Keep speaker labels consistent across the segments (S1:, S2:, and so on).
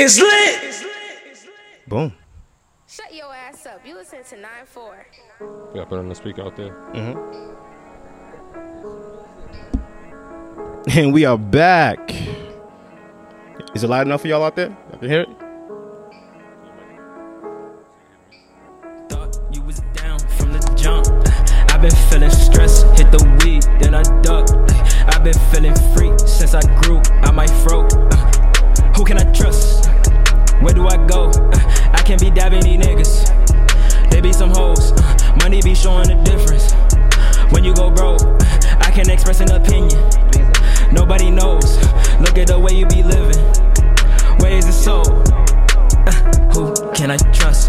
S1: It's lit. Boom.
S2: Shut your ass up. You listen to 9 4.
S3: Yeah, put it on the speaker out there.
S1: And we are back. Is it loud enough for y'all out there? I can hear it.
S4: Thought you was down from the jump. I've been feeling stressed, hit the weed, then I duck. I've been feeling free since I grew out my throat. Uh, Who can I trust? Where do I go? Uh, I can't be dabbing these niggas. They be some hoes. Uh, Money be showing the difference. When you go broke, uh, I can express an opinion. Nobody knows. Look at the way you be living. Where is the soul? Who can I trust?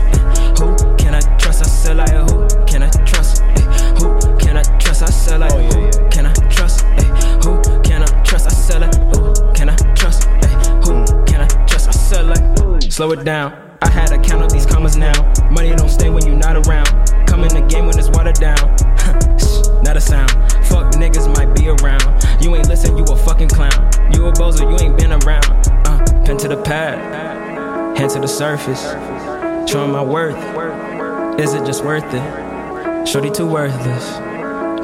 S4: Who can I trust? I said like who can I trust? Who can I trust? I said like who can I trust? Eh, Who can I trust? I said like who can I trust? Eh, Who can I trust? I said like slow it down. I had to count up these commas now. Money don't stay when you're not around. Come in the game when it's watered down. not a sound. Fuck niggas might be around. You ain't listen, you a fucking clown. You a bozo, you ain't been around. Uh, pen to the pad hand to the surface, showing my worth. Is it just worth it? Shorty too worthless.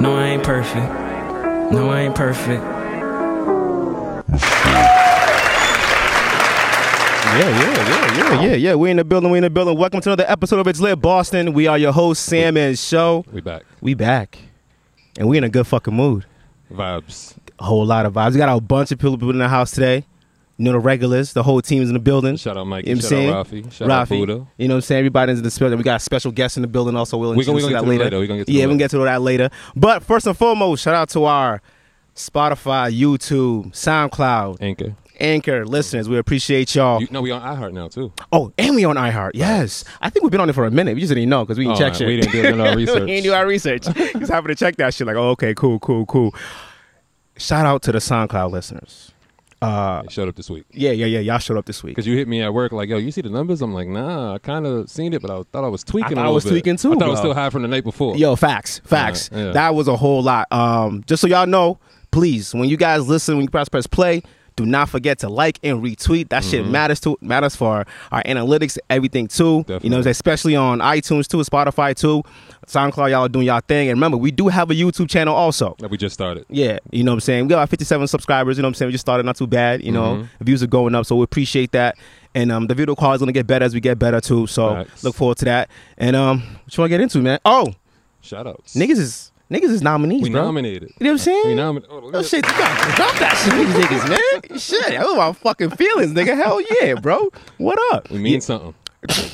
S4: No, I ain't perfect. No, I ain't perfect.
S1: Yeah, yeah,
S3: Oh,
S1: yeah, yeah, yeah, yeah. We in the building. We in the building. Welcome to another episode of It's Lit Boston. We are your host Sam and Show.
S3: We back.
S1: We back, and we in a good fucking mood.
S3: Vibes.
S1: A whole lot of vibes. We got a bunch of people in the house today. You know the regulars. The whole team's in the building.
S3: Shout out Mikey.
S1: You know what
S3: Shout
S1: I'm
S3: out
S1: saying?
S3: Rafi. Shout out
S1: Rafi.
S3: Buddha.
S1: You know what I'm saying? Everybody's in the building. We got a special guest in the building also. We'll
S3: We gon-
S1: introduce
S3: we gon' get
S1: that
S3: to it
S1: later.
S3: later. We gon' get to
S1: yeah,
S3: it
S1: we can get to that later. But first and foremost, shout out to our Spotify, YouTube, SoundCloud,
S3: Anchor.
S1: Anchor listeners. We appreciate y'all.
S3: You, no, we on iHeart now too.
S1: oh, and we on iHeart. Yes. I think we've been on it for a minute. We just didn't know because we didn't
S3: Oh,
S1: check
S3: man,
S1: shit.
S3: We didn't do none of our research.
S1: we didn't do our research. Just happened to check that shit. Like, oh, okay, cool, cool, cool. Shout out to the SoundCloud listeners. Uh,
S3: It showed up this week.
S1: Yeah, yeah, yeah. Y'all showed up this week.
S3: Cause you hit me at work like, yo, you see the numbers? I'm like, nah, I kind of seen it, but I thought I was tweaking.
S1: thought
S3: a
S1: I
S3: little
S1: was
S3: bit.
S1: tweaking, too,
S3: I thought I was
S1: bro.
S3: still high from the night before.
S1: Yo, facts, facts.
S3: Yeah, yeah.
S1: That was a whole lot. Um, just so y'all know, please, when you guys listen, when you press press play, do not forget to like and retweet. That
S3: Mm-hmm.
S1: shit matters to matters for our analytics, everything too. You know,
S3: Definitely.
S1: especially on iTunes too, Spotify too, SoundCloud. Y'all are doing y'all thing, and remember, we do have a YouTube channel also.
S3: That we just started.
S1: Yeah, you know what I'm saying. We got about 57 subscribers. You know what I'm saying. We just started, not too bad. You know,
S3: Mm-hmm.
S1: views are going up, so we appreciate that. And um, the video quality is gonna get better as we get better too. So
S3: Facts.
S1: look forward to that. And um, what you wanna get into, man? Oh,
S3: Shout outs.
S1: Niggas is niggas is nominees,
S3: we
S1: bro.
S3: nominated.
S1: You know what I'm saying?
S3: We nominated. Oh,
S1: Oh shit, you gotta drop that shit, with these niggas, man. Shit, oh my fucking feelings, nigga. Hell yeah, bro. What up?
S3: We mean something.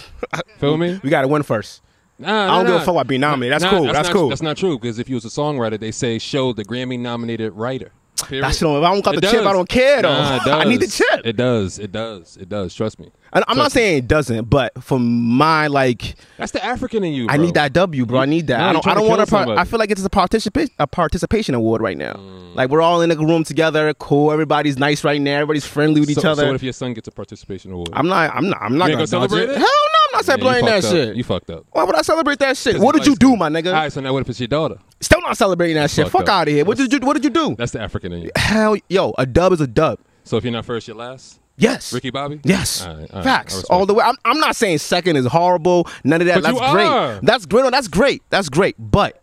S3: Feel me?
S1: We gotta win first.
S3: Nah,
S1: I don't
S3: nah,
S1: give a
S3: nah.
S1: fuck about being nominated. That's
S3: Nah,
S1: cool. That's
S3: not,
S1: cool.
S3: That's not true because if you was a songwriter, they say show the Grammy nominated writer. Period.
S1: That shit don't- if I don't got
S3: It
S1: the chip,
S3: does.
S1: I don't care, though.
S3: Nah, it
S1: I need the
S3: does.
S1: chip.
S3: It does. It does. It does. Trust me.
S1: And I'm not
S3: Trust me.
S1: saying it doesn't, but for my like,
S3: that's the African in you.
S1: I
S3: bro.
S1: need that W, bro. I need that.
S3: Nah,
S1: I
S3: you
S1: don't. I
S3: trying to
S1: don't want to.
S3: kill
S1: Par- I
S3: somebody. Mm.
S1: feel like it's just a participation a participation award right now. Like we're all in a room together, cool. Everybody's nice right now. Everybody's friendly with each
S3: so,
S1: other.
S3: So what if your son gets a participation award?
S1: I'm not. I'm not. I'm not
S3: You
S1: gonna
S3: ain't gonna
S1: dodge
S3: celebrate
S1: it.
S3: it?
S1: Hell no, I'm not
S3: Yeah, you
S1: celebrating that
S3: fucked up.
S1: shit.
S3: You fucked up.
S1: Why would I celebrate that shit? What did you do, my nigga?
S3: All right, so now what if it's your daughter?
S1: Still not celebrating that shit.
S3: Fucked
S1: Fuck
S3: up.
S1: out of here. What did you What did you do?
S3: That's the African in you.
S1: Hell, yo, Oh, a dub is a dub.
S3: So if you're not first, you're last.
S1: Yes.
S3: Ricky Bobby.
S1: Yes.
S3: All right, all right. I
S1: Facts.
S3: respect
S1: All the
S3: it.
S1: way. I'm, I'm not saying second is horrible. None of that.
S3: But
S1: that's
S3: you
S1: great.
S3: are.
S1: That's great. No, that's great. That's great. But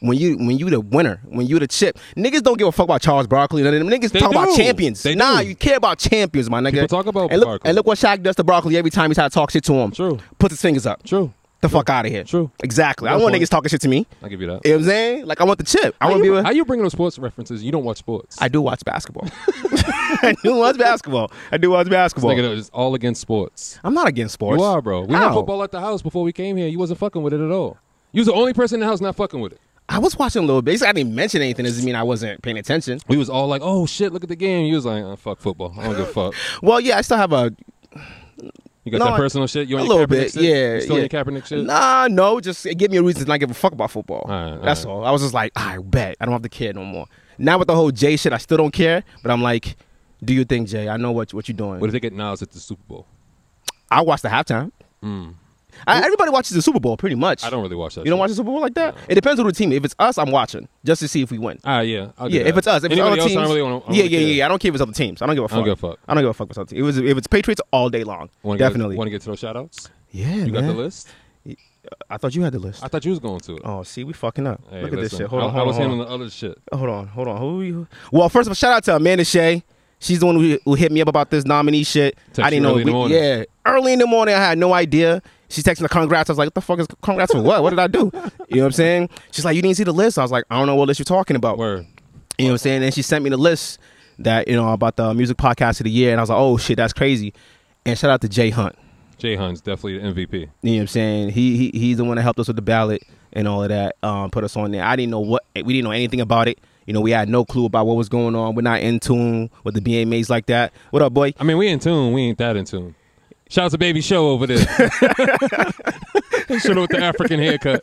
S1: when you when you the winner, when you the chip, niggas don't give a fuck about Charles Barkley. None of them niggas
S3: They
S1: talk about
S3: do.
S1: champions.
S3: They
S1: nah,
S3: do.
S1: you care about champions, my nigga.
S3: People talk about
S1: and look,
S3: Barkley.
S1: And look what Shaq does to Barkley every time he's trying to talk shit to him.
S3: True.
S1: Puts his fingers up.
S3: True.
S1: The fuck out of here.
S3: True.
S1: Exactly. I
S3: Good
S1: don't want
S3: point.
S1: niggas talking shit to me.
S3: I'll give you that.
S1: You know what I'm saying? Like I want the chip. I
S3: How
S1: want to be
S3: you,
S1: with.
S3: how you bringing those sports references? You don't watch sports.
S1: I do watch basketball. I do watch basketball. I do watch
S3: This
S1: basketball.
S3: nigga is all against sports.
S1: I'm not against sports.
S3: You are, bro. We
S1: How?
S3: had football at the house before we came here. You wasn't fucking with it at all. You was the only person in the house not fucking with it.
S1: I was watching a little bit. I didn't mention anything. Doesn't mean I wasn't paying attention.
S3: We was all like, "Oh shit, look at the game." You was like, oh, "Fuck football. I don't give a fuck."
S1: Well, yeah, I still have a
S3: You got
S1: No,
S3: that personal shit. You
S1: a
S3: on your
S1: little
S3: Kaepernick
S1: bit.
S3: shit?
S1: Yeah,
S3: You still
S1: yeah.
S3: on your Kaepernick shit.
S1: Nah, no. Just it gave me a reason to not give a fuck about football.
S3: Alright,
S1: That's all. I was just like, I bet I don't have to care no more. Now with the whole Jay shit, I still don't care. But I'm like, do you think Jay? I know what what you're doing.
S3: What if they get Nas at the Super Bowl?
S1: I watched the halftime. I, everybody watches the Super Bowl pretty much.
S3: Mm. I don't really watch that.
S1: You don't
S3: shit.
S1: watch the Super Bowl like that? It depends on the team. If it's us, I'm watching just to see if we win.
S3: Ah, yeah. I'll do
S1: yeah,
S3: that.
S1: if it's us, if it's
S3: Anybody
S1: other
S3: else,
S1: teams,
S3: I don't really want to.
S1: yeah, yeah, yeah, yeah. I don't care if it's other teams. I don't give a fuck.
S3: I don't give a fuck.
S1: I don't give a fuck about something. It was if it's Patriots all day long. Definitely.
S3: Want to get to those shout outs?
S1: yeah,
S3: You
S1: man.
S3: got the list?
S1: I thought you had the list.
S3: I thought you was going to it.
S1: oh, see, we fucking up.
S3: Hey,
S1: Look at this
S3: listen,
S1: shit. Hold
S3: I,
S1: on,
S3: I
S1: hold on,
S3: was
S1: hold on.
S3: handling the other shit.
S1: Hold on, hold on. Who you? Well, first of all, shout out to Amanda Shea. She's the one who, who hit me up about this nominee shit.
S3: Text
S1: I didn't
S3: you
S1: know.
S3: early in the morning.
S1: yeah, early in the morning, I had no idea. She texted me congrats. I was like, "What the fuck is congrats for? What? What did I do?" You know what I'm saying? She's like, "You didn't see the list." I was like, "I don't know what list you're talking about."
S3: Word.
S1: You know what I'm saying? And she sent me the list that you know about the music podcast of the year, and I was like, "Oh shit, that's crazy." And shout out to Jay Hunt.
S3: Jay Hunt's definitely the MVP.
S1: You know what I'm saying? He, he he's the one that helped us with the ballot and all of that. Um, put us on there. I didn't know what we didn't know anything about it. You know, we had no clue about what was going on. We're not in tune with the BMAs like that. What up, boy?
S3: I mean, we in tune. We ain't that in tune. Shout out to Baby Show over there. Should with the African haircut.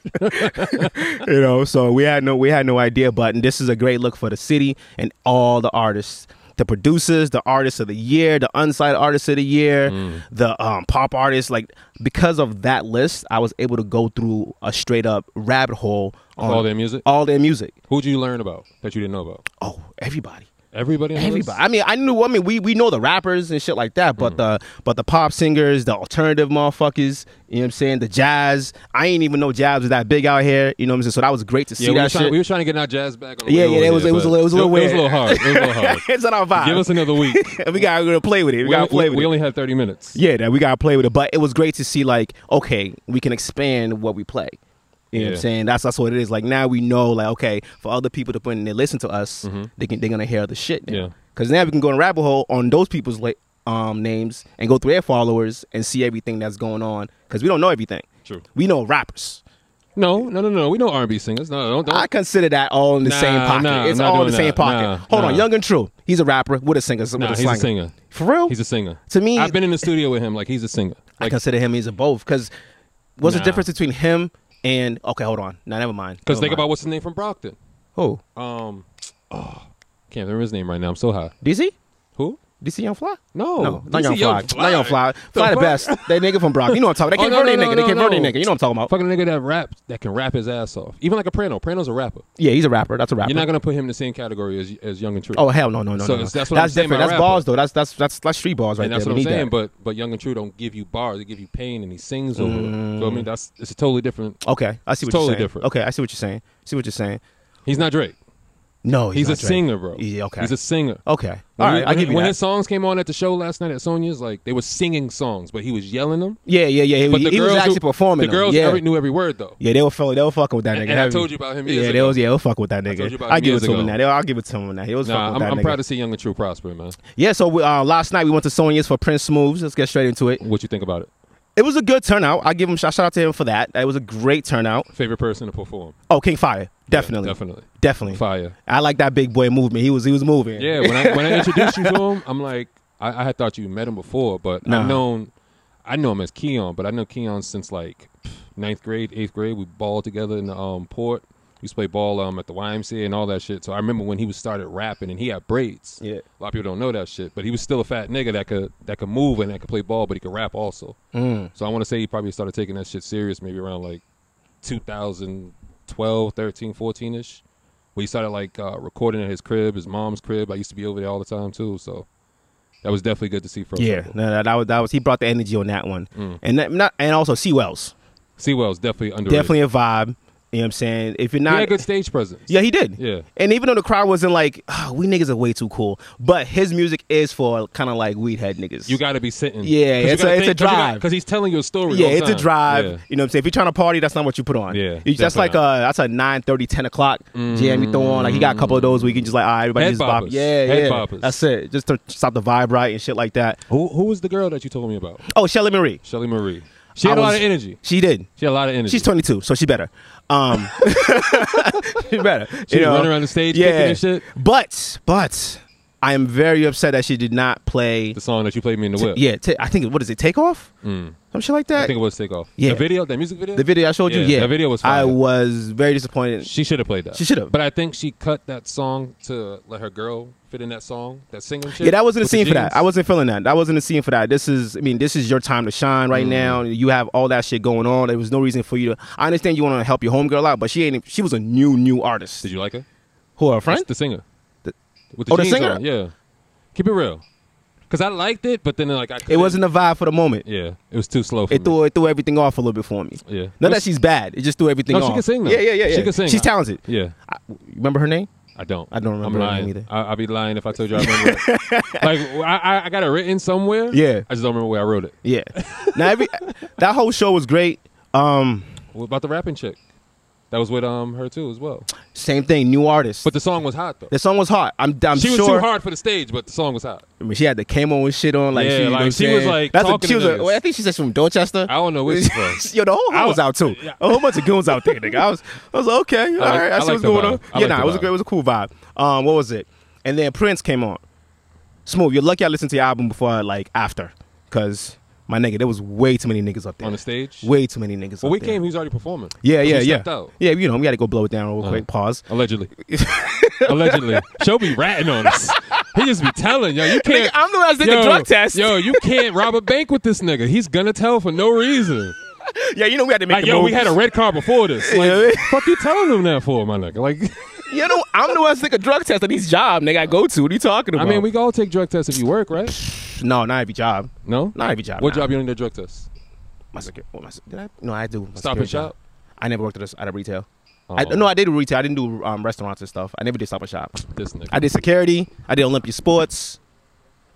S1: You know, so we had no we had no idea. But this is a great look for the city and all the artists, the producers, the artists of the year, the unsigned artists of the year,
S3: Mm.
S1: the um, pop artists. Like because of that list, I was able to go through a straight up rabbit hole on
S3: all their music?
S1: All their music.
S3: Who'd you learn about that you didn't know about?
S1: Oh, everybody.
S3: Everybody. on the list? Hmm.
S1: Everybody. I mean, I knew. I mean, we we know the rappers and shit like that, but the but the pop singers, the alternative motherfuckers. You know what I'm saying? The jazz. I ain't even know jazz was that big out here. You know what I'm saying? So that was great to see
S3: Yeah, we were,
S1: that
S3: trying,
S1: shit.
S3: we were trying to get our jazz back. On the
S1: Yeah,
S3: way
S1: yeah,
S3: over
S1: it was-
S3: there,
S1: it was a
S3: but
S1: little- it was a little
S3: It was a little hard. It was a little hard.
S1: it's not our vibe.
S3: Give us another week.
S1: we gotta, we gotta play with it. We,
S3: we
S1: gotta
S3: only,
S1: play
S3: we-
S1: with
S3: we
S1: it.
S3: only had 30 minutes.
S1: yeah, that we gotta play with it. But it was great to see like, okay, we can expand what we play. You know what
S3: Yeah.
S1: I'm saying? That's that's what it is. Like now we know, like, okay, for other people to put in and listen to us, they can they're gonna hear the shit. Now.
S3: Mm-hmm. Yeah.
S1: Cause now we can go in a rabbit hole on those people's like um names and go through their followers and see everything that's going on. Cause we don't know everything.
S3: True.
S1: We know rappers.
S3: No, no, no, no. We know R&B singers. No, don't. don't.
S1: I consider that all in the
S3: Nah,
S1: same pocket.
S3: nah,
S1: it's
S3: I'm not
S1: all in the same
S3: doing that.
S1: pocket.
S3: Nah,
S1: Hold on,
S3: nah.
S1: Young and True. He's a rapper with a singer. with
S3: nah, he's a singer.
S1: For real?
S3: He's a singer.
S1: To me-
S3: I've been in the studio with him. Like he's a singer.
S1: I
S3: Like
S1: consider him he's a both. Because what's
S3: Nah.
S1: the difference between him and okay? Hold on. Now, never mind.
S3: because
S1: Never
S3: think
S1: mind.
S3: about what's his name from Brockton.
S1: who
S3: Um, oh, can't remember his name right now. I'm so high.
S1: DC.
S3: Who?
S1: DC Young Fly?
S3: No,
S1: not
S3: DC
S1: Young Fly.
S3: Young
S1: Not Young Fly.
S3: Fly.
S1: Fly the
S3: The
S1: best. That nigga from Brock. You know what I'm talking about. They can't Verde
S3: Oh, no, no, no,
S1: nigga. They
S3: no,
S1: can't Verde
S3: no.
S1: nigga. You know what I'm talking about.
S3: Fucking nigga that raps that can rap his ass off. Even like a Prano. Prano's a rapper.
S1: Yeah, he's a rapper. That's a rapper.
S3: You're not gonna put him in the same category as as Young and True.
S1: Oh hell no no no
S3: So
S1: no, no.
S3: it's- that's what I'm saying
S1: different.
S3: by
S1: That's
S3: rapper.
S1: balls though. That's that's that's that's street balls right
S3: and that's
S1: there.
S3: what
S1: We
S3: I'm
S1: need
S3: saying.
S1: that.
S3: But but Young and True don't give you bars. They give you pain, and he sings over it. So I
S1: Mm.
S3: mean, that's it's a totally different.
S1: okay, I see what
S3: It's
S1: you're
S3: totally
S1: saying.
S3: different.
S1: Okay, I see what you're saying. See what you're saying.
S3: He's not Drake.
S1: No, he's,
S3: He's,
S1: not
S3: a
S1: Drake.
S3: singer, bro.
S1: Yeah, okay.
S3: He's a singer.
S1: Okay.
S3: When
S1: All
S3: he-
S1: right, I
S3: when-
S1: give you
S3: When
S1: that.
S3: his songs came on at the show last night at Sonia's, like they were singing songs, but he was yelling them.
S1: yeah, yeah, yeah. He,
S3: But the
S1: he
S3: girls
S1: was
S3: who-
S1: actually performing.
S3: The
S1: them.
S3: girls
S1: yeah.
S3: every, knew every word though.
S1: Yeah, they were fucking, they were fucking with that
S3: And-
S1: nigga.
S3: and I
S1: heavy.
S3: told you about him years
S1: Yeah, they
S3: ago.
S1: was yeah, they were fucking with that nigga.
S3: told you about
S1: I
S3: him
S1: give it
S3: years
S1: to him
S3: ago.
S1: now. They- I'll give it to him now. He was
S3: Nah,
S1: fucking with
S3: I'm,
S1: that
S3: I'm
S1: nigga.
S3: proud to see Young and True prosper, man.
S1: Yeah, so uh, last night we went to Sonya's for Prince Moves. Let's get straight into it.
S3: What you think about it?
S1: It was a good turnout. I give him shout shout out to him for that. It was a great turnout.
S3: Favorite person to perform?
S1: Oh, King Fire, definitely,
S3: definitely.
S1: definitely.
S3: Fire.
S1: I like that big boy movement. He was he was moving.
S3: Yeah, when I when I introduced you to him, I'm like, I, I had thought you met him before, but
S1: Nah.
S3: I've known, I know him as Keon, but I know Keon since like pff, ninth grade, eighth grade. We balled together in the um, port. We used to play ball um, at the YMCA and all that shit. So I remember when he was started rapping and he had braids.
S1: Yeah.
S3: a lot of people don't know that shit, but he was still a fat nigga that could that could move and that could play ball, but he could rap also.
S1: Mm.
S3: So I want to say he probably started taking that shit serious maybe around like 2012, 13, 14 ish. We started like uh, recording at his crib, his mom's crib. I used to be over there all the time too, so that was definitely good to see. From
S1: yeah. No, no, that was that was he brought the energy on that one, and that, not and also Sea Wells,
S3: Seawell's Mm. definitely underrated.
S1: definitely a vibe. You know what I'm saying? If you're
S3: he
S1: not
S3: had good stage presence.
S1: Yeah, he did.
S3: Yeah.
S1: And even though the crowd wasn't like, "Ah, we niggas are way too cool, but his music is for kind of like weed head niggas.
S3: You got to be sitting.
S1: Yeah, it's a- it's a drive.
S3: because he's telling you a story.
S1: yeah,
S3: all the
S1: it's a
S3: time.
S1: drive.
S3: Yeah.
S1: You know what I'm saying? If you're trying to party, that's not what you put on.
S3: Yeah,
S1: You- that's
S3: definitely
S1: like
S3: not.
S1: a that's a 9, 10 o'clock jam you throw on. Like you got a couple of those where you can just like, all right, everybody
S3: Head
S1: just bop.
S3: boppers.
S1: Yeah,
S3: Head
S1: yeah.
S3: boppers.
S1: That's it. Just to stop the vibe right and shit like that.
S3: Who who was the girl that you told me about?
S1: Oh, Shelly Marie.
S3: Shelly Marie. She had
S1: I
S3: a lot
S1: was-
S3: of energy.
S1: She did.
S3: She had a lot of energy.
S1: She's 22, so she better. Um, she better.
S3: She was running around the stage kicking and shit?
S1: But, but I am very upset that she did not play.
S3: The song that you played me in the
S1: t-
S3: whip.
S1: yeah, t- I think what is it? Take off?
S3: Mm.
S1: Some shit like
S3: I
S1: that.
S3: think it was Take Off.
S1: Yeah.
S3: The video, that music video?
S1: the video I showed you.
S3: Yeah,
S1: Yeah,
S3: that video was
S1: I
S3: fire.
S1: was very disappointed.
S3: She should have played that.
S1: She should've.
S3: But I think she cut that song to let her girl fit in that song, that singing shit.
S1: Yeah, that wasn't a
S3: with the
S1: scene for that.
S3: jeans.
S1: I wasn't feeling that. That wasn't a scene for that. This is, I mean, this is your time to shine
S3: Mm.
S1: right now. You have all that shit going on. There was no reason for you to. I understand you want to help your homegirl out, but she ain't. She was a new, new artist.
S3: Did you like her?
S1: Who her friend?
S3: The singer.
S1: The-
S3: With the
S1: Oh, the
S3: jeans
S1: singer?
S3: on, Yeah. Keep it real. Because I liked it, but then like I
S1: It
S3: couldn't-
S1: wasn't a vibe for the moment.
S3: Yeah, it was too slow for
S1: It
S3: me.
S1: threw it threw everything off a little bit for me.
S3: Yeah.
S1: Not that she's bad. It just threw everything
S3: No,
S1: off.
S3: she can sing, though.
S1: Yeah, yeah, yeah, yeah.
S3: She can sing.
S1: She's talented.
S3: Yeah,
S1: I, you remember her name?
S3: I don't.
S1: I don't remember her
S3: I'm lying.
S1: name either.
S3: I, I'd be lying if I told you I remember. it. Like I- I, I got it written somewhere.
S1: Yeah.
S3: I just don't remember where I wrote it.
S1: Yeah. now every that whole show was great. Um,
S3: What about the rapping chick? That was with um her too as well.
S1: same thing. New artist.
S3: But the song was hot though.
S1: the song was hot. I'm, I'm
S3: she
S1: sure.
S3: was too hard for the stage, but the song was hot.
S1: I mean, she had the camo and shit on. Like,
S3: Yeah,
S1: she, you know
S3: like,
S1: what I'm
S3: she was,
S1: saying?
S3: like,
S1: That's
S3: talking
S1: what she
S3: to
S1: was. a-
S3: niggas.
S1: well, I think she's actually from Dorchester.
S3: I don't know where she's from.
S1: Yo, the whole
S3: I
S1: house was
S3: wa-
S1: out too. A whole bunch of goons out there, nigga. I was, I was like, okay, all right,
S3: like- I
S1: I see
S3: like
S1: what's
S3: the
S1: going
S3: vibe.
S1: on.
S3: I
S1: yeah,
S3: like
S1: nah,
S3: the
S1: it was a
S3: vibe.
S1: great, it was a cool vibe. Um, what was it? And then Prince came on. Smooth, you're lucky I listened to your album before, I, like after, cause my nigga, there was way too many niggas up there
S3: On the stage?
S1: Way too many niggas.
S3: Well,
S1: up
S3: we
S1: there.
S3: came. He was already performing.
S1: Yeah,
S3: But
S1: yeah,
S3: he
S1: yeah.
S3: stepped out. Uh-huh.
S1: Yeah, you know, we got to go blow it down real quick. Pause.
S3: Allegedly. Allegedly. Show be ratting on us. He just be telling, yo, you
S1: Nigga,
S3: can't.
S1: I'm the one that did the drug test.
S3: Yo, you can't rob a bank with this nigga. He's gonna tell for no reason.
S1: Yeah, you know, we had to make
S3: Like,
S1: the
S3: yo,
S1: move.
S3: we had a red car before this. Like,
S1: Yeah.
S3: fuck you telling him that for, my nigga? Like,
S1: You know, I'm the one that took a drug test at these job, nigga. I go to. What are you talking
S3: I
S1: about?
S3: mean, we all take drug tests if you work, right?
S1: no, not every job.
S3: No,
S1: Not every job,
S3: What
S1: nah.
S3: job you don't need a drug test?
S1: My security. What my, sec- did I? No, I do. my
S3: Stop
S1: security
S3: and shop.
S1: job. I never worked at a, at a retail. I,
S3: Oh.
S1: no, I did retail. I didn't do um, restaurants and stuff. I never did stop and shop.
S3: This nigga.
S1: I did security. I did Olympia sports,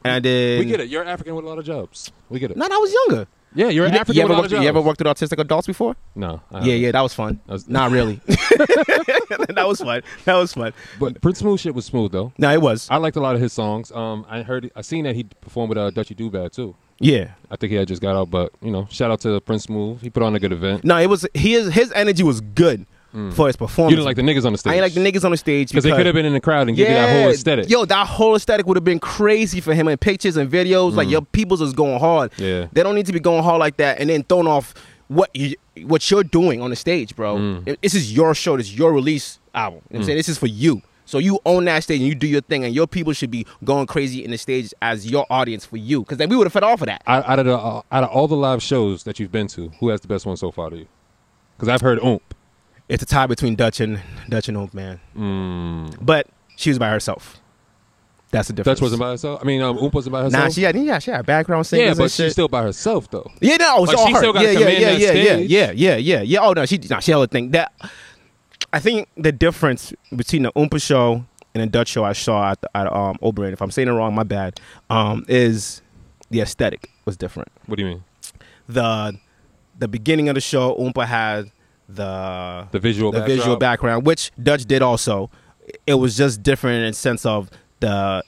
S1: and I did.
S3: We get it. You're African with a lot of jobs. We get it.
S1: No, no, I was younger.
S3: Yeah, you're
S1: You, did-
S3: African
S1: you ever
S3: with a lot
S1: worked?
S3: of jobs.
S1: You ever worked with autistic adults before?
S3: No. I
S1: Yeah,
S3: haven't.
S1: yeah, that was fun.
S3: That's-
S1: Not really. that was fun. That was fun.
S3: But Prince Smooth shit was smooth though.
S1: No, it was.
S3: I liked a lot of his songs. Um, I heard, I seen that he performed with uh, Dutchy Doobat too.
S1: Yeah.
S3: I think he had just got out, but you know, shout out to Prince Smooth. He put on a good event.
S1: No, it was his his energy was good for Oh, his performance.
S3: You didn't like the niggas on the stage.
S1: I ain't like the niggas on the stage
S3: because
S1: because
S3: they could have been in the crowd and give you that whole aesthetic.
S1: Yo, that whole aesthetic would have been crazy for him in pictures and videos. Like your people's is going hard.
S3: Mm. Yeah.
S1: They don't need to be going hard like that and then thrown off what you what you're doing on the stage, bro.
S3: Mm.
S1: It- This is your show, this is your release album. You know what I'm saying this is for you. So you own that stage and you do your thing and your people should be going crazy in the stage as your audience for you. Cause then we would have fed off of that.
S3: out, out of the, uh, out of all the live shows that you've been to, who has the best one so far to you? Because I've heard Oomp.
S1: It's a tie between Dutch and Dutch and Oak Man. But she was by herself. That's the difference.
S3: Mm. Dutch wasn't by herself. I mean, um, Oomp wasn't by herself.
S1: Nah, she had yeah, she had background singers
S3: yeah, but
S1: and
S3: she's
S1: shit.
S3: still by herself though.
S1: yeah, no, it's
S3: Like,
S1: all
S3: she
S1: her.
S3: still gotta
S1: yeah, yeah,
S3: command
S1: yeah,
S3: that
S1: yeah, yeah,
S3: stage.
S1: yeah, yeah, yeah, yeah. Oh no, she nah, she hella thing that. I think the difference between the Oompa show and the Dutch show I saw at, the, at um Oberlin, if I'm saying it wrong, my bad, um, is the aesthetic was different.
S3: What do you mean?
S1: The the beginning of the show, Oompa had the
S3: The visual
S1: the visual
S3: backdrop.
S1: background, which Dutch did also. It was just different in the sense of the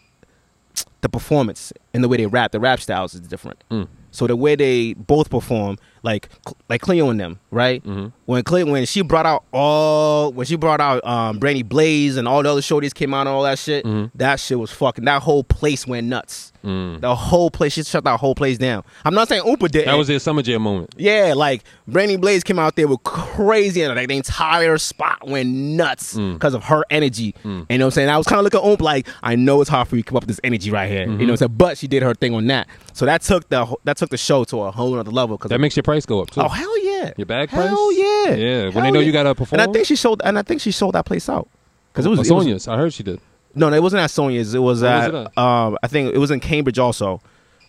S1: the performance and the way they rap. The rap styles is different.
S3: Mm.
S1: So the way they both perform, like like Cleo and them, right?
S3: Mm-hmm.
S1: When Cleo when she brought out all when she brought out um, Brandy Blaze and all the other shorties came out and all that shit,
S3: Mm-hmm.
S1: that shit was fucking. That whole place went nuts.
S3: mm.
S1: The whole place, she shut that whole place down. I'm not saying Oompa did.
S3: That was their summer jam moment.
S1: Yeah, like Brandy Blaze came out there with crazy energy. Like the entire spot went nuts
S3: Mm.
S1: because of her energy. And you know what I'm saying? I was kind of looking at Oomp like, I know it's hard for you to come up with this energy right here.
S3: Mm-hmm.
S1: You know what I'm saying? But she did her thing on that. So that took the wh- that took the show to a whole other level. Cause
S3: That makes your price go up too.
S1: oh hell yeah,
S3: Your bag
S1: hell
S3: price?
S1: yeah,
S3: Yeah, when they
S1: Hell
S3: know you
S1: yeah. And
S3: gotta
S1: I
S3: perform?
S1: think she sold and I think she sold that place out because it was
S3: Oh,
S1: it was-
S3: Sonya's. I heard she did.
S1: no, no, it wasn't at Sonya's. It was
S3: Where was
S1: at,
S3: it
S1: um I think it was in Cambridge also.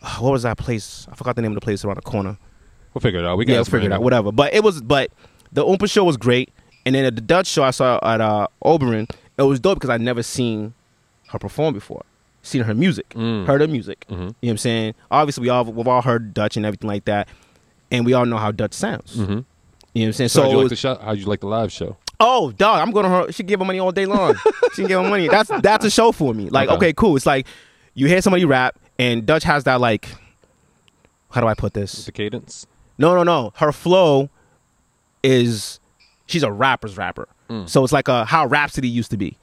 S1: Uh, What was that place? I forgot the name of the place around the corner
S3: We'll figure it out. We got
S1: yeah, let's figure it out. Whatever. But it was but the Oompa show was great, and then at the Dutch show I saw at uh, Oberon, it was dope because I'd never seen her perform before, seen her music,
S3: Mm.
S1: heard her music.
S3: Mm-hmm.
S1: You know what I'm saying? Obviously, we all we've all heard Dutch and everything like that, and we all know how Dutch sounds. You know what I'm saying? So,
S3: So,
S1: it
S3: how'd you, Mm-hmm. like
S1: was-
S3: the show? how'd you like the live show?
S1: oh, dog, I'm going to her. She give her money all day long. she can give her money. That's that's a show for me. Like,
S3: Okay.
S1: okay. cool. It's like you hear somebody rap, and Dutch has that like, how do I put this?
S3: The cadence.
S1: No, no, no. Her flow is she's a rapper's rapper.
S3: Mm.
S1: So it's like a how Rhapsody used to be.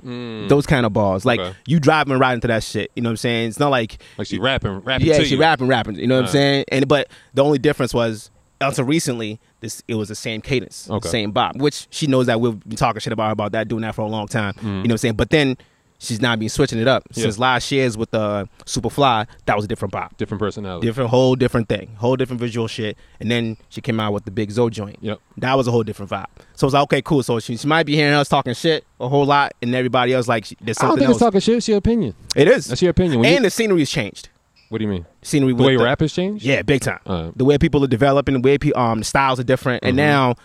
S1: Those kind of bars. Like
S3: Okay.
S1: you driving right into that shit. You know what I'm saying? It's not like
S3: Like she rapping, rapping
S1: yeah,
S3: to
S1: she
S3: you.
S1: rapping, rapping. You know what I'm saying?
S3: Alright.
S1: And but the only difference was until recently, this it was the same cadence,
S3: Okay.
S1: same bop. Which she knows that we've been talking shit about her about that, doing that for a long time. You
S3: Mm.
S1: know what I'm saying? But then she's now been switching it up
S3: Yeah.
S1: since last year's with uh, Superfly. That was a different bop,
S3: Different personality.
S1: different whole different thing, whole different visual shit. And then she came out with the Big Zo joint.
S3: Yep.
S1: That was a whole different vibe. So it's like okay, cool. So she, she might be hearing us talking shit a whole lot, and everybody else like she- there's
S3: I don't
S1: something
S3: think it's
S1: else.
S3: talking shit. It's your opinion.
S1: it is.
S3: That's your opinion. When you-
S1: and the scenery's changed.
S3: What do you mean?
S1: Scenery
S3: The
S1: with
S3: way
S1: the,
S3: rappers change?
S1: yeah, big time.
S3: Alright.
S1: the way people are developing, the way pe- um the styles are different, and now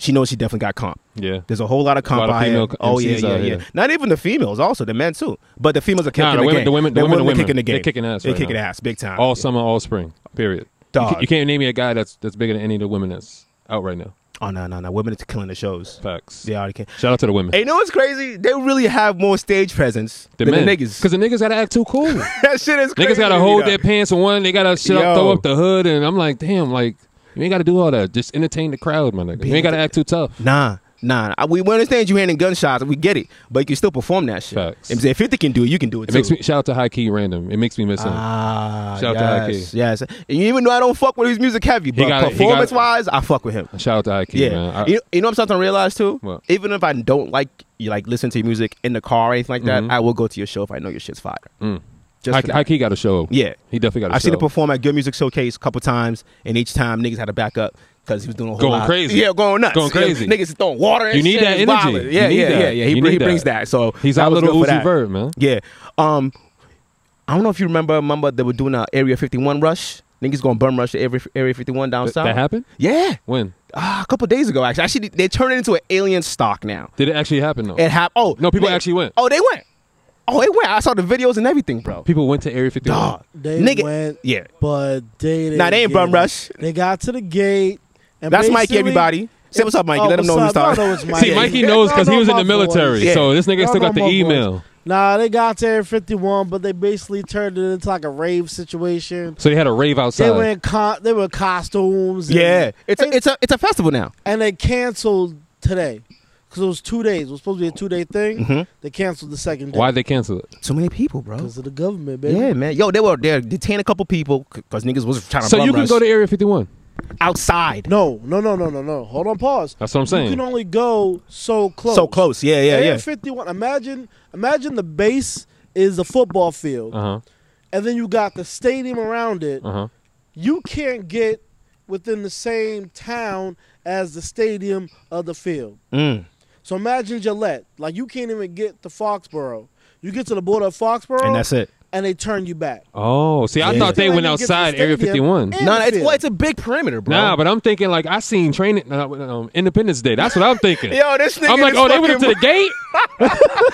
S1: she knows she definitely got comp.
S3: Mm-hmm. Yeah.
S1: There's a whole lot of comp
S3: lot of
S1: out here.
S3: female
S1: Oh yeah,
S3: MCs
S1: yeah,
S3: out
S1: yeah.
S3: here.
S1: Not even the females, also the men too. But the females are kicking
S3: Nah, the
S1: the,
S3: women-
S1: game.
S3: the women- the women are
S1: are kicking
S3: women.
S1: the game.
S3: They're kicking ass
S1: They're
S3: right
S1: kicking
S3: now.
S1: ass, big time.
S3: All summer, all spring. Period. You,
S1: Dog.
S3: ca- you can't name me a guy that's that's bigger than any of the women that's out right now.
S1: oh no, no, no. Women are killing the shows.
S3: Facts.
S1: They already can.
S3: Shout out to the women.
S1: Hey, you know what's crazy? They really have more stage presence
S3: the
S1: than
S3: men,
S1: the niggas.
S3: because the niggas gotta act too cool. niggas
S1: that shit is crazy.
S3: gotta hold
S1: though.
S3: their pants in one. They gotta shit
S1: Yo.
S3: up, throw up the hood, and I'm like, damn, like you ain't gotta do all that. Just entertain the crowd, my nigga. You ain't gotta act too tough.
S1: Nah, nah. I- We we understand you handing gunshots. We get it, but you can still perform that shit.
S3: Facts.
S1: And if Fifty can do it, you can do it,
S3: It
S1: too.
S3: makes me shout out to High Key Random. It makes me miss him.
S1: Ah,
S3: Shout out to
S1: yes, yes. And even though I don't fuck with his music heavy, but
S3: got it, he got it.
S1: performance wise, I fuck with him.
S3: shout out to High Key,
S1: Yeah,
S3: man. I-
S1: you, you know what I'm starting to realize too.
S3: What?
S1: Even if I don't like you, like listen to your music in the car or anything like
S3: Mm-hmm.
S1: that, I will go to your show if I know your shit's fire. Just
S3: Mm. High,
S1: for that.
S3: High Key got a show.
S1: Yeah.
S3: he definitely got a show.
S1: I've seen it perform at Good Music Showcase a couple times, and each time niggas had to back up because he was doing a whole
S3: Going
S1: lot-
S3: crazy.
S1: Yeah, going nuts,
S3: Going
S1: You know,
S3: crazy.
S1: niggas throwing water. And
S3: You need
S1: shit,
S3: that
S1: it's
S3: energy.
S1: wildin'.
S3: You
S1: Yeah,
S3: need
S1: yeah,
S3: that.
S1: yeah, yeah. He,
S3: You
S1: br- he
S3: need that.
S1: brings that. So
S3: He's
S1: that
S3: our
S1: was
S3: little
S1: good for
S3: Uzi
S1: that.
S3: Vert, man.
S1: Yeah. Um, I don't know if you remember. Remember they were doing a Area 51 rush. Niggas gonna burn rush to Area Area 51 down
S3: Th-
S1: south.
S3: that happened
S1: Yeah,
S3: when
S1: Ah, a couple days ago. Actually, actually they turned it into an alien stock now.
S3: did it actually happen though?
S1: It happened. Oh
S3: No, people
S1: they-
S3: actually went.
S1: Oh, they went. Oh, they went. I saw the videos and everything, bro.
S3: People went to Area 51.
S1: Dog,
S5: They
S1: nigga.
S5: went,
S1: yeah,
S5: but they didn't.
S1: Nah, they ain't
S5: get
S1: bum
S5: it.
S1: rush.
S5: They got to the gate. And
S1: that's Mike.
S5: basically-
S1: Everybody, say what's up, Mikey.
S5: Oh,
S1: Let them know
S5: what's
S1: who's
S5: up?
S1: talking.
S5: Y'all know it's Mike.
S3: See,
S5: Yeah.
S3: Mikey knows because he
S5: Y'all
S3: was in
S5: know
S3: the
S5: my voice.
S3: military,
S1: Yeah.
S3: so this nigga
S5: Y'all
S3: still
S5: know
S3: got the
S5: my voice.
S3: email.
S5: Nah, they got to Area 51, but they basically turned it into like a rave situation.
S3: So they had a rave outside.
S5: They were in co- they were in costumes. And,
S1: Yeah, it's a, it's a it's a festival now.
S5: and they canceled today because it was two days. It was supposed to be a two day thing. They canceled the second day
S3: Why'd Mm-hmm. they cancel it?
S1: So many people, bro.
S5: because of the government, baby.
S1: Yeah, man. Yo, they were there detained a couple people because niggas was trying to.
S3: So
S1: bum
S3: you can
S1: rush
S3: go to Area 51.
S1: outside.
S5: No, no, no, no, no, no. Hold on, pause.
S3: That's what I'm saying.
S5: You can only go so close.
S1: So close. Yeah, yeah,
S5: Area
S1: yeah.
S5: 51. Imagine, imagine the base is a football field,
S3: Uh
S5: and then you got the stadium around it.
S3: huh. Uh huh.
S5: You can't get within the same town as the stadium of the field.
S1: Mm.
S5: So imagine Gillette. Like you can't even get to Foxborough. You get to the border of Foxborough,
S1: And that's it.
S5: and they turn you back.
S3: Oh, see, I
S1: Yeah.
S3: thought they
S5: Like,
S3: went
S5: you get to the
S3: outside Area
S5: stadium
S3: 51.
S5: and-
S1: No, no, it's
S5: field.
S1: well, it's a big perimeter, bro.
S3: Nah, but I'm thinking like I seen training uh, um, Independence Day. That's what I'm thinking.
S1: yo, this nigga.
S3: I'm like,
S1: is
S3: oh, they went
S1: fucking-
S3: to the gate.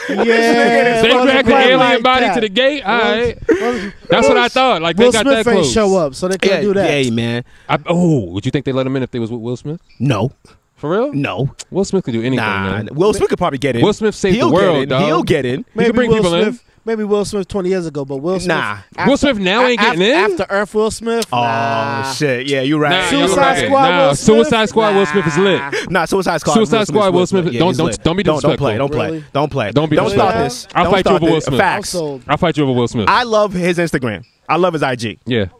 S5: Yeah,
S3: They
S5: it wasn't
S3: dragged the
S5: quite
S3: alien
S5: like
S3: body
S5: that.
S3: to the gate. All right.
S5: It wasn't-
S3: That's what
S5: Will-
S3: I thought. Like they
S5: Will
S3: got
S5: Smith
S3: that close.
S5: ain't show up, so they
S1: Yeah,
S5: couldn't do that.
S1: hey, man.
S3: I, oh, would you think they let him in if they was with Will Smith?
S1: No,
S3: For real?
S1: no,
S3: Will Smith could do anything.
S1: nah.
S3: man.
S1: Will Smith could probably get in.
S3: Will Smith saved the
S1: He'll
S3: world,
S1: Get in.
S3: dog.
S1: He'll get in.
S3: You can bring
S5: Will
S3: people in.
S5: Smith, Maybe Will Smith twenty years ago, but Will Smith.
S1: Nah.
S3: Will Smith now ain't
S5: after,
S3: getting in?
S5: After Earth Will Smith.
S1: Oh
S5: nah.
S1: shit! Yeah, you right.
S3: Nah,
S1: you
S3: you're
S5: Suicide
S3: right.
S1: right.
S5: Squad
S3: Nah,
S5: Will Smith?
S3: Suicide Squad. Will Smith is lit.
S1: Nah, Suicide Squad.
S3: Suicide Squad, Will Smith-
S1: Yeah,
S3: don't-
S1: he's
S3: don't-
S1: lit.
S3: don't be
S1: don't, don't play.
S3: disrespectful.
S1: Don't play.
S5: Really?
S1: Don't play.
S3: Don't be
S1: Don't start this.
S5: disrespectful.
S3: I'll
S1: Don't
S3: fight you
S1: start
S3: over Will
S1: this.
S3: Smith.
S5: I'm
S1: Facts.
S5: sold.
S3: I'll fight you over Will Smith.
S1: I love his Instagram. I love his IG. You
S3: yeah.
S1: know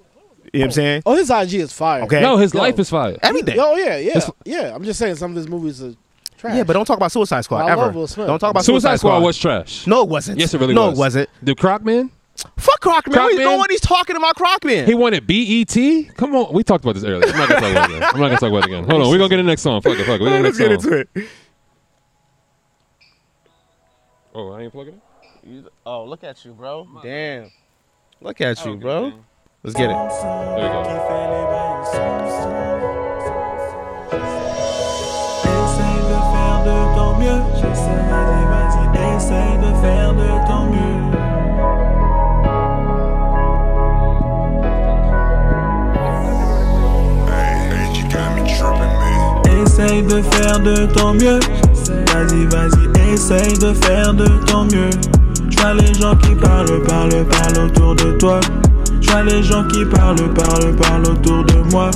S1: what I'm saying?
S5: Oh, his IG is fire.
S1: Okay.
S3: No, his
S5: Yo.
S3: life is fire.
S1: Everything.
S5: Oh yeah, yeah, yeah. I'm just saying some of his movies are trash.
S1: Yeah, but don't talk about Suicide Squad
S5: I
S1: ever.
S5: love Will Smith.
S1: Don't talk about
S3: Suicide, Squad,
S1: Squad.
S3: was trash.
S1: No, it wasn't.
S3: Yes, it really
S1: no, it
S3: was.
S1: wasn't.
S3: The Croc Man?
S1: Fuck Crockman.
S3: Crockman?
S1: We know what he's talking about, Crockman.
S3: He wanted BET? Come on. We talked about this earlier. I'm not going to talk about it again. I'm not going to talk about it again. Hold on. We're going to get the next song. Fuck it. Fuck it. We're going to
S1: Let's
S3: get
S1: get
S3: the next
S1: into
S3: song.
S1: it.
S3: Oh, I ain't plugging it?
S1: Oh, look at you, bro. Damn. Look at you, bro. Let's get it.
S3: There we go.
S6: Essaye de faire de ton mieux. J'essaierai, vas-y, essaye de faire de ton mieux. Essaye de faire de ton mieux. Vas-y, vas-y, essaye de faire de ton mieux. Je vois les gens qui parlent, parlent, parlent autour de toi. Je vois les gens qui parlent, parlent, parlent autour de moi.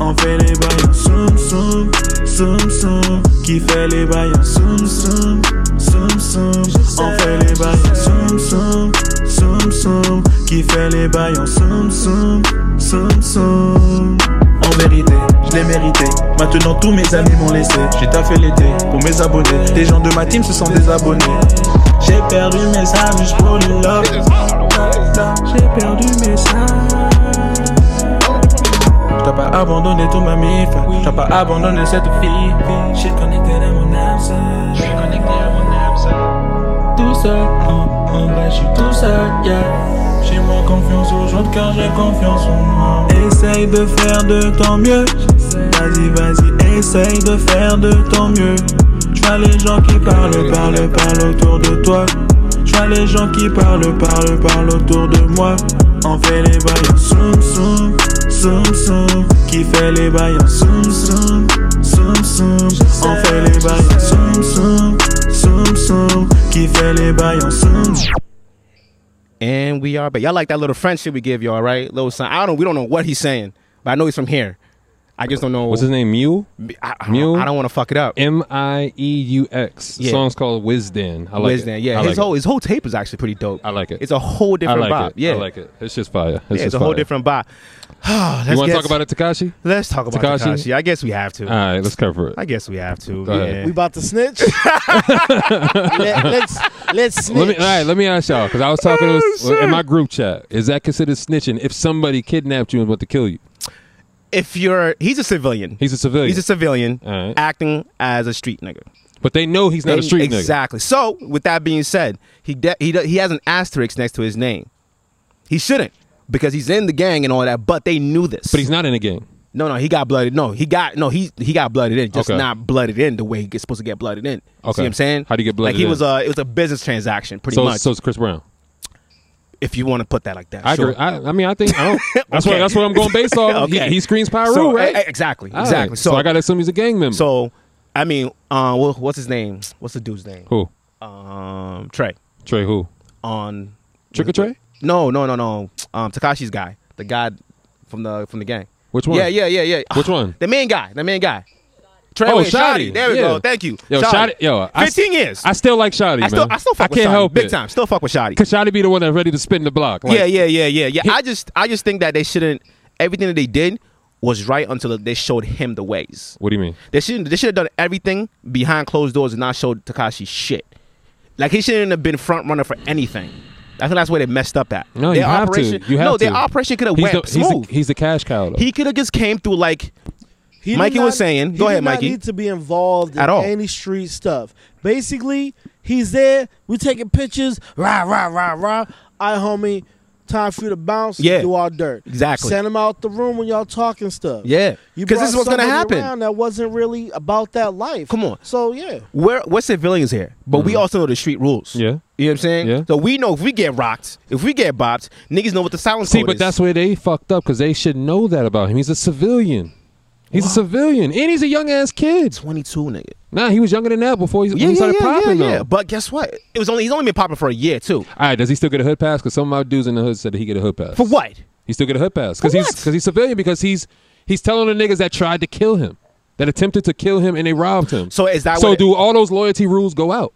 S6: On fait les bails en soum soum, soum soum. Qui fait les bails en soum soum, soum soum. On fait les bails en soum soum, soum soum. Qui fait les bails en soum soum, soum soum. En vérité, je l'ai mérité. Maintenant tous mes amis m'ont laissé. J'ai taffé l'été pour mes abonnés. Des gens de ma team se sont désabonnés. J'ai perdu mes âmes juste pour le love. J'ai perdu mes âmes. T'as pas abandonné ton mamie, t'as pas abandonné cette fille. J'ai connecté à mon âme, je suis connecté à mon âme, Tout seul, en, en vrai, je suis tout seul, yeah. J'ai moins confiance aux autres car j'ai confiance en moi. Essaye de faire de ton mieux, vas-y, vas-y, essaye de faire de ton mieux. Tu vois les gens qui parlent, parlent, parlent autour de toi. Je vois les gens qui parlent, parlent, parlent autour de moi. On fait les bails en soum soum, soum soum. Qui fait les bails en soum soum, soum soum. On fait les bails en soum soum, soum soum. Qui fait les bails en soum soum.
S1: And we are back. Y'all like that little French shit we give y'all, right? Little son. I don't. We don't know what he's saying, but I know he's from here. I just don't know.
S3: What's his name? Mule?
S1: I, I
S3: Mule?
S1: don't, I don't want to fuck it up.
S3: M I E U X. The
S1: Yeah.
S3: Song's called Wisden. I like
S1: Wiz
S3: it.
S1: Dan. Yeah,
S3: I
S1: his
S3: like
S1: whole
S3: it.
S1: his whole tape is actually pretty dope.
S3: I like it.
S1: It's a whole
S3: I
S1: different
S3: like
S1: vibe.
S3: it.
S1: Yeah,
S3: I like it. It's just fire. It's,
S1: Yeah, it's
S3: just
S1: a whole
S3: fire.
S1: different vibe. Let's
S3: You want to
S1: get-
S3: talk about it, Takashi?
S1: Let's talk about
S3: Tekashi?
S1: Takashi. I guess we have to.
S3: All right, let's cover it.
S1: I guess we have to.
S3: Go ahead.
S1: yeah.
S5: We about to snitch. Let, let's let's snitch.
S3: Let me, all right, let me ask y'all because I was talking
S1: Oh,
S3: to in my group chat. Is that considered snitching if somebody kidnapped you and went to kill you?
S1: if you're, he's a civilian.
S3: He's a civilian,
S1: He's a civilian
S3: All right.
S1: acting as a street nigga.
S3: but they know he's not a
S1: They-
S3: street nigga.
S1: exactly. So, with that being said, he de- he do- he has an asterisk next to his name. He shouldn't because he's in the gang and all that. But they knew this.
S3: But he's not in the game.
S1: no, no. He got blooded. No, he got no. He he got blooded in, just
S3: Okay.
S1: not blooded in the way he gets supposed to get blooded in. You See
S3: Okay.
S1: what I'm saying?
S3: How'd he get blooded
S1: Like he
S3: in?
S1: was a it was a business transaction, pretty
S3: So
S1: much.
S3: so is Chris Brown.
S1: if you want to put that like that,
S3: I
S1: sure.
S3: agree. I, I mean, I think I don't. That's
S1: Okay.
S3: what that's what I'm going based off.
S1: Okay.
S3: he, he screams Pyro,
S1: So,
S3: right?
S1: e- exactly,
S3: All right.
S1: exactly.
S3: So, I gotta assume he's a gang member.
S1: So, I mean, uh, wha- what's his name? What's the dude's name?
S3: who?
S1: Um, Trey
S3: Trey who?
S1: on
S3: Trick or Trey?
S1: no, no, no, no. Um, Takashi's guy, the guy from the from the gang.
S3: Which one?
S1: Yeah, yeah, yeah, yeah.
S3: Which one?
S1: The main guy. The main guy. Trey
S3: Oh,
S1: Wayne,
S3: Shotty.
S1: Shotty. There we
S3: Yeah.
S1: go. Thank you.
S3: Yo, Shotty. Yo, I s-
S1: Fifteen years.
S3: I still like Shotty,
S1: I
S3: man.
S1: still, I still fuck
S3: I
S1: with
S3: can't
S1: Shotty.
S3: help
S1: Big
S3: it.
S1: time. Still fuck with Shotty.
S3: Cause Shotty be the one that's ready to spin the block. Like,
S1: yeah, yeah, yeah, yeah, yeah.
S3: He-
S1: I just, I just think that they shouldn't. Everything that they did was right until they showed him the ways.
S3: What do you mean?
S1: They should they should have done everything behind closed doors and not showed Takashi shit. Like he shouldn't have been front runner for anything. I think that's where they messed up at.
S3: No,
S1: their
S3: you have
S1: operation,
S3: to. You have
S1: no,
S3: to.
S1: their operation could have
S3: He's
S1: went
S3: the- he's the-
S1: smooth.
S3: He's the, cash cow. Though.
S1: he could have just came through like
S5: He did
S1: Mikey was saying-
S5: he
S1: go
S5: did
S1: ahead,
S5: not
S1: Mikey.
S5: Need to be involved in
S1: At all.
S5: any street stuff. Basically, he's there. We taking pictures. Rah rah rah rah. I homie, time for you to bounce.
S1: Yeah.
S5: do our dirt.
S1: Exactly.
S5: Send him out the room when y'all talking stuff.
S1: Yeah.
S5: You
S1: 'Cause this
S5: brought
S1: is what's gonna
S5: somebody
S1: happen.
S5: around That wasn't really about that life.
S1: Come on.
S5: So yeah,
S1: we're we're civilians here, but we also know the street rules.
S3: Mm-hmm. Yeah.
S1: You know what I'm saying?
S3: Yeah.
S1: So we know if we get rocked, if we get bopped, niggas know what the silence
S3: See,
S1: code
S3: but
S1: is.
S3: that's where they fucked up because they should know that about him. He's a civilian. He's a civilian, and he's a young ass kid.
S1: 22, nigga.
S3: Nah, he was younger than that before he, when he started popping. though.
S1: But guess what? It was only he's only been popping for a year too.
S3: All right, does he still get a hood pass? Because some of my dudes in the hood said that he get a hood pass.
S1: For what?
S3: He still get a hood pass because he's
S1: what?
S3: because he's civilian because he's he's telling the niggas that tried to kill him, that attempted to kill him, and they robbed him.
S1: So is that
S3: so
S1: what it-
S3: do all those loyalty rules go out?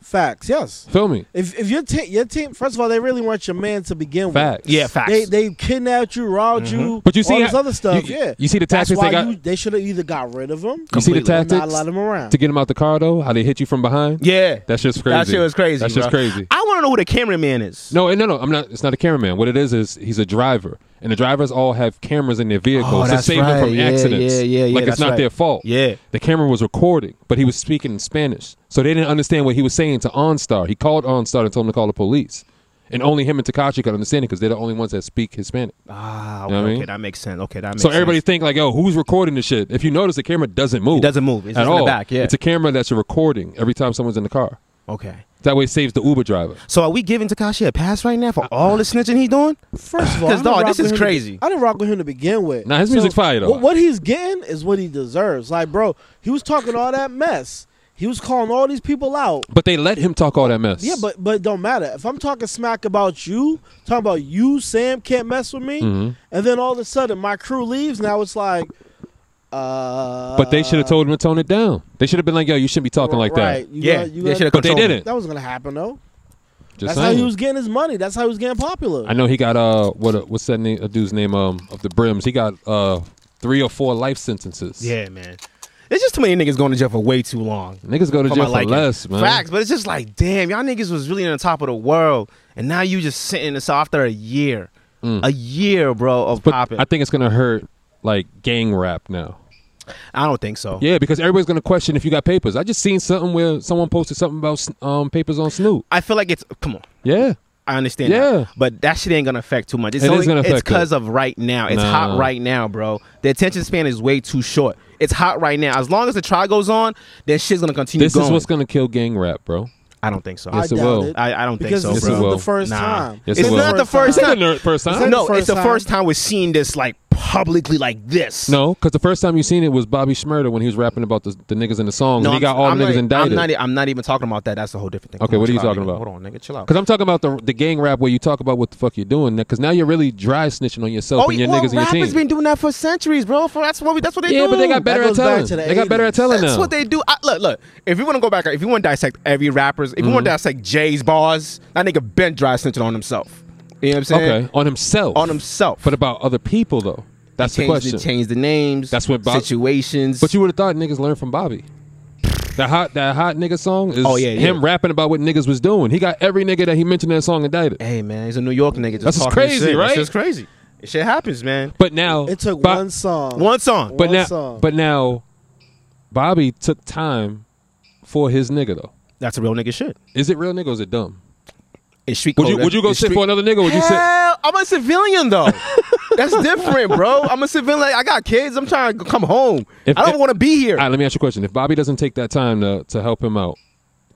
S5: facts. Yes.
S3: Feel me?
S5: If if your team, your team, first of all, they really weren't your man to begin with.
S3: Facts.
S1: Yeah, facts.
S5: They they kidnapped you, robbed you,
S3: Mm-hmm. But you see
S5: all
S3: how-
S5: this other stuff.
S3: you-
S5: yeah,
S3: you see the
S5: That's
S3: tactics they
S5: why
S3: got-
S5: you- They should have either got rid of him.
S3: You see the
S1: Completely.
S5: Not
S3: tactics
S5: let him around.
S3: to get him out the car though. How they hit you from behind?
S1: yeah.
S3: that's just crazy.
S1: That shit was crazy.
S3: That's just
S1: bro.
S3: crazy.
S1: I want to know who the cameraman is.
S3: No, and no, no. I'm not. It's not a cameraman. What it is is he's a driver, and the drivers all have cameras in their vehicles
S1: Oh,
S3: to
S1: that's
S3: save them
S1: right.
S3: from
S1: Yeah,
S3: accidents.
S1: yeah, yeah, yeah,
S3: Like it's
S1: that's
S3: not
S1: right.
S3: their fault.
S1: Yeah.
S3: The camera was recording, but he was speaking in Spanish, so they didn't understand what he was saying to OnStar. He called OnStar and told them to call the police, and only him and Takashi could understand it because they're the only ones that speak Hispanic.
S1: Ah,
S3: You
S1: okay,
S3: know what I
S1: okay,
S3: mean?
S1: that makes sense. Okay, that makes
S3: so
S1: sense.
S3: everybody think like, oh, who's recording this shit? If you notice, the camera doesn't move.
S1: doesn't move. It's
S3: at
S1: just in the
S3: all.
S1: back, yeah.
S3: It's a camera that's recording every time someone's in the car.
S1: Okay.
S3: That way, it saves the Uber driver.
S1: So are we giving Takashi a pass right now for
S3: Uh,
S1: all the snitching he's doing?
S5: First of all,
S1: 'Cause,
S5: I didn't
S1: dog,
S5: rock
S1: this
S5: with
S1: is
S5: him to-
S1: crazy.
S5: I didn't rock with him to begin with.
S3: Nah, his music's fire, though.
S5: What, what he's getting is what he deserves. Like, bro, he was talking all that mess. He was calling all these people out.
S3: But they let him talk all that mess.
S5: Yeah, but but it don't matter. If I'm talking smack about you,
S3: Mm-hmm.
S5: talking about you, Sam can't mess with me, and then all of a sudden my crew leaves. Now it's like, Uh,
S3: But they should have told him to tone it down. They should have been like, "Yo, you shouldn't be talking like that."
S5: Right. You
S1: Yeah,
S5: gotta- you
S1: they
S5: gotta-
S1: should have
S3: But they
S1: controlled it.
S3: didn't.
S5: That was gonna happen though.
S3: Just
S5: That's how he
S3: saying.
S5: was getting his money. That's how he was getting popular.
S3: I know he got uh what uh, what's that name a dude's name um of the brims he got uh three or four life sentences
S1: Yeah, man. There's just too many niggas going to jail for way too long.
S3: niggas go to
S1: For
S3: jail
S1: my
S3: for
S1: liking.
S3: less man
S1: Facts, but it's just like, damn, y'all niggas was really on the top of the world, and now you just sitting this after a year, a year, bro, of
S3: but
S1: popping.
S3: Mm. I think it's gonna hurt like gang rap now
S1: I don't think so.
S3: yeah because everybody's gonna question if you got papers I just seen something where someone posted something about Sn- um papers on Snoop
S1: I feel like it's come on.
S3: yeah
S1: I understand.
S3: Yeah.
S1: that. but that shit ain't gonna affect too much. It's
S3: It is
S1: only,
S3: gonna
S1: it's
S3: affect it.
S1: because of right now. It's hot
S3: Nah.
S1: right now, bro. The attention span is way too short. It's hot right now. As long as the trial goes on, then shit's gonna continue.
S3: this
S1: going.
S3: is what's gonna kill gang rap bro
S1: I don't think so.
S5: I
S3: Yes, it
S5: doubt
S3: will.
S5: it.
S1: I, I don't
S5: because
S1: think
S5: this
S1: so,
S3: it
S1: bro.
S5: is
S3: will.
S5: the first
S1: Nah.
S5: time.
S3: Yes, it
S1: it's
S3: will.
S1: not the first
S5: It's not
S1: time.
S3: the first
S5: time. It's not
S1: No,
S5: the
S1: it's the
S5: first
S1: first time we're seeing this like publicly like this.
S3: no because the first time you seen it was Bobby Schmurda when he was rapping about the, the niggas in the songs and he
S1: I'm-
S3: got all
S1: I'm
S3: the niggas
S1: not,
S3: indicted
S1: I'm not, e, I'm not even talking about that. That's a whole different thing.
S3: Okay,
S1: Hold on,
S3: what are you
S1: chill out,
S3: talking
S1: nigga.
S3: about?
S1: Hold on, nigga, chill out.
S3: Because I'm talking about the the gang rap where you talk about what the fuck you're doing. Because now you're really dry snitching on yourself and
S1: yeah,
S3: Oh, your
S1: Oh, well,
S3: niggas and your
S1: rappers
S3: team.
S1: been doing that for centuries, bro. For, that's what we, that's what they
S3: yeah,
S1: do.
S3: but they got better
S5: That
S3: at
S5: goes back
S3: telling.
S5: to the
S3: They got better at
S5: 80s.
S3: telling
S1: That's
S3: now.
S1: what they do. I, look, look. If you want to go back, if you want to dissect every rappers, if you
S3: Mm-hmm.
S1: want to dissect Jay's bars, that nigga been dry snitching on himself. You know what I'm saying?
S3: okay, on himself.
S1: On himself.
S3: But about other people though. That's the
S1: change
S3: question.
S1: change the names.
S3: That's what Bob-
S1: situations.
S3: but you would have thought niggas learned from Bobby. That hot that hot nigga song is
S1: Oh, yeah,
S3: him
S1: yeah.
S3: rapping about what niggas was doing. He got every nigga that he mentioned in that song indicted.
S1: hey man, he's a New York nigga. Just
S3: That's just
S1: talking his
S3: crazy,
S1: shit.
S3: right?
S1: That's just crazy. Shit happens, man.
S3: But now
S5: It took
S3: Bo-
S5: one song.
S1: One song.
S3: But
S5: one
S3: now,
S5: song.
S3: but now, Bobby took time for his nigga though.
S1: That's a real nigga shit.
S3: Is it real nigga or is it dumb?
S1: It's street
S3: Would you
S1: code.
S3: would you go
S1: It's
S3: sit
S1: street-
S3: for another nigga? Would you sit?
S1: Hell, I'm a civilian though. That's different, bro. I'm a civilian. Like, I got kids. I'm trying to come home.
S3: If-
S1: I don't
S3: if-
S1: want to be here.
S3: All right, let me ask you a question. If Bobby doesn't take that time to, to help him out,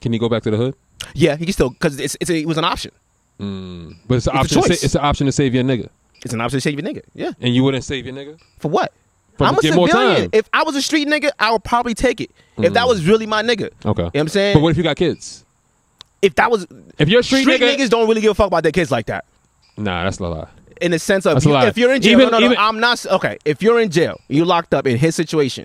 S3: can he go back to the hood?
S1: yeah, he can still because it's, it's a, it was an option.
S3: But it's an
S1: a
S3: option. to sa-
S1: choice.
S3: it's an option to save your nigga,
S1: It's an option to save your nigga. Yeah,
S3: and you wouldn't save your nigga.
S1: for what?
S3: For
S1: I'm a
S3: get more time.
S1: civilian. If I was a street nigga, I would probably take it. If that was really my nigga, you know
S3: Okay,
S1: what I'm saying.
S3: but what if you got kids?
S1: if that was
S3: If you're a street, nigga,
S1: niggas don't really give a fuck about their kids like that.
S3: nah, that's a lie.
S1: In the sense of
S3: That's a
S1: you-
S3: lie.
S1: if you're in jail,
S3: Even-
S1: no, no, no,
S3: even-
S1: I'm not okay. If you're in jail, you locked up in his situation,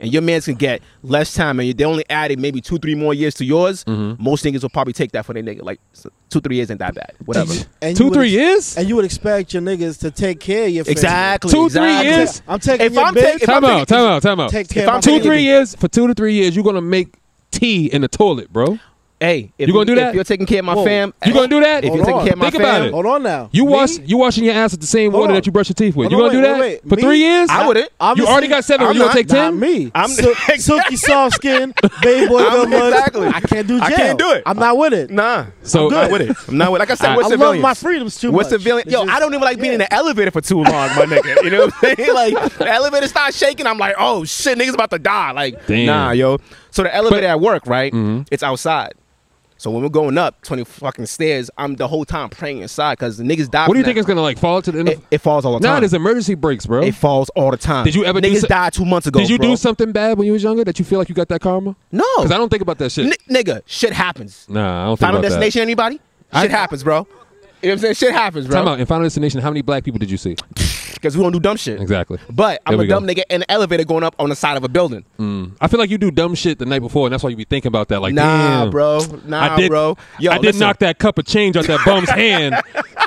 S1: and your man's can get less time, and they only added maybe two, three more years to yours.
S3: Mm-hmm.
S1: Most niggas will probably take that for their nigga. Like s- two, three years ain't that bad. Whatever.
S5: And you
S3: Two,
S5: would
S3: three
S5: ex-
S3: years.
S5: And you would expect your niggas to take care of your family.
S1: exactly.
S3: Two, three
S1: exactly.
S3: years?
S5: I'm taking
S1: If
S5: your
S1: I'm
S5: bitch.
S1: taking- if I'm
S3: time out.
S1: taking-
S3: Time out. Time out.
S5: Take care
S1: if
S5: of
S1: I'm
S5: my
S3: Two,
S5: family.
S3: three years for two to three years, you're gonna make tea in the toilet, bro.
S1: Hey, if
S3: You gonna do
S1: if
S3: that?
S1: you're taking care of my
S5: Whoa.
S1: fam,
S3: You gonna do that?
S1: If
S5: Hold
S1: you're taking
S5: on.
S1: care of my
S3: Think about
S1: fam,
S3: it.
S5: Hold on now.
S3: You
S5: Me?
S3: wash you washing your ass with the same
S5: Hold
S3: water
S5: on.
S3: that you brush your teeth with.
S5: Hold
S3: You
S5: on,
S3: gonna
S5: wait,
S3: do that
S5: wait, wait.
S3: for
S5: Me?
S3: three years?
S1: I wouldn't.
S3: You already got seven.
S1: I'm
S3: You gonna
S1: not-
S3: take ten?
S5: Not me.
S1: I'm-
S5: I'm silky soft skin, baby boy,
S1: I'm-
S5: good money.
S1: exactly.
S5: I can't do jail.
S1: I can't do it.
S5: I'm not with it.
S1: Nah,
S3: So-
S1: I'm not with it. I'm not with. Like I said,
S3: I-
S1: we're
S5: I love
S1: civilians.
S5: my freedoms too
S1: We're
S5: much.
S1: civilian.
S5: It's
S1: Yo,
S5: just-
S1: I don't even like being in
S5: yeah.
S1: the elevator for too long, my nigga. You know what I'm saying? Like the elevator starts shaking. I'm like, oh shit, niggas about to die. Like,
S3: Damn. Mm-hmm.
S1: nah, yo. So the elevator at work, right? It's outside. So when we're going up twenty fucking stairs, I'm the whole time praying inside because the niggas die.
S3: What do you
S1: from
S3: think is
S1: that.
S3: gonna like fall to the end? of-
S1: It, it falls all the
S3: Nah,
S1: time.
S3: there's emergency breaks, bro.
S1: it falls all the time.
S3: Did you ever do
S1: niggas
S3: so-
S1: died two months ago?
S3: Did you
S1: bro.
S3: do something bad when you was younger that you feel like you got that karma?
S1: No,
S3: Because I don't think about that shit.
S1: N- nigga, shit happens.
S3: nah, I don't think
S1: Final
S3: about
S1: destination, anybody?
S3: I-
S1: Shit happens, bro. You know what I'm saying? Shit happens,
S3: that. Time
S1: bro.
S3: out. In Final Destination, how many black people did you see?
S1: Because we don't do dumb shit.
S3: Exactly.
S1: But I'm a
S3: There we go.
S1: dumb nigga in an elevator going up on the side of a building.
S3: I feel like you do dumb shit the night before, and that's why you be thinking about that. Like,
S1: nah,
S3: damn,
S1: bro. Nah,
S3: I did,
S1: bro. Yo,
S3: I did
S1: listen.
S3: knock that cup of change out that bum's hand,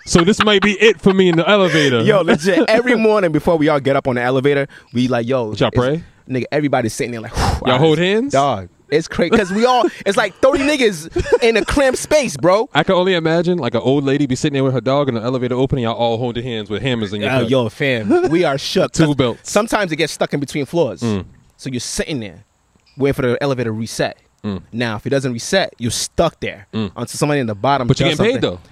S3: so this might be it for me in the elevator.
S1: Yo, legit. Every morning before we all get up on the elevator, we like, yo,
S3: y'all
S1: it's-
S3: pray?
S1: Nigga, everybody's sitting there like, whew,
S3: Y'all hold
S1: I-
S3: hands?
S1: dog. It's crazy because we all. It's like thirty niggas in a cramped space, bro.
S3: I can only imagine like an old lady be sitting there with her dog in the elevator opening, y'all all holding hands with hammers in your
S1: Oh,
S3: cup.
S1: yo, fam, we are shook.
S3: Two
S1: 'Cause
S3: belts.
S1: Sometimes it gets stuck in between floors,
S3: Mm,
S1: so you're sitting there waiting for the elevator to reset.
S3: Mm.
S1: Now, if it doesn't reset, you're stuck there until somebody in the bottom.
S3: But you
S1: does
S3: getting paid
S1: something.
S3: though.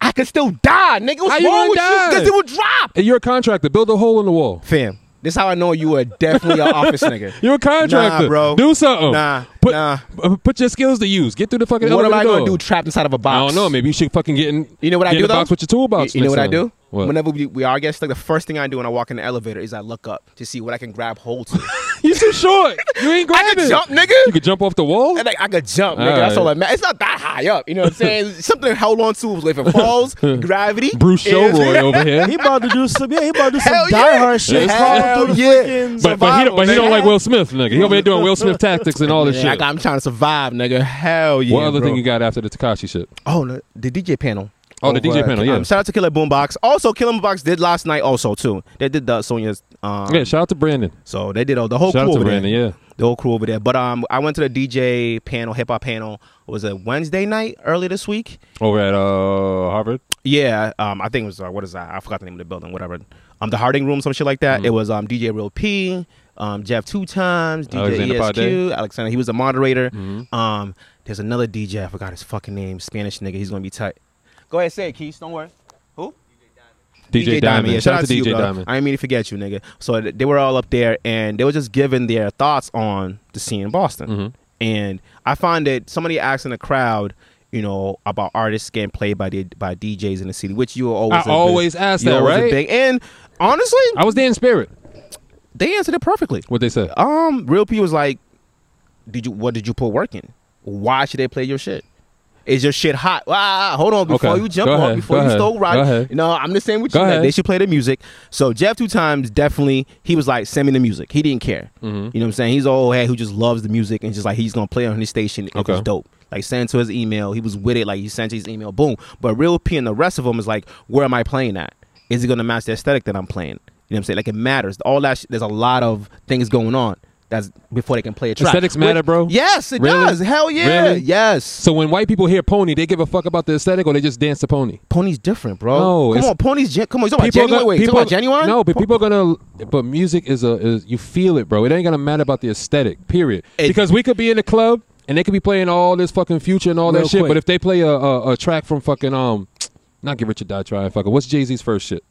S1: I could still die, nigga. What's
S3: How you
S1: wrong
S3: gonna
S1: with
S3: die?
S1: you? Because it would drop.
S3: And you're a contractor. Build a hole in the wall.
S1: Fam, this how I know you are definitely an office nigga.
S3: You're a contractor,
S1: Nah, bro.
S3: Do something.
S1: Nah,
S3: put,
S1: nah.
S3: uh, Put your skills to use. Get through the fucking.
S1: What am
S3: elevator
S1: I gonna do
S3: door.
S1: trapped inside of a
S3: I
S1: box?
S3: don't know. Maybe you should fucking get in.
S1: You know what I
S3: get in
S1: do
S3: the
S1: though?
S3: box with your toolbox.
S1: You, you know what I
S3: next time.
S1: do?
S3: What?
S1: Whenever we, we all get stuck, the first thing I do when I walk in the elevator is I look up to see what I can grab hold to.
S3: You You too short. You ain't
S1: I could
S3: grabbing.
S1: jump, nigga.
S3: You could jump off the wall.
S1: And, like, I could jump, nigga.
S3: All
S1: That's
S3: right.
S1: all that matters. It's not that high up. You know what I'm saying? Something to hold on to. If it falls, gravity.
S3: Bruce
S1: is-
S3: Showroy over here.
S5: He about to do some yeah, he about to do some
S1: Hell yeah.
S5: diehard shit.
S1: Hell
S5: Crawling through the
S1: yeah.
S5: freaking
S3: But, but, he,
S1: Survival,
S3: don't- but he don't
S1: nigga.
S3: like Will Smith, nigga. He over here doing Will Smith tactics and all this
S1: Yeah, I
S3: shit.
S1: got- I'm trying to survive, nigga. Hell yeah.
S3: what other
S1: bro.
S3: thing you got after the Takashi shit?
S1: Oh, no, the DJ panel.
S3: Oh, the DJ panel, yeah.
S1: um, shout out to Killer Boombox. Also, Killer Boombox did last night. Also, too. They did the Sonya's. Um,
S3: Yeah, shout out to Brandon.
S1: So they did all Oh, the whole
S3: Shout
S1: crew
S3: out to
S1: over
S3: Brandon,
S1: there.
S3: yeah.
S1: the whole crew over there. But um, I went to the DJ panel, hip hop panel. Was it Wednesday night early this week?
S3: Over at uh, Harvard.
S1: Yeah, um, I think it was uh, what is that? I forgot the name of the building, whatever. Um, the Harding Room, some shit like
S3: Mm-hmm.
S1: that. It was um DJ Real P, um Jeff two times, DJ
S3: Alexander
S1: ESQ,
S3: Pade. Mm-hmm.
S1: Alexander. He was the moderator. Um, there's another DJ. I forgot his fucking name. Spanish nigga. He's gonna be tight. Go ahead, say it, Keith. Don't worry. Who?
S3: DJ, Diamond.
S1: Yeah,
S3: Shout out to DJ
S1: you, bro.
S3: Diamond.
S1: I didn't mean to forget you, nigga. So th- they were all up there and they were just giving their thoughts on the scene in Boston.
S3: Mm-hmm.
S1: And I find that somebody asks in the crowd, you know, about artists getting played by the, by DJs in the city, which you were always
S3: I
S1: a big-
S3: always ask
S1: you
S3: that,
S1: always a
S3: right?
S1: big- and honestly,
S3: I was there in spirit.
S1: they answered it perfectly.
S3: What they said.
S1: Um, real P was like, "Did you? What did you put work in? Why should they play your shit? Is your shit hot? Ah, hold on, before
S3: Okay,
S1: you jump
S3: go
S1: off,
S3: ahead,
S1: before
S3: go
S1: you
S3: ahead,
S1: stole
S3: go
S1: right.
S3: ahead.
S1: No, I'm just saying what
S3: Go
S1: you said.
S3: ahead.
S1: They should play the music. So Jeff two times definitely he was like, send me the music. He didn't care.
S3: Mm-hmm.
S1: You know what I'm saying? He's an old head who just loves the music and just like he's gonna play it on his station. It
S3: Okay.
S1: was dope. Like send to his email. He was with it. Like he sent his email. Boom. But real P and the rest of them is like, where am I playing at? Is it gonna match the aesthetic that I'm playing? You know what I'm saying? Like it matters. All that. Sh- there's a lot of things going on. That's before they can play a track.
S3: Aesthetics matter,
S1: Which-
S3: bro?
S1: Yes, it
S3: Really?
S1: does. Hell yeah.
S3: Really?
S1: Yes.
S3: So when white people hear pony, they give a fuck about the aesthetic or they just dance to pony.
S1: Pony's different, bro.
S3: No,
S1: come
S3: it's-
S1: on, Pony's. Gen- come on, you talking about genuine?
S3: gonna-
S1: Wait, you talking about genuine?
S3: No, but people are gonna. But music is a is you feel it, bro. It ain't gonna matter about the aesthetic, period.
S1: It-
S3: because we could be in the club and they could be playing all this fucking future and all that
S5: Real
S3: shit.
S5: quick.
S3: But if they play a, a, a track from fucking um, not get rich or die trying, fucking what's Jay Z's first shit?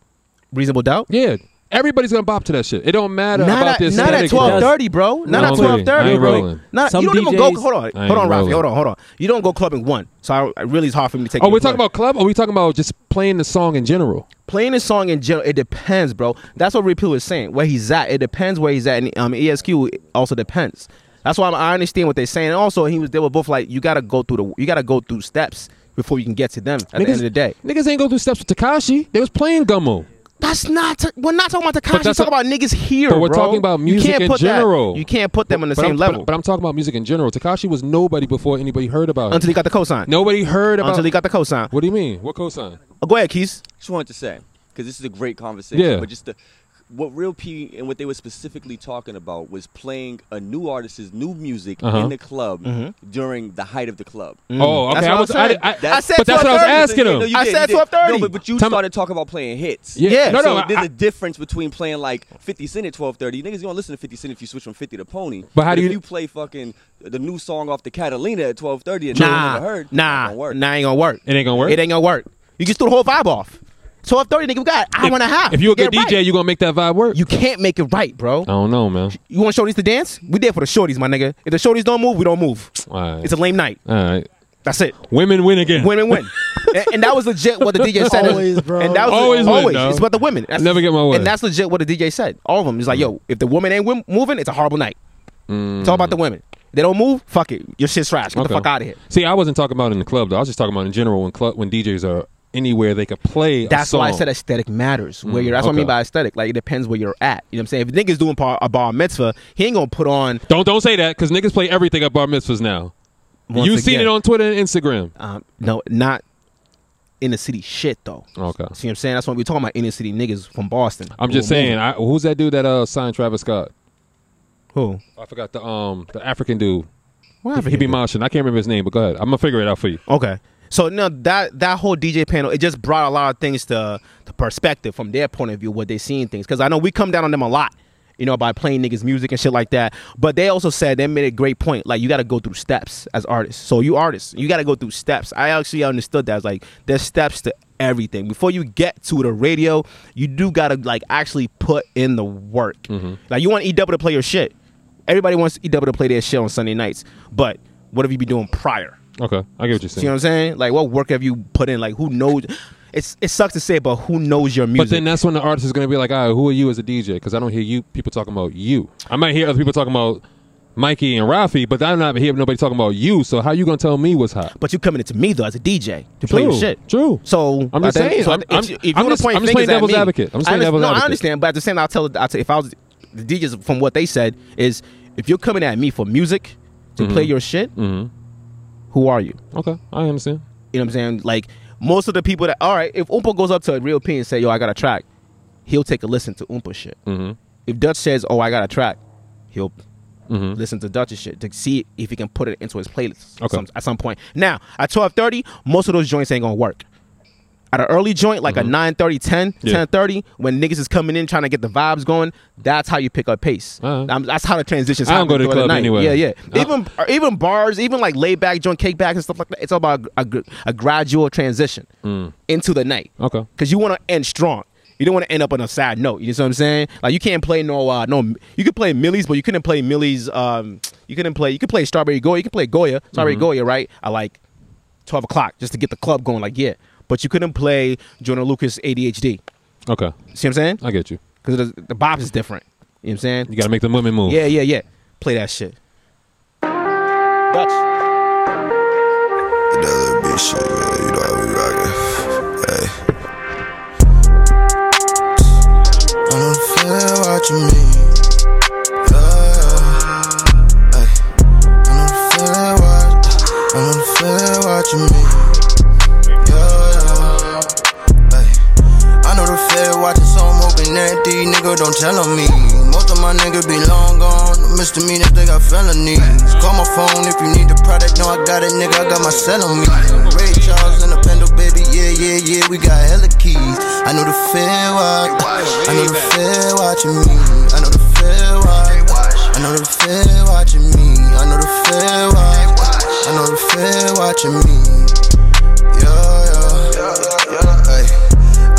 S1: Reasonable doubt.
S3: Yeah, everybody's gonna bop to that shit. It don't matter
S1: Not
S3: about
S1: at,
S3: this.
S1: not at twelve thirty, bro. Not
S3: I
S1: at
S3: don't
S1: twelve
S3: agree. I
S1: thirty.
S3: ain't rolling.
S1: Not,
S5: Some
S1: you don't even go.
S5: DJs
S1: Hold on,
S3: I ain't
S1: hold on, Rafi.
S3: rolling.
S1: Hold on, hold on. You don't go clubbing one, so I, I really it's hard for me to take.
S3: Oh,
S1: you
S3: we're
S1: to
S3: talking
S1: club.
S3: about club, or we talking about just playing the song in general?
S1: playing the song in general. It depends, bro. That's what Repeal is saying. Where he's at, it depends where he's at, and um, ESQ also depends. That's why I'm, I understand what they're saying. And also, he was they were both like, you gotta go through the, you gotta go through steps before you can get to them. At the end of the day,
S3: niggas ain't go through steps with Takashi. They was playing Gummo.
S1: That's not. we're not talking about Takashi.
S3: But
S1: We're
S3: that's
S1: talking
S3: a-
S1: about niggas here.
S3: but we're
S1: bro.
S3: talking about music
S1: you can't
S3: in
S1: put that-
S3: general.
S1: you can't put them on the
S3: But
S1: same
S3: I'm,
S1: level
S3: But, but I'm talking about music in general. Takashi was nobody before anybody heard about him.
S1: until he got the cosign.
S3: nobody heard about.
S1: until he got the cosign.
S3: what do you mean? What cosign?
S1: Oh, go ahead, Keys.
S7: just wanted to say because this is a great conversation.
S3: Yeah.
S7: But just the, what real P and what they were specifically talking about was playing a new artist's new music
S3: Uh-huh.
S7: in the club during the height of the club.
S3: Oh,
S1: Mm-hmm.
S3: okay.
S1: Mm. That's what
S3: I was.
S1: I'm
S3: I,
S1: saying.
S3: did- I,
S1: That's- I said
S3: but that's what I was
S1: 12:30.
S3: asking
S7: No,
S3: him.
S7: you
S1: I
S7: did,
S1: said
S7: you did.
S1: 12:30.
S7: No, but, but you
S3: Time-
S7: started talking about playing hits.
S3: Yeah.
S1: Yeah,
S3: No,
S7: so
S3: no. I-
S7: there's
S3: I-
S7: a difference between playing like 50 Cent at 12:30. Niggas gonna listen to 50 Cent if you switch from 50 to Pony.
S3: But how do
S7: if
S3: you-
S7: you play fucking the new song off the Catalina at 12:30 and
S1: Nah,
S7: no one ever heard?
S1: nah,
S7: Don't work.
S1: nah, ain't gonna work.
S3: It ain't gonna work?
S1: It ain't gonna work. You just threw the whole vibe off. Twelve thirty, nigga, we got an hour and a half.
S3: If you a good
S1: Get it
S3: DJ,
S1: right.
S3: you gonna make that vibe work.
S1: you can't make it right, bro.
S3: I don't know, man.
S1: You want shorties to dance? We there for the shorties, my nigga. If the shorties don't move, we don't move.
S3: All right.
S1: It's a lame night.
S3: All right.
S1: That's it.
S3: Women win again.
S1: Women win. and, and that was legit what the DJ said.
S5: Always, bro.
S1: And that was
S3: Always
S1: always,
S3: win, dog.
S1: It's about the women. That's-
S3: Never get my way.
S1: And that's legit what the DJ said. All of them. He's like, yo, if the woman ain't wim- moving, it's a horrible night. It's all about the women. They don't move, fuck it. Your shit's trash. Get
S3: Okay.
S1: the fuck out of here.
S3: See, I wasn't talking about in the club though. I was just talking about in general when club when DJs are anywhere they could play. a
S1: That's why I
S3: song. Mm,
S1: said aesthetic matters. Where you're, that's what I mean
S3: okay.
S1: by aesthetic. Like it depends where you're at. You know what I'm saying? If niggas doing par, a bar mitzvah, he ain't gonna put on.
S3: Don't don't say that because niggas play everything at bar mitzvahs now.
S1: once
S3: You've seen
S1: again,
S3: it on Twitter and Instagram.
S1: Um, no, not in the city shit though.
S3: Okay.
S1: See what I'm saying? That's what we're talking about. Inner city niggas from Boston.
S3: I'm just
S1: Who are
S3: saying. I, who's that dude that uh signed Travis Scott?
S1: moving. Who?
S3: I forgot the um the African dude.
S1: What
S3: He, he be moshing. I can't remember his name, but go ahead. I'm gonna figure it out for you.
S1: Okay. So no, that that whole DJ panel, it just brought a lot of things to, to perspective from their point of view, what they seeing things. Because I know we come down on them a lot, you know, by playing niggas music and shit like that. But they also said they made a great point. Like you got to go through steps as artists. So you artists, you got to go through steps. I actually understood that. It's like there's steps to everything. Before you get to the radio, you do gotta like actually put in the work. Like you want E double to play your shit. Everybody wants E double to play their shit on Sunday nights. But what have you been doing prior?
S3: Okay, I get what you're
S1: You know what
S3: saying.
S1: I'm saying? Like, what work have you put in? Like, who knows? it's it sucks to say, but who knows your music?
S3: But then that's when the artist is going to be like, all right, who are you as a DJ? Because I don't hear you people talking about you. I might hear other people talking about Mikey and Rafi, but I'm not hearing nobody talking about you. So how you going to tell me what's hot?
S1: but you coming into me though as a DJ to play your
S3: True,
S1: shit.
S3: true.
S1: So
S3: I'm
S1: I
S3: just
S1: think-
S3: saying,
S1: so I
S3: I'm-
S1: think
S3: I'm-
S1: if you- if
S3: I'm
S1: you want
S3: just-
S1: to point
S3: I'm just
S1: fingers
S3: playing
S1: at
S3: devil's
S1: me,
S3: advocate. I'm just playing
S1: I under-
S3: devil's
S1: no,
S3: advocate.
S1: I understand, but at the same, I'll tell. I'll tell if I was the DJs from what they said is if you're coming at me for music to
S3: Mm-hmm.
S1: play your shit, who are you?
S3: Okay, I understand.
S1: You know what I'm saying? Like most of the people that all right, if Oompa goes up to a real P and say, "Yo, I got a track," he'll take a listen to Oompa shit.
S3: mm-hmm,
S1: If Dutch says, "Oh, I got a track," he'll
S3: Mm-hmm.
S1: listen to Dutch's shit to see if he can put it into his playlist
S3: Okay.
S1: some- at some point. Now at 12:30, most of those joints ain't gonna work. At an early joint, like a 9:30, 10,
S3: Mm-hmm. Yeah.
S1: 10:30, when niggas is coming in trying to get the vibes going, that's how you pick up pace.
S3: Alright.
S1: Um, That's how the transitions.
S3: I don't go
S1: happen
S3: to
S1: during
S3: club
S1: night.
S3: anyway.
S1: Yeah, yeah.
S3: I-
S1: Even or even bars, even like laid back joint, cake back and stuff like that. It's all about a, gr- a gradual transition
S3: mm.
S1: into the night.
S3: Okay.
S1: Because you want to end strong. You don't want to end up on a sad note. You know what I'm saying? Like you can't play no uh, no. You could play Millie's, but you couldn't play Millie's. Um, you couldn't play. You could play Strawberry Goya. You could play Goya.
S3: Mm-hmm.
S1: Strawberry Goya, right? I like twelve o'clock just to get the club going. Like yeah, but you couldn't play Jonah Lucas ADHD.
S3: Okay,
S1: See what I'm saying?
S3: I get you.
S1: Because the, the bop is different. You know what I'm saying?
S3: You got to make the women move.
S1: Yeah, yeah, yeah. Play that shit. Dutch.
S8: That little bitch shit, man. You know I be rockin'. Hey. I'm feeling watching me. Yeah. Ay. I'm feeling watch. I'm feeling watching me. Yeah. Ay. I know the fed watching, so I'm hoping that these niggas don't tell on me. Most of my niggas be long gone, misdemeanors, they got felonies. Call my phone if you need the product, know I got it, nigga, I got my cell on me. Ray Charles and the Pendle, baby, yeah, yeah, yeah, we got hella keys. I know the fed watch, I know the fed watching me. I know the fed watch, I know the fed watching me. I know the fed watch, I know the fed watching me. Yeah, yeah, yeah, ay.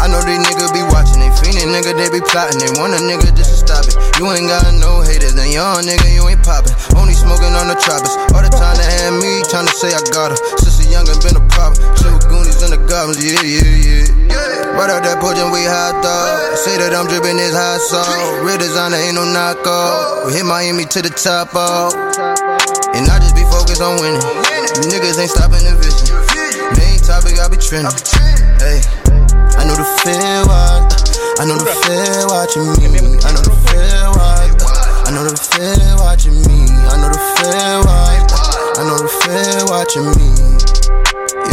S8: I know these niggas be watching, they fiending, nigga, they be plotting. They want a nigga just to stop it. You ain't got no haters, and young nigga, you ain't popping. Only smoking on the tropics. All the time they had me, trying to say I got her. Since a youngin' been a problem. Chill with goonies and the goblins, yeah, yeah, yeah. Right out that potion, we hot dog. Say that I'm dripping this hot sauce. Real designer ain't no knockoff. We hit Miami to the top off. And I just be focused on winning. You niggas ain't stopping the vision. Main topic, I be trending. Hey, I know the fear watch. I know the fear watching me. I know the fear watch. I know the fear watching me. I know the fear watch. I know the fear watching me.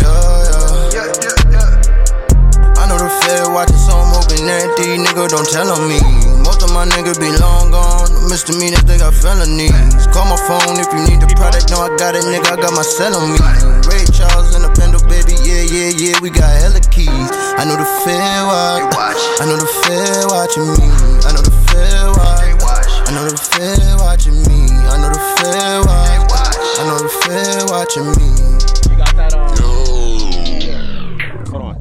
S8: Yeah, yeah. I know the fed watching, so I'm hoping that these niggas don't tell on me. Most of my niggas be long gone, misdemeanors, they got felonies. Call my phone if you need the product, know I got it, nigga, I got my cell on me. Ray Charles and the Pendle, baby, yeah, yeah, yeah, we got hella keys. I know the fed watch, I know the fed watching me. I know the fed watch, I know the fed watching me. I know the fed watch, I know the fed watching me.
S9: uh,
S1: Hold on.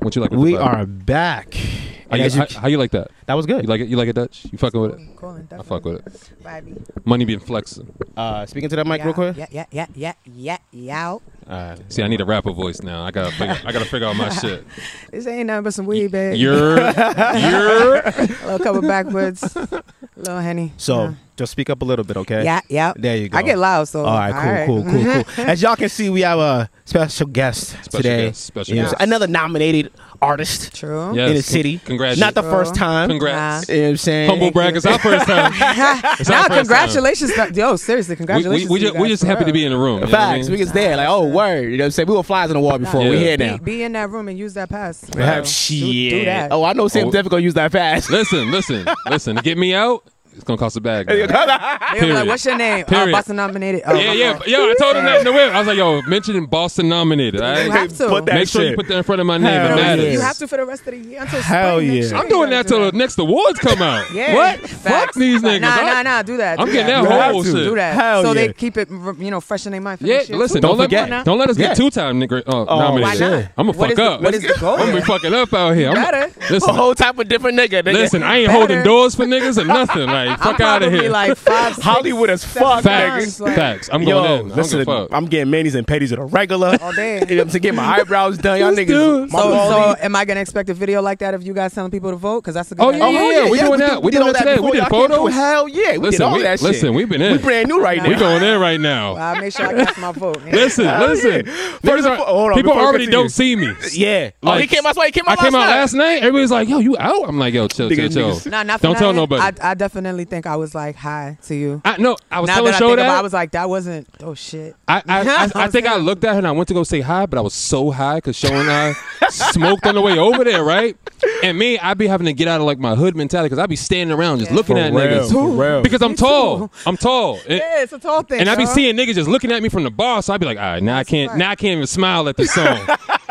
S3: What you like? with
S1: We
S3: the vibe?
S1: are back.
S3: How
S1: And
S3: you,
S1: as you-
S3: how, how you like that?
S1: that was good.
S3: You like it? You like it, Dutch? You fucking with it?
S9: Cool,
S3: I fuck with it.
S9: Vibey.
S3: Money being flexing.
S1: uh, speaking to that mic real quick.
S9: Yeah, yeah, yeah, yeah, yeah, yeah.
S1: Alright.
S3: See, I need a rapper voice now. I gotta, figure, I gotta figure out my shit.
S9: This ain't nothing but some weed, babe.
S3: You're, you're.
S9: a little couple backwards, a little henny.
S1: So
S9: Yeah.
S1: just speak up a little bit, okay?
S9: yeah, yeah.
S1: There you go.
S9: I get loud, so
S1: All right, cool, cool, cool, cool. As y'all can see, we have a special guest today.
S3: guest, special
S1: You know,
S3: guest.
S1: another nominated artist
S9: True.
S3: Yeah.
S1: in the
S3: Yes, con-
S1: city.
S3: congrats.
S1: Not the
S9: True.
S1: first time.
S3: Congrats.
S9: Nah.
S1: You know what I'm saying?
S3: Humble brag. It's our first time. It's our
S9: Now,
S3: first time.
S9: congratulations, yo! Seriously,
S3: We,
S9: congratulations.
S3: we, we
S9: to you
S3: just, we
S9: guys,
S3: just
S9: for
S3: happy to
S9: real.
S3: be in the room. you know what I
S1: Facts.
S3: mean?
S1: We just there. Like, oh, word. You know what I'm saying? We were flies on the wall before. we
S3: Yeah.
S1: here now.
S9: Be, be in that room and use that pass. for
S1: Yeah,
S9: real.
S1: shit.
S9: Do, do that.
S1: Oh, I know Sam
S3: Oh.
S1: definitely gonna use that pass.
S3: Listen, listen, listen. To get me out, it's gonna cost a bag. man.
S9: They were
S3: period.
S9: like, "What's your name?"
S3: Period.
S9: Oh, Boston nominated. Oh,
S3: yeah,
S9: my
S3: yeah,
S9: bad.
S3: yeah. I told him that in the whip. I was like, yo, mentioning Boston nominated. All
S9: You
S3: right?
S9: have to.
S1: Put that
S3: Make sure
S1: shit.
S3: you put that in front of my name.
S1: Hell
S3: It
S1: yeah.
S3: matters.
S9: You have to for the rest of the year until
S1: Hell
S9: spring next
S1: yeah.
S9: year.
S3: I'm doing
S9: You
S3: that
S9: gotta do
S3: till the next awards come out.
S9: Yeah.
S3: What? Fuck
S9: Facts.
S3: these
S9: Nah,
S3: niggas.
S9: Nah,
S3: I-
S9: nah, nah. Do that.
S3: I'm
S9: do
S3: getting
S9: that.
S3: that
S1: You have
S3: whole
S1: to.
S3: shit.
S9: Do that.
S1: Hell
S9: so
S1: yeah.
S9: they keep it, you know, fresh in their mind. For
S3: Yeah,
S9: this year,
S3: listen.
S9: too.
S3: Don't,
S1: forget.
S3: let, don't let us
S1: Yeah. Oh,
S3: get two time nigga, uh, nominated.
S9: why not?
S3: I'm gonna
S9: What
S3: fuck
S9: is the-
S3: up.
S9: what is the goal?
S3: I'm gonna be fucking up out here. I'm
S9: Better.
S3: listen,
S1: whole type of different nigga. nigga.
S3: listen. I ain't
S9: Better.
S3: holding doors for niggas or nothing. Like Like, fuck out of
S9: probably
S3: here.
S9: Like five, six,
S1: Hollywood as
S9: seven
S1: fuck,
S3: Facts.
S9: times, like-
S3: Facts. I'm
S1: Yo,
S3: going in. I don't
S1: listen,
S3: give a fuck.
S1: I'm getting manis and petties at a regular.
S9: Oh, damn.
S1: You know what I'm saying? Get my eyebrows done. Y'all niggas. My
S9: So,
S1: balls
S9: so
S1: eat.
S9: am I gonna expect a video like that of you guys telling people to vote? Because that's a good.
S3: Oh,
S9: idea.
S3: yeah, yeah, yeah. We doing that. We
S1: did
S3: doing
S1: all
S3: that today. We
S1: before.
S3: did
S1: Y'all can't do
S3: photos.
S1: Hell yeah. We did
S3: Listen,
S1: all
S3: we-
S1: that shit.
S3: listen, we been in.
S1: We brand new right now.
S3: we going in right now.
S9: Well, I'll make sure I cast my vote. man.
S3: Oh. Listen,
S1: Hell
S3: listen.
S1: yeah.
S3: Niggas
S1: First of
S3: are-
S1: all- hold on,
S3: people
S1: before we
S3: already
S1: continue.
S3: don't see me.
S1: Yeah. oh, he came out. That's why he came out
S3: I came
S1: last
S3: out
S1: night.
S3: last night. Everybody's like, "Yo, you out?" I'm like, "Yo, chill,
S1: Niggas-
S3: chill,
S1: niggas-
S3: chill."
S9: Nah, not for
S3: Don't tell
S9: nothing.
S3: nobody.
S9: I, I definitely think I was like hi to you.
S3: I no, I was
S9: now
S3: telling
S9: that I
S3: Show
S9: think
S3: that.
S9: about, it, I was like that wasn't. Oh shit.
S3: I, I, I, I think I looked at her and I went to go say hi, but I was so high because Show and I smoked on the way over there, right? And me, I'd be having to get out of like my hood mentality because I'd be standing around just looking
S1: For
S3: at
S1: real,
S3: niggas
S1: for real.
S3: because I'm
S9: Me
S3: tall.
S9: too.
S3: I'm tall. And-
S9: Yeah, it's a tall thing.
S3: And I be
S9: y'all.
S3: seeing niggas just looking at me from the bar, so I be like, all right, now I can't,
S9: fact.
S3: now I can't even smile at this song.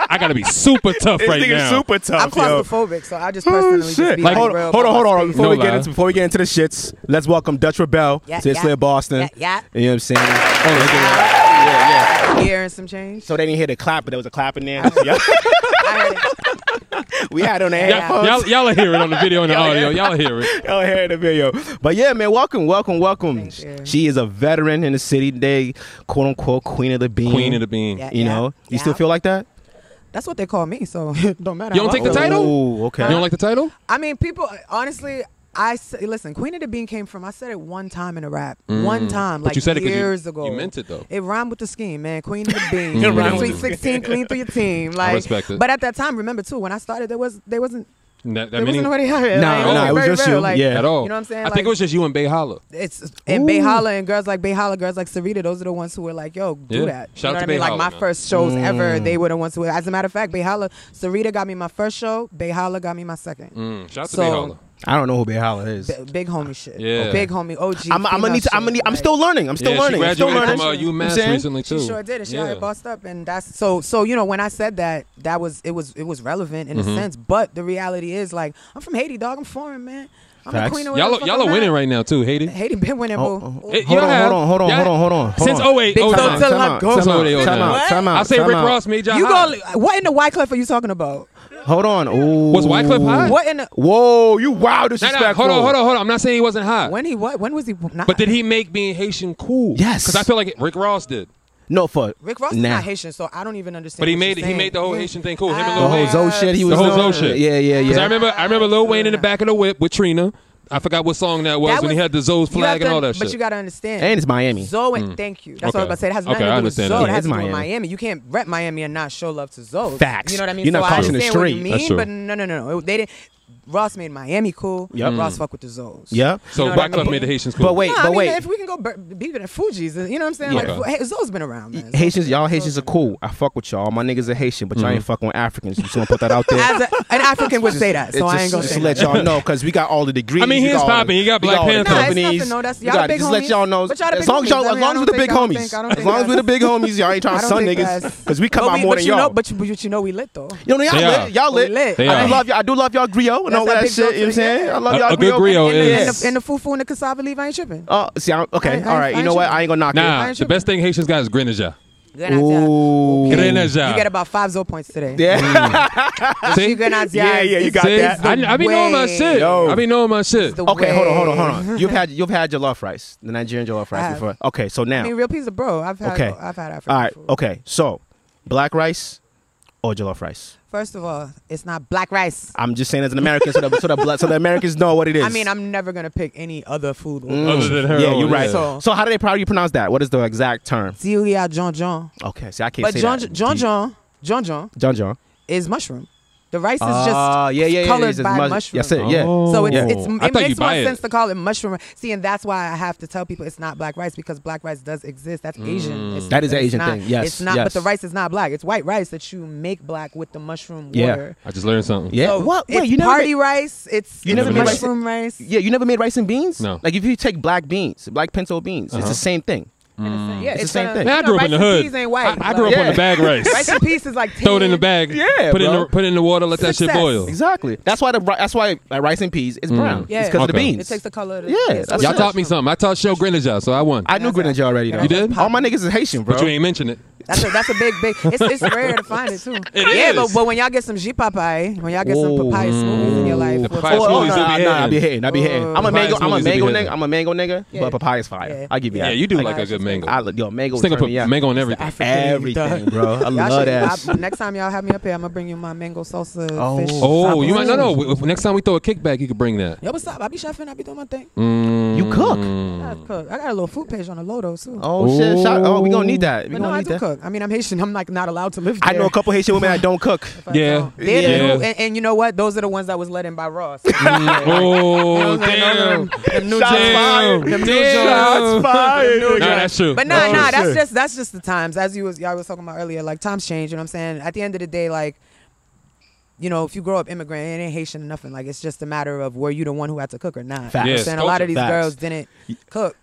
S3: I gotta be super tough
S1: This
S3: right
S1: nigga
S3: now.
S1: super tough.
S9: I'm
S1: yo.
S9: claustrophobic, so I just personally just be
S3: Oh, Like-
S9: like,
S1: hold,
S9: real
S1: on, hold on,
S9: about my space.
S1: hold on. Before we get
S3: lie.
S1: into before we get into the shits, let's welcome Dutch Rebel
S9: Yeah,
S1: to It's
S9: yeah.
S1: Live Boston.
S9: Yeah,
S1: You know what I'm saying? Oh,
S9: Here and some change.
S1: So they didn't hear the clap, but there was a clap in there. Yeah.
S9: I heard it.
S1: we had on the
S9: Yeah.
S1: headphones.
S3: Y'all, y'all hear it on the video and the audio. Y'all hear it.
S1: Y'all heard the video. But yeah, man, welcome, welcome, welcome.
S9: Thank you.
S1: She is a veteran in the city day, quote unquote, queen of the bean.
S3: Queen of the Bean.
S9: Yeah.
S1: You know, you still
S9: Yeah.
S1: feel like that?
S9: That's what they call me, so it don't matter.
S3: You don't
S9: how
S3: take
S9: I
S3: the
S9: feel.
S3: title?
S1: Oh, okay.
S3: You don't like the title?
S9: I mean, people. Honestly, I s- listen. Queen of the Bean came from. I said it one time in a rap, one time,
S3: Mm. But
S9: like
S3: you said it 'cause you-
S9: years ago.
S3: you meant it, though.
S9: It rhymed with the scheme, man. Queen of the Bean,
S3: It rhymed
S9: Sweet
S3: with the-
S9: Sixteen, clean through your team. Like,
S3: respect it.
S9: But at that time, remember too, when I started, there was there wasn't
S3: That, that
S9: there
S3: many-
S9: wasn't nobody out here.
S1: Nah,
S9: like,
S3: nah, it
S1: was
S9: very
S1: just
S9: rare,
S1: you.
S9: Like,
S1: Yeah.
S3: at all.
S9: You know what I'm saying?
S3: I think
S9: Like-
S3: it was just you and Bay Holla.
S9: it's and Bay Holla and girls like Bay Holla, girls like Sarita, those are the ones who were like, yo, do
S3: Yeah.
S9: that. you know what
S3: Shout out to
S9: I mean?
S3: Bay
S9: like
S3: Holla,
S9: my
S3: man. Mm.
S9: first shows ever, they were the ones who were as a matter of fact, Bay Holla, Sarita got me my first show, Bay Holla got me my second.
S3: Mm, shout out to
S9: So-
S3: Bay Holla.
S1: I don't know who Big Holla is.
S9: B- big homie shit.
S3: Mm. Yeah.
S9: Big homie OG.
S1: I'm, I'm
S9: female
S1: gonna need to, I'm
S9: shit,
S1: gonna need, I'm
S9: like-
S1: still learning. I'm still
S3: yeah,
S1: learning.
S3: She
S1: I'm still
S3: graduated
S1: learning.
S3: from uh,
S9: You
S1: know what I'm
S3: UMass
S1: saying?
S3: recently too.
S9: She sure did. And she
S3: yeah.
S9: yeah. bossed up, and that's so. So you know, when I said that, that was it was it was relevant in
S3: Mm-hmm.
S9: a sense. But the reality is, like, I'm from Haiti, dog. I'm foreign, man. I'm
S1: Facts.
S9: the queen of whatever
S3: Y'all,
S9: the fuck
S3: y'all
S9: I'm
S3: are winning
S9: at.
S3: right now too, Haiti.
S9: Haiti been winning,
S1: Oh,
S9: boo.
S1: oh,
S3: Eh,
S1: Hold
S3: y'all
S1: on,
S3: have-
S1: hold on, hold on,
S3: y'all-
S1: hold on, hold on, hold
S3: Since
S1: on.
S3: 08,
S9: Big
S3: oh,
S9: time
S3: nine.
S9: till I
S1: Time out,
S9: go.
S1: time
S3: Sorry,
S1: out, time
S3: y'all.
S1: out, time out.
S3: I say
S1: time
S3: Rick
S1: out.
S3: Ross made y'all
S9: You
S3: hot.
S9: go. What in the White Cliff are you talking about?
S1: Hold on. Ooh.
S3: Was Wycliffe high?
S9: What in the
S1: Whoa, you wow
S3: Nah,
S1: disrespectful.
S3: nah, hold on, hold on, hold on. I'm not saying he wasn't hot.
S9: When he what? When was he? Not,
S3: But did he make being Haitian cool?
S1: Yes.
S3: Because I feel like Rick Ross did.
S1: No, for
S9: Rick Ross is
S1: nah.
S9: not Haitian, so I don't even understand.
S3: But he
S9: what
S3: made
S9: you're
S3: it- he
S9: saying.
S3: made the whole
S9: Yeah.
S3: Haitian thing cool. Him and
S1: The
S3: Lil
S1: whole
S3: Wayne.
S1: Zoe shit. He was
S3: whole
S1: doing.
S3: Zoe shit.
S1: Yeah, yeah,
S3: Because
S1: yeah.
S3: I remember, I remember Lil Wayne in the back of the whip with Trina. I forgot what song that was,
S9: That
S3: when he
S9: was-
S3: had the Zoe's
S9: You have
S3: flag and
S9: to-
S3: all that
S9: But
S3: shit. Mm. Hmm.
S9: you gotta understand.
S1: and it's Miami.
S9: Zoe, thank you. That's what I was
S3: Okay.
S9: about to say. It has
S3: Okay,
S9: nothing
S3: I
S9: to do with Zoe.
S3: understand that.
S9: It
S3: Yeah,
S9: has to
S1: it's
S9: do with
S1: Miami.
S9: Miami. You can't rep Miami and not show love to Zoe.
S1: Facts.
S9: You know what I mean?
S1: You're not
S9: so I
S1: crossing the
S9: understand what you
S1: street.
S9: mean,
S3: That's true.
S9: but no, no, no, no. It- They didn't. Ross made Miami cool.
S3: Hmm.
S1: Yep.
S9: Ross fuck with the Zoes.
S1: Yep.
S3: so
S9: You know what
S3: Black
S9: I
S3: Club
S9: mean?
S3: made the Haitians cool.
S1: But wait,
S9: no, I
S1: but
S9: mean,
S1: wait.
S9: if we can go bur- be the Fuji's, you know what I'm saying?
S3: Yeah.
S9: Like, Zoe's been around, man. Zoe's
S1: Haitians,
S9: been-
S1: y'all
S9: Zoe's
S1: Haitians are
S9: been
S1: cool. I fuck with y'all. My niggas are Haitian, but y'all
S3: Mm-hmm.
S1: ain't fucking with Africans. Just want to put that out there.
S9: around. As a, an African would say that,
S1: It
S9: so I
S1: just-
S9: ain't gonna
S1: just
S9: say
S1: to
S9: that.
S1: let y'all know because we got all the degrees.
S3: I mean,
S1: we
S3: he is
S1: all the-
S3: popping. He got
S1: we
S3: Black
S1: all the
S3: Panther.
S9: Nah, it's
S1: companies.
S9: nothing, no, that's-
S1: We
S9: y'all
S1: got-
S9: the big
S1: just let
S9: homies.
S1: y'all know.
S9: But y'all the
S1: as
S9: big
S1: long as
S9: homies,
S1: y'all,
S9: I
S1: as
S9: mean, I
S1: long as
S9: don't
S1: we the big
S9: think- I don't
S1: homies,
S9: think- I don't
S1: as long as
S9: think
S1: we the
S9: that's-
S1: big homies, y'all ain't trying
S9: I
S1: to
S9: don't
S1: sun
S9: think
S1: niggas
S9: that's-
S1: because we come
S9: But
S1: out
S9: we-
S1: more
S9: but
S1: than
S9: you
S1: y'all.
S9: know- But you, but you, you know we lit though.
S1: You know, y'all
S3: They are.
S1: lit. Y'all lit.
S9: We lit.
S3: They
S1: I
S3: are.
S1: do love y'all. I do love y'all griot and
S9: That's
S1: all
S9: that
S1: that
S9: big
S1: shit. You know what I'm
S9: filter, yeah.
S1: saying? I love
S3: A-
S1: y'all
S3: a good griot
S9: And,
S3: is-
S9: the, and,
S1: Yes.
S9: the, and the fufu and the cassava leaf, I ain't tripping.
S1: Oh, see, I'm, okay,
S9: I- I-
S1: all right.
S9: I
S1: You know
S9: ain't
S1: what?
S9: tripping.
S1: I ain't gonna knock
S3: Nah,
S9: ain't
S3: the best thing Haitians got is Grenaja.
S9: Good
S1: it. Ooh.
S3: Grenaja.
S9: You get about five zero points today.
S1: Yeah,
S3: See?
S9: You gonna-
S1: yeah, yeah. You got
S3: See?
S1: that.
S3: I, I be knowing my
S9: way.
S3: shit.
S1: Yo.
S3: I be knowing my shit.
S9: The
S1: Okay, hold on, hold on, hold
S9: way.
S1: on. You've had you've had jollof rice, the Nigerian jollof rice
S9: I have.
S1: before. Okay, so
S9: I
S1: now,
S9: mean, real piece of bro. I've had,
S1: Okay.
S9: I've had African
S1: all right,
S9: food.
S1: okay, so black rice or jollof rice?
S9: First of all, it's not black rice.
S1: I'm just saying as an American, so the so the, bla- so the Americans know what it is.
S9: I mean, I'm never gonna pick any other food.
S1: Mm.
S3: Other than her
S1: yeah,
S3: own,
S1: you're right.
S3: yeah.
S1: So,
S9: So-
S1: so how do they probably pronounce that? What is the exact term?
S9: Celia John John,
S1: Okay, see, I can't
S9: but
S1: say
S9: John
S1: that.
S9: John John John John
S1: John John.
S9: is mushroom. The rice is
S1: Ah,
S9: just
S1: yeah, yeah, yeah.
S9: colored
S1: it's just
S9: by
S1: mush-
S9: mushroom.
S1: Yes, it, yeah. Oh.
S9: So it's,
S1: Yeah.
S9: it's
S3: Oh. I
S9: it
S3: thought you
S9: makes more
S3: buy it.
S9: sense to call it mushroom. See, and that's why I have to tell people it's not black rice because black rice does exist. That's Asian. It's,
S1: Mm. That is an
S9: it's
S1: Asian
S9: not-
S1: thing. Yes,
S9: it's not.
S1: yes.
S9: But the rice is not black. It's white rice that you make black with the mushroom
S1: Yeah.
S9: water.
S3: I just learned something.
S1: Yeah.
S9: So
S1: what? Wait,
S9: it's
S1: you never
S9: party
S1: made-
S9: rice. It's
S1: You
S9: it's
S1: never
S3: made rice-
S9: mushroom rice.
S1: Yeah, you never made rice and beans?
S3: No. Uh-huh.
S1: Like if you take black beans, black pinto beans, it's the same thing.
S9: Yeah,
S1: Mm. It's the same
S9: uh,
S1: thing.
S9: you
S3: Man, I
S9: know,
S3: grew up in the
S9: rice and
S3: hood.
S9: peas ain't white.
S3: I, I grew up
S9: Like,
S3: on the bag rice.
S9: Rice and peas is like
S3: Throw it in the
S9: tan.
S3: bag.
S1: Yeah,
S3: put it in
S1: bro.
S3: the put it in the water. Let that shit
S9: Success.
S3: boil. Mm.
S1: Exactly. That's why the ri- that's why like, rice and peas is brown.
S9: Yeah.
S1: It's because of the
S3: Okay.
S1: beans.
S9: It takes the color. Of the,
S1: Yeah,
S9: it's
S1: that's
S9: with
S3: Y'all
S1: it.
S9: the
S3: taught me something. I taught Shell Grenaja, so I won.
S1: I knew Greninja already though.
S3: You did?
S1: All my niggas is Haitian, bro.
S3: but you ain't mention it.
S9: That's a, that's a big, big. It's, it's rare to find it too. yeah,
S3: is.
S9: but but when y'all get some G papai, when y'all get
S1: Ooh.
S9: some papaya smoothies in your life,
S3: The
S9: what's-
S3: papaya
S9: Oh,
S1: Oh, nah,
S3: smoothies do be
S1: nah, I be
S3: hitting.
S1: hitting. I be hitting. I'm a
S3: Papaya
S1: mango. I'm a
S3: smoothies do be
S1: mango
S3: hitting.
S1: nigga. I'm a mango nigga.
S9: Yeah.
S1: But papaya's fire.
S9: Yeah.
S1: I give you
S3: Yeah,
S1: that.
S3: you do like a
S9: that's
S3: good
S9: just
S3: mango.
S1: I, lo- yo, mango.
S3: Just think
S1: turn
S3: of put
S1: me up.
S3: mango on everything.
S5: African
S1: Everything, bro. I
S9: y'all
S1: love
S9: should-
S1: that.
S9: I- next time y'all have me up here, I'm gonna bring you my mango salsa.
S1: Oh.
S9: fish
S3: Oh,
S9: tacos.
S3: you might no no. w- w- Next time we throw a kickback, you could bring that.
S9: Yo, what's up? I be chefing. I be doing my thing.
S3: Mm.
S1: You cook?
S9: I cook. I got a little food page on the Lodo too.
S1: Oh shit! Shout, oh, we gonna need that. We
S9: but no,
S1: gonna
S9: I
S1: need
S9: do
S1: that.
S9: cook. I mean, I'm Haitian. I'm like not allowed to live
S1: I
S9: there.
S1: know a couple Haitian women that don't cook.
S9: But
S3: Yeah.
S9: no. They're the
S3: Yeah.
S9: new- and, and you know what? Those are the ones that was let in by Ross.
S3: Mm. Oh damn!
S9: Them new
S1: Shots
S9: joints.
S1: fired.
S9: Them new
S3: Damn.
S9: joints.
S1: Shots fired.
S3: Nah, that's true.
S9: But nah,
S3: That's
S9: nah,
S3: true.
S9: that's just that's just the times. As you was y'all was talking about earlier, like times change. You know what I'm saying? At the end of the day, like, you know, if you grow up immigrant, it ain't Haitian or nothing. Like, it's just a matter of were you the one who had to cook or not.
S1: Facts.
S9: You know what
S3: Yes,
S9: I'm saying? A lot
S3: culture.
S9: of these
S1: Facts.
S9: girls didn't cook.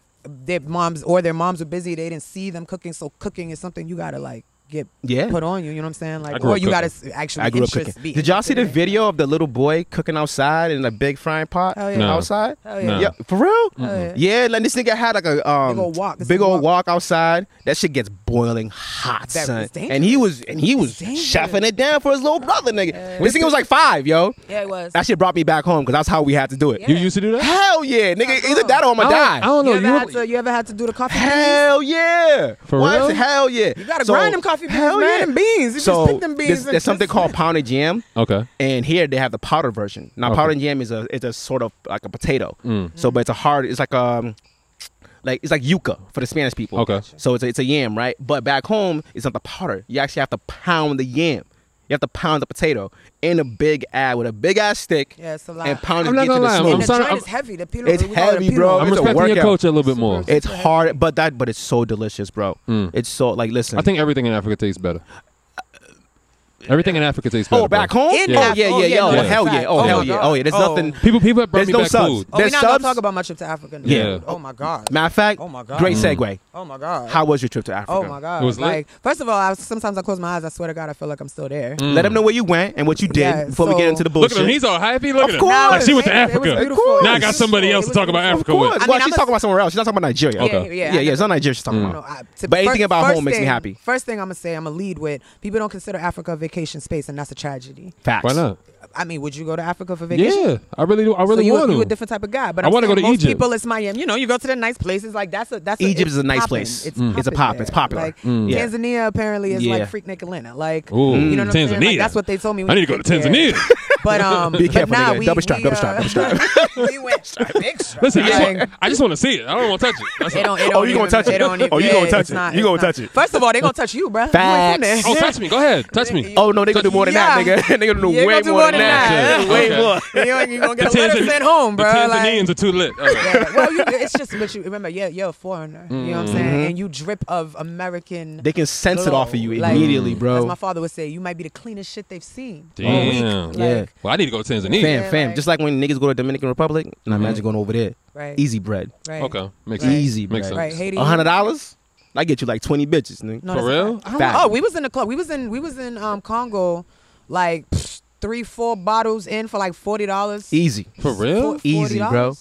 S9: Their moms or their moms were busy. They didn't see them cooking. So cooking is something you gotta like get
S1: Yeah.
S9: put on you. You know what I'm saying?
S3: I
S9: Like,
S3: grew
S9: or
S3: up
S9: you gotta
S3: cooking.
S9: s- actually
S1: I grew up
S9: interest
S1: cooking.
S9: be
S1: Did y'all see the
S9: interested in it.
S1: video of the little boy cooking outside in a big frying pot
S9: Hell yeah. No.
S1: outside?
S9: Hell yeah.
S3: No.
S1: Yeah, for real?
S9: Hell yeah.
S1: Yeah, like this nigga had like a um,
S9: Big ol' walk. It's
S1: big
S9: a
S1: old
S9: walk.
S1: walk. outside. That shit gets boiling hot,
S9: That
S1: son.
S9: was dangerous.
S1: And he was and he was
S9: dangerous.
S1: chefing it down for his little brother, nigga. This nigga was like five, yo.
S9: Yeah, it was.
S1: That shit brought me back home because that's how we had to do it.
S9: Yeah. Uh-uh.
S3: You used to do that?
S1: Hell yeah, nigga. Either that or I'ma
S3: I don't-
S1: die.
S3: I don't know.
S9: you, ever
S3: You-
S9: had to, you ever had to do the coffee? beans?
S1: Hell yeah!
S3: For
S1: What?
S3: real?
S1: Hell yeah!
S9: You gotta grind them coffee beans,
S1: hell
S9: man,
S1: yeah.
S9: and beans. You
S1: so
S9: just pick them beans.
S1: There's,
S9: and
S1: there's something
S9: just-
S1: called pounded jam,
S3: Okay.
S1: and here they have the powder version. Now
S3: Okay. Mm.
S1: powdered jam is a it's a sort of like a potato. So, but it's a hard. It's like um, like it's like yuca for the Spanish people.
S3: Okay.
S1: So it's a, it's a yam, right? But back home, it's not the powder. You actually have to pound the yam. You have to pound the potato in a big ad with a big ass stick
S9: Yeah, it's a lot.
S1: and pound
S3: I'm
S1: it
S3: not
S1: get to
S3: gonna
S1: the
S3: lie, I'm-
S1: smoke.
S9: And the
S3: sorry,
S9: joint
S3: I'm-
S9: is heavy. The pillow,
S1: It's
S9: we call it a
S1: heavy,
S9: pillow.
S1: bro.
S3: I'm
S1: It's a
S3: respecting your
S1: workout.
S3: culture a little bit more. Mm.
S1: It's hard, but that but it's so delicious, bro. It's so like listen.
S3: I think everything in Africa tastes better. Everything in Africa tastes better.
S1: Oh, back
S3: bro.
S1: home?
S9: In
S1: oh,
S9: Af-
S1: yeah,
S9: oh,
S1: yeah,
S9: yeah,
S1: yeah. Oh,
S9: no,
S3: that's
S1: hell
S9: a
S1: yeah.
S9: fact.
S1: Oh,
S9: Oh,
S1: hell
S9: my
S1: yeah.
S9: God.
S1: Oh, yeah. There's
S9: Oh.
S1: nothing.
S3: People people have brought
S1: There's
S3: me
S1: no
S3: back
S1: subs.
S3: food.
S9: Oh, we're
S1: There's
S9: not gonna
S1: subs.
S9: talk about my trip to Africa. No.
S1: Yeah.
S9: Oh my God.
S1: Matter of fact,
S9: Oh my God.
S1: great segue.
S9: Oh my God.
S1: How was your trip to Africa?
S9: Oh my God.
S3: It Mm. was lit?
S9: like first of all, I, sometimes I close my eyes. I swear to God, I feel like I'm still there.
S1: Mm. Let them know where you went and what you did
S9: Yeah,
S1: before we
S9: so-
S1: get into the
S3: Look
S1: bullshit.
S3: at him. He's all happy. Look at him.
S1: course.
S3: Like she went
S9: it
S3: to
S9: was- it was
S3: Africa.
S9: beautiful.
S3: Now I
S9: It
S3: got
S9: was
S3: somebody
S9: beautiful.
S3: else
S9: It
S3: to
S9: was
S3: talk
S9: beautiful.
S1: of
S3: about Africa
S1: course.
S3: with.
S9: mean,
S1: well,
S9: I'm
S1: she's
S9: a-
S1: talking about somewhere else. She's not talking about Nigeria.
S9: Yeah,
S3: Okay.
S9: yeah,
S1: Yeah,
S9: I
S1: yeah. It's not Nigeria. She's talking
S9: No,
S1: about.
S9: I, to
S1: But anything
S9: fir-
S1: about
S9: first
S1: home makes me
S9: thing-
S1: happy.
S9: First thing I'm gonna say, I'm gonna lead with people don't consider Africa a vacation space, and that's a tragedy.
S1: Facts.
S3: Why not?
S9: I mean, would you go to Africa for vacation?
S3: Yeah, I really do. I really
S9: so you,
S3: want
S9: you
S3: to.
S9: a different type of guy. But
S3: I
S9: I'm
S3: wanna go
S9: saying
S3: to
S9: most
S3: Egypt.
S9: People, it's Miami. You know, you go to the nice places. Like that's a that's a,
S1: Egypt
S9: it's
S1: is a nice
S9: poppin'.
S1: place.
S9: It's,
S1: Mm. It's a
S9: poppin'
S1: pop.
S9: there.
S1: It's popular.
S9: Like
S1: Yeah.
S9: Tanzania apparently is
S1: Yeah. Mm.
S9: like freak Nick Atlanta. Like
S3: Ooh,
S9: you know what I'm saying? Like,
S3: Tanzania.
S9: that's what they told me. When
S3: I need to
S9: you
S3: go to
S9: get there.
S3: Tanzania.
S9: But um,
S1: Be careful,
S9: but nah,
S1: nigga.
S9: we,
S1: Double strap,
S9: we,
S1: double strap,
S9: uh,
S1: double strap.
S9: we went strap, big strap.
S3: Listen, I just,
S9: Like,
S3: want, I just want to see it. I don't want to touch it. That's
S9: it
S3: all.
S9: don't, it
S1: Oh,
S9: don't
S1: you gonna
S9: even-
S1: touch it.
S9: don't even-
S1: Oh, you
S9: yeah,
S1: gonna touch
S9: it's
S1: it.
S9: not-
S1: You
S9: it's
S1: gonna
S9: not.
S1: touch it.
S9: First of all, they gonna touch you, bruh. You ain't from there.
S1: Facts.
S3: Oh, touch me. Go ahead. Touch me.
S1: Oh no, they gonna do more than that,
S9: Yeah.
S1: nigga. they gonna do
S9: Yeah,
S1: way
S9: gonna do
S1: more than that.
S3: Okay.
S1: Way
S3: Okay.
S1: more.
S9: You're, you gonna get a
S3: The
S9: letter
S3: Tanzan-
S9: sent home,
S3: The
S9: bro. like,
S3: Tanzanians are too lit. All right.
S9: Yeah, well, you, it's just, but you remember, yeah, you're a foreigner. You know what I'm saying? And you drip of American.
S1: Mm-hmm. They can sense it
S9: glow.
S1: off of you
S9: Like,
S1: immediately,
S9: As my
S1: bro.
S9: father would say, you might be the cleanest shit they've seen. all week.
S3: Damn.
S1: Yeah.
S9: Like,
S3: Oh, Well, I need to go to Tanzania. Mm-hmm.
S1: Fam, fam.
S9: like-
S1: Just like when niggas go to Dominican Republic, and I imagine going over there.
S9: Right.
S1: Easy bread.
S9: Right.
S3: Okay, makes sense.
S1: Easy
S3: Makes
S1: bread.
S3: sense.
S9: Right. Haiti.
S1: A hundred dollars, I get you like twenty bitches, nigga.
S9: No,
S3: For
S9: that's
S3: real?
S9: a fact. I don't
S1: Fact.
S9: know. Oh, we was in the club. We was in we was in um Congo, like pfft, three, four bottles in for like forty dollars.
S1: Easy.
S3: For real?
S1: Easy, bro.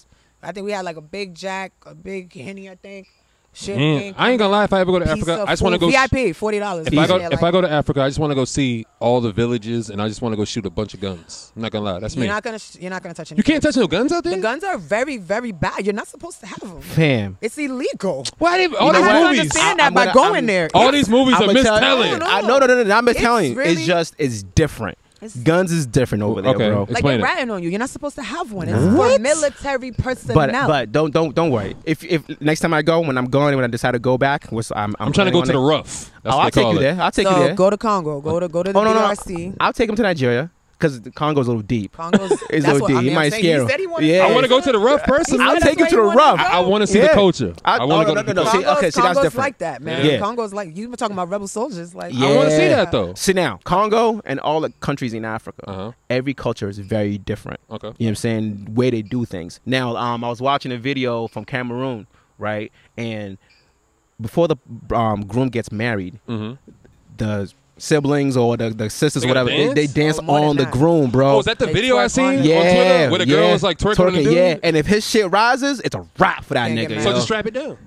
S9: I think we had like a big Jack, a big Henny, I think. Shit,
S3: Man,
S9: pink,
S3: I ain't gonna lie. If I ever go to
S9: piece
S3: Africa,
S9: of
S3: I just want to
S9: food.
S3: go.
S9: VIP, forty dollars.
S3: If I go, if I go to Africa, I just want to go see all the villages, and I just want to go shoot a bunch of guns. I'm not gonna lie, that's
S9: you're
S3: me.
S9: not gonna sh- you're not gonna touch anything.
S3: you can't touch no guns out there.
S9: The guns are very, very bad. You're not supposed to have them.
S1: Fam.
S9: It's illegal.
S3: Why they, all
S1: You know
S3: these
S1: what?
S9: I don't
S3: movies?
S9: understand
S1: I-
S9: that
S1: I'm
S9: by
S1: gonna-
S9: going
S1: I'm-
S9: there.
S3: All these movies are
S1: I'ma tell-
S3: mistelling.
S9: No, no.
S1: I, no, no, no, no, no. I'm
S9: It's
S1: telling you, it's
S9: really-
S1: just it's different.
S9: It's-
S1: Guns is different over there,
S3: Okay.
S1: bro.
S9: like
S3: Explain
S9: they're
S3: it.
S9: ratting on you. You're not supposed to have one. It's for military personnel.
S1: But but don't don't don't worry. If if next time I go, when I'm going, when I decide to go back, which I'm I'm,
S3: I'm trying to
S1: planning
S3: go
S1: on
S3: to the
S1: it-
S3: rough. That's
S1: Oh,
S3: what
S1: I'll
S3: they
S1: take
S3: call
S1: you
S3: it.
S1: there. I'll take
S9: so
S1: you there.
S9: go to Congo. Go to go to the
S1: oh no no,
S9: DRC.
S1: no. I'll take him to Nigeria because Congo's a little deep.
S9: Congo's
S1: It's
S9: that's
S1: OD.
S9: what, I
S1: He
S9: mean, I'm
S1: might
S9: saying,
S1: scare
S9: He
S1: him.
S9: said he wanted
S1: Yeah.
S3: I want to go to the rough person.
S1: I'll
S9: that's
S1: take him
S9: why
S1: to
S9: you
S1: the
S9: wanna
S1: rough.
S9: go.
S3: I want to see the
S1: Yeah.
S3: culture. I,
S1: I-
S3: want to
S1: oh, no,
S3: go. to
S1: no,
S3: the
S1: no,
S3: rough.
S1: see,
S9: Congo's,
S1: okay, see, that's
S9: Congo's
S1: different.
S9: like that, man.
S1: Yeah.
S9: Congo's like you were talking about rebel soldiers. Like
S3: I want to see
S1: Yeah.
S3: that though.
S1: See now, Congo and all the countries in Africa,
S3: Uh-huh.
S1: every culture is very different.
S3: Okay.
S1: You know what I'm saying? Way they do things. Now, um, I was watching a video from Cameroon, right? And before the um, groom gets married, the siblings or the, the sisters,
S3: Mm-hmm. They gotta
S1: whatever, They, they
S3: dance?
S1: dance
S9: Oh, more
S1: on the
S9: than that.
S1: groom, bro.
S3: Oh, is that the
S9: They
S3: video I
S9: twerk on
S3: seen
S9: it.
S3: on
S1: yeah,
S3: Twitter where the
S1: yeah,
S3: girl was like twerking on the dude?
S1: Yeah, and if his shit rises, it's a wrap for that
S9: Can't get
S1: nigga.
S9: mad.
S3: so
S1: yo.
S3: just strap it down.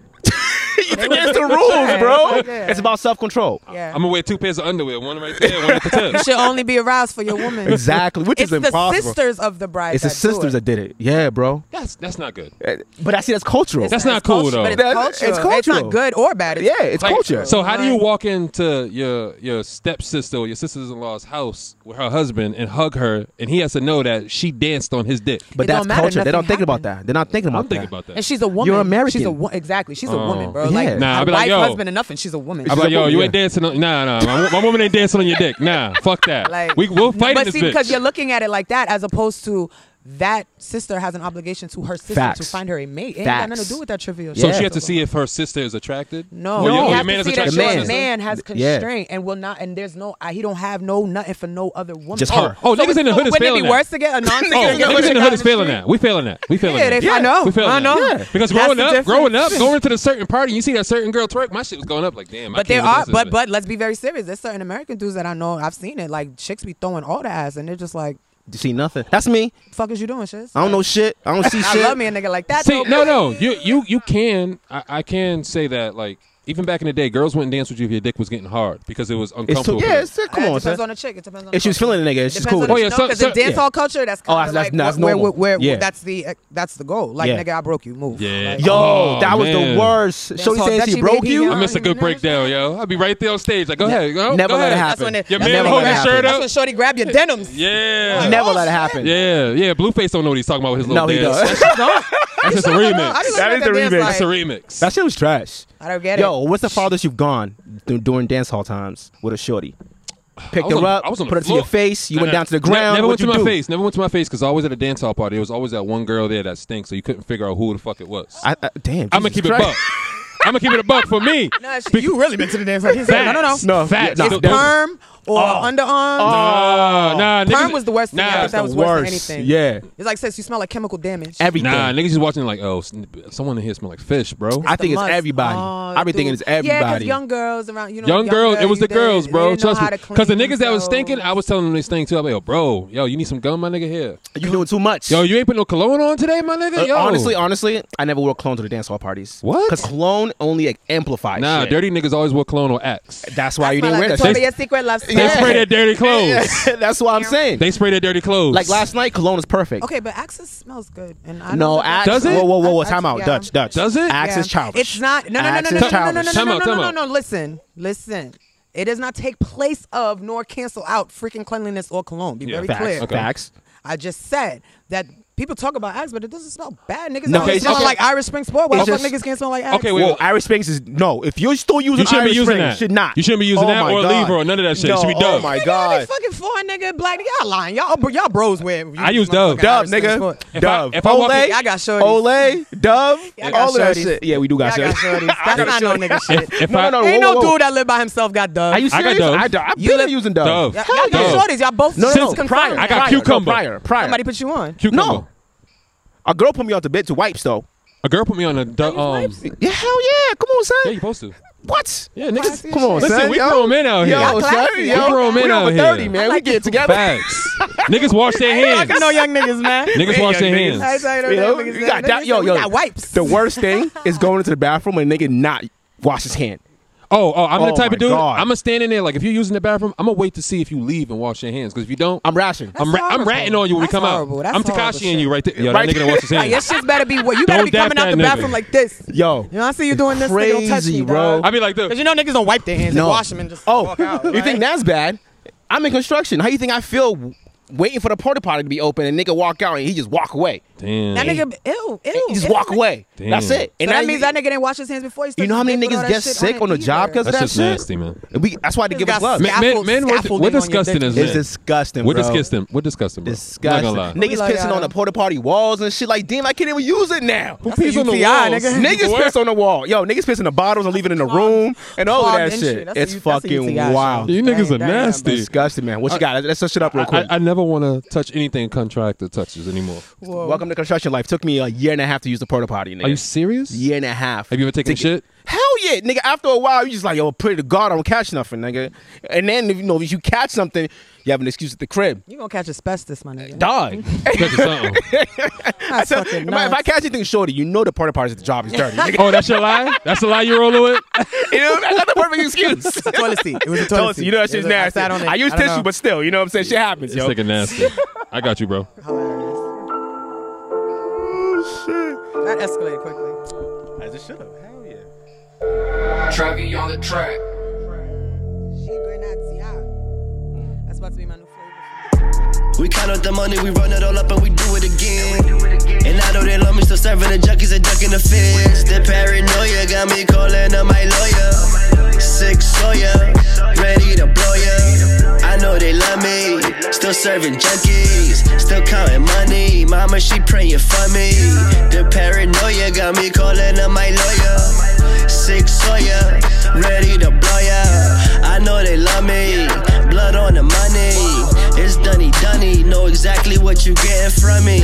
S1: It's against the rules, bro.
S9: Yeah.
S1: It's about self control.
S9: Yeah.
S3: I'm gonna wear two pairs of underwear, one right there, one at the tip.
S9: you should only be aroused for your woman.
S1: Exactly, which
S9: It's
S1: is
S9: the
S1: impossible.
S9: sisters of the bride.
S1: It's the
S9: that do
S1: sisters
S9: it.
S1: that did it. Yeah, bro.
S3: That's that's not good.
S1: Uh, But I see that's cultural.
S3: That's not
S9: It's
S3: cool,
S9: culture,
S3: though.
S9: But it's
S1: That-
S9: culture.
S1: it's
S9: It's,
S1: cultural.
S9: not good or bad. It's
S1: yeah, it's
S3: Like,
S1: culture.
S3: So how do you
S9: Right.
S3: walk into your your stepsister or your sister-in-law's house with her husband and hug her, and he has to know that she danced on his dick?
S1: but
S9: It
S1: that's
S9: don't matter,
S1: culture. They don't
S9: nothing
S1: think about
S9: happened.
S1: that. They're not thinking about
S3: I'm thinking
S1: that.
S3: about that.
S9: And she's a woman.
S1: You're
S9: She's a
S1: American.
S9: wo- exactly. She's a
S3: Oh.
S9: woman, bro.
S1: Yeah.
S9: Like
S3: Nah, I'll
S9: her
S3: be like,
S9: wife,
S3: yo.
S9: husband, and nothing. She's a woman.
S3: I'm
S1: She's
S3: like,
S1: a
S3: yo,
S1: woman,
S3: you
S1: yeah.
S3: ain't dancing on. Nah, nah, my, my woman ain't dancing on your dick. Nah, fuck that.
S9: Like
S3: we we'll fight in
S9: But
S3: this
S9: see,
S3: bitch.
S9: because you're looking at it like that, as opposed to that sister has an obligation to her sister to
S1: Facts.
S9: find her a mate. It ain't got nothing
S1: Facts.
S9: to do with that trivial.
S3: so
S9: shit.
S3: she has to see if her sister is attracted.
S9: No,
S3: Or your-
S9: you
S3: or your
S9: have
S3: man
S9: to
S3: is
S9: see that
S3: attracted.
S1: attraction.
S9: your
S1: The
S9: man,
S1: man.
S9: has
S1: Yeah.
S9: constraint and will not, and there's no, I- he don't have no nothing for no other woman.
S1: Just her.
S3: Oh, niggas
S9: it's-
S3: in the hood is
S9: Wouldn't it
S3: failing
S9: be
S3: that.
S9: worse to get a non
S3: Oh,
S9: niggas
S3: niggas in the hood is failing that. We failing that. We failing
S9: Yeah,
S3: that.
S9: they, I know.
S3: We failing
S9: I know.
S3: that. Because
S9: That's
S3: growing
S9: the
S3: up,
S9: difference.
S3: growing up, going to the certain party, you see that certain girl twerk, my shit was going up like damn. I
S9: But there are,
S3: can't with
S9: but
S3: this
S9: but let's be very serious. There's certain American dudes that I know. I've seen it. Like chicks be throwing all the ass, and they're just like,
S1: You see nothing. That's me.
S9: "Fuck is you doing, shit?"
S1: I don't know shit. I don't see
S9: I
S1: shit.
S9: love me a nigga like that.
S3: See,
S9: though,
S3: no,
S9: but-
S3: no, you you you can. I, I can say that like even back in the day, girls wouldn't dance with you if your dick was getting hard because it was
S1: It's too,
S3: uncomfortable. for
S1: yeah,
S3: them.
S1: it's, come
S9: it
S1: on,
S9: depends
S1: son.
S9: on the chick. It depends on. the
S1: If she's
S9: culture.
S1: feeling a nigga, she's
S9: Depends
S1: cool.
S9: on
S1: with
S9: the,
S3: Oh,
S1: it.
S3: yeah, so-
S9: because
S3: so-
S9: in dance
S3: yeah.
S9: hall culture, that's kind
S1: Oh,
S9: of
S1: that's-
S9: like
S1: that's
S9: where,
S1: normal.
S9: where, where,
S1: Yeah.
S9: that's the eh, that's the goal. Like
S1: Yeah.
S9: nigga, I broke you. Move.
S3: Yeah.
S9: Like,
S1: Yo,
S3: Oh,
S1: that was
S3: man.
S1: the worst. Shorty
S9: all
S1: saying
S9: that
S1: she
S9: she
S1: broke
S9: made me
S1: you.
S9: young.
S3: I missed a good
S9: Never-
S3: breakdown, yo. I'll be right there on stage. Like, go ahead, go,
S1: Never
S3: go
S1: let it
S3: ahead.
S1: happen.
S9: That's when it,
S3: Your
S9: that's
S3: man
S9: when
S1: never
S9: hold
S1: let it
S9: your
S1: happen.
S9: shirt That's
S3: up.
S9: when Shorty grab your denims. oh,
S3: Yeah,
S1: Never let it happen.
S3: yeah, yeah. Blueface don't know what he's talking about with his little
S1: No, he
S3: dance.
S1: does.
S3: That's just a
S9: I just
S3: remix.
S1: That
S9: look
S1: is
S9: at dance
S1: the remix.
S9: like,
S3: That's a remix.
S1: That shit was trash.
S9: I don't get it.
S1: Yo, what's the farthest you've gone th- during dance hall times with a shorty? Picked
S3: I was
S1: her
S3: on-
S1: up,
S3: I was on the
S1: put her to
S3: floor.
S1: your face, you
S3: Nah,
S1: went
S3: nah.
S1: down to the
S3: Ne-
S1: ground.
S3: Never went
S1: What'd
S3: to
S1: you
S3: my
S1: do?
S3: face. Never went to my face because always at a dance hall party, there was always that one girl there that stinks, so you couldn't figure out who the fuck it was.
S1: I, I, damn.
S3: I'm gonna
S1: Jesus
S3: keep it
S1: Christ.
S3: buck. I'm gonna keep it a buck for me.
S9: Nah, she- you really been to the dance hall? He's like,
S3: Facts.
S9: No, no, no.
S1: No,
S3: facts.
S1: yeah,
S9: It's
S1: no, Oh.
S3: Those-
S9: perm or underarm.
S3: Nah, nah,
S9: Perm
S3: niggas-
S9: was the worst thing.
S3: Nah,
S9: I think
S3: it's
S9: that
S3: the
S9: was worse, than
S1: worst.
S9: anything.
S1: Yeah.
S9: It's like since you smell like chemical damage.
S1: Everything.
S3: Nah, niggas is watching like, oh, sn- someone in here smell like fish, bro.
S1: I think
S9: the
S1: it's
S9: months.
S1: everybody.
S9: Oh,
S1: I be thinking
S9: dude.
S1: it's
S9: Yeah, because
S1: everybody.
S9: young girls around, you know,
S3: young girls, it was the
S9: you- they-
S3: girls,
S9: they
S3: bro.
S9: didn't know
S3: Trust
S9: how
S3: me,
S9: to
S3: because the
S9: clean
S3: niggas that was stinking,
S9: themselves.
S3: I was telling them they stink too. I'm like, yo, bro, yo, you need some gum, my nigga. Here,
S1: you doing too much.
S3: yo, you ain't put no cologne on today, my
S1: Uh,
S3: nigga. Yo,
S1: honestly, honestly, I never wore cologne to the dance hall parties.
S3: What?
S1: Because cologne only like, amplifies.
S3: nah,
S1: shit.
S3: dirty niggas always wear cologne or Axe.
S1: That's why you
S9: Smell
S1: didn't wear
S9: like
S1: that.
S9: the
S1: shit.
S9: Victoria's Secret lobster.
S3: They
S1: Yeah.
S3: spray their dirty clothes.
S1: That's what I'm saying.
S3: they spray their dirty clothes.
S1: Like last night, cologne is perfect.
S9: Okay, but Axis smells good, and I know
S1: No,
S9: that-
S1: Axe.
S3: Does it?
S1: Whoa, whoa, whoa, whoa!
S9: I- I-
S1: Time out,
S9: yeah.
S1: Dutch, Dutch.
S3: Does it?
S1: Axe
S9: Yeah.
S1: is childish.
S9: It's not. No, no, no,
S1: Axe
S9: no,
S1: is
S9: no, no, no, no, no, no,
S1: childish.
S9: no,
S3: Time
S9: no,
S3: out,
S9: no,
S3: time
S9: no,
S3: out.
S9: no. Listen, listen. It does not take place of nor cancel out freaking cleanliness or cologne. Be
S3: Yeah.
S9: very
S1: Facts.
S9: clear.
S3: Okay.
S1: Facts.
S9: I just said that people talk about Axe, but it doesn't smell bad. Niggas
S1: No,
S9: no, always
S1: it's-
S9: smell
S3: okay.
S9: like Irish Spring Sport. Why
S1: It's
S9: the fuck
S1: just-
S9: niggas can't smell like Axe?
S3: Okay, wait,
S1: Whoa,
S3: wait.
S1: Irish Springs is no. If you're still using
S3: You shouldn't be
S1: Irish
S3: using
S1: Springs,
S3: that.
S1: you should not.
S3: You shouldn't be using
S1: Oh
S3: that
S1: my
S3: or
S1: God.
S3: Lever or none of that shit. It
S1: No,
S3: should be
S1: Oh
S3: Dove.
S1: my
S9: Nigga, all
S1: god.
S9: these fucking foreign nigga black y'all lying. Y'all bro- y'all bros wear.
S3: I use Dove.
S9: motherfucking
S1: Dove,
S9: Irish Spring
S1: nigga.
S9: Sport.
S3: If I-
S1: Dove.
S3: if I walk
S1: Olay.
S3: in-
S9: Y'all got shorties.
S1: Olay. Dove.
S9: Y'all got
S1: All of that
S9: shorties.
S1: shit. Yeah, we do got
S9: Y'all got
S1: shorties.
S9: shorties. That's
S1: got
S9: not no nigga shit.
S3: If
S1: No,
S3: I-
S1: no, no.
S9: Ain't
S1: whoa,
S9: no
S1: whoa, whoa.
S9: dude that live by himself got Dove.
S1: Are you
S3: I got
S1: serious?
S3: Dove.
S1: I got I've
S9: You
S1: been
S9: live-
S1: using Dove.
S3: Dove.
S9: Y'all,
S1: Hell
S9: y'all
S1: yeah.
S3: Dove.
S9: got shorties. Y'all both
S1: No, no,
S9: since
S1: no.
S9: confirmed.
S1: Prior.
S3: I got
S1: Prior.
S3: cucumber.
S1: No, prior. Prior.
S9: Somebody put you on.
S3: Cucumber.
S1: No. A girl put me out the bed to wipes though.
S3: A girl put me on a du- um.
S1: Yeah, hell yeah. Come on, son.
S3: Yeah, you supposed to.
S1: What?
S3: Yeah, niggas.
S1: Come on,
S3: Listen,
S1: son.
S3: we
S1: yo.
S3: grown men out here.
S1: Yo, son,
S9: classy.
S1: yo.
S9: We
S3: grown men
S1: we over
S3: out here.
S1: 30, man. we get together.
S3: Facts. niggas wash their hands.
S9: No young niggas, man.
S3: Niggas wash their hands.
S1: You know, you got that. Yo,
S9: we
S1: yo.
S9: got wipes.
S1: The worst thing is going into the bathroom and a nigga not wash his hand.
S3: Oh, oh, I'm the
S1: Oh
S3: type
S1: my
S3: of dude.
S1: God.
S3: I'm gonna stand in there. Like if you're using the bathroom, I'm gonna wait to see if you leave and wash your hands. Because if you don't,
S1: I'm rashing.
S3: I'm, ra- I'm
S9: horrible.
S3: ratting on you when
S9: That's
S3: we come
S9: horrible.
S3: out.
S9: That's
S3: I'm
S9: horrible
S3: Takashi and
S9: shit.
S3: you right there. Yo,
S1: Right.
S3: that nigga don't wash his
S9: Like, your
S3: hands.
S9: shit better be. What you better
S3: Don't
S9: be coming
S3: dap
S9: out
S3: that
S9: the bathroom
S3: nigga.
S9: like this.
S1: Yo.
S9: You know, I see you doing this. Crazy, don't touch
S1: Crazy,
S9: me,
S1: bro.
S3: I be like,
S9: Because
S3: the,
S9: you know niggas don't wipe their hands.
S1: No.
S9: They wash them and just
S1: Oh,
S9: walk out.
S1: you think that's bad? I'm in construction. How you think I feel w- waiting for the porta potty to be open and nigga walk out and he just walk away?
S3: damn.
S9: that nigga? Ew, ew.
S1: He just
S9: ew.
S1: walk away.
S3: Damn.
S1: That's it.
S9: So that
S1: I-
S9: means that nigga didn't wash his hands before. He
S1: You
S9: touched
S1: know how
S9: his
S1: many
S9: dick with all
S1: niggas
S9: that
S1: get
S9: shit
S1: sick on the
S9: it
S1: job
S9: either.
S1: because of
S3: That's
S1: that
S3: just
S1: shit?
S3: nasty, man.
S1: We, that's why they
S9: Niggas
S1: give us
S9: got
S1: love.
S9: sick.
S3: Men, men,
S9: Scaffold-
S3: men we're,
S9: scaffolding
S3: we're
S9: on your
S3: disgusting
S9: dick.
S3: as
S1: It's
S3: men.
S1: disgusting,
S3: We're
S1: bro.
S3: disgusting. We're disgusting, bro.
S1: Disgusting.
S3: Not gonna lie.
S1: Niggas
S9: We like,
S1: pissing on
S9: uh,
S1: the porta potty walls and shit. Like, damn, I can't even use it now.
S3: Who pees on the
S9: UTI,
S3: walls?
S9: nigga.
S1: Niggas piss on the wall. Yo, niggas piss in the bottles and leave it in the room and all of
S9: Clogged
S1: that
S9: in
S1: shit.
S9: shit. That's a
S1: It's
S9: U- that's a
S1: fucking
S9: UTI shit.
S1: wild.
S3: You niggas
S9: Dang,
S3: are
S9: damn,
S3: nasty. Uh,
S1: Disgusting, man. What you got? Let's let's shut it up real
S3: I,
S1: quick.
S3: I never want to touch anything contractor touches anymore.
S9: Whoa.
S1: Welcome welcome to construction life. Took me a year and a half to use the porta potty. Nigga.
S3: Are you serious?
S1: year and a half.
S3: Have you ever taken a
S1: Nigga,
S3: shit?
S1: Hell yeah, nigga. After a while, you just like, yo, pray to God, I don't catch nothing, nigga. And then if you know if you catch something, you have an excuse at the crib.
S9: You gonna catch asbestos, my nigga.
S1: Dog.
S3: Catch or something.
S9: That's
S1: So,
S9: fucking
S1: if, I, if I
S9: nuts.
S1: catch anything shorty, you know the porta potty at the job is dirty. nigga.
S3: oh, that's your lie? That's a lie you're rolling with?
S1: you know, I got the perfect excuse.
S9: toilet seat. It was a toilet
S1: Toilet,
S9: seat.
S1: you know that
S9: It was
S1: shit's
S9: a- I
S1: nasty.
S9: sat on it.
S1: I use
S9: I don't
S1: tissue,
S9: know.
S1: but still, you know what I'm saying? Shit happens,
S3: It's
S1: yo.
S3: like a nasty. I got you, bro.
S9: That escalated quickly.
S1: As it should have. Hell yeah.
S10: Travi on the track.
S9: ah. That's about to be my new flavor.
S11: We count up the money, we run it all up and we do it again. And I know they love me, still serving the junkies and ducking the feds. The paranoia got me calling on my lawyer. Six Sawyer, ready to blow ya. I know they love me, still serving junkies, still counting money. Mama, she praying for me. The paranoia got me calling on my lawyer. Six Sawyer, ready to blow ya. I know they love me, blood on the money. It's Dunny Dunny, know exactly what you getting from me.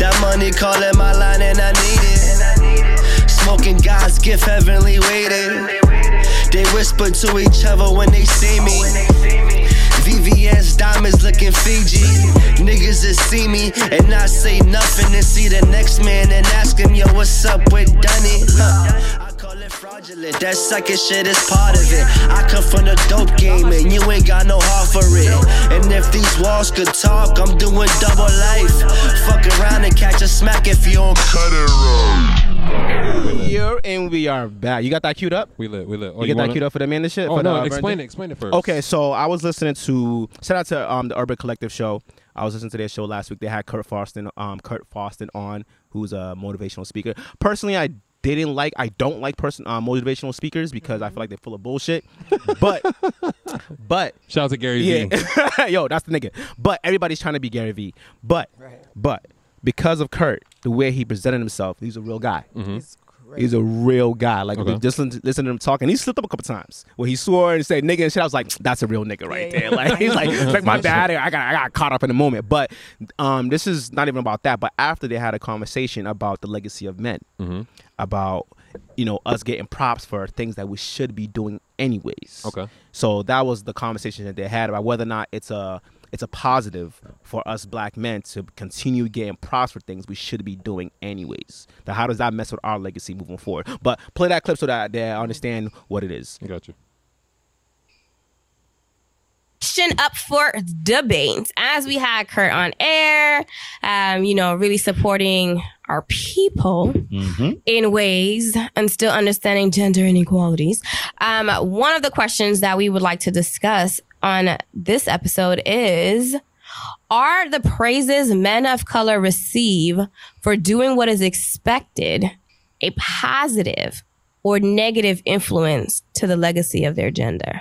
S11: That money calling my line and I need it. Smoking God's gift, heavenly waiting. They whisper to each other when they see me. VVS diamonds looking Fiji. Niggas that see me and I say nothing and see the next man and ask him, yo, what's up with Dunny? Huh. I call it fraudulent. That sucking shit is part of it. I come from the dope game and you ain't got no heart for it. And if these walls could talk, I'm doing double life. Fuck around and catch a smack if you don't cut it right.
S1: Here and we are back. You got that queued up?
S3: We lit, we lit. Oh,
S1: you, get that
S3: wanna-
S1: queued up for the man and shit?
S3: Oh,
S1: for
S3: no,
S1: the, uh,
S3: explain
S1: Virgin?
S3: it, explain it first.
S1: Okay, so I was listening to shout out to um the Urban Collective show. I was listening to their show last week. They had Kurt Foston um Kurt Foston on, who's a motivational speaker. Personally, I didn't like I don't like person um, motivational speakers because I feel like they're full of bullshit. But but
S3: Shout out to Gary Vee.
S1: yeah. Yo, that's the nigga. But everybody's trying to be Gary Vee. But but because of Kurt, the way he presented himself, he's a real guy.
S9: It's crazy.
S1: He's a real guy. Like
S3: Mm-hmm. Okay.
S1: just listen, listen to him talk, and he slipped up a couple times where he swore and said nigga and shit. I was like, that's a real nigga right
S9: Yeah, yeah.
S1: there. Like he's like, like my bad. I got I got caught up in the moment. But um, this is not even about that. But after they had a conversation about the legacy of men, about you know us getting props for things that we should be doing anyways.
S3: Okay.
S1: So that was the conversation that they had about whether or not it's a it's a positive for us black men to continue getting props for things we should be doing anyways. Now, how does that mess with our legacy moving forward? But play that clip so that they understand what it is.
S3: Got you.
S2: Question up for debate. As we had Kurt on air, um, you know, really supporting our people in ways and still understanding gender inequalities. Um, one of the questions that we would like to discuss on this episode is Are the praises men of color receive for doing what is expected a positive or negative influence to the legacy of their gender?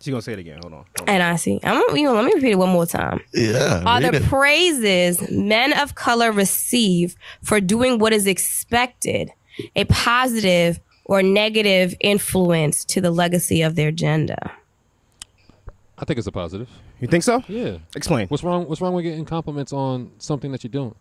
S1: She's gonna say it again. Hold on. Hold on.
S2: And I see. I'm gonna, you know, let me repeat it one more time.
S11: Yeah.
S2: Are the praises men of color receive for doing what is expected a positive or negative influence to the legacy of their gender?
S3: I think it's a positive.
S1: You think so?
S3: Yeah.
S1: Explain.
S3: What's wrong? What's wrong with getting compliments on something that you're doing?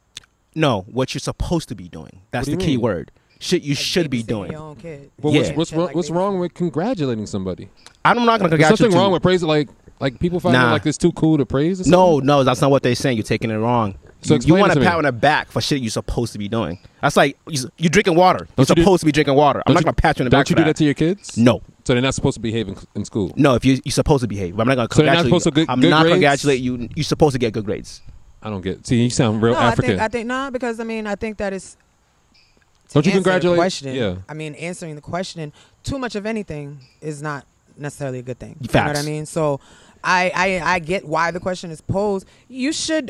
S1: No, what you're supposed to be doing. That's
S3: What do
S1: the
S3: you
S1: key
S3: mean?
S1: word. Shit you should be
S9: Babysitting
S1: doing.
S9: Your own kid.
S3: But
S1: Yeah.
S3: what's what's, wrong, what's wrong with congratulating somebody?
S1: I'm not gonna
S3: There's
S1: congratulate
S3: something
S1: you.
S3: wrong with praise. Like like people find
S1: Nah.
S3: it like it's too cool to praise. Or
S1: No, no, that's not what they're saying. You're taking it wrong. You-
S3: So
S1: you
S3: explain it
S1: want
S3: to
S1: a
S3: me.
S1: pat on the back for shit you're supposed to be doing. That's like you- you're drinking water. You're
S3: Don't you do-
S1: supposed to be drinking water. I'm
S3: Don't
S1: not
S3: you-
S1: gonna pat you on the
S3: Don't
S1: back.
S3: you
S1: for
S3: do that to your kids?
S1: No,
S3: So they're not supposed to behave in, in school.
S1: no. If you you're supposed to behave, but I'm not gonna
S3: So they're not
S1: congratulate
S3: supposed to
S1: you.
S3: get
S1: I'm
S3: good
S1: not
S3: grades?
S1: congratulate you. You're supposed to get good grades.
S3: I don't get. See, you sound real
S9: No, I
S3: African.
S9: think I think no, because I mean I think that is. to
S3: Don't you
S9: answer the
S3: congratulate-
S9: Question.
S3: yeah.
S9: I mean, answering the question too much of anything is not necessarily a good thing. You know what
S1: Facts.
S9: I mean? So, I I, I get why the question is posed. You should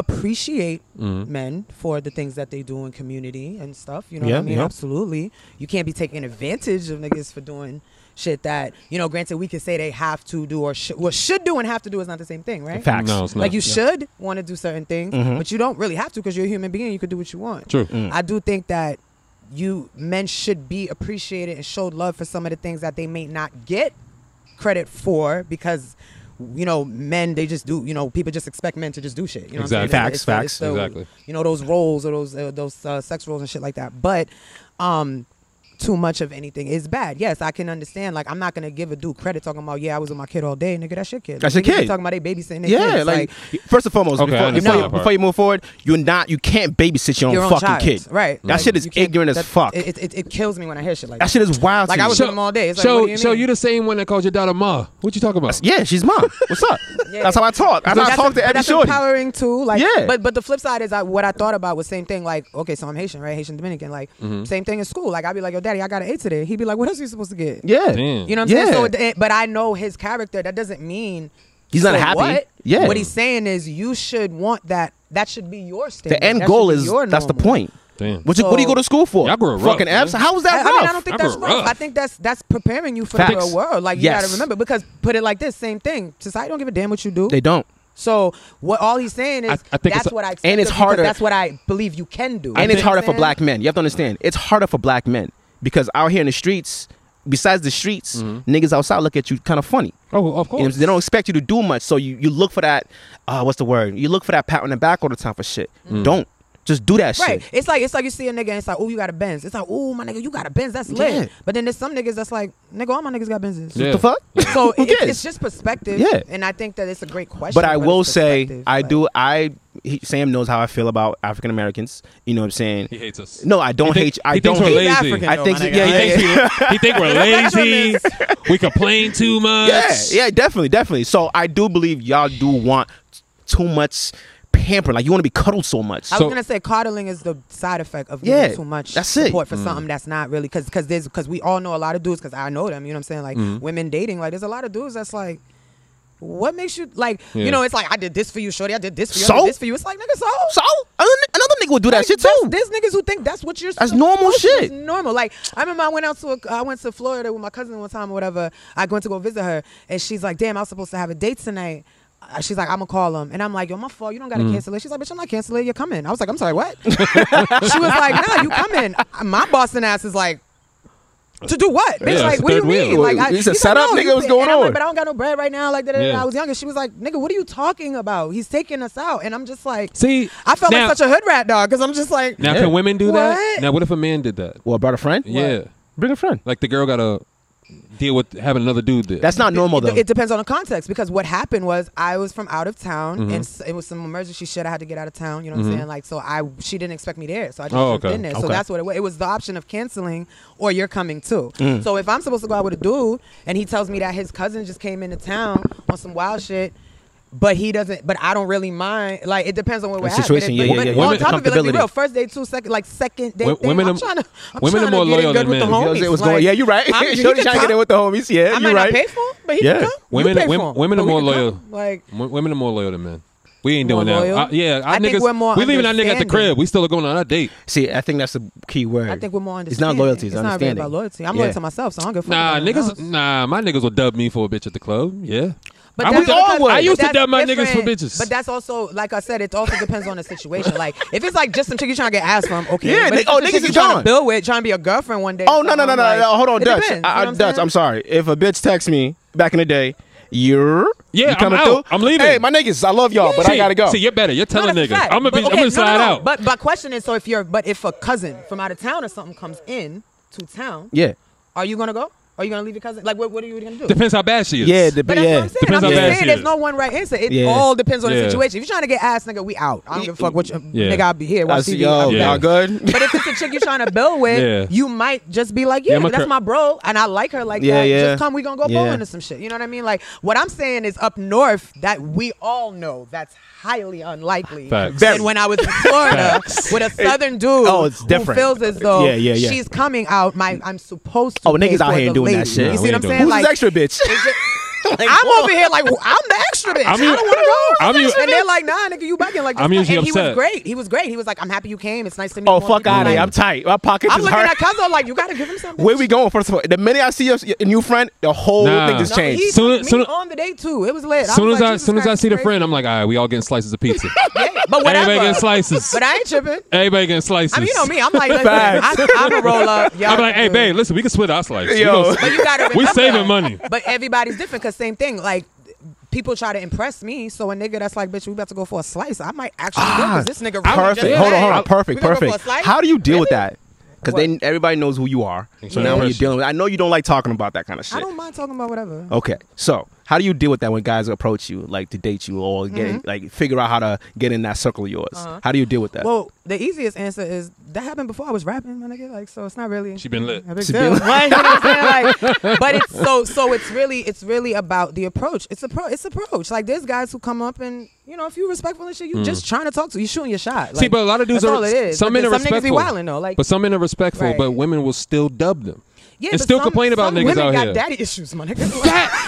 S9: appreciate
S3: Mm-hmm.
S9: men for the things that they do in community and stuff. You know
S1: Yeah,
S9: what I mean?
S1: yeah.
S9: Absolutely. You can't be taking advantage of niggas for doing shit that you know. Granted, we could say they have to do or should, well should do and have to do is not the same thing, right?
S1: Facts. Mm-hmm.
S3: No, it's not.
S9: Like you should want to do certain things, but you don't really have to because you're a human being. You could do what you want.
S3: True.
S1: Mm.
S9: I do think that you men should be appreciated and showed love for some of the things that they may not get credit for because you know, men they just do. You know, people just expect men to just do shit. You know, what I'm
S1: Exactly.
S9: saying?
S1: Facts, facts.
S9: the-
S1: Exactly.
S9: You know those roles or those uh, those uh, sex roles and shit like that. But um, too much of anything is bad. Yes, I can understand. Like I'm not gonna give a dude credit talking about yeah, I was with my kid all day, nigga. That's your kid.
S1: That's your
S9: Niggas be
S1: kid.
S9: Talking about they babysitting. Their
S1: Yeah,
S9: kids.
S1: like, first and foremost,
S3: Okay, I
S1: before,
S3: understand
S1: before, you,
S3: that part.
S1: before you move forward, you're not you can't babysit your own,
S9: own
S1: fucking
S9: child.
S1: kid.
S9: Right.
S1: That shit is
S9: you can't-
S1: ignorant as
S9: that-
S1: fuck.
S9: It, it, it kills me when I hear shit like that.
S1: that shit is wild.
S9: Like
S1: to
S9: I
S1: me.
S9: was with him all day. It's like,
S3: so,
S9: what do you
S3: so
S9: mean?
S3: you the same one that calls your daughter ma. What you talking about?
S1: Yeah, she's mom. What's up? That's how I talk. That's how I
S9: That's a-
S1: talk to
S9: but
S1: every
S9: that's
S1: shorty.
S9: empowering too. Like,
S1: Yeah.
S9: But but the flip side is I, what I thought about was same thing. Like, okay, so I'm Haitian, right? Haitian Dominican. Like,
S3: Mm-hmm.
S1: Mhm.
S9: same thing in school. Like, I'd be like, yo, daddy, I got an A today. He'd be like, what else are you supposed to get?
S1: Yeah.
S9: You know what I'm saying? So, it- it, but I know his character. That doesn't mean
S1: He's not
S9: so
S1: happy.
S9: What?
S1: Yeah.
S9: What he's saying is you should want that. That should be your standard.
S1: the end
S9: That
S1: goal
S9: should be
S1: is
S9: your
S1: that's the
S9: norm.
S1: point.
S3: Damn.
S1: What, you, what do you go to school for?
S3: Y'all grew
S1: Fucking
S3: rough,
S1: abs.
S3: man.
S1: How was
S9: I,
S1: that
S9: I mean, I
S1: rough?
S9: don't think
S3: Y'all
S9: that's
S3: grew
S9: rough.
S3: rough.
S9: I think that's that's preparing you for
S1: Facts.
S9: the real world. Like you
S1: Yes.
S9: gotta remember because put it like this, same thing. Society don't give a damn what you do.
S1: They don't.
S9: So what all he's saying is
S1: I- I think
S9: that's
S1: it's-
S9: what I expect
S1: and it's
S9: of you 'cause
S1: harder-
S9: That's what I believe you can do.
S1: and
S9: You
S1: it's
S9: know what
S1: harder
S9: I'm
S1: for
S9: saying?
S1: black men. You have to understand, it's harder for black men because out here in the streets, besides the streets, niggas outside look at you kind of funny.
S3: Mm-hmm. Oh, of
S1: You know what I'm saying? they don't expect you to do much, so you, you look for that. Uh, what's the word? You look for that pat on the back all the time for shit.
S3: Mm.
S1: Don't just do that
S9: Right.
S1: shit.
S9: It's like it's like you see a nigga and it's like, oh, you got a Benz. It's like, oh, my nigga, you got a Benz. That's lit.
S1: Yeah.
S9: But then there's some niggas that's like, nigga, all my niggas got Benzes.
S1: What the fuck?
S9: So
S1: Who
S9: it, it's-
S1: cares?
S9: it's just perspective.
S1: Yeah.
S9: And I think that it's a great question.
S1: But I
S9: about
S1: will
S9: it's
S1: say,
S9: perspective,
S1: I
S9: but-
S1: do. I he, Sam knows how I feel about African Americans. You know what I'm saying? He
S3: hates us.
S1: No, I don't
S3: He think-
S1: hate. I
S3: he
S1: don't
S3: thinks we're
S1: hate.
S3: lazy. He's African,
S1: I
S3: though,
S1: think.
S3: my nigga.
S1: yeah,
S3: He
S1: yeah,
S3: thinks
S1: yeah.
S3: He think we're lazy. we complain too much.
S1: Yeah, yeah, definitely, definitely. So I do believe y'all do want t- too much pampering. Like you want to be cuddled so much.
S9: I
S1: So-
S9: was gonna say coddling is the side effect of
S1: Yeah,
S9: giving too much
S1: that's it.
S9: support for
S1: Mm.
S9: something that's not really because because there's because we all know a lot of dudes because I know them. You know what I'm saying? Like
S1: Mhm.
S9: women dating, like there's a lot of dudes that's like. What makes you like?
S1: Yeah.
S9: You know, it's like I did this for you, shorty. I did this for you. I
S1: So?
S9: did this for you. It's like nigga, so
S1: so another, another nigga would do that shit too.
S9: There's niggas who think that's what you're.
S1: That's normal
S9: supposed to-
S1: shit.
S9: It's normal. Like I remember I went out to a, I went to Florida with my cousin one time or whatever. I went to go visit her, and she's like, "Damn, I was supposed to have a date tonight." Uh, She's like, I'm gonna call him, and I'm like, yo, my fault. You don't gotta
S12: Mm.
S9: cancel it. She's like, bitch, I'm not canceling. it. You're coming. I was like, I'm sorry, what? she was like, nah, you coming. Uh, My Boston ass is like, to do what? Bitch,
S1: Yeah,
S9: like,
S1: it's
S9: what do you
S1: third wheel.
S9: mean? Like,
S1: It's a
S9: she's like,
S1: setup,
S9: no,
S1: nigga,
S9: you
S1: what's
S9: fit-
S1: going
S9: and I'm like,
S1: on?
S9: but I don't got no bread right now. Like, da, da, da, da.
S3: Yeah.
S9: I was younger. She was like, nigga, what are you talking about? He's taking us out, and I'm just like,
S3: see,
S9: I felt
S3: now-
S9: like such a hood rat dog because I'm just like,
S3: Now, can women do that?
S9: What?
S3: Now, what if a man did that?
S1: Well, brought a friend.
S3: Yeah,
S1: bring a friend.
S3: Like the girl got to deal with having another dude there.
S1: That's not normal
S9: It- It depends on the context because what happened was I was from out of town
S3: Mhm.
S1: Mm-hmm.
S9: and s- it was some emergency shit. I had to get out of town. You know what
S3: Mhm.
S9: I'm saying? Like, so I she didn't expect me there, so I just
S3: Oh,
S9: jumped
S3: okay.
S9: in there. So
S3: Okay.
S9: that's what it was. It was the option of canceling or you're coming too.
S3: Mm.
S9: So if I'm supposed to go out with a dude and he tells me that his cousin just came into town on some wild shit. But he doesn't. But I don't really mind. Like it depends on what
S1: The
S9: we're at. But
S1: situation,
S9: if-
S1: yeah,
S9: but
S1: yeah, yeah,
S9: On
S1: yeah.
S9: top of it, let's be
S1: Comfortability.
S9: real. First day, two second, like second day.
S1: Wo-
S9: thing,
S1: women
S9: I'm
S1: are-
S9: trying to. I'm
S1: women
S9: trying
S1: are more
S9: to get
S1: loyal
S9: in good
S1: than
S9: with the
S1: men.
S9: homies.
S1: Yo, it was
S9: like,
S1: going- yeah, you right.
S9: I'm-
S1: Shorty
S9: he
S1: trying
S9: can
S1: to get in
S9: come.
S1: with the homies. Yeah,
S9: I
S1: you
S9: might not
S1: right.
S9: pay for 'em, but he
S1: Yeah.
S9: can come. You
S3: Women,
S9: pay for
S3: women,
S9: 'em.
S3: women are
S9: But we
S3: more
S9: can come.
S3: loyal.
S9: Like
S3: Wo- women are more loyal than men. We ain't
S1: More
S3: doing that.
S1: loyal?
S3: I- yeah, our
S9: I think
S3: niggas.
S9: we're more
S3: we leaving our nigga at the
S9: understanding.
S3: crib. We still going on our date.
S1: See, I think that's the key word.
S9: I think we're more
S1: It's
S9: understanding.
S1: not loyalty, it's
S9: not really
S1: understanding.
S9: about loyalty. I'm
S1: Yeah.
S9: loyal to myself, so I don't give a fuck.
S3: Nah,
S9: about no one
S3: niggas.
S9: else.
S3: Nah, my niggas will dub me for a bitch at the club. Yeah,
S9: But
S3: I
S9: that's
S3: would-
S9: because-
S3: I used to
S9: that's
S3: dub my niggas for
S9: different.
S3: bitches.
S9: But that's also, like I said, it also depends on the situation. Like, if it's like just some chick you trying to get ass from, okay.
S1: Yeah,
S9: but
S1: they-
S9: if it's
S1: oh,
S9: some
S1: niggas
S9: chick you
S1: is
S9: trying
S1: gone.
S9: to build with, trying to be a girlfriend one day.
S1: Oh no no no no
S9: like,
S1: no! Hold on,
S9: it
S1: Dutch.
S9: depends,
S1: I,
S9: you
S1: I,
S9: know what
S1: Dutch, I'm sorry. If a bitch texts me back in the day, you're
S3: Yeah,
S1: you
S3: I'm
S1: coming
S3: out.
S1: through?
S3: I'm leaving.
S1: Hey, my niggas, I love y'all, but I
S3: See-
S1: gotta go.
S3: See, you're better. You're
S9: No,
S3: telling
S9: that's a
S3: niggas.
S9: fact.
S3: I'm gonna be.
S9: But okay,
S3: I'm gonna
S9: no,
S3: slide
S9: no, no.
S3: out.
S9: But my question is, so if you're, but if a cousin from out of town or something comes in to town,
S1: yeah.
S9: are you gonna go? Are you gonna leave your cousin? Like, what, what are you gonna do?
S3: Depends how bad she is.
S1: Yeah, the,
S9: But that's
S1: yeah.
S9: what I'm saying.
S3: Depends
S9: I'm
S3: how
S9: just
S3: bad
S9: saying
S3: she
S9: there's
S3: is.
S9: no one right answer. It
S1: Yeah.
S9: all depends on
S1: Yeah.
S9: the situation. If you're trying to get ass, nigga, we out. I don't give a fuck what you,
S1: Yeah.
S9: nigga. I'll be here.
S1: I
S9: Watch
S1: see
S9: TV.
S1: y'all.
S9: I'll be
S1: Y'all
S9: out.
S1: good?
S9: But if it's a chick you're trying to build with,
S1: Yeah.
S9: you might just be like,
S1: Yeah,
S9: yeah,
S1: I'm a
S9: that's
S1: cur-
S9: my bro, and I like her like
S1: Yeah,
S9: that.
S1: yeah.
S9: Just come, we gonna go
S1: Yeah.
S9: bowling or some shit. You know what I mean? Like what I'm saying is up north that we all know that's highly unlikely.
S1: Facts. Very.
S9: And when I was in Florida
S1: Facts.
S9: with a
S1: It-
S9: southern dude
S1: oh, it's
S9: who
S1: different.
S9: feels as though
S1: Yeah, yeah, yeah.
S9: she's coming out, my I'm supposed to.
S1: Oh,
S9: pay
S1: niggas out
S9: for
S1: here
S9: the
S1: doing that
S9: lady.
S1: shit.
S9: You see what I'm saying?
S1: Who's
S9: like,
S1: this extra bitch?
S9: I'm over here like well, I'm the extra bitch. I'm
S3: I'm
S9: I do
S3: u-
S9: not want to go.
S3: I'm
S9: I'm
S3: u-
S9: and they're like, nah, nigga, you bugging like this.
S3: I'm
S9: guy-
S3: usually
S9: and
S3: upset.
S9: He was great. He was great. He was like, I'm happy you came. It's nice to meet. more
S1: oh fuck
S9: people."
S1: out of
S9: Like,
S1: here! I'm tight. My pockets
S9: I'm
S1: is
S9: looking
S1: hurt.
S9: at Cuzzo like, you gotta give him something.
S1: Where we going? First of all, the minute I see your, your new friend, the whole
S3: Nah.
S1: thing just
S3: No,
S1: changed.
S9: He
S3: Soon-
S9: took me
S3: soon-
S9: on the day too. It was lit.
S3: Soon
S9: was
S3: as
S9: like,
S3: I,
S9: Jesus
S3: soon as I
S9: Christ,
S3: see the
S9: it's
S3: friend, I'm like, all right, we all getting slices of pizza.
S9: crazy. Yeah, but whatever.
S3: Everybody getting slices.
S9: But I ain't tripping.
S3: Everybody getting slices.
S9: I mean, you know me. I'm like, listen,
S3: Facts.
S9: I, I'm a roll up. Y'all
S3: I'm like, hey, babe, listen, we can split our slices. We
S1: Yo.
S3: gonna-
S9: But you gotta
S3: we
S9: remember-
S3: saving money.
S9: But everybody's different because same thing. Like people try to impress me. So a nigga that's like, bitch, we about to go for a slice. I might actually
S1: Ah,
S9: go 'cause this nigga. really
S1: perfect.
S9: just-
S1: Hold on,
S9: Hey,
S1: hold on. Perfect,
S9: we gonna go for a
S1: perfect.
S9: slice?
S1: How do you deal with that? Because then everybody knows who you are. So now when you're
S9: Impression.
S1: dealing with, I know you don't like talking about that kind of shit.
S9: I don't mind talking about whatever.
S1: Okay, so how do you deal with that when guys approach you, like to date you, or get
S9: Mhm.
S1: like figure out how to get in that circle of yours?
S9: Uh-huh.
S1: How do you deal with that?
S9: Well, the easiest answer is that happened before I was rapping, my nigga. Like, so it's not really.
S3: She been lit.
S9: a big
S3: She
S9: deal.
S3: been lit.
S9: Right? You know what I'm saying? Like, but it's so so. It's really it's really about the approach. It's appro- It's approach. Like there's guys who come up and you know if you respectful and shit, you
S3: Mm.
S9: just trying to talk to you, shooting your shot.
S3: See,
S9: Like,
S3: but a lot of dudes
S9: that's
S3: are
S9: all it is.
S3: some
S9: But
S3: men are
S9: then some niggas be
S3: respectful.
S9: wilding though. Like,
S3: but some men are respectful,
S9: Right.
S3: but women will still dub them.
S9: yeah,
S3: and
S9: but
S3: still
S9: some-
S3: complain about
S9: some
S3: niggas
S9: women
S3: out
S9: got
S3: here.
S9: daddy issues, my nigga.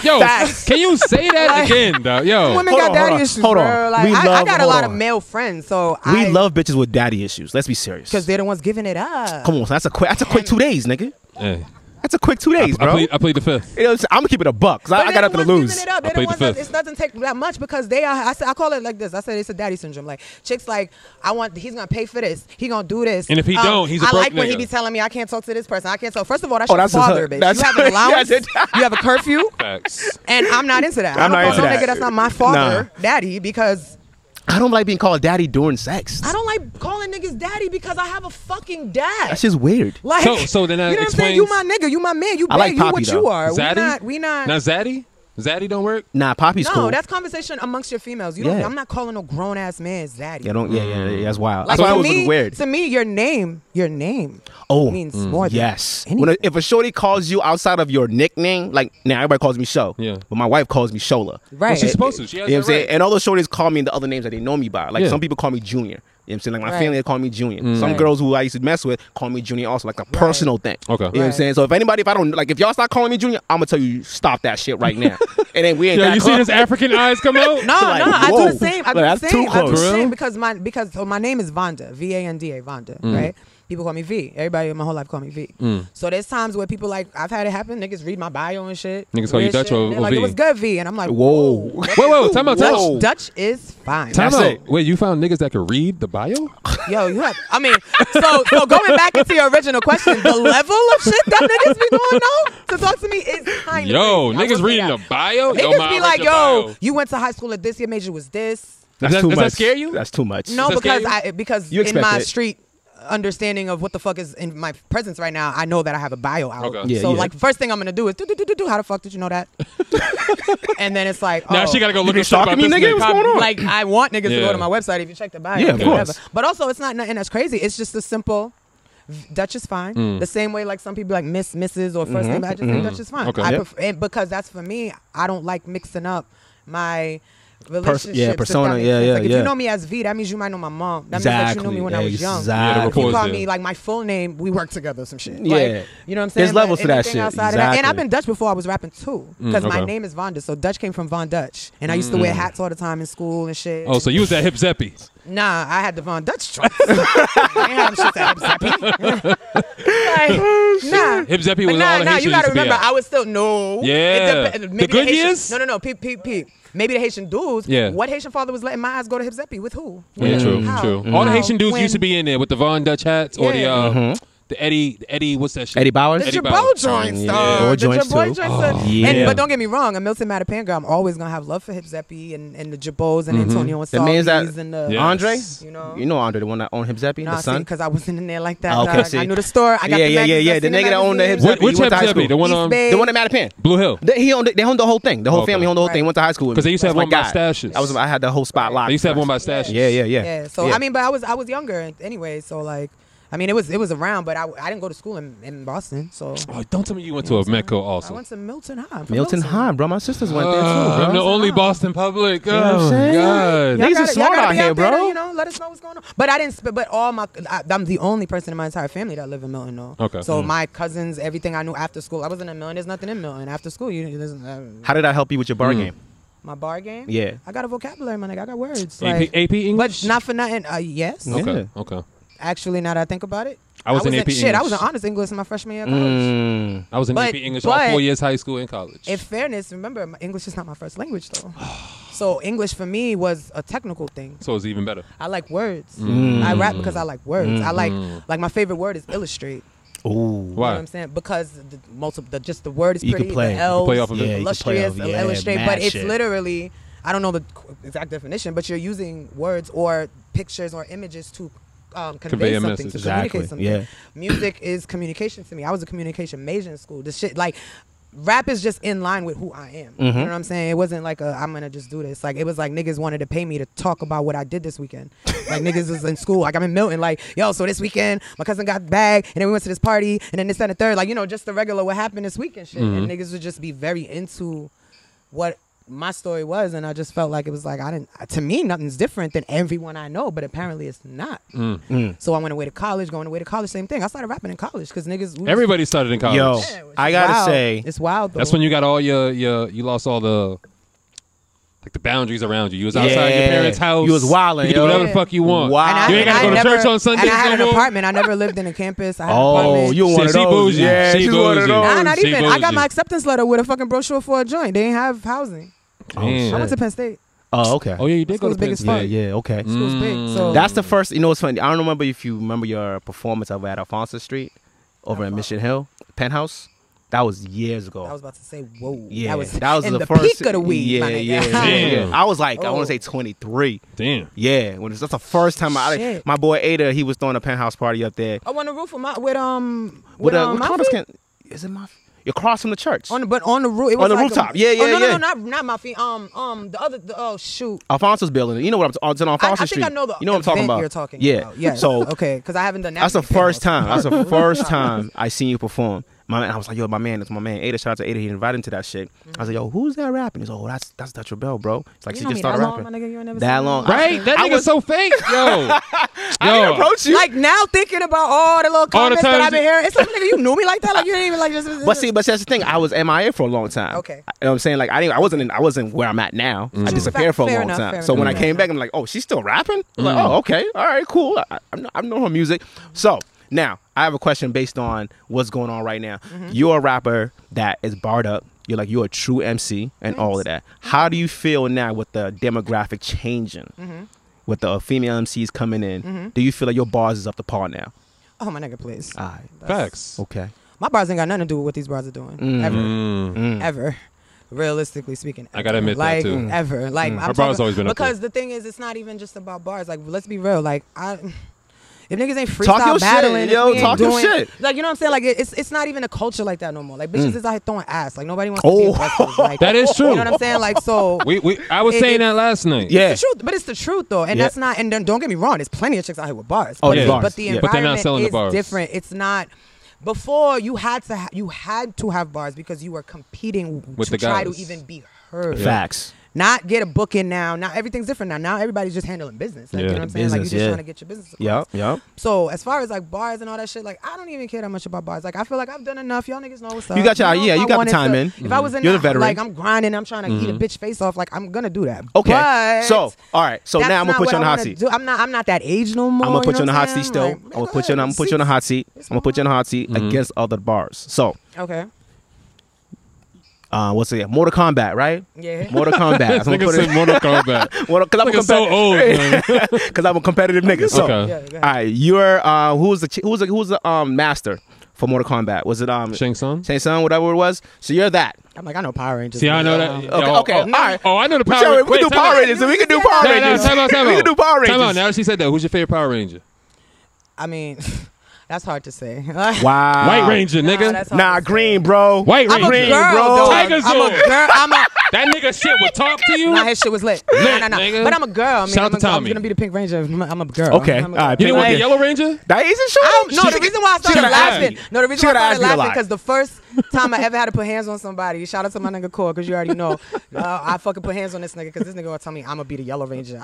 S3: Yo,
S9: Facts.
S3: can you say that
S9: Like,
S3: again, though? Yo,
S9: Women got daddy issues, bro. Like, I, I got a lot of male friends, so
S1: we
S9: I
S1: love bitches with daddy issues. Let's be serious.
S9: because they're the ones giving it up.
S1: Come on, that's a quick. That's a quick two days, nigga.
S3: Hey.
S1: That's a quick two days,
S3: I
S1: bro.
S3: plead- I plead the fifth.
S1: You know, I'm gonna keep it a buck. 'cause I, I got nothing to lose.
S9: It up. They're the ones that, it doesn't take that much because they are. I, said, I call it like this. I said it's a daddy syndrome. Like chicks, like I want. He's gonna pay for this. He gonna do this. Um,
S1: And if he don't, he's a
S9: I
S1: broke
S9: like when he
S1: nigga.
S9: be telling me I can't talk to this person. I can't talk. First of all, that's
S1: Oh,
S9: your
S1: that's his
S9: father,
S1: hu-
S9: bitch.
S1: that's-
S9: you have an allowance.
S1: Yes,
S9: you have a curfew,
S3: Facts.
S9: and I'm not into that. I
S1: I'm
S9: don't
S1: not
S9: fuck
S1: into
S9: no
S1: that.
S9: nigga that's not my father, daddy, because
S1: I don't like being called daddy during sex.
S9: I don't like calling niggas daddy because I have a fucking dad.
S1: That's just weird.
S9: Like,
S3: So- so then that
S9: you know what I'm saying? You my nigga, you my man, you
S1: I like
S9: bad, you
S1: Poppy,
S9: what
S1: though.
S9: you are.
S1: Zaddy?
S9: We not, we not.
S3: Now Zaddy, Zaddy don't work.
S1: Nah, Poppy's
S9: no,
S1: cool.
S9: that's conversation amongst your females. You don't,
S1: Yeah.
S9: I'm not calling no grown ass man zaddy.
S1: yeah, don't, yeah, yeah,
S3: Mm.
S1: yeah, that's
S3: Uh,
S1: wild.
S9: Like,
S1: that's why
S9: to
S1: I was
S9: me,
S1: looking weird.
S9: To me, your name, your name.
S1: Oh,
S9: means more than
S1: yes. When a, if a shorty calls you outside of your nickname, like now everybody calls me Show. Yeah. But my wife calls me Shola.
S9: Right. Well, she's
S1: It-
S9: supposed
S3: to. She
S1: you
S3: has
S1: know what I'm
S3: that
S1: saying?
S3: right.
S1: And all the shorties call me the other names that they know me by. Like
S3: Yeah.
S1: some people call me Junior. You know what I'm saying? Like my
S9: Right.
S1: family, they call me Junior.
S3: Mm.
S1: Some
S3: Right.
S1: girls who I used to mess with call me Junior also, like a personal thing.
S3: Okay.
S1: You know what I'm
S3: Right.
S1: saying? So if anybody, if I don't, like if y'all start calling me Junior, I'm going to tell you, stop that shit right now. and then we ain't
S3: Yo,
S1: that
S3: you see
S1: close.
S3: his African eyes come out?
S9: No,
S1: Like,
S9: no, I
S1: whoa.
S9: do the same. I do
S1: Like,
S9: the
S1: that's too
S9: same. I do the
S1: close.
S9: same because my because so my name is Vonda, V A N D A, Vonda,
S1: Mm.
S9: right? People call me V. Everybody in my whole life call me V.
S3: Mm.
S9: So there's times where people like I've had it happen. Niggas read my bio and shit.
S3: Niggas call you
S9: weird
S3: Dutch
S9: shit,
S3: or-
S9: and they're
S3: or
S9: like
S3: V?
S9: it was good V, and I'm like,
S3: Whoa. Whoa, whoa, time out, time
S9: Dutch,
S3: out.
S9: Dutch is fine.
S3: Time out. Wait, you found niggas that could read the bio?
S9: Yo, you have. I mean, so so going back into your original question, the level of shit that niggas be going on to talk to me is kind of
S3: Yo, niggas reading the bio.
S9: Niggas
S3: Yo, mom,
S9: be
S3: read
S9: like,
S3: your
S9: yo,
S3: bio.
S9: you went to high school at this, your major was this.
S1: That's
S3: Does that-
S1: too
S3: does
S1: much.
S3: that scare you?
S1: That's too much.
S9: No,
S3: Does that
S9: because
S3: scare
S9: I because
S1: You
S9: in
S1: expect
S9: my
S1: it.
S9: street understanding of what the fuck is in my presence right now, I know that I have a bio out.
S3: Okay. Yeah,
S9: so
S3: yeah.
S9: like first thing I'm gonna do is do do do do do. How the fuck did you know that? and then it's like,
S3: Now
S9: oh.
S3: she gotta go You look been up shit stalking about me, this nigga? nigga. What's
S9: Probably-
S3: going on?
S9: Like I want niggas to
S3: Yeah.
S9: go to my website if you check the bio.
S3: Yeah, of
S9: or whatever.
S3: course.
S9: But also, it's not nothing that's crazy. It's just a simple. v- Dutch is fine.
S3: Mm.
S9: The same way, like some people like Miss, Mrs. or 1st
S1: Mm-hmm.
S3: Mhm,
S9: name. I just
S3: mhm.
S9: think Dutch is fine.
S3: Okay.
S9: I
S3: Yeah.
S9: prefer, and because that's for me. I don't like mixing up my relationships.
S1: Pers- yeah,
S9: if that
S1: persona.
S9: makes
S1: Yeah,
S9: sense.
S1: yeah,
S9: Like, If
S1: yeah.
S9: you know me as V, that means you might know my mom. That means that you knew me when I was young.
S1: Exactly. Yeah, the
S9: If you
S1: rapport
S9: call
S1: is
S9: me
S1: there.
S9: like my full name, we work together or some shit.
S1: Yeah.
S9: Like, you know what I'm saying?
S1: There's
S9: But
S1: levels to that
S9: anything
S1: shit.
S9: outside of that- And I've
S1: Exactly.
S9: been Dutch before I was rapping too.
S3: Mm,
S9: Because my
S3: okay.
S9: name is Von Dutch. So Dutch came from Von Dutch. And I used to
S3: Mm.
S9: wear hats all the time in school and shit.
S3: Oh, so you was that hip zeppy.
S9: Nah, I had the Von Dutch choice. I ain't have shit that Like, nah.
S3: Hip zeppy was
S9: But nah,
S3: all the
S9: nah,
S3: Haitians
S9: you gotta
S3: used to be
S9: remember,
S3: at.
S9: I was still no. It
S3: Yeah.
S9: dep-
S3: The
S9: maybe
S3: good
S9: Haitian-
S3: years?
S9: No, no, no. Peep, peep, peep. Maybe the Haitian dudes.
S3: Yeah.
S9: What Haitian father was letting my eyes go to Hip Zeppy with who?
S3: Yeah, true,
S9: How?
S3: true. All the
S9: How?
S3: Haitian dudes
S9: When?
S3: used to be in there with the Von Dutch hats or the uh, the Eddie, the Eddie, what's that shit?
S1: Mm-hmm. Eddie Bowers?
S9: The Jabot joints, dog.
S1: Or
S9: The
S1: joints,
S9: Jabot
S1: too.
S9: joints.
S1: Oh,
S9: are-
S1: yeah.
S9: And, but don't get me wrong, a Milton Matapanga, I'm always gonna have love for Hip Zeppy and, and the Jabots and
S3: Mm-hmm.
S9: Antonio and
S1: Mm-hmm. the man's
S9: Salvis
S1: that
S9: and the
S1: Andre,
S9: You know,
S1: you know Andre, the one that owned Hip Zeppy,
S9: Nah,
S1: the son.
S9: because I wasn't in there like that.
S1: Ah, okay,
S9: dog.
S1: see.
S9: I knew the store. I got
S1: yeah,
S9: the
S1: yeah, yeah,
S9: magazines.
S1: yeah.
S9: I've
S1: The
S9: seen
S1: nigga that owned the Hip
S9: magazines.
S1: Zeppy,
S3: Which
S1: he went to
S3: Hip
S1: high
S3: Zeppy?
S1: school.
S3: The one, East um, Bay.
S1: the one that Mattapan.
S3: Blue Hill.
S1: They, he owned, they owned the whole thing. The whole
S3: Okay.
S1: family owned the whole thing. Went to high school with me.
S3: Because they used to have
S1: That's my
S3: one by
S1: guy.
S3: stashes.
S1: I was, I had the whole spot locked.
S3: They used to have one by stashes.
S1: Yeah, yeah, yeah.
S9: Yeah. So I mean, but I was I was younger an- anyway. So like, I mean, it was it was around, but I, I didn't go to school in, in Boston. So
S3: Oh, don't tell me you went to a Metco
S9: I
S3: also.
S9: went to Milton High. I'm from
S1: Milton High, bro. My sisters went there too,
S3: Uh,
S1: bro.
S3: I'm the only Boston public.
S1: You know what I'm
S3: Oh,
S1: saying?
S3: God.
S1: Y'all Niggas
S9: Y'all
S1: is
S9: gotta- y'all
S1: smart
S9: gotta
S1: out
S9: be
S1: here,
S9: there to,
S1: bro.
S9: You know, let us know what's going on. But I didn't. sp- But all my, I, I'm the only person in my entire family that live in Milton. Though.
S1: Okay.
S9: So
S1: Mm.
S9: my cousins, everything I knew after school, I wasn't in Milton. There's nothing in Milton after school. You there's, uh,
S1: How did I help you with your bar
S3: Hmm.
S1: game?
S9: my bar game.
S1: Yeah.
S9: I got a vocabulary, my nigga. I got words.
S3: AP,
S9: Like,
S3: AP English?
S9: but not for nothing. Uh, yes.
S3: Okay, okay.
S9: Actually, now that I think about it,
S3: I was in AP
S9: shit. I was in
S3: English.
S9: honors English in my freshman year. of college.
S1: Mm.
S3: I was in
S9: But-
S3: AP English all
S9: but-
S3: four years high school and college.
S9: In fairness, remember, my English is not my first language though. so English for me was a technical thing.
S3: So it's even better.
S9: I like words.
S3: Mm.
S9: I rap because I like words. I like
S3: Mm.
S1: Mm-hmm.
S9: like my favorite word is illustrate.
S1: Ooh,
S9: You know what I'm saying? Because the multiple, the, just the word is
S1: You
S9: pretty.
S1: can play. You
S9: The
S1: can
S9: L's,
S1: play off of it. Yeah, you can
S9: illustrious,
S1: play off- yeah,
S9: illustrate,
S1: mad
S9: but it's
S1: shit.
S9: literally, I don't know the qu- exact definition, but you're using words or pictures or images to um,
S1: Convey
S9: convey,
S1: a
S9: something,
S1: message.
S9: to
S1: Exactly,
S9: communicate something.
S1: yeah.
S9: Music is communication to me. I was a communication major in school. This shit, like, rap is just in line with who I am. You know
S1: Mhm.
S9: what I'm saying? It wasn't like a, I'm gonna just do this. Like it was like niggas wanted to pay me to talk about what I did this weekend. like niggas was in school. Like I'm in Milton. Like yo, so this weekend my cousin got bag, and then we went to this party, and then this that, and the third. Like you know, just the regular what happened this weekend shit.
S3: Mm-hmm.
S9: And
S8: Mm-hmm.
S12: Mhm.
S9: niggas would just be very into what my story was, and I just felt like it was like I didn't. To me, nothing's different than everyone I know, but apparently it's not.
S3: Mm.
S9: So I went away to college, going away to college, same thing. I started rapping in college because niggas. we was-
S3: Everybody started in college.
S1: Yo, I gotta
S9: wild.
S1: say,
S9: it's wild. Though.
S3: That's when you got all your your you lost all the like the boundaries around you. You was outside your
S1: Yeah.
S3: parents' house.
S1: You was wildin',
S3: You could do whatever
S1: yo.
S3: the fuck you want.
S1: Wild. And I-
S3: You
S1: and
S3: ain't gotta go
S1: I
S3: to
S1: never-
S3: church on
S9: And I
S3: Sundays no
S9: had an
S3: more.
S9: apartment. I never lived in a campus. I had an
S1: Oh,
S9: apartment.
S1: you one
S3: See,
S1: of
S3: she
S1: those?
S3: bougie.
S1: Yeah,
S3: She
S1: she's one of
S3: bougie.
S1: those.
S9: Nah, not
S3: She
S9: even. I got
S3: bougie.
S9: my acceptance letter with a fucking brochure for a joint. They didn't have housing.
S1: Oh, shit.
S9: I went to Penn State.
S1: Oh, okay.
S3: Oh yeah, you did
S9: go School's to big Penn as fuck. State.
S1: Yeah, yeah, okay.
S9: School's big, Mm. so-
S1: That's the first. You know what's funny? I don't remember if you remember your performance over at Alfonso Street, over in Mission Hill, penthouse. That was years ago.
S9: I was about to say, whoa.
S1: yeah,
S9: that was, in
S1: the,
S9: the
S1: first
S9: peak of the weed.
S1: Yeah,
S9: my nigga.
S1: yeah, yeah,
S3: Damn.
S1: yeah. I was like, I
S9: Oh.
S1: want to say twenty three.
S3: Damn.
S1: Yeah, when it's, that's the first time I.
S9: Shit.
S1: My boy Ada, he was throwing a penthouse party up there.
S9: I won the roof with my with um with,
S1: With a-
S9: um,
S1: what
S9: my
S1: campus
S9: feet.
S1: can- Is it my? You're across from the church.
S9: on the but on the roof. It was
S1: On the
S9: like
S1: rooftop.
S9: A,
S1: Yeah, yeah,
S9: oh, no, No,
S1: yeah.
S9: no, not not my feet. Um, um, the other. The, oh shoot.
S1: Alfonso's building. You know what I'm talking about.
S9: I, I
S1: Alfonso
S9: think
S1: Street.
S9: I know the
S1: you know what I'm talking
S9: event
S1: about.
S9: You're talking
S1: yeah.
S9: about. Yeah.
S1: So
S9: okay, because I haven't done that.
S1: That's the
S9: with
S1: first
S9: Penthouse.
S1: time. That's the first time I seen you perform. My man, I was like, yo, my man, that's my man Ada. Shout out to Ada. He invited him to that shit. I was like, yo, who's that rapping? He's like, oh, that's that's Dutch Bell, bro. It's like
S9: You
S1: she
S9: know me
S1: just
S9: that
S1: started
S9: long,
S1: rapping.
S9: my nigga, you ain't never seen
S1: that
S9: me.
S1: long,
S3: Right? That
S1: I
S3: nigga's
S1: was-
S3: so fake. Yo.
S1: I didn't approach you.
S9: Like now, thinking about all the little comments that
S1: times
S9: I've been
S1: you-
S9: hearing, it's like, nigga, you knew me like that? Like you didn't even like just.
S1: But see, but that's the thing. I was MIA for a long time.
S9: Okay. Mm-hmm.
S1: You know what I'm saying? Like I didn't I wasn't in, I wasn't where I'm at now. I disappeared for a
S9: Fair
S1: long
S9: enough,
S1: time.
S9: fair
S1: So when I
S9: enough. Mm-hmm.
S1: came back, I'm like, oh, she's still rapping? I'm like,
S3: Mm.
S1: oh, okay. All right, cool. I, I, I'm- I know her music. So now I have a question based on what's going on right now.
S9: Mm-hmm.
S1: You're a rapper that is barred up. You're like you're a true MC and all of that. How do you feel now with the demographic changing?
S9: Mm-hmm.
S1: With the female MCs coming in,
S9: Mhm.
S1: do you feel like your bars is up to par now?
S9: Oh my nigga, please.
S1: All right.
S3: Facts.
S1: Okay.
S9: My bars ain't got nothing to do with what these bars are doing.
S1: Mm.
S9: Ever.
S1: Mm.
S9: Ever. Realistically speaking,
S3: I gotta admit that,
S9: like,
S3: too.
S9: Ever. Like
S3: Mm.
S9: I'm
S3: Her bars
S9: talking-
S3: always been up
S9: Because the thing is it's not even just about bars. Like let's be real. Like I if niggas ain't freestyle
S1: Talk your shit,
S9: battling, if
S1: yo,
S9: we ain't
S1: talk your
S9: doing,
S1: shit.
S9: Like you know what I'm saying? Like it- it's it's not even a culture like that no more. Like bitches
S3: Mm.
S9: is out here throwing ass. Like nobody wants to be
S3: Oh.
S9: aggressive. Like,
S3: That is true.
S9: You know what I'm saying? Like so
S3: We, we I was
S9: It-
S3: saying
S9: it-
S3: that last night.
S9: it's the truth, but it's the truth though, and
S3: Yeah.
S9: that's not. And don't don't get me wrong, there's plenty of chicks out here with bars.
S3: Oh,
S9: but,
S3: yeah.
S9: but
S3: Bars,
S9: the
S3: yeah.
S9: environment
S3: But they're not selling the
S9: is
S3: bars.
S9: different. It's not. Before you had to ha- you had to have bars because you were competing
S3: With
S9: to
S3: the
S9: try to
S3: guys.
S9: even be heard.
S1: Yeah. Facts.
S9: Not get a book in now. Now everything's different now. Now everybody's just handling business. Like, You know what I'm saying? like you're
S1: Business,
S9: just
S1: yeah.
S9: trying to get your business. across.
S1: Yep, yep.
S9: So as far as like bars and all that shit, like I don't even care that much about bars. Like I feel like I've done enough. Y'all niggas know what's up.
S1: You got your-
S9: know,
S1: yeah,
S9: if
S1: you
S9: I
S1: got the
S9: wanted
S1: time
S9: to-
S1: in.
S9: If I was in
S1: You're the
S9: that,
S1: veteran.
S9: like I'm grinding, I'm trying to eat a
S1: Mhm.
S9: bitch face off. Like I'm gonna do that.
S1: Okay.
S9: But
S1: so, all right. So
S9: that's
S1: now I'm gonna
S9: not
S1: put
S9: what
S1: you on
S9: I
S1: the hot
S9: wanna
S1: seat.
S9: do. I'm not. I'm not that age no more.
S1: I'm gonna put you on
S9: know
S1: the
S9: what
S1: hot
S9: I'm
S1: seat still.
S9: saying?
S1: I'm gonna put you. On, I'm gonna put you on the hot seat. I'm gonna put you on the hot seat
S3: Mm-hmm.
S1: against other bars. So,
S9: Like, okay.
S1: uh, what's it? Mortal Kombat, right?
S9: Yeah.
S1: Mortal Kombat.
S3: This nigga said Mortal Kombat.
S1: Mortal, cause I'm a
S3: Nigga so old, man.
S1: Because I'm a competitive nigga. So,
S3: Okay. Yeah,
S1: all right, you're uh, who was the chi- who was the, who was the um master for Mortal Kombat? Was it um
S3: Shang Tsung?
S1: Shang Tsung, whatever it was. So you're that.
S9: I'm like I know Power Rangers.
S3: See, I know that.
S1: Okay,
S3: Yo,
S1: okay,
S3: oh,
S1: all right.
S3: Oh, I know the
S1: We
S3: Power
S1: shall-
S3: Rangers.
S1: we do Power Rangers. We can do Power
S3: no,
S1: Rangers.
S3: No, time out, time
S1: We
S3: out.
S1: can do Power
S3: Time out.
S1: Rangers.
S3: Now she said that. Who's your favorite Power Ranger?
S9: I mean, that's hard to say.
S1: Wow.
S3: White Ranger, nigga.
S9: that's
S1: Nah, green, bro.
S3: White
S9: I'm
S3: Ranger.
S9: a
S1: Green,
S9: girl,
S1: bro.
S9: dog.
S1: Tiger
S9: I'm a
S1: Zord.
S9: girl. I'm a.
S3: That nigga shit would talk to you.
S9: Nah, his shit was lit. nah, nah, nah.
S3: nigga.
S9: But I'm a girl. I mean,
S3: Shout out
S9: I'm,
S3: to
S9: a, I'm
S3: Tommy.
S9: gonna be the Pink Ranger. I'm a- I'm a girl.
S1: Okay,
S9: I'm a
S1: all
S9: girl.
S1: right.
S3: You didn't want the
S1: Like-
S3: Yellow Ranger?
S1: Oh, That isn't sure.
S9: I don't- no, the reason why I started
S1: gotta ask
S9: laughing.
S1: me.
S9: No, the reason
S1: She
S9: why I
S1: gotta ask
S9: started
S1: me a
S9: laughing
S1: lot.
S9: because the first time I ever had to put hands on somebody, shout out to my nigga Core because you already know, uh, I fucking put hands on this nigga because this nigga gonna tell me I'm gonna be the Yellow Ranger.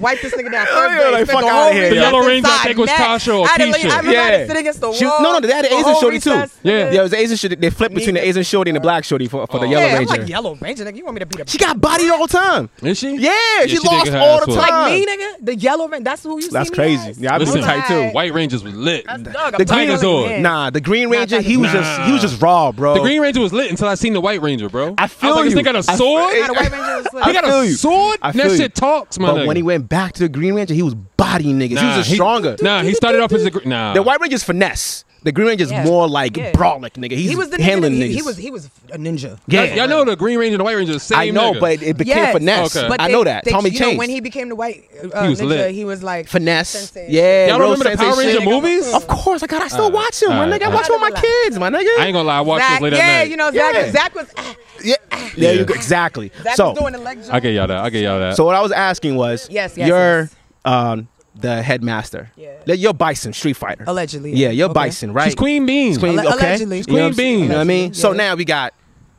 S9: Wipe this nigga down. Third
S1: yeah,
S9: grade,
S1: like,
S9: spent
S1: fuck
S9: the
S1: outta
S9: whole
S1: here, The
S9: recess
S3: Yellow Ranger, I
S9: inside,
S3: think, was
S9: mad.
S3: Tasha or
S9: I had to lay-
S3: Keisha.
S9: I remember
S1: Yeah.
S9: to sit against the
S1: She-
S9: wall.
S1: no, no, they had
S9: the
S1: an Asian
S9: whole
S1: shorty too.
S9: recess.
S1: Yeah, it was Asian shorty. They flipped between the Asian shorty and the black shorty for, for the yellow
S9: yeah,
S1: ranger.
S9: I'm like Yellow Ranger, nigga. You want me to be the
S1: she got bodied all the time.
S3: Is she?
S1: Yeah, she,
S3: she did
S1: lost
S3: get her
S1: all
S3: ass
S1: the
S3: whooped.
S1: time.
S9: like me, nigga? The Yellow Ranger. That's who you
S1: That's
S9: see me
S1: crazy.
S9: as?
S1: Yeah, I've been
S3: Listen,
S1: to tight too.
S3: White Rangers was lit.
S9: Dog, I'm
S1: The
S9: telling
S1: Green
S9: you,
S3: Tiger's
S9: yeah.
S1: Nah, the Green Ranger, he was
S3: Nah.
S1: just he was just raw, bro.
S3: The Green Ranger was lit until I seen the White Ranger, bro. I
S1: feel
S3: was like,
S1: you.
S3: this nigga got
S1: I-
S3: a sword?
S9: Not a White Ranger. it's like-
S3: he got
S1: feel
S3: a
S1: you.
S3: sword?
S1: I
S3: And
S1: feel
S3: That
S1: you.
S3: shit talks, my
S1: But
S3: nigga.
S1: when he went back to the Green Ranger, he was body niggas. he was just
S3: he-
S1: stronger.
S3: Nah, he started off as a gr- nah.
S1: The White Ranger's finesse. The Green Ranger's
S9: Yeah.
S1: more like
S9: Yeah.
S1: brawlic nigga. He's
S9: he was the nigga
S1: handling
S9: that-
S1: niggas.
S9: He, he was he was a ninja.
S1: yeah.
S3: Y'all know the Green Ranger and the White Ranger are the same.
S1: I know,
S3: nigga.
S1: but it became
S9: Yes,
S1: finesse.
S3: Okay.
S9: But
S1: I
S9: they-
S1: know that.
S9: they-
S1: Tommy
S9: you know,
S1: changed.
S9: when he became the white uh,
S1: He was
S9: ninja,
S1: lit.
S9: he was like
S1: finesse.
S9: sensei.
S1: Yeah,
S3: Y'all
S1: real
S3: remember the Power
S1: sensation.
S3: Ranger movies?
S1: Of course, I got. I still
S3: Alright,
S1: watch them, my
S3: alright,
S1: nigga. I
S3: alright.
S1: watch them with my kids, my nigga.
S3: I ain't gonna lie. I watched
S9: Zach,
S3: those later
S9: yeah,
S3: that night.
S9: you know Zach.
S1: Yeah.
S9: Zach was ah,
S1: Yeah, there you go. Exactly.
S9: Zach
S1: so,
S9: was doing the leg jump.
S3: I get y'all that. I get y'all that.
S1: so what I was asking was,
S9: Yes, yes,
S1: you're
S9: yes.
S1: um, the headmaster.
S9: Yeah.
S1: That- You're Bison, Street Fighter.
S9: Allegedly,
S1: Yeah, you're
S9: okay.
S1: Bison, right?
S3: She's Queen Bean.
S1: It's Queen,
S9: Alle-
S1: okay?
S9: allegedly.
S1: You
S9: Queen
S1: know what I'm-
S3: Bean.
S1: You know what I mean?
S9: Allegedly,
S1: So
S9: yeah.
S1: now we got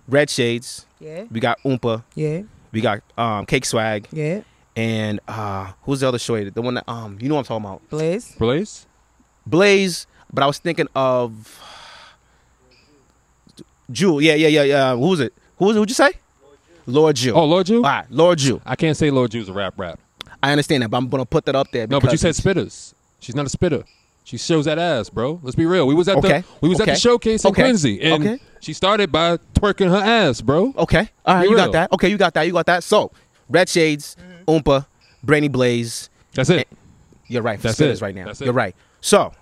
S1: Red Shades.
S9: Yeah.
S1: We got Oompa.
S9: Yeah.
S1: We got um, Cake Swag.
S9: Yeah.
S1: And uh, who's the other shorty? The one that um, you know what I'm talking about?
S9: Blaze.
S3: Blaze.
S1: Blaze. But I was thinking of Jewel. Yeah, yeah, yeah, yeah. Who was it? Who was it? Who'd you say? Lord Jewel.
S3: Oh, Lord Jew.
S1: All right, Lord Jew.
S3: I can't say Lord Jew's a rap rap.
S1: I understand that, but I'm gonna put that up there.
S3: No, but you
S1: because
S3: said spitters. She's not a spitter. She shows that ass, bro. Let's be real. We was at
S1: Okay.
S3: the we was at
S1: Okay.
S3: the showcase in
S1: Okay.
S3: Quincy, and
S1: Okay.
S3: she started by twerking her ass, bro.
S1: Okay. All right.
S3: Be
S1: You got
S3: real.
S1: that. Okay. You got that. You got that. So, Red Shades,
S9: Mm-hmm.
S1: Oompa, Brainy Blaze.
S3: That's it.
S1: You're right. For
S3: That's
S1: spitters
S3: it.
S1: right now.
S3: That's it.
S1: You're right. So,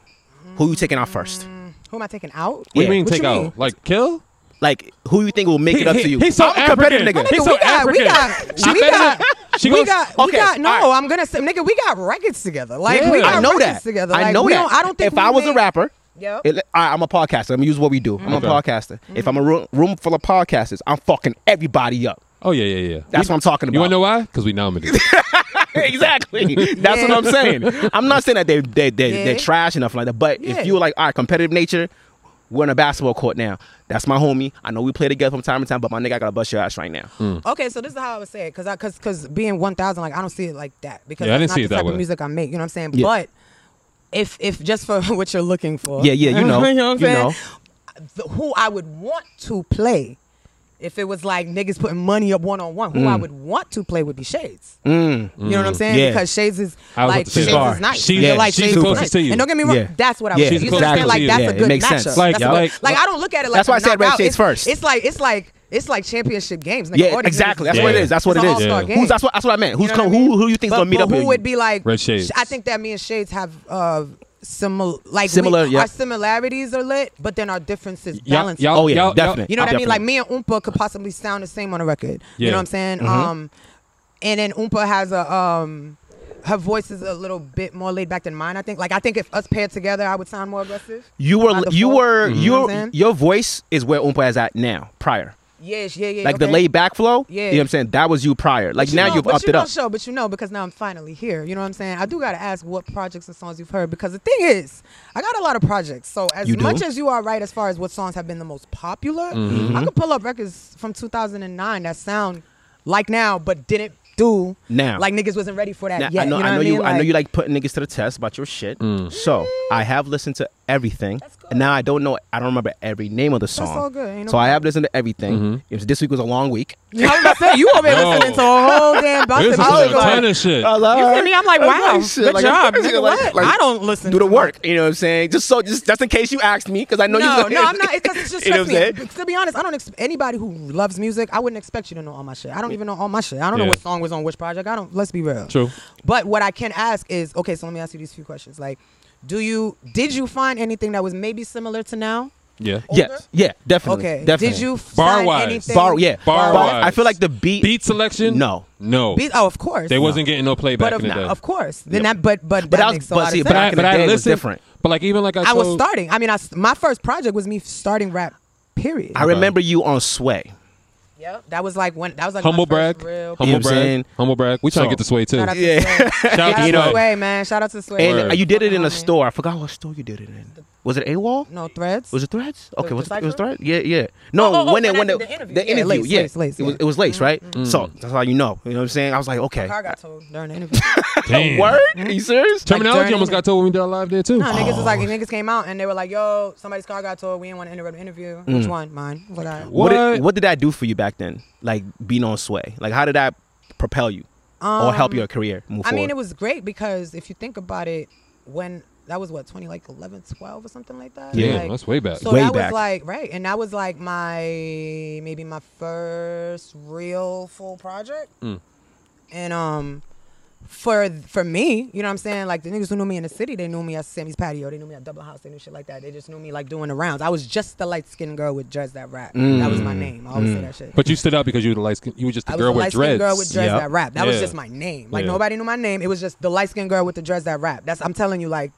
S1: who you taking out first?
S9: Who am I taking out?
S3: What do
S1: Yeah.
S3: you mean
S9: What
S3: take
S9: you
S3: out?
S9: mean?
S3: Like kill?
S1: Like, who you think will make it up to you?
S3: He's so
S1: I'm a competitive
S3: African.
S1: nigga.
S3: He's
S9: Nigga,
S3: so
S9: we got- we
S3: African.
S9: got-
S3: I
S9: we
S3: bet
S9: got-
S3: that- She
S9: we
S3: goes,
S9: got, we
S1: okay,
S9: got. No,
S1: all right.
S9: I'm gonna say, nigga, we got records together. Like we
S3: Yeah.
S9: got
S1: I know
S9: records
S1: that.
S9: together.
S1: I
S9: Like,
S1: know
S9: we
S1: that.
S9: don't- I don't think
S1: if I
S9: we
S1: was a
S9: made-
S1: rapper,
S9: Yep. Mm-hmm.
S1: it- I, I'm a podcaster. I'm gonna use what we do. I'm
S3: Okay.
S1: a podcaster. If I'm a room, room full of podcasters, I'm fucking everybody up.
S3: Oh yeah, yeah, yeah.
S1: That's
S3: We-
S1: what I'm talking about.
S3: You wanna know why? Because we nominated.
S1: exactly. That's what I'm saying. I'm not saying that they they they
S9: Yeah.
S1: they're trash enough like that. But
S9: Yeah.
S1: if you were like, all right, competitive nature, we're on a basketball court now. That's my homie. I know we play together from time to time, but my nigga, I gotta bust your ass right now.
S3: Mm.
S9: Okay, so this is how I would say it, cause I, cause, cause being one thousand, like I don't see it like that because
S3: Yeah, I
S9: that's not
S3: didn't see
S9: the
S3: it that
S9: type
S3: way.
S9: of music I make. You know what I'm saying?
S1: Yeah.
S9: But if, if just for what you're looking for,
S1: Yeah, yeah, you know,
S9: you know, what I'm
S1: you
S9: saying?
S1: know.
S9: The, who I would want to play. If it was like niggas putting money up one on one, who I
S1: Mm.
S9: would want to play would be Shades. You know what I'm saying?
S1: Yeah.
S9: Because Shades is
S3: I was about
S9: like
S3: to say
S9: Shades
S1: that.
S9: is nice.
S3: She's-
S9: They're
S1: yeah,
S9: like
S1: she's
S9: Shades
S1: the
S9: is
S1: closest
S9: nice.
S3: to you.
S9: And don't get me wrong,
S1: Yeah.
S9: that's what I
S1: Yeah,
S9: would.
S1: she's
S9: you
S1: the
S9: understand?
S1: closest to
S9: Like
S1: you.
S9: that's
S1: Yeah,
S9: a
S1: it
S9: good
S1: makes
S9: matchup.
S1: sense. Like,
S9: that's
S1: yeah,
S9: a good-
S1: like-
S9: like I don't look at it like
S1: That's why I
S9: a
S1: said Red
S9: knockout. It's-
S1: Shades first.
S9: It's like it's like it's like championship games. Nigga.
S1: Yeah,
S9: All these
S1: exactly.
S9: niggas
S1: That's what it
S3: Yeah.
S1: is. That's what
S9: It's
S1: it
S9: an
S1: is.
S9: all-star
S3: Yeah.
S9: game.
S1: Who's, that's what that's what I meant. Who's
S9: You know
S1: come,
S9: what I mean?
S1: who who you think's
S9: but,
S1: gonna meet
S9: but
S1: up?
S9: who
S1: with you?
S9: would be like
S3: Red Shades.
S9: I think that me and Shades have uh similar like
S1: Similar,
S9: we,
S1: yeah.
S9: our similarities are lit, but then our differences
S3: y'all,
S9: balance.
S3: y'all,
S1: Oh, yeah,
S3: y'all,
S1: definite.
S9: you know what I mean?
S1: Definitely.
S9: Like me and Oompa could possibly sound the same on a record. You
S3: Yeah.
S9: know what I'm saying? Um and then Oompa has a um her voice is a little bit more laid back than mine, I think. Like I think if us paired together I would sound more aggressive.
S1: You were
S9: By default.
S1: you were
S9: You know
S1: you
S9: what I'm saying?
S1: your voice is where Oompa is at now. Prior,
S9: Yes, yeah, yeah.
S1: like the
S9: okay.
S1: laid back flow.
S9: Yeah.
S1: you know what I'm saying. That was you prior. Like
S9: But
S1: now
S9: know,
S1: you've
S9: but
S1: upped
S9: you
S1: it
S9: know,
S1: up.
S9: Show, but you know, because now I'm finally here. You know what I'm saying? I do gotta ask what projects and songs you've heard because the thing is, I got a lot of projects. So as
S1: You do?
S9: much as you are right as far as what songs have been the most popular,
S1: Mm-hmm.
S9: I could pull up records from 2009 that sound like now, but didn't do
S1: Now.
S9: Like niggas wasn't ready for that
S1: Now,
S9: yet.
S1: I know,
S9: you know
S1: I know
S9: what
S1: you.
S9: mean?
S1: I know you like putting niggas to the test about your shit. So I have listened to everything. And now I don't know. I don't remember every name of the song.
S9: all good. Ain't no
S1: so I have listened to everything. It was- this week was a long week.
S9: I was about to say, you over here
S3: Yo.
S9: listening to a whole damn bunch
S3: This is
S9: of
S3: a
S9: music.
S3: ton
S9: Like,
S3: of shit.
S9: you see me? I'm like,
S1: I was
S9: wow,
S1: shit,
S9: good
S1: like,
S9: job.
S1: I'm
S9: Nigga,
S1: like-
S9: what?
S1: like,
S9: I don't listen.
S1: do the
S9: to
S1: work. You know what I'm saying? Just so, just that's in case you asked me, because I know you.
S9: no, no, I'm not. It doesn't just
S1: You know
S9: stress
S1: what I'm
S9: me.
S1: saying?
S9: To be honest, I don't. Ex- anybody who loves music, I wouldn't expect you to know all my shit. I don't even know all my shit. I don't know
S3: Yeah.
S9: what song was on which project. I don't. Let's be real.
S3: True.
S9: But what I can ask is, okay, so let me ask you these few questions. Like, do you did you find anything that was maybe similar to now?
S3: Yeah.
S1: Yeah, yeah, definitely.
S9: Okay.
S1: definitely.
S9: Did you
S3: Bar
S9: find
S3: wise.
S9: anything?
S1: Bar, yeah, Bar-
S3: Bar wise.
S1: I feel like the beat,
S3: Beat selection?
S1: No.
S3: No.
S9: Be- oh, of course.
S3: they wasn't getting no
S9: But
S3: playback
S9: of,
S3: in the day.
S9: of course. Then that. But but
S1: But
S9: that
S1: I was-
S9: makes a
S1: but
S9: lot
S1: see,
S9: of
S1: but
S9: sense.
S1: back in the day, it was different.
S3: But like even like I,
S9: I was
S3: told-
S9: starting. I mean, I s- my first project was me starting rap. Period.
S1: I remember you on Sway.
S9: Yep. That was like when that was like my
S3: humble
S9: first
S3: brag,
S9: real
S1: You know
S3: humble
S1: what I'm saying?
S3: brag, humble brag. We trying
S1: So-
S3: to get this way too.
S9: Shout out to
S1: Yeah.
S9: Sway. Shout out
S1: You
S9: to
S1: know.
S9: Sway, man. Shout out to Sway.
S1: And
S3: Word.
S1: you did it in a
S9: Yeah.
S1: store. I forgot what store you did it in. Was it AWOL?
S9: no threads.
S1: Was it Threads? Okay,
S9: the
S1: was it, it was
S9: Cypher?
S1: Threads? Yeah, yeah. No,
S9: oh, oh,
S1: when it,
S9: when
S1: when
S9: I
S1: the,
S9: did the interview.
S1: the
S9: Yeah,
S1: interview,
S9: Lace,
S1: yeah,
S9: Lace, Lace,
S1: it was
S9: yeah. Mm-hmm.
S1: it was lace, right? So that's how you know. You know what I'm saying? I was like, okay,
S9: Car got told during the interview.
S3: Damn.
S1: word? Are you serious?
S3: Terminology
S9: during-
S3: almost got told when we did our live there too.
S9: no, niggas was like, niggas came out and they were like, "Yo, somebody's car got told. We didn't want to interrupt the interview.
S1: Mm.
S9: Which one? Mine." I was like, "All right."
S1: What
S3: What?
S1: did, what did that do for you back then? Like being on Sway, like how did that propel you or help your career
S9: Um,
S1: move
S9: I
S1: forward?
S9: mean, it was great because if you think about it, when that was what 20 like 11, 12 or something like that.
S3: Yeah,
S9: Like,
S3: that's way back.
S9: So
S1: Way
S9: that
S1: back.
S9: was like right, and that was like my maybe Mm.
S3: Mm.
S9: my first real full project, and um, for for me, you know what I'm saying? Like the niggas who knew me in the city, they knew me at Sammy's patio, they knew me at Double House, they knew shit like that. They just knew me like doing the rounds. I was just the light skinned girl with dreads that rap. That was my
S1: Mm.
S9: name. I always say that shit.
S3: But you stood out because you were the light skin. You were just Mm. the
S9: I was
S3: girl
S9: the
S3: with
S9: light skinned
S3: dreads.
S9: girl with dreads that rap. That was
S3: Yeah.
S9: just my name. Like
S3: Yeah.
S9: nobody knew my name. It was just the light skinned girl with the dreads that rap. That's I'm telling you, like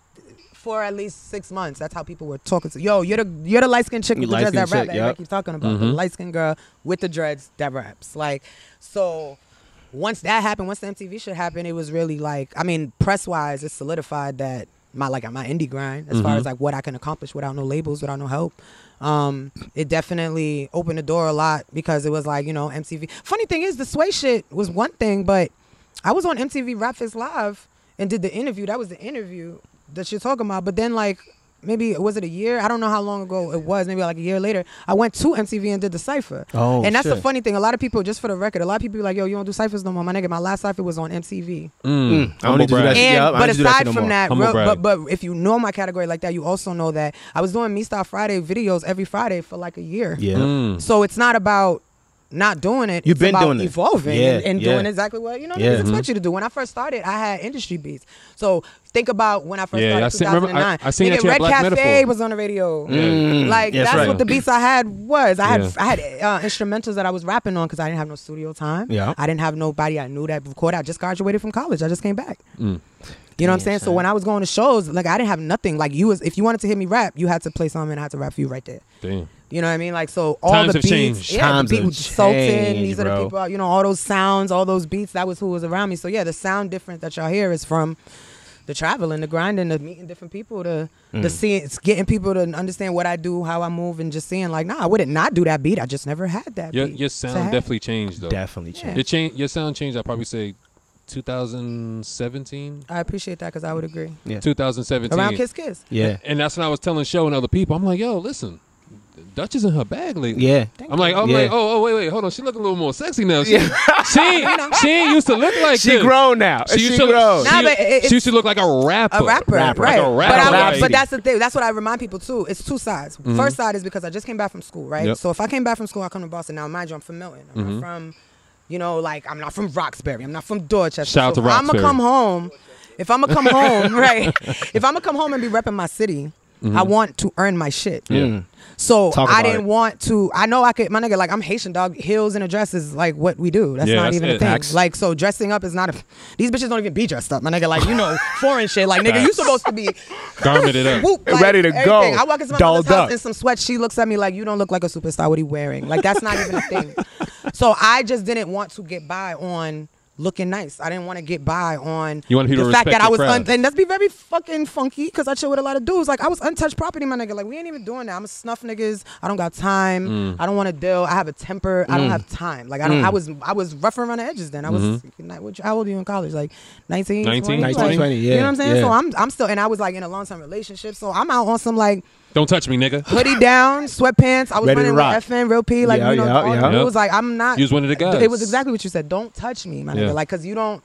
S9: for at least six months. That's how people were talking to yo. You're the you're the light skinned chick
S1: You
S9: with the dreads that
S1: light-skinned
S9: rap.
S1: chick,
S9: that everybody
S1: yep.
S9: keeps talking about
S3: Mm-hmm.
S9: the
S1: Mhm.
S9: light skinned girl with the dreads that raps. Like so. Once that happened, once the MTV shit happened, it was really like I mean, press wise, it solidified that my like my indie grind as far
S12: Mhm.
S9: as like what I can accomplish without no labels, without no help. Um, it definitely opened the door a lot because it was like you know MTV. Funny thing is, the sway shit was one thing, but I was on MTV Rap Fest Live and did the interview. That was the interview that you're talking about. But then, like, maybe was it a year? I don't know how long ago it was. Maybe like a year later, I went to MTV and did the cipher.
S12: Oh,
S9: and that's the
S12: shit.
S9: funny thing. A lot of people, just for the record, a lot of people be like, "Yo, you don't do ciphers no more, my nigga." My last cipher was on MTV.
S1: Mm. I don't need to do that
S9: And,
S1: shit. Yeah, I don't
S9: but
S1: need to do that shit
S9: aside
S1: no
S9: from
S1: more.
S9: that,
S1: Humble
S9: real-
S1: brag.
S9: but but if you know my category like that, you also know that I was doing Me Style Friday videos every Friday for like a year.
S1: Yeah. Mm.
S9: So it's not about not doing it.
S1: You've
S9: it's
S1: been
S9: about
S1: doing it.
S9: evolving
S1: Yeah,
S9: and, and
S1: yeah.
S9: doing exactly what you know
S1: Yeah. Mm-hmm.
S9: niggas expect you to do. When I first started, I had industry beats. So think about when I first
S3: Yeah,
S9: started.
S3: I seen- remember, I-
S9: 2009.
S3: I seen
S9: Nigga,
S3: that you had
S9: Red
S3: Black
S9: Cafe
S3: Metaphor.
S9: was on the radio.
S3: Mm,
S9: Like
S3: yes,
S9: that's
S3: right.
S9: what the beats I had was. I had
S3: Yeah.
S9: I had uh, instrumentals that I was rapping on because I didn't have no studio time.
S1: Yeah.
S9: I didn't have nobody I knew that recorded. I just graduated from college. I just came back.
S3: Mm.
S9: You know what I'm saying? So when I was going to shows, like I didn't have nothing. Like you was, if you wanted to hear me rap, you had to play something and I had to rap for you right there.
S3: Damn.
S9: You know what I mean? Like so, all
S3: Times
S9: the
S3: have
S9: beats,
S3: changed.
S9: yeah,
S3: Times
S9: the beat
S3: have
S9: with Sultan.
S3: changed,
S9: These are the
S3: bro.
S9: people. You know, all those sounds, all those beats. That was who was around me. So yeah, the sound difference that y'all hear is from the traveling, the grinding, the meeting different people, the the
S12: Mm.
S9: seeing, it's getting people to understand what I do, how I move, and just seeing like, nah, I wouldn't not do that beat. I just never had that
S3: Your,
S9: beat.
S3: your
S9: So,
S3: sound
S9: hey.
S3: definitely changed though.
S1: Definitely
S9: Yeah. changed.
S3: Your, change, your sound changed. I probably say 2017.
S9: I appreciate that because I would agree.
S3: 2017.
S9: Around Kiss Kiss.
S1: Yeah.
S3: And that's when I was telling Show and other people. I'm like, yo, listen, Dutch is in her bag lately.
S1: Yeah.
S3: I'm like, I'm
S1: Yeah.
S3: like, oh, oh, wait, wait, hold on. She look a little more sexy now. She, she, ain't- she ain't used to look like
S1: She
S3: this.
S1: grown now. She
S3: used to,
S1: grown.
S3: She,
S9: Nah, but it-
S3: she used to look like a rapper.
S9: a rapper, right?
S3: Like a rapper.
S9: But, I,
S3: like-
S9: but that's the thing. That's what I remind people too. It's two sides.
S3: Mhm.
S9: First side is because I just came back from school, right?
S12: Mm-hmm. Yep.
S9: So if I came back from school, I come to Boston. Now, mind you, I'm from Milton. I'm
S12: Mhm.
S9: not from, you know, like I'm not from Roxbury. I'm not from Dorchester.
S12: Shout out
S9: So
S12: to
S9: if I'm gonna
S12: Roxbury.
S9: come home. If I'm gonna come home, right? If I'm gonna come home and be repping my city,
S12: Mhm.
S9: I want to earn my shit.
S12: Yeah. Mm.
S9: So
S12: Talk
S9: I
S12: about
S9: didn't
S12: it.
S9: want to. I know I could, my nigga. Like I'm Haitian dog. Heels and a dress is like what we do. That's
S12: Yeah,
S9: not
S12: that's
S9: even a
S12: it.
S9: thing.
S12: Facts.
S9: Like so, dressing up is not a. These bitches don't even be dressed up, my nigga. Like you know, foreign shit. Like nigga, you
S12: Facts.
S9: supposed to be
S3: garmented up.
S9: Whoop, like,
S1: Ready to go.
S9: everything. I walk into my
S1: Dolled
S9: mother's house
S1: up.
S9: in some sweats. She looks at me like, "You don't look like a superstar. What are you wearing?" Like that's not even a thing. So I just didn't want to get by on looking nice. I didn't want to get by on
S12: You wanted people
S9: the
S12: to
S9: fact
S12: respect
S9: that I
S12: your
S9: was un-
S12: craft.
S9: and let's be very fucking funky because I chill with a lot of dudes. Like I was untouched property, my nigga. Like we ain't even doing that. I'm a snuff niggas. I don't got time.
S12: Mm.
S9: I don't want to deal. I have a temper. I don't
S12: Mm.
S9: have time. Like I don't.
S12: Mm.
S9: I was I was rough around the edges then. I was
S12: Mhm.
S9: like, what you- how old are you in college? Like 19,
S12: 19,
S9: 20?
S12: 19,
S9: Like,
S12: 20,
S9: You know what I'm
S12: yeah,
S9: saying?
S12: yeah.
S9: So I'm I'm still and I was like in a long term relationship. So I'm out on some like
S3: Don't touch me, nigga.
S9: hoodie down, sweatpants. I was
S3: Ready to
S9: running
S3: rock.
S9: with FN, real P, like
S3: Yeah,
S9: you know,
S3: yeah,
S9: all the
S3: yeah.
S9: dudes. Like I'm not.
S3: You was one of the guys.
S9: It was exactly what you said. Don't touch me, my
S3: Yeah.
S9: nigga. Like, cause you don't.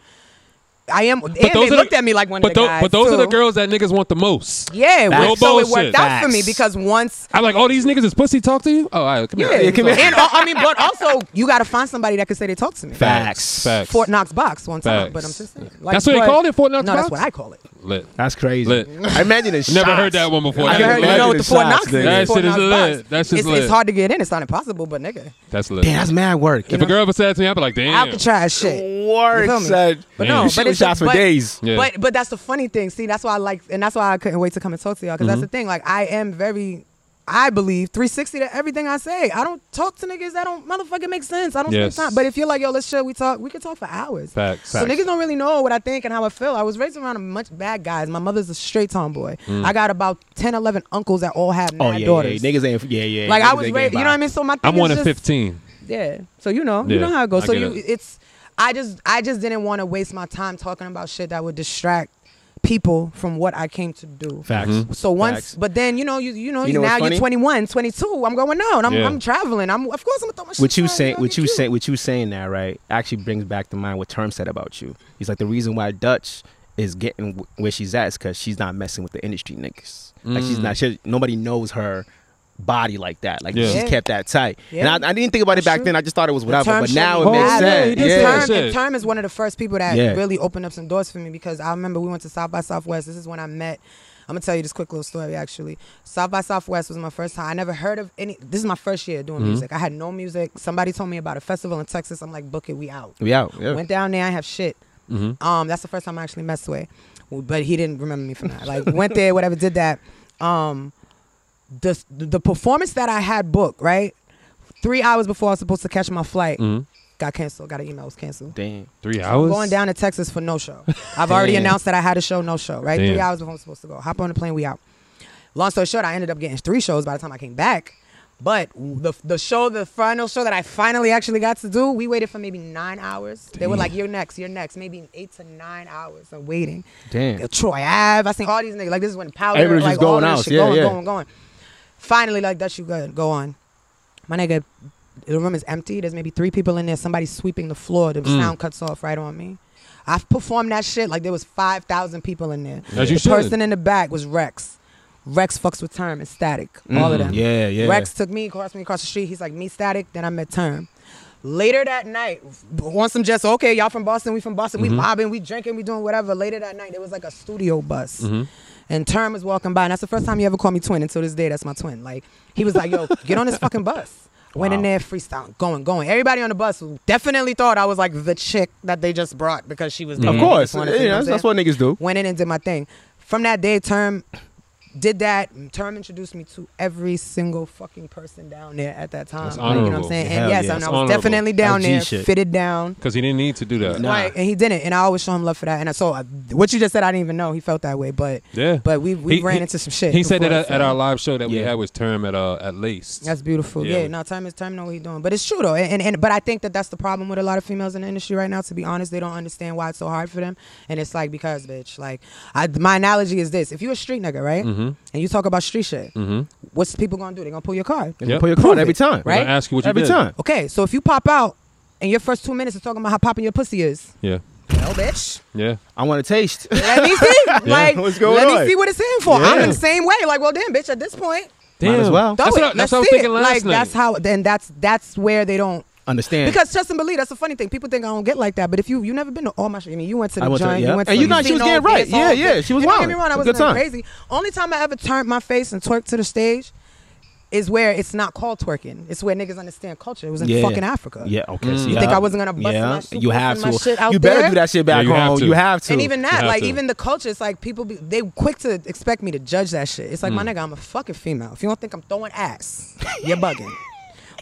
S9: I am. and
S3: those
S9: they
S3: are the-
S9: looked at me like one
S3: but
S9: of the
S3: tho-
S9: guys.
S3: But those are the
S9: too.
S3: girls that niggas want the most.
S9: Yeah, it
S3: Real
S9: worked, so it
S3: bullshit.
S9: worked out for me because once
S3: I'm like, oh, these niggas is pussy talk to you? Oh, all right, come
S9: yeah,
S3: here. Come here.
S9: and uh, I mean, but also you got to find somebody that can say they talk to me.
S3: Facts. Facts.
S9: Fort Knox box one time,
S3: Facts.
S9: but I'm just saying.
S3: That's what they
S9: but-
S3: called it, Fort Knox
S9: no,
S3: box?
S9: that's what I call it.
S3: Lit.
S1: That's crazy. I imagine the
S3: Never
S1: shots.
S3: heard that one before.
S1: I
S3: That
S1: never
S3: shit
S1: heard-
S3: lit.
S1: you know what
S9: But the Fort Knox,
S3: That
S9: is Fort
S3: shit is
S9: Knox box.
S3: lit. That shit's
S9: it's,
S3: lit.
S9: it's hard to get in. It's not impossible, but nigga,
S3: That's lit.
S1: Damn, that's mad work.
S3: If a girl ever said that to me, I'd be like, damn.
S9: Alcatraz shit.
S1: Work,
S9: You feel me?
S1: son.
S9: But
S3: Yeah.
S9: no,
S3: You
S9: but
S3: shooting
S9: it's a-
S3: shots for
S9: but-
S3: days. Yeah.
S9: But but that's the funny thing. See, that's why I like, and that's why I couldn't wait to come and talk to y'all because
S1: Mm-hmm.
S9: that's
S12: Mhm.
S9: the thing. Like, I am very. I believe 360 to everything I say. I don't talk to niggas that don't motherfucking make sense. I don't
S12: Yes.
S9: spend time. But if you're like, yo, let's chill, we talk, we can talk for hours.
S12: Facts.
S9: So niggas don't really know what I think and how I feel. I was raised around a much bad guys. My mother's a straight tomboy.
S1: Mm.
S9: I got about 10, 11 uncles that all have
S1: Oh
S9: mad
S1: yeah, yeah,
S9: daughters.
S1: yeah, niggas ain't. Yeah, yeah.
S9: Like I
S1: niggas
S9: was
S1: ain't
S9: raised,
S1: getting
S9: you know
S1: by.
S9: what I mean. So my thing
S3: I'm
S9: is
S3: one of
S9: just-
S3: 15.
S9: Yeah. So you know, you
S3: Yeah,
S9: know how it goes.
S3: I
S9: so
S3: get
S9: you,
S3: it.
S9: it's. I just, I just didn't want to waste my time talking about shit that would distract people from what I came to do.
S1: Facts. Mhm.
S9: Mm-hmm. So once,
S1: Facts.
S9: but then you know, you you know,
S1: You know what's
S9: now
S1: funny?
S9: you're 21, 22. I'm going out. I'm,
S1: Yeah.
S9: I'm traveling. I'm of course I'm gonna throw my shit.
S1: What you
S9: out,
S1: saying?
S9: know,
S1: What
S9: get
S1: you
S9: cute.
S1: saying? What you saying now, right? Actually brings back to mind what Term said about you. He's like the reason why Dutch is getting wh- where she's at is because she's not messing with the industry niggas. Like she's
S3: Mm.
S1: not. She, nobody knows her body like that. Like
S3: Yeah.
S1: she's kept that tight.
S9: Yeah.
S1: And I, I didn't think about it back then. I just thought it was whatever.
S9: Term
S1: But
S9: shit.
S1: now it makes sense.
S9: Term-
S1: Yeah.
S9: Term, Term is one of the first people that
S1: Yeah.
S9: really opened up some doors for me because I remember we went to South by Southwest. This is when I met. I'm gonna tell you this quick little story actually. South by Southwest was my first time. I never heard of any. This is my first year doing
S1: Mhm.
S9: music. I had no music. Somebody told me about a festival in Texas. I'm like, book it. We out.
S1: We out, yeah.
S9: Went down there. I have shit.
S1: Mhm.
S9: Um, that's the first time I actually met Sway, Well, but he didn't remember me from that. Like went there, whatever, did that. Um, the the performance that I had booked right, three hours before I was supposed to catch my flight,
S1: Mm-hmm.
S3: Mhm.
S9: got canceled. Got an email, it was canceled.
S1: Damn.
S3: Three
S9: So I'm
S3: hours.
S9: going down to Texas for no show. I've already
S3: Damn.
S9: announced that I had a show, no show. Right, three
S3: Damn.
S9: hours before I'm supposed to go. Hop on the plane, we out. Long story short, I ended up getting three shows by the time I came back. But the the show, the final show that I finally actually got to do, we waited for maybe nine hours. They were
S1: Damn.
S9: like, "You're next, you're next." Maybe eight to nine hours of waiting.
S1: Damn.
S9: Troy Ave. I seen all these niggas. Like this is when Power.
S1: Everybody's
S9: like,
S1: just going
S9: all this
S1: out.
S9: Shit,
S1: Yeah,
S9: going,
S1: yeah.
S9: going, going. Finally, like that. You good? Go on. My nigga, the room is empty. There's maybe three people in there. Somebody's sweeping the floor. The
S3: Mm.
S9: sound cuts off right on me. I've performed that shit like there was five thousand people in there.
S3: As you
S9: the
S3: should.
S9: person in the back was Rex. Rex fucks with Term and Static. all of
S1: Mm,
S9: them.
S1: yeah, yeah.
S9: Rex took me, crossed me across the street. He's like, me Static. Then I met Term. Later that night, once some just okay, y'all from Boston, we from Boston,
S3: Mm-hmm.
S12: Mhm.
S9: we mobbing, we drinking, we doing whatever. Later that night, there was like a studio bus,
S12: Mhm.
S9: Mm-hmm. and Term was walking by, and that's the first time he ever called me twin. And to this day, that's my twin. Like he was like, "Yo, get on this fucking bus." Went in there, freestyle, going, going. Everybody on the bus definitely thought I was like the chick that they just brought because she was.
S1: Of
S9: the one
S1: course.
S9: that just wanted to,
S1: Yeah,
S9: you know
S1: that's- that's
S9: I'm
S1: what niggas do.
S9: saying? Went in and did my thing. From that day, Term did that. Term introduced me to every single fucking person down there at that time.
S3: That's
S9: Like, you know what
S3: honorable.
S9: I'm saying?
S3: Hell
S9: And yes,
S3: yeah.
S9: and
S3: That's
S9: I was
S3: honorable.
S9: definitely down
S3: That's G
S9: there,
S3: shit.
S9: fitted down.
S3: Because he didn't need to do that.
S9: Right, and he didn't, and I always show him love for that. And I- so, uh, what you just said, I didn't even know he felt that way, but
S3: Yeah.
S9: but we we
S3: He-
S9: ran
S3: he-
S9: into some shit.
S3: He said that
S9: before,
S3: at, at
S9: so.
S3: our live show that we had was term at uh at Lace.
S9: That's beautiful. Yeah, no, time is time. Know what he's doing, but it's true though. And, and but I think that that's the problem with a lot of females in the industry right now. To be honest, they don't understand why it's so hard for them. And it's like because, bitch, like I, my analogy is this: if you're a street nigga, right,
S1: Mm-hmm.
S3: Mhm.
S9: and you talk about street shit,
S3: Mhm.
S9: what's people gonna do? They gonna pull your card.
S1: They gonna Yep. pull your card
S9: Prove
S1: every
S9: it,
S1: time. They're
S9: right?
S1: gonna ask you what you Every did. time.
S9: Okay, so if you pop out and your first two minutes is talking about how popping your pussy is,
S3: Yeah.
S9: well, bitch.
S3: Yeah.
S1: I want to taste.
S9: Let me see.
S1: Yeah.
S9: Like,
S1: What's going
S9: let
S1: on?
S9: me see what it's in for. I'm
S1: Yeah.
S9: in the same way. Like, well, damn, bitch. At this point,
S1: Might as well.
S9: throw
S1: That's
S9: it.
S1: what I-
S9: Let's
S1: that's what I was
S9: see
S1: thinking
S9: it.
S1: last
S9: like,
S1: night.
S9: That's how. Then that's that's where they don't
S1: Understand.
S9: because trust and believe. That's the funny thing. People think I don't get like that. But if you you never been to all my shit. I mean, you went to the
S1: I went to-
S9: joint.
S1: yeah.
S9: You went to
S1: And
S9: the
S1: you know she was
S9: casino,
S1: getting right.
S9: dance hall,
S1: Yeah, yeah,
S9: did-
S1: she was
S9: and don't get
S1: wildin'.
S9: me wrong. I
S1: Good
S9: wasn't
S1: time.
S9: crazy. Only time I ever turned my face and twerked to the stage. Is where it's not called twerking. It's where niggas understand culture. It was in
S1: Yeah.
S9: fucking Africa.
S1: Yeah, okay.
S9: You
S1: so
S9: think I wasn't gonna bust
S1: yeah.
S9: my super-
S1: You have
S9: my
S1: to.
S9: shit out
S1: you better
S9: there?
S1: do that shit
S3: Yeah,
S1: back
S3: you have
S1: home.
S3: to.
S1: You have to.
S9: And even
S1: You
S9: that,
S1: have
S9: like
S1: to.
S9: even the culture, it's like people be, they quick to expect me to judge that shit. It's like my
S1: Mm.
S9: nigga, I'm a fucking female. If you don't think I'm throwing ass, you're bugging.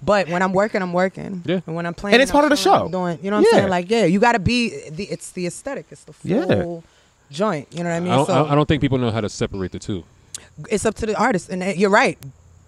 S9: But when I'm working, I'm working. Yeah. And when I'm playing,
S1: And it's
S9: I'm
S1: part of the
S9: showing what
S1: show.
S9: I'm doing you know what
S1: Yeah.
S9: I'm saying? Like yeah, you got to be the. It's the aesthetic. It's the
S3: Yeah.
S9: full joint. You know what I
S3: I
S9: mean?
S3: don't,
S9: so
S3: I don't- I don't think people know how to separate the two.
S9: it's up to the artist, and uh, you're right.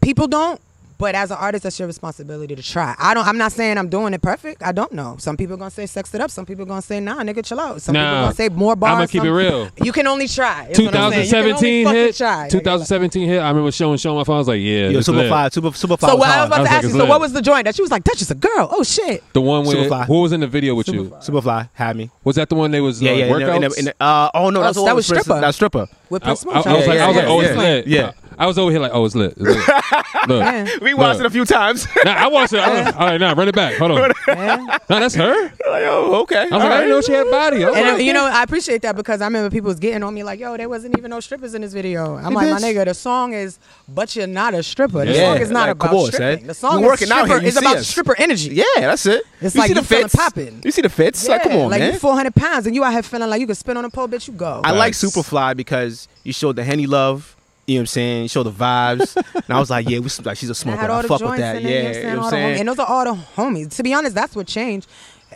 S9: People don't. But as an artist, that's your responsibility to try. I don't. I'm not saying I'm doing it perfect. I don't know. Some people gonna say sex it up. Some people gonna say nah, nigga, chill out. Some people
S3: Nah.
S9: gonna say more bars.
S3: I'ma keep
S9: some-
S3: it real.
S9: You can only try. is what I'm saying. You can only
S3: 2017
S9: fucking
S3: hit.
S9: Try.
S3: 2017 hit. I remember showing showing my phone. I was like, yeah,
S1: Yeah,
S3: it's
S1: Super
S3: lit.
S1: Five, Super Super Five.
S9: So what I was about to
S3: I was like,
S9: ask you.
S3: it's
S9: So
S3: lit.
S9: what was the joint that she was like? That's just a girl. Oh shit.
S3: The one with
S1: Superfly.
S3: who was in the video with you?
S1: Superfly had me.
S3: Was that the one they was
S1: Yeah,
S3: like,
S1: yeah. in the-
S3: workouts?
S1: in the- in the- uh, oh no,
S9: Oh,
S1: that's
S9: so
S1: what
S9: that
S1: it
S9: was
S1: Prince-
S9: stripper.
S1: That stripper.
S9: With
S1: I-
S9: Prince
S1: I-
S3: I, I was like, I was like, oh, it's lit.
S1: Yeah.
S3: I was over here like, oh, it's lit. It's lit.
S1: Yeah.
S3: Look,
S1: We watched it
S3: look.
S1: a few times.
S3: Nah, I watched it. I was- all right, now nah, run it back. Hold on. Nah, that's her.
S1: oh, okay.
S3: I was like, I didn't know she had body. I was
S9: And uh,
S3: like,
S9: you know, I appreciate that because I remember people was getting on me like, "Yo, there wasn't even no strippers in this video." I'm
S1: Hey,
S9: like, "My
S1: bitch.
S9: nigga, the song is, but you're not a stripper. The
S1: Yeah,
S9: song is not
S1: like,
S9: about
S1: come on,
S9: stripping.
S1: son.
S9: The song
S1: We're
S9: is,
S1: working out
S9: stripper,
S1: here, you
S9: is
S1: see
S9: about
S1: us.
S9: stripper energy.
S1: Yeah, that's it.
S9: It's
S1: you
S9: like
S1: see
S9: you
S1: the
S9: feeling
S1: fits.
S9: popping.
S1: You see the fits. Like, come on,
S9: like
S1: man.
S9: you 400 pounds and you out here feeling like you can spin on a pole, bitch. You go.
S1: I like Superfly because you showed the henny love. You know what I'm saying? You showed the vibes, and I was like, "Yeah, we s- like she's a
S9: And I
S1: smoker.
S9: had all
S1: I
S9: the
S1: fuck
S9: joints
S1: with that.
S9: in there,
S1: Yeah,
S9: you know what I'm saying? And those are all the homies. To be honest, that's what changed.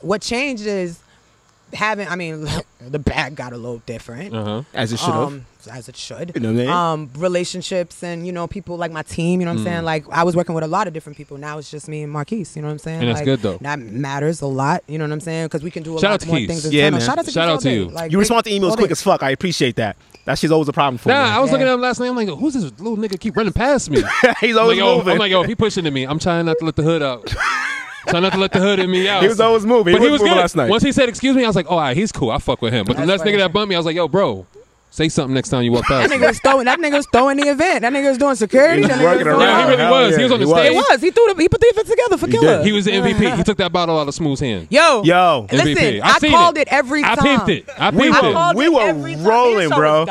S9: What changed is having. I mean, the bag got a little different,
S1: Uh-huh. As it should have.
S9: Um, as it should.
S1: You know what I mean?
S9: Um, relationships and you know people like my team. You know what I'm
S1: Mm.
S9: saying? Like I was working with a lot of different people. Now it's just me and Marquise. You know what I'm saying?
S1: And that's
S9: Like,
S1: good, though.
S9: That matters a lot. You know what I'm saying? Because we can do a
S1: Shout
S9: lot
S1: out to
S9: more
S1: Keith.
S9: things.
S1: Yeah,
S9: internal.
S1: man.
S9: Shout out to Keith all day. Like,
S1: you
S9: big-
S1: respond to
S9: all
S1: emails
S9: day.
S1: quick as fuck. I appreciate that. That shit's always a problem for
S3: Nah,
S1: me.
S3: I was looking at him last night. I'm like, who's this little nigga keep running past me?
S1: He's
S3: I'm
S1: always
S3: like, yo,
S1: moving.
S3: I'm like, yo, if he pushing to me, I'm trying not to let the hood out. trying not to let the hood in me out.
S1: He was always moving. He
S3: But he
S1: was
S3: was
S1: moving
S3: good.
S1: last night.
S3: Once he said excuse me, I was like, oh, all right, he's cool. I fuck with him. But the
S1: That's
S3: next nigga that bumped me, I was like, yo, bro, Say something next time you walk past.
S11: That nigga was throwing. That nigga was throwing the event. That nigga was doing security.
S3: He was
S11: that nigga
S3: working around. Yeah, he really was. He was on the He was. stage.
S11: He was. He threw. The, he put the event together for Killer.
S3: He was the MVP. He took that bottle out of Smooth's hand.
S11: Yo. Yo.
S3: MVP.
S11: Listen,
S3: I,
S11: I
S3: seen
S11: called
S3: it.
S11: it every
S3: I
S11: time.
S3: pimped it. I
S1: We
S3: pimped
S1: were-
S3: it.
S1: I we were rolling, bro.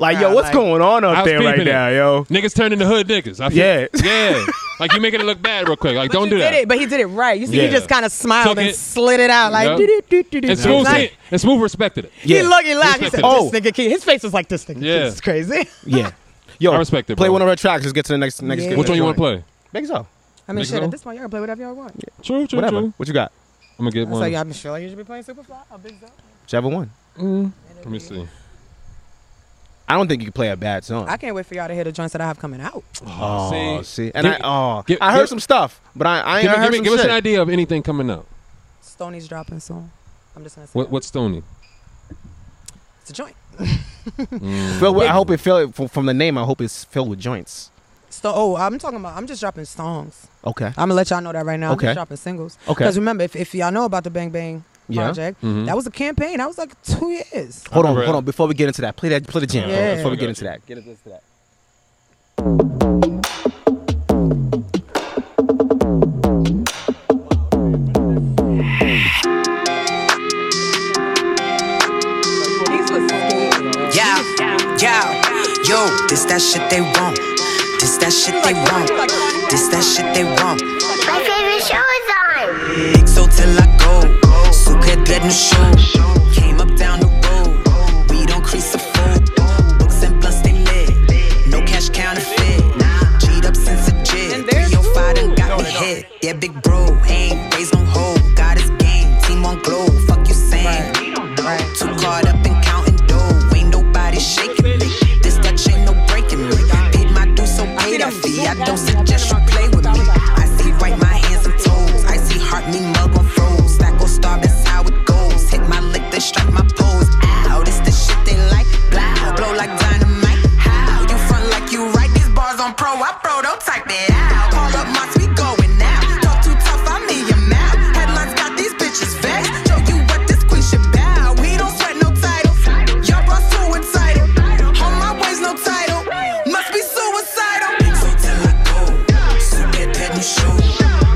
S1: Like, yo, what's going on
S3: I
S1: up
S3: was
S1: there right
S3: pimping it.
S1: now, yo?
S3: Niggas turning the hood niggas. I
S1: Yeah.
S3: feel, yeah. Like you making it look bad real quick. Like don't do
S11: He
S3: that.
S11: did it, but he did it right. You see,
S3: Yeah.
S11: he just kind of smiled
S3: Took
S11: and
S3: it.
S11: slid it out like.
S3: Yep.
S11: do, do, do, do, do,
S3: And
S11: do.
S3: Smooth,
S11: Like,
S3: and Smooth respected it.
S11: He looked. He laughed. He said,
S3: Respected
S1: Oh.
S11: "This
S3: it.
S11: nigga, kid." His face was like this nigga.
S3: Yeah.
S11: Yeah. This is crazy.
S1: Yeah. Yo, I
S3: respect it.
S1: Play one of our tracks. Let's get to the next next.
S11: Yeah. Which one
S3: you wanna play?
S1: Make so.
S11: I mean,
S1: Niggas
S11: shit.
S1: know.
S11: At this point, y'all can play whatever y'all want.
S3: True, true,
S1: Whatever.
S3: true.
S1: What you got?
S3: I'm gonna get
S11: So y'all, I'm sure like, you should be playing Superfly. or Big Zone.
S1: Whichever one.
S3: Mm. Let me see.
S1: I don't think you can play a bad song.
S11: I can't wait for y'all to hear the joints that I have coming out.
S1: Oh, see, and
S3: Give-
S1: I oh,
S3: give-
S1: I heard
S3: give-
S1: some stuff, but I, I ain't
S3: give me-
S1: heard
S3: give me-
S1: some
S3: give us
S1: shit.
S3: an idea of anything coming up.
S11: Stoney's dropping soon. I'm just gonna say
S3: What, what's Stony?
S11: it's a joint.
S1: Filled with, I hope it filled from, from the name. I hope it's filled with joints.
S11: So, oh, I'm talking about. I'm just dropping songs.
S1: Okay.
S11: I'm gonna let y'all know that right now. I'm
S1: Okay.
S11: just dropping singles.
S1: Okay.
S11: Because remember, if, if y'all know about the Bang Bang
S1: Yeah.
S11: project,
S1: Mhm.
S11: that was a campaign. That was like two years.
S1: Hold on, hold on. Before we get into that, play that, play the jam
S11: Yeah.
S1: before we
S11: I
S1: get
S11: got
S1: into
S11: you.
S1: that. Get into that.
S9: Yeah, yeah, yo, this that shit they want. This that shit they want. This that shit they want.
S13: My favorite show is on.
S9: Big so till I go. Suka dead show. Came up down the road. We don't crease a fool. Books and blunts they lit. No cash counterfeit. Cheat up since a jit. 305 done got me hit. Yeah, big bro. Ain't raised no hoe. Got his game. Team on glow. Fuck you saying. Too caught up in counting dough. Ain't nobody shaking me. This Dutch ain't no breaking me. Paid my due, so pay that fee. I don't suggest you play with me. I see right my hands and toes. I see heart me mug on froze. Stack or star, that's how it goes. Hit my lick, then strike my pose. Ow, this the shit they like. Blow, blow like dynamite. How you front like you right? These bars on pro, I pro, don't type it out. Call up months, we going now. Talk too tough, I'm in your mouth. Headlines got these bitches vexed. Show you what this queen should bow. We don't sweat no titles. Your bro suicidal. On my ways, no title. Must be suicidal. So till I go, so that pet new show.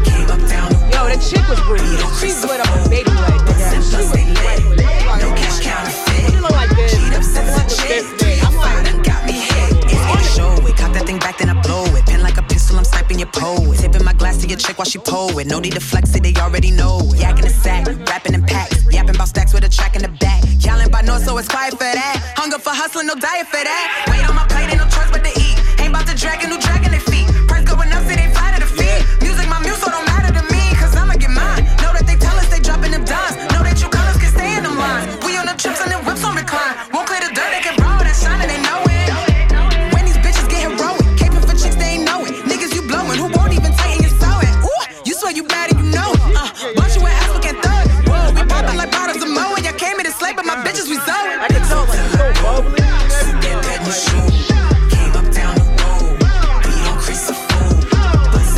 S9: Came up down the Yo, that chick was pretty. She's lit up a baby right there. She was lit. No cash counterfeit. She look like this. Cheat up since a chick. I'm like, got me hit. It's gonna show it. Cop that thing back, then I blow it. Pen like a pistol, I'm sniping your poet. Tipping my glass to your chick while she pull it. No need to flex it, they already know it. Yak in the sack, rapping in packs. Yapping about stacks with a track in the back. Yelling by noise, so it's quiet for that. Hunger for hustling, no diet for that. Weight on my plate, ain't no choice but to eat. Ain't about to drag a new dragon their feet. Price going up, so they fly to the feet. Music, my muse, so don't matter to me, cause I'ma get mine. Know that they tell us they dropping them dimes. Know that you colors can stay in them lines. We on them trips and them whips on recline. Won't clear the dirt, they can borrow that shine and they know it. When these bitches get heroic, caping for chicks they ain't know it. Niggas you blowing, who won't even tighten your sew it. Ooh, you swear you bad and you know it. Uh, bunch you an African thug. Whoa, we poppin' like bottles of Moe. Y'all came in to slay, but my bitches we zoe. I can tell it. oh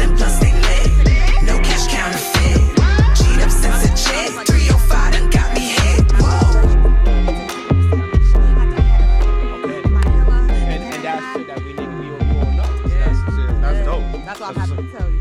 S1: That's dope.
S11: That's what I'm happy to tell you.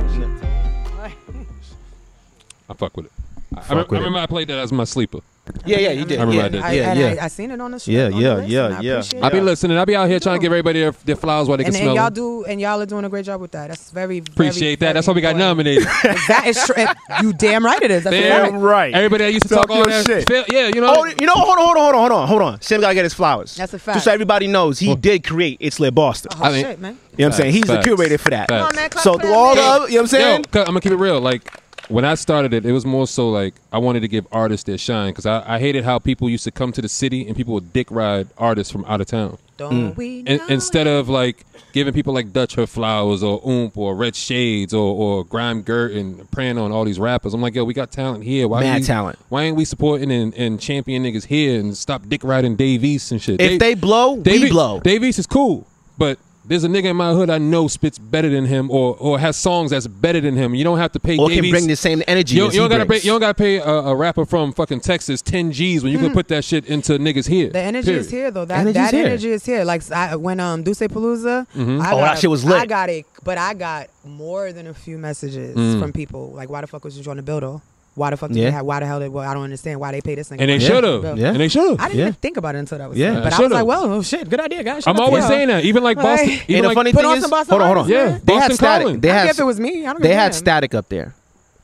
S3: I fuck with it. I,
S1: Fuck
S3: I, rem-
S1: with
S3: I remember I played that as my sleeper.
S1: Yeah, yeah, you did.
S3: I remember
S1: Yeah,
S3: I did.
S1: I- Yeah, and yeah.
S11: I, I seen it on the show.
S1: Yeah, yeah, yeah,
S11: I
S1: yeah.
S11: appreciate
S3: I be
S11: it.
S3: listening. I be out here trying to give everybody their, their flowers while they
S11: and,
S3: can
S11: and
S3: smell
S11: y'all
S3: them.
S11: do, and y'all are doing a great job with that. That's very, very
S3: Appreciate that. That's why we got nominated.
S11: that is true. You damn right it is. That's
S3: Damn
S11: right.
S1: right.
S3: Everybody that used to talk all that fail- yeah, you know-
S1: Oh, you know. Hold on, hold on, hold on, hold on, hold on. Sam gotta get his flowers.
S11: That's a
S1: Just
S11: fact.
S1: so everybody knows, he did create It's Lit Boston.
S11: Oh, I mean- shit, man.
S1: You know what I'm saying? He's
S3: Facts.
S1: the curator for that.
S3: Facts. Come on, man,
S1: so through all the,
S3: Yo,
S1: other- you know what I'm saying?
S3: yo, 'cause I'm gonna keep it real. Like when I started it, it was more so like I wanted to give artists their shine because I, I hated how people used to come to the city and people would dick ride artists from out of town.
S11: Don't Mm. we
S3: In- instead of like giving people like Dutch her flowers or Oomp or Red Shades or or Grime Gert and preying on all these rappers, I'm like, yo, we got talent here. Why
S1: Mad
S3: we-
S1: talent.
S3: Why ain't we supporting and, and champion niggas here and stop dick riding Dave East and shit?
S1: If they blow, we
S3: Dave,
S1: blow.
S3: Dave East is cool, but There's a nigga in my hood I know spits better than him, or or has songs that's better than him. You don't have to pay.
S1: Or can
S3: Davies-
S1: bring the same energy
S3: You,
S1: as
S3: you
S1: he
S3: don't gotta
S1: brings.
S3: pay. You don't gotta pay a, a rapper from fucking Texas ten G's when you can put that shit into niggas here.
S9: Mm. The energy is here though. That
S3: Energy's
S9: that
S3: here.
S9: energy is here. Like I, when um Duce Palooza,
S3: Mhm.
S9: I
S3: Oh,
S9: got
S3: that shit was lit.
S9: I got it, but I got more than a few messages
S3: Mm.
S9: from people like, "Why the fuck was you joining Bildo? Why the fuck? Did
S3: Yeah.
S9: they have, why the hell? Did, well, I don't understand why they pay this thing.
S3: And they should've. Yeah. And they should've.
S9: I didn't even
S3: Yeah.
S9: think about it until that was.
S3: Yeah.
S9: Yeah, but I was
S3: Should've.
S9: like, well, oh, shit, good idea, guys. Shout
S3: I'm
S9: out to
S3: always
S9: y'all.
S3: saying that. Even like Boston.
S9: Like,
S3: even
S1: and the
S3: like,
S1: funny
S9: put
S1: thing
S9: on
S1: is,
S9: some Boston
S1: hold on, hold on.
S9: artists, man.
S1: They had
S9: Boston
S1: static.
S9: Collins.
S1: They
S9: I
S1: had
S9: get if it was me. I don't
S1: They
S9: give a
S1: had
S9: damn.
S1: static up there,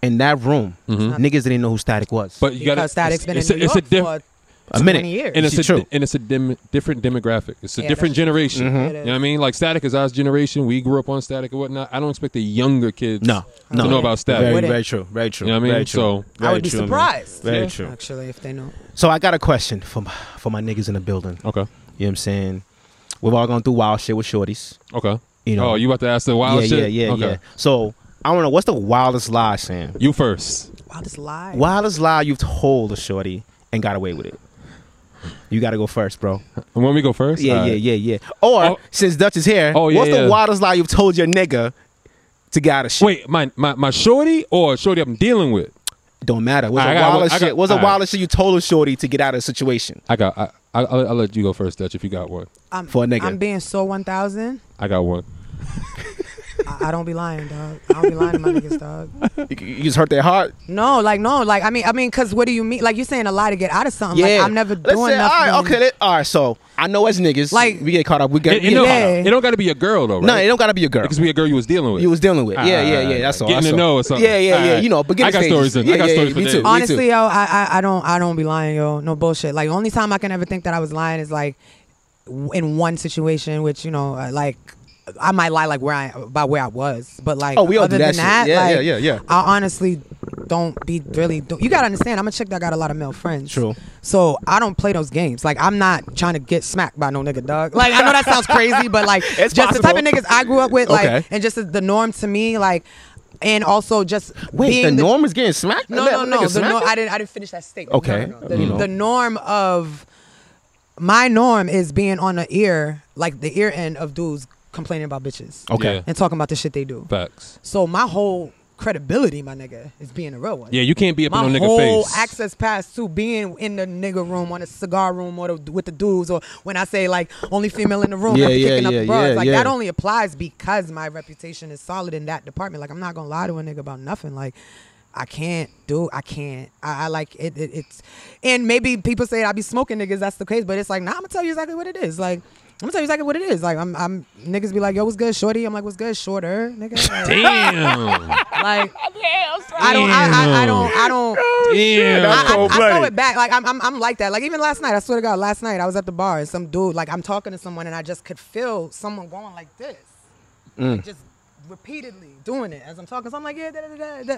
S1: in that room. Niggas didn't know who static was.
S3: Mm-hmm. But you gotta-
S9: Because Static's been in New
S3: a
S9: York
S3: diff-
S9: for
S1: A minute.
S9: 20 years.
S3: And it's, a,
S1: It's true. Mm-hmm.
S3: and it's a dim, different demographic. It's a
S9: Yeah,
S3: different
S9: that's true.
S3: generation.
S9: Mhm. It
S3: You know what I mean? Like Static is our generation. We grew up on Static and whatnot. I don't expect the younger kids
S1: No,
S3: to
S1: no.
S3: know about Static.
S1: Very, very true. Very true.
S3: You know what I mean?
S1: Very true.
S3: So
S1: Very
S9: I would be
S1: true, man.
S9: surprised.
S1: Very
S9: yeah,
S1: true.
S9: Actually, if they know.
S1: So I got a question for my, for my niggas in the building.
S3: Okay.
S1: know
S3: You
S1: what I'm saying? We've all gone through wild shit with shorties.
S3: Okay.
S1: You know.
S3: Oh, you about to ask the wild
S1: yeah,
S3: shit?
S1: Yeah, yeah,
S3: Okay.
S1: yeah. So I want to know what's the wildest lie, Sam?
S3: You first.
S9: Wildest lie.
S1: Wildest lie you've told a shorty and got away with it. You got to go first, bro.
S3: And when we go first?
S1: Yeah,
S3: All
S1: yeah,
S3: right.
S1: yeah, yeah. Or since Dutch is here,
S3: Oh, yeah,
S1: what's
S3: yeah.
S1: the wildest lie you've told your nigga to get out of shit?
S3: Wait, my, my, my shorty or shorty I'm dealing with?
S1: Don't matter. What's
S3: I
S1: the
S3: got-
S1: wildest
S3: I got-
S1: shit? What's
S3: all
S1: the
S3: right.
S1: wildest shit you told a shorty to get out of a situation?
S3: I got. I, I, I'll, I'll let you go first, Dutch, if you got one.
S9: I'm,
S1: For a nigga.
S9: I'm being so 1,000.
S3: I got one.
S9: I, I don't be lying, dog. I don't be lying to my niggas, dog.
S1: You, you just hurt their heart.
S9: No, like no, like I mean, I mean, cause what do you mean? Like you're saying a lie to get out of something. Like I'm never
S1: Let's
S9: doing
S1: say, All
S9: nothing.
S1: right, okay, let- all right. So I know as niggas, like we get caught up. We get,
S3: It,
S1: we
S3: it
S1: get
S3: don't,
S1: caught up.
S3: it don't got to be a girl though, right?
S1: No, it don't gotta be a girl.
S3: Because be a girl you was dealing with.
S1: You was dealing with.
S3: Ah,
S1: yeah, yeah, yeah. That's all.
S3: Getting
S1: that's
S3: to
S1: all.
S3: know or something.
S1: Yeah, yeah, yeah.
S3: Ah,
S1: you know,
S3: I
S1: beginning
S3: got
S1: stages.
S3: stories in.
S1: Yeah,
S3: I got
S1: yeah,
S3: stories
S1: yeah,
S3: for
S1: me too.
S3: days.
S9: Honestly, yo, I, I I don't I don't be lying, yo. No bullshit. Like only time I can ever think that I was lying is like w- in one situation, which you know, uh, like I might lie like where I about where I was, but like
S1: Oh, we all
S9: other
S1: do
S9: than
S1: that shit.
S9: that,
S1: Yeah,
S9: like,
S1: yeah, yeah, yeah.
S9: I honestly don't be really. Do- you gotta understand, I'm a chick that got a lot of male friends.
S1: True.
S9: So I don't play those games. Like I'm not trying to get smacked by no nigga, dog. Like I know that sounds crazy, but like
S1: It's
S9: just the type of
S1: possible.
S9: niggas I grew up with, like,
S1: Okay.
S9: and just the norm to me, like, and also just
S1: Wait, the
S9: being
S1: norm is getting smacked.
S9: no,
S1: Let-
S9: no,
S1: let
S9: no.
S1: niggas
S9: The
S1: smack
S9: norm,
S1: it?
S9: I didn't. I didn't finish that statement.
S1: Okay,
S9: No, no, no. The,
S1: you know.
S9: the norm of my norm is being on the ear, like the ear end of dudes complaining about bitches.
S3: Okay. Yeah.
S9: And talking about the shit they do.
S3: Facts.
S9: So my whole credibility, my nigga, is being a real one.
S3: Yeah, you can't be up in
S9: my
S3: no nigga
S9: whole
S3: face.
S9: access pass to being in the nigga room, on the cigar room, or the, with the dudes, or when I say like only female in the room,
S1: Yeah,
S9: I'm
S1: yeah,
S9: kicking up
S1: yeah,
S9: the bras.
S1: yeah,
S9: like
S1: yeah.
S9: that only applies because my reputation is solid in that department. Like I'm not gonna lie to a nigga about nothing. Like I can't do. I can't. I, I like it, it. It's and maybe people say I be smoking niggas. That's the case, but it's like nah. I'm gonna tell you exactly what it is. Like. I'm gonna tell you exactly what it is. Like I'm, I'm niggas be like, yo, what's good, shorty? I'm like, what's good, shorter, nigga? Like,
S3: Damn.
S9: like I don't, I, I, I don't, I don't.
S3: Damn.
S9: I,
S3: That's
S9: I, I throw
S3: cold-blooded.
S9: it back. Like I'm, I'm, I'm like that. Like even last night, I swear to God, last night I was at the bar and some dude, like I'm talking to someone and I just could feel someone going like this,
S1: Mm.
S9: just repeatedly doing it as I'm talking. So I'm like, yeah, da da da. da.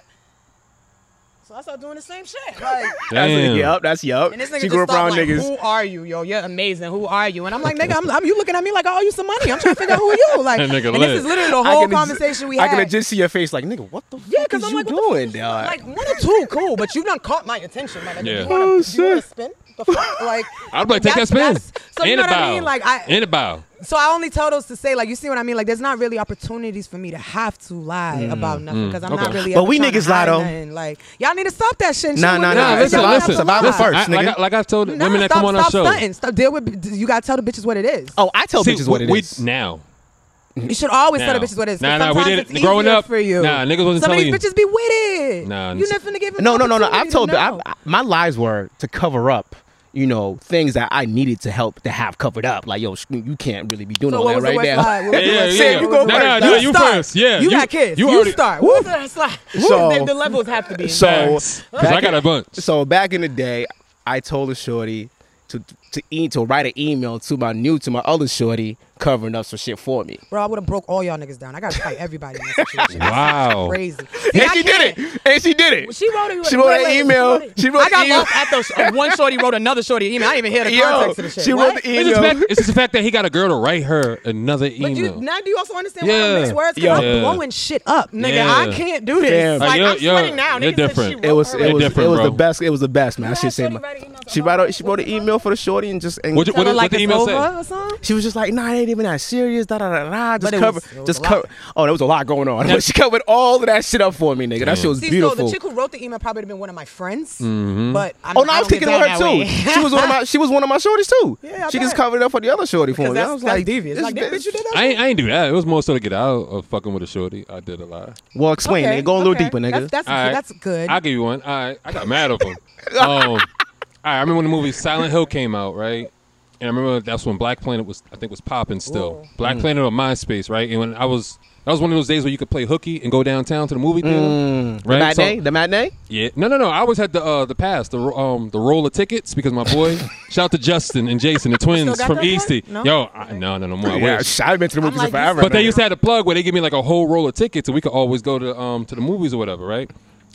S9: So I start doing the same shit. Like,
S1: That's
S3: Damn.
S1: it. Yup, that's yup.
S9: and this nigga
S1: She
S9: just
S1: grew up
S9: thought, like,
S1: around niggas.
S9: Who are you, yo? You're amazing. Who are you? And I'm like, nigga, I'm, I'm you looking at me like I owe you some money. I'm trying to figure out who are you. Like,
S1: That nigga
S9: and
S1: lit.
S9: this is literally the
S1: I
S9: whole
S1: can ex-
S9: conversation we
S1: I
S9: had.
S1: can just see your face, like nigga, what the
S9: Yeah,
S1: fuck
S9: because
S1: is
S9: I'm
S1: you
S9: like, what
S1: doing,
S9: the
S1: dog?
S9: fuck? Like one or two, cool, but you done caught my attention, my nigga.
S1: Yeah.
S9: You wanna,
S1: Oh,
S9: you wanna spin? The fuck? Like,
S3: I'd be like, take
S9: that's-
S3: that spin.
S9: that's- So you
S3: In
S9: know
S3: a
S9: what I
S3: bow.
S9: mean? Like, I
S3: In a bow.
S9: so I only tell those to say, like, you see what I mean? Like, there's not really opportunities for me to have to lie
S1: Mm,
S9: about nothing
S1: mm,
S9: because I'm
S1: okay.
S9: not really.
S1: But
S9: ever
S1: we
S9: trying to
S1: niggas lie,
S9: hide
S1: though.
S9: nothing. Like, y'all need to stop that shit. and
S1: Nah,
S9: shit
S1: nah,
S9: with
S1: nah,
S9: me.
S1: listen,
S9: Y'all have
S1: listen,
S9: to lie.
S1: survival first,
S3: I- like
S1: nigga.
S3: I, like I told
S9: Nah,
S3: women that
S9: stop,
S3: come on
S9: stop
S3: our show.
S9: Stunting. Stop deal with. You gotta tell the bitches what it is.
S1: Oh, I tell
S3: See,
S1: bitches what it
S3: we-
S1: is.
S3: Now.
S9: You should always tell the bitches what it is. 'cause
S3: Nah, nah, we
S9: sometimes
S3: didn't.
S9: it's
S3: Growing
S9: easier
S3: up,
S9: for you.
S3: nah, niggas wasn't
S9: Some of
S3: telling
S9: these
S3: you.
S9: bitches be with it.
S3: Nah,
S9: you never gonna give it.
S1: No, no, no, no. I've told I, I, my lies were to cover up. You know things that I needed to help to have covered up. Like yo, sh- you can't really be doing
S9: So
S1: all
S9: what was
S1: that
S9: the
S1: right
S9: west
S1: now.
S9: lie? What was the
S3: Yeah, west yeah,
S1: Sam,
S3: yeah.
S1: you go
S3: Nah,
S1: first.
S3: nah, nah, you
S9: start.
S3: first. Yeah,
S9: you,
S3: you-
S9: got kids.
S3: you
S9: You,
S3: already-
S9: start.
S1: Woo.
S9: What was that slide?
S1: So-
S9: the, the levels have to be.
S1: So
S3: Facts. 'Cause
S1: back
S3: I got
S1: in-
S3: a bunch.
S1: So back in the day, I told a shorty to to e- to write an email to my new to my other shorty covering up some shit for me.
S9: Bro, I would have broke all y'all niggas down. I gotta fight everybody in this situation.
S3: Oh.
S1: Wow.
S9: This is crazy. See,
S1: And
S9: I
S1: she did it. And she did it.
S9: She wrote it.
S1: She wrote
S9: wait,
S1: an
S9: wait,
S1: email.
S9: it.
S1: She wrote
S9: I got
S1: an email.
S9: lost at those. uh, One shorty wrote another shorty email. I didn't even hear the
S1: Yo,
S9: context of the shit.
S1: she
S9: What?
S1: wrote the
S3: It's just,
S1: email.
S3: fact, it's just the fact that he got a girl to write her another email.
S9: But you, now do you also understand why
S3: Yeah.
S9: I mix words? Because
S3: Yeah.
S9: I'm
S3: Yeah.
S9: blowing shit up, nigga. I
S3: Yeah.
S9: can't do this.
S1: Fam.
S9: Like,
S3: Like,
S9: I'm
S3: yo, yo,
S9: sweating now.
S3: you're
S9: Nigga said she
S3: different.
S9: wrote
S1: It was
S9: her
S1: it
S3: You're
S1: was
S3: different,
S1: it was
S3: bro.
S1: the best. It was the best, man. I should say. my- She wrote a, she wrote an email for the shorty shorty and just and
S3: What'd you- Tell what her, did- like, what the it's email say? over
S1: She was just like, "Nah, it ain't even that serious." Da da da da.
S9: But
S1: Just
S9: it
S1: cover,
S9: was- it was
S1: just
S9: a lot.
S1: cover. Oh, there was a lot going on. But she covered all of that shit up for me, nigga. That shit was
S9: See, so
S1: beautiful.
S9: the chick who wrote the email probably would have been one of my friends.
S3: Mm-hmm.
S1: Mhm.
S9: But I mean,
S1: oh no, I was
S9: don't get
S1: kicking on
S9: down
S1: her
S9: that way.
S1: too. she was one of my, she was one of my shorties too.
S9: Yeah, I
S1: she just
S9: bet.
S1: covered it up for the other shorty for
S9: Because
S1: me. I
S9: that's-
S1: was
S9: that's
S1: like,
S9: devious.
S1: this
S9: Like, that bitch, you did that.
S3: I ain't, I ain't do that. It was more so to get out of fucking with a shorty. I did a lot.
S1: Well, explain,
S9: Okay,
S1: nigga. Go a little
S9: okay.
S1: deeper, nigga.
S9: That's- that's-
S3: All right.
S9: that's good.
S3: I'll give you one. All right. I got mad at him. um, all right, I remember when the movie Silent Hill came out, right? And I remember that's when Black Planet was, I think, was popping still. Black
S1: Mm.
S3: Planet on MySpace, right? And when I was, that was one of those days where you could play hooky and go downtown to the movie theater,
S1: Mm. The
S3: right? So-
S1: matinee, the matinee.
S3: yeah. No, no, no. I always had the uh, the pass, the ro- um the roll of tickets because my boy, shout to Justin and Jason, the twins
S1: got
S3: from
S1: that one?
S3: Eastie.
S1: No?
S3: Yo, I, no, no, no more. I
S1: Yeah,
S3: wish.
S1: I've been to the movies like, forever.
S3: But they
S1: nigga.
S3: used to have the plug where they give me like a whole roll of tickets and we could always go to um to the movies or whatever, right?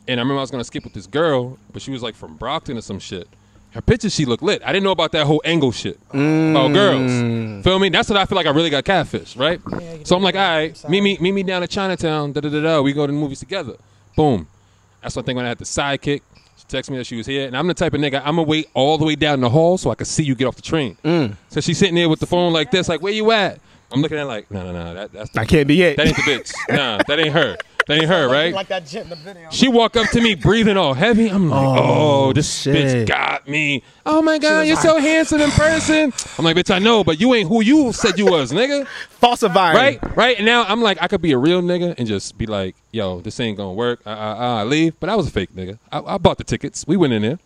S3: And I remember I was gonna skip with this girl, but she was like from Brockton or some shit. Her picture, she looked lit. I didn't know about that whole angle shit
S1: Mm.
S9: Mm.
S3: about girls. Feel me? That's what I feel like. I really got catfished, right? so I'm like, all right, meet me, meet me down at Chinatown. Da da da da. We go to the movies together. Boom. That's one thing when I had the sidekick. She texted me that she was here, and I'm the type of nigga I'm gonna wait all the way down the hall so I can see you get off the train.
S1: mm.
S3: So she's sitting there with the phone like this, like, where you at? I'm looking at it like, no, no, no, that, that's
S1: That can't be it.
S3: That ain't the bitch. nah, that ain't her. That ain't her, right?
S9: Like that shit in the video.
S3: She walk up to me breathing all heavy. I'm like, oh, this bitch got me. Oh my god, you're so handsome in person. I'm like, bitch, I know, but you ain't who you said you was, nigga.
S1: Falsifying.
S3: Right, right. And now I'm like, I could be a real nigga and just be like, yo, this ain't gonna work. Uh, uh, uh, I leave. But I was a fake nigga. I, I bought the tickets. We went in there.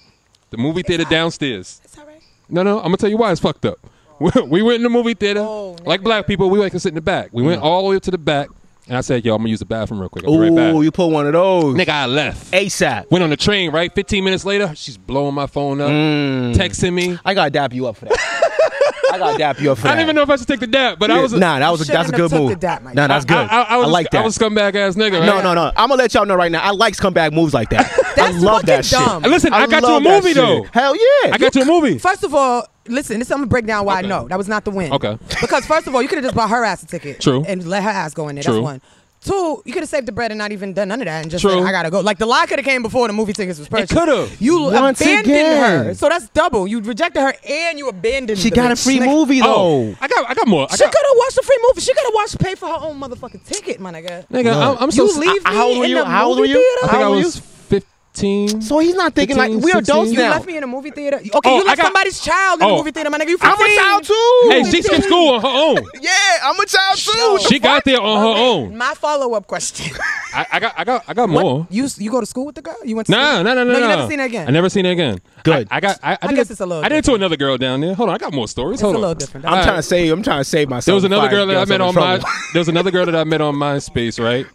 S3: The movie theater downstairs. It's all right. No, no, I'm gonna tell you why it's fucked up. we went in the movie theater. like black people, we like to sit in the back. We went all the way up to the back. And I said, yo, I'm gonna use the bathroom real quick. I'll be right back.
S1: Ooh, you pull one of those.
S3: Nigga, I left.
S1: ASAP.
S3: Went on the train, right? 15 minutes later, she's blowing my phone up, texting me.
S1: Mm. I gotta dap you up for that. I gotta dap you up for
S3: I
S1: that.
S3: didn't even know if I should take the dap, but I
S1: Yeah.
S3: was.
S1: Nah, that was a- You that's a shouldn't have good took move. the dap, my Nah, that's guy. good.
S3: I, I, was
S1: I like
S3: I
S1: that.
S3: was scumbag ass nigga. Right?
S1: No, no, no. I'm gonna let y'all know right now. I like scumbag moves like that. I love that
S9: dumb.
S1: shit.
S3: Listen, I got you
S1: love
S3: a
S1: that
S3: movie,
S1: shit.
S3: though.
S1: Hell yeah.
S3: I got you a movie.
S9: First of all, listen, this I'm gonna break down why
S3: Okay.
S9: I know that was not the win.
S3: Okay.
S9: Because first of all, you could have just bought her ass a ticket.
S3: True.
S9: And let her ass go in there.
S3: True.
S9: That's one. Two, you could have saved the bread and not even done none of that and just
S3: True.
S9: said, I gotta go. Like the lie could have came before the movie tickets was purchased.
S3: could've.
S9: You
S1: Once
S9: abandoned
S1: again.
S9: her. So that's double. You rejected her and you abandoned
S1: She
S9: the
S1: got a
S9: bitch.
S1: free
S9: Nigga.
S1: movie though.
S3: Oh, I got, I got more. I
S9: She
S3: got,
S9: could have watched a free movie. She could have watched pay for her own motherfucking ticket, my nigga.
S3: nigga, I'm, I'm so.
S9: You leave
S1: I- how
S9: me
S1: old were
S9: in
S1: you?
S9: the
S1: How old
S9: movie
S1: were you?
S9: theater?
S3: I think
S1: How
S3: I
S1: old
S3: was 15.
S1: So he's not thinking like
S3: 15,
S1: we're adults
S3: 16.
S9: You
S1: now.
S9: left me in a movie theater. Okay,
S3: Oh,
S9: you
S3: I
S9: left
S3: got-
S9: somebody's child in
S3: Oh.
S9: a movie theater, my nigga. You
S1: I'm a
S9: 15.
S1: child too.
S3: Hey, she skipped school on her own.
S1: yeah, I'm a child too.
S3: She got there on her own.
S9: My follow up question.
S3: I, I got, I got, I got more.
S9: You you go to school with the girl? You went to
S3: No,
S9: school?
S3: no, no, no,
S9: no. You
S3: no.
S9: never seen her again.
S3: I never seen her again.
S1: Good.
S3: I, I got. I, I, did
S9: guess it's a little
S3: I did it to another girl down there. Hold on, I got more stories.
S9: It's
S3: Hold
S9: a
S3: on.
S9: little different.
S1: I'm
S3: All right.
S1: trying to save. I'm trying to save myself.
S3: There was another
S1: Fire
S3: girl that I
S1: girls
S3: met
S1: up in
S3: on my.
S1: trouble.
S3: There was another girl that I met on MySpace, right?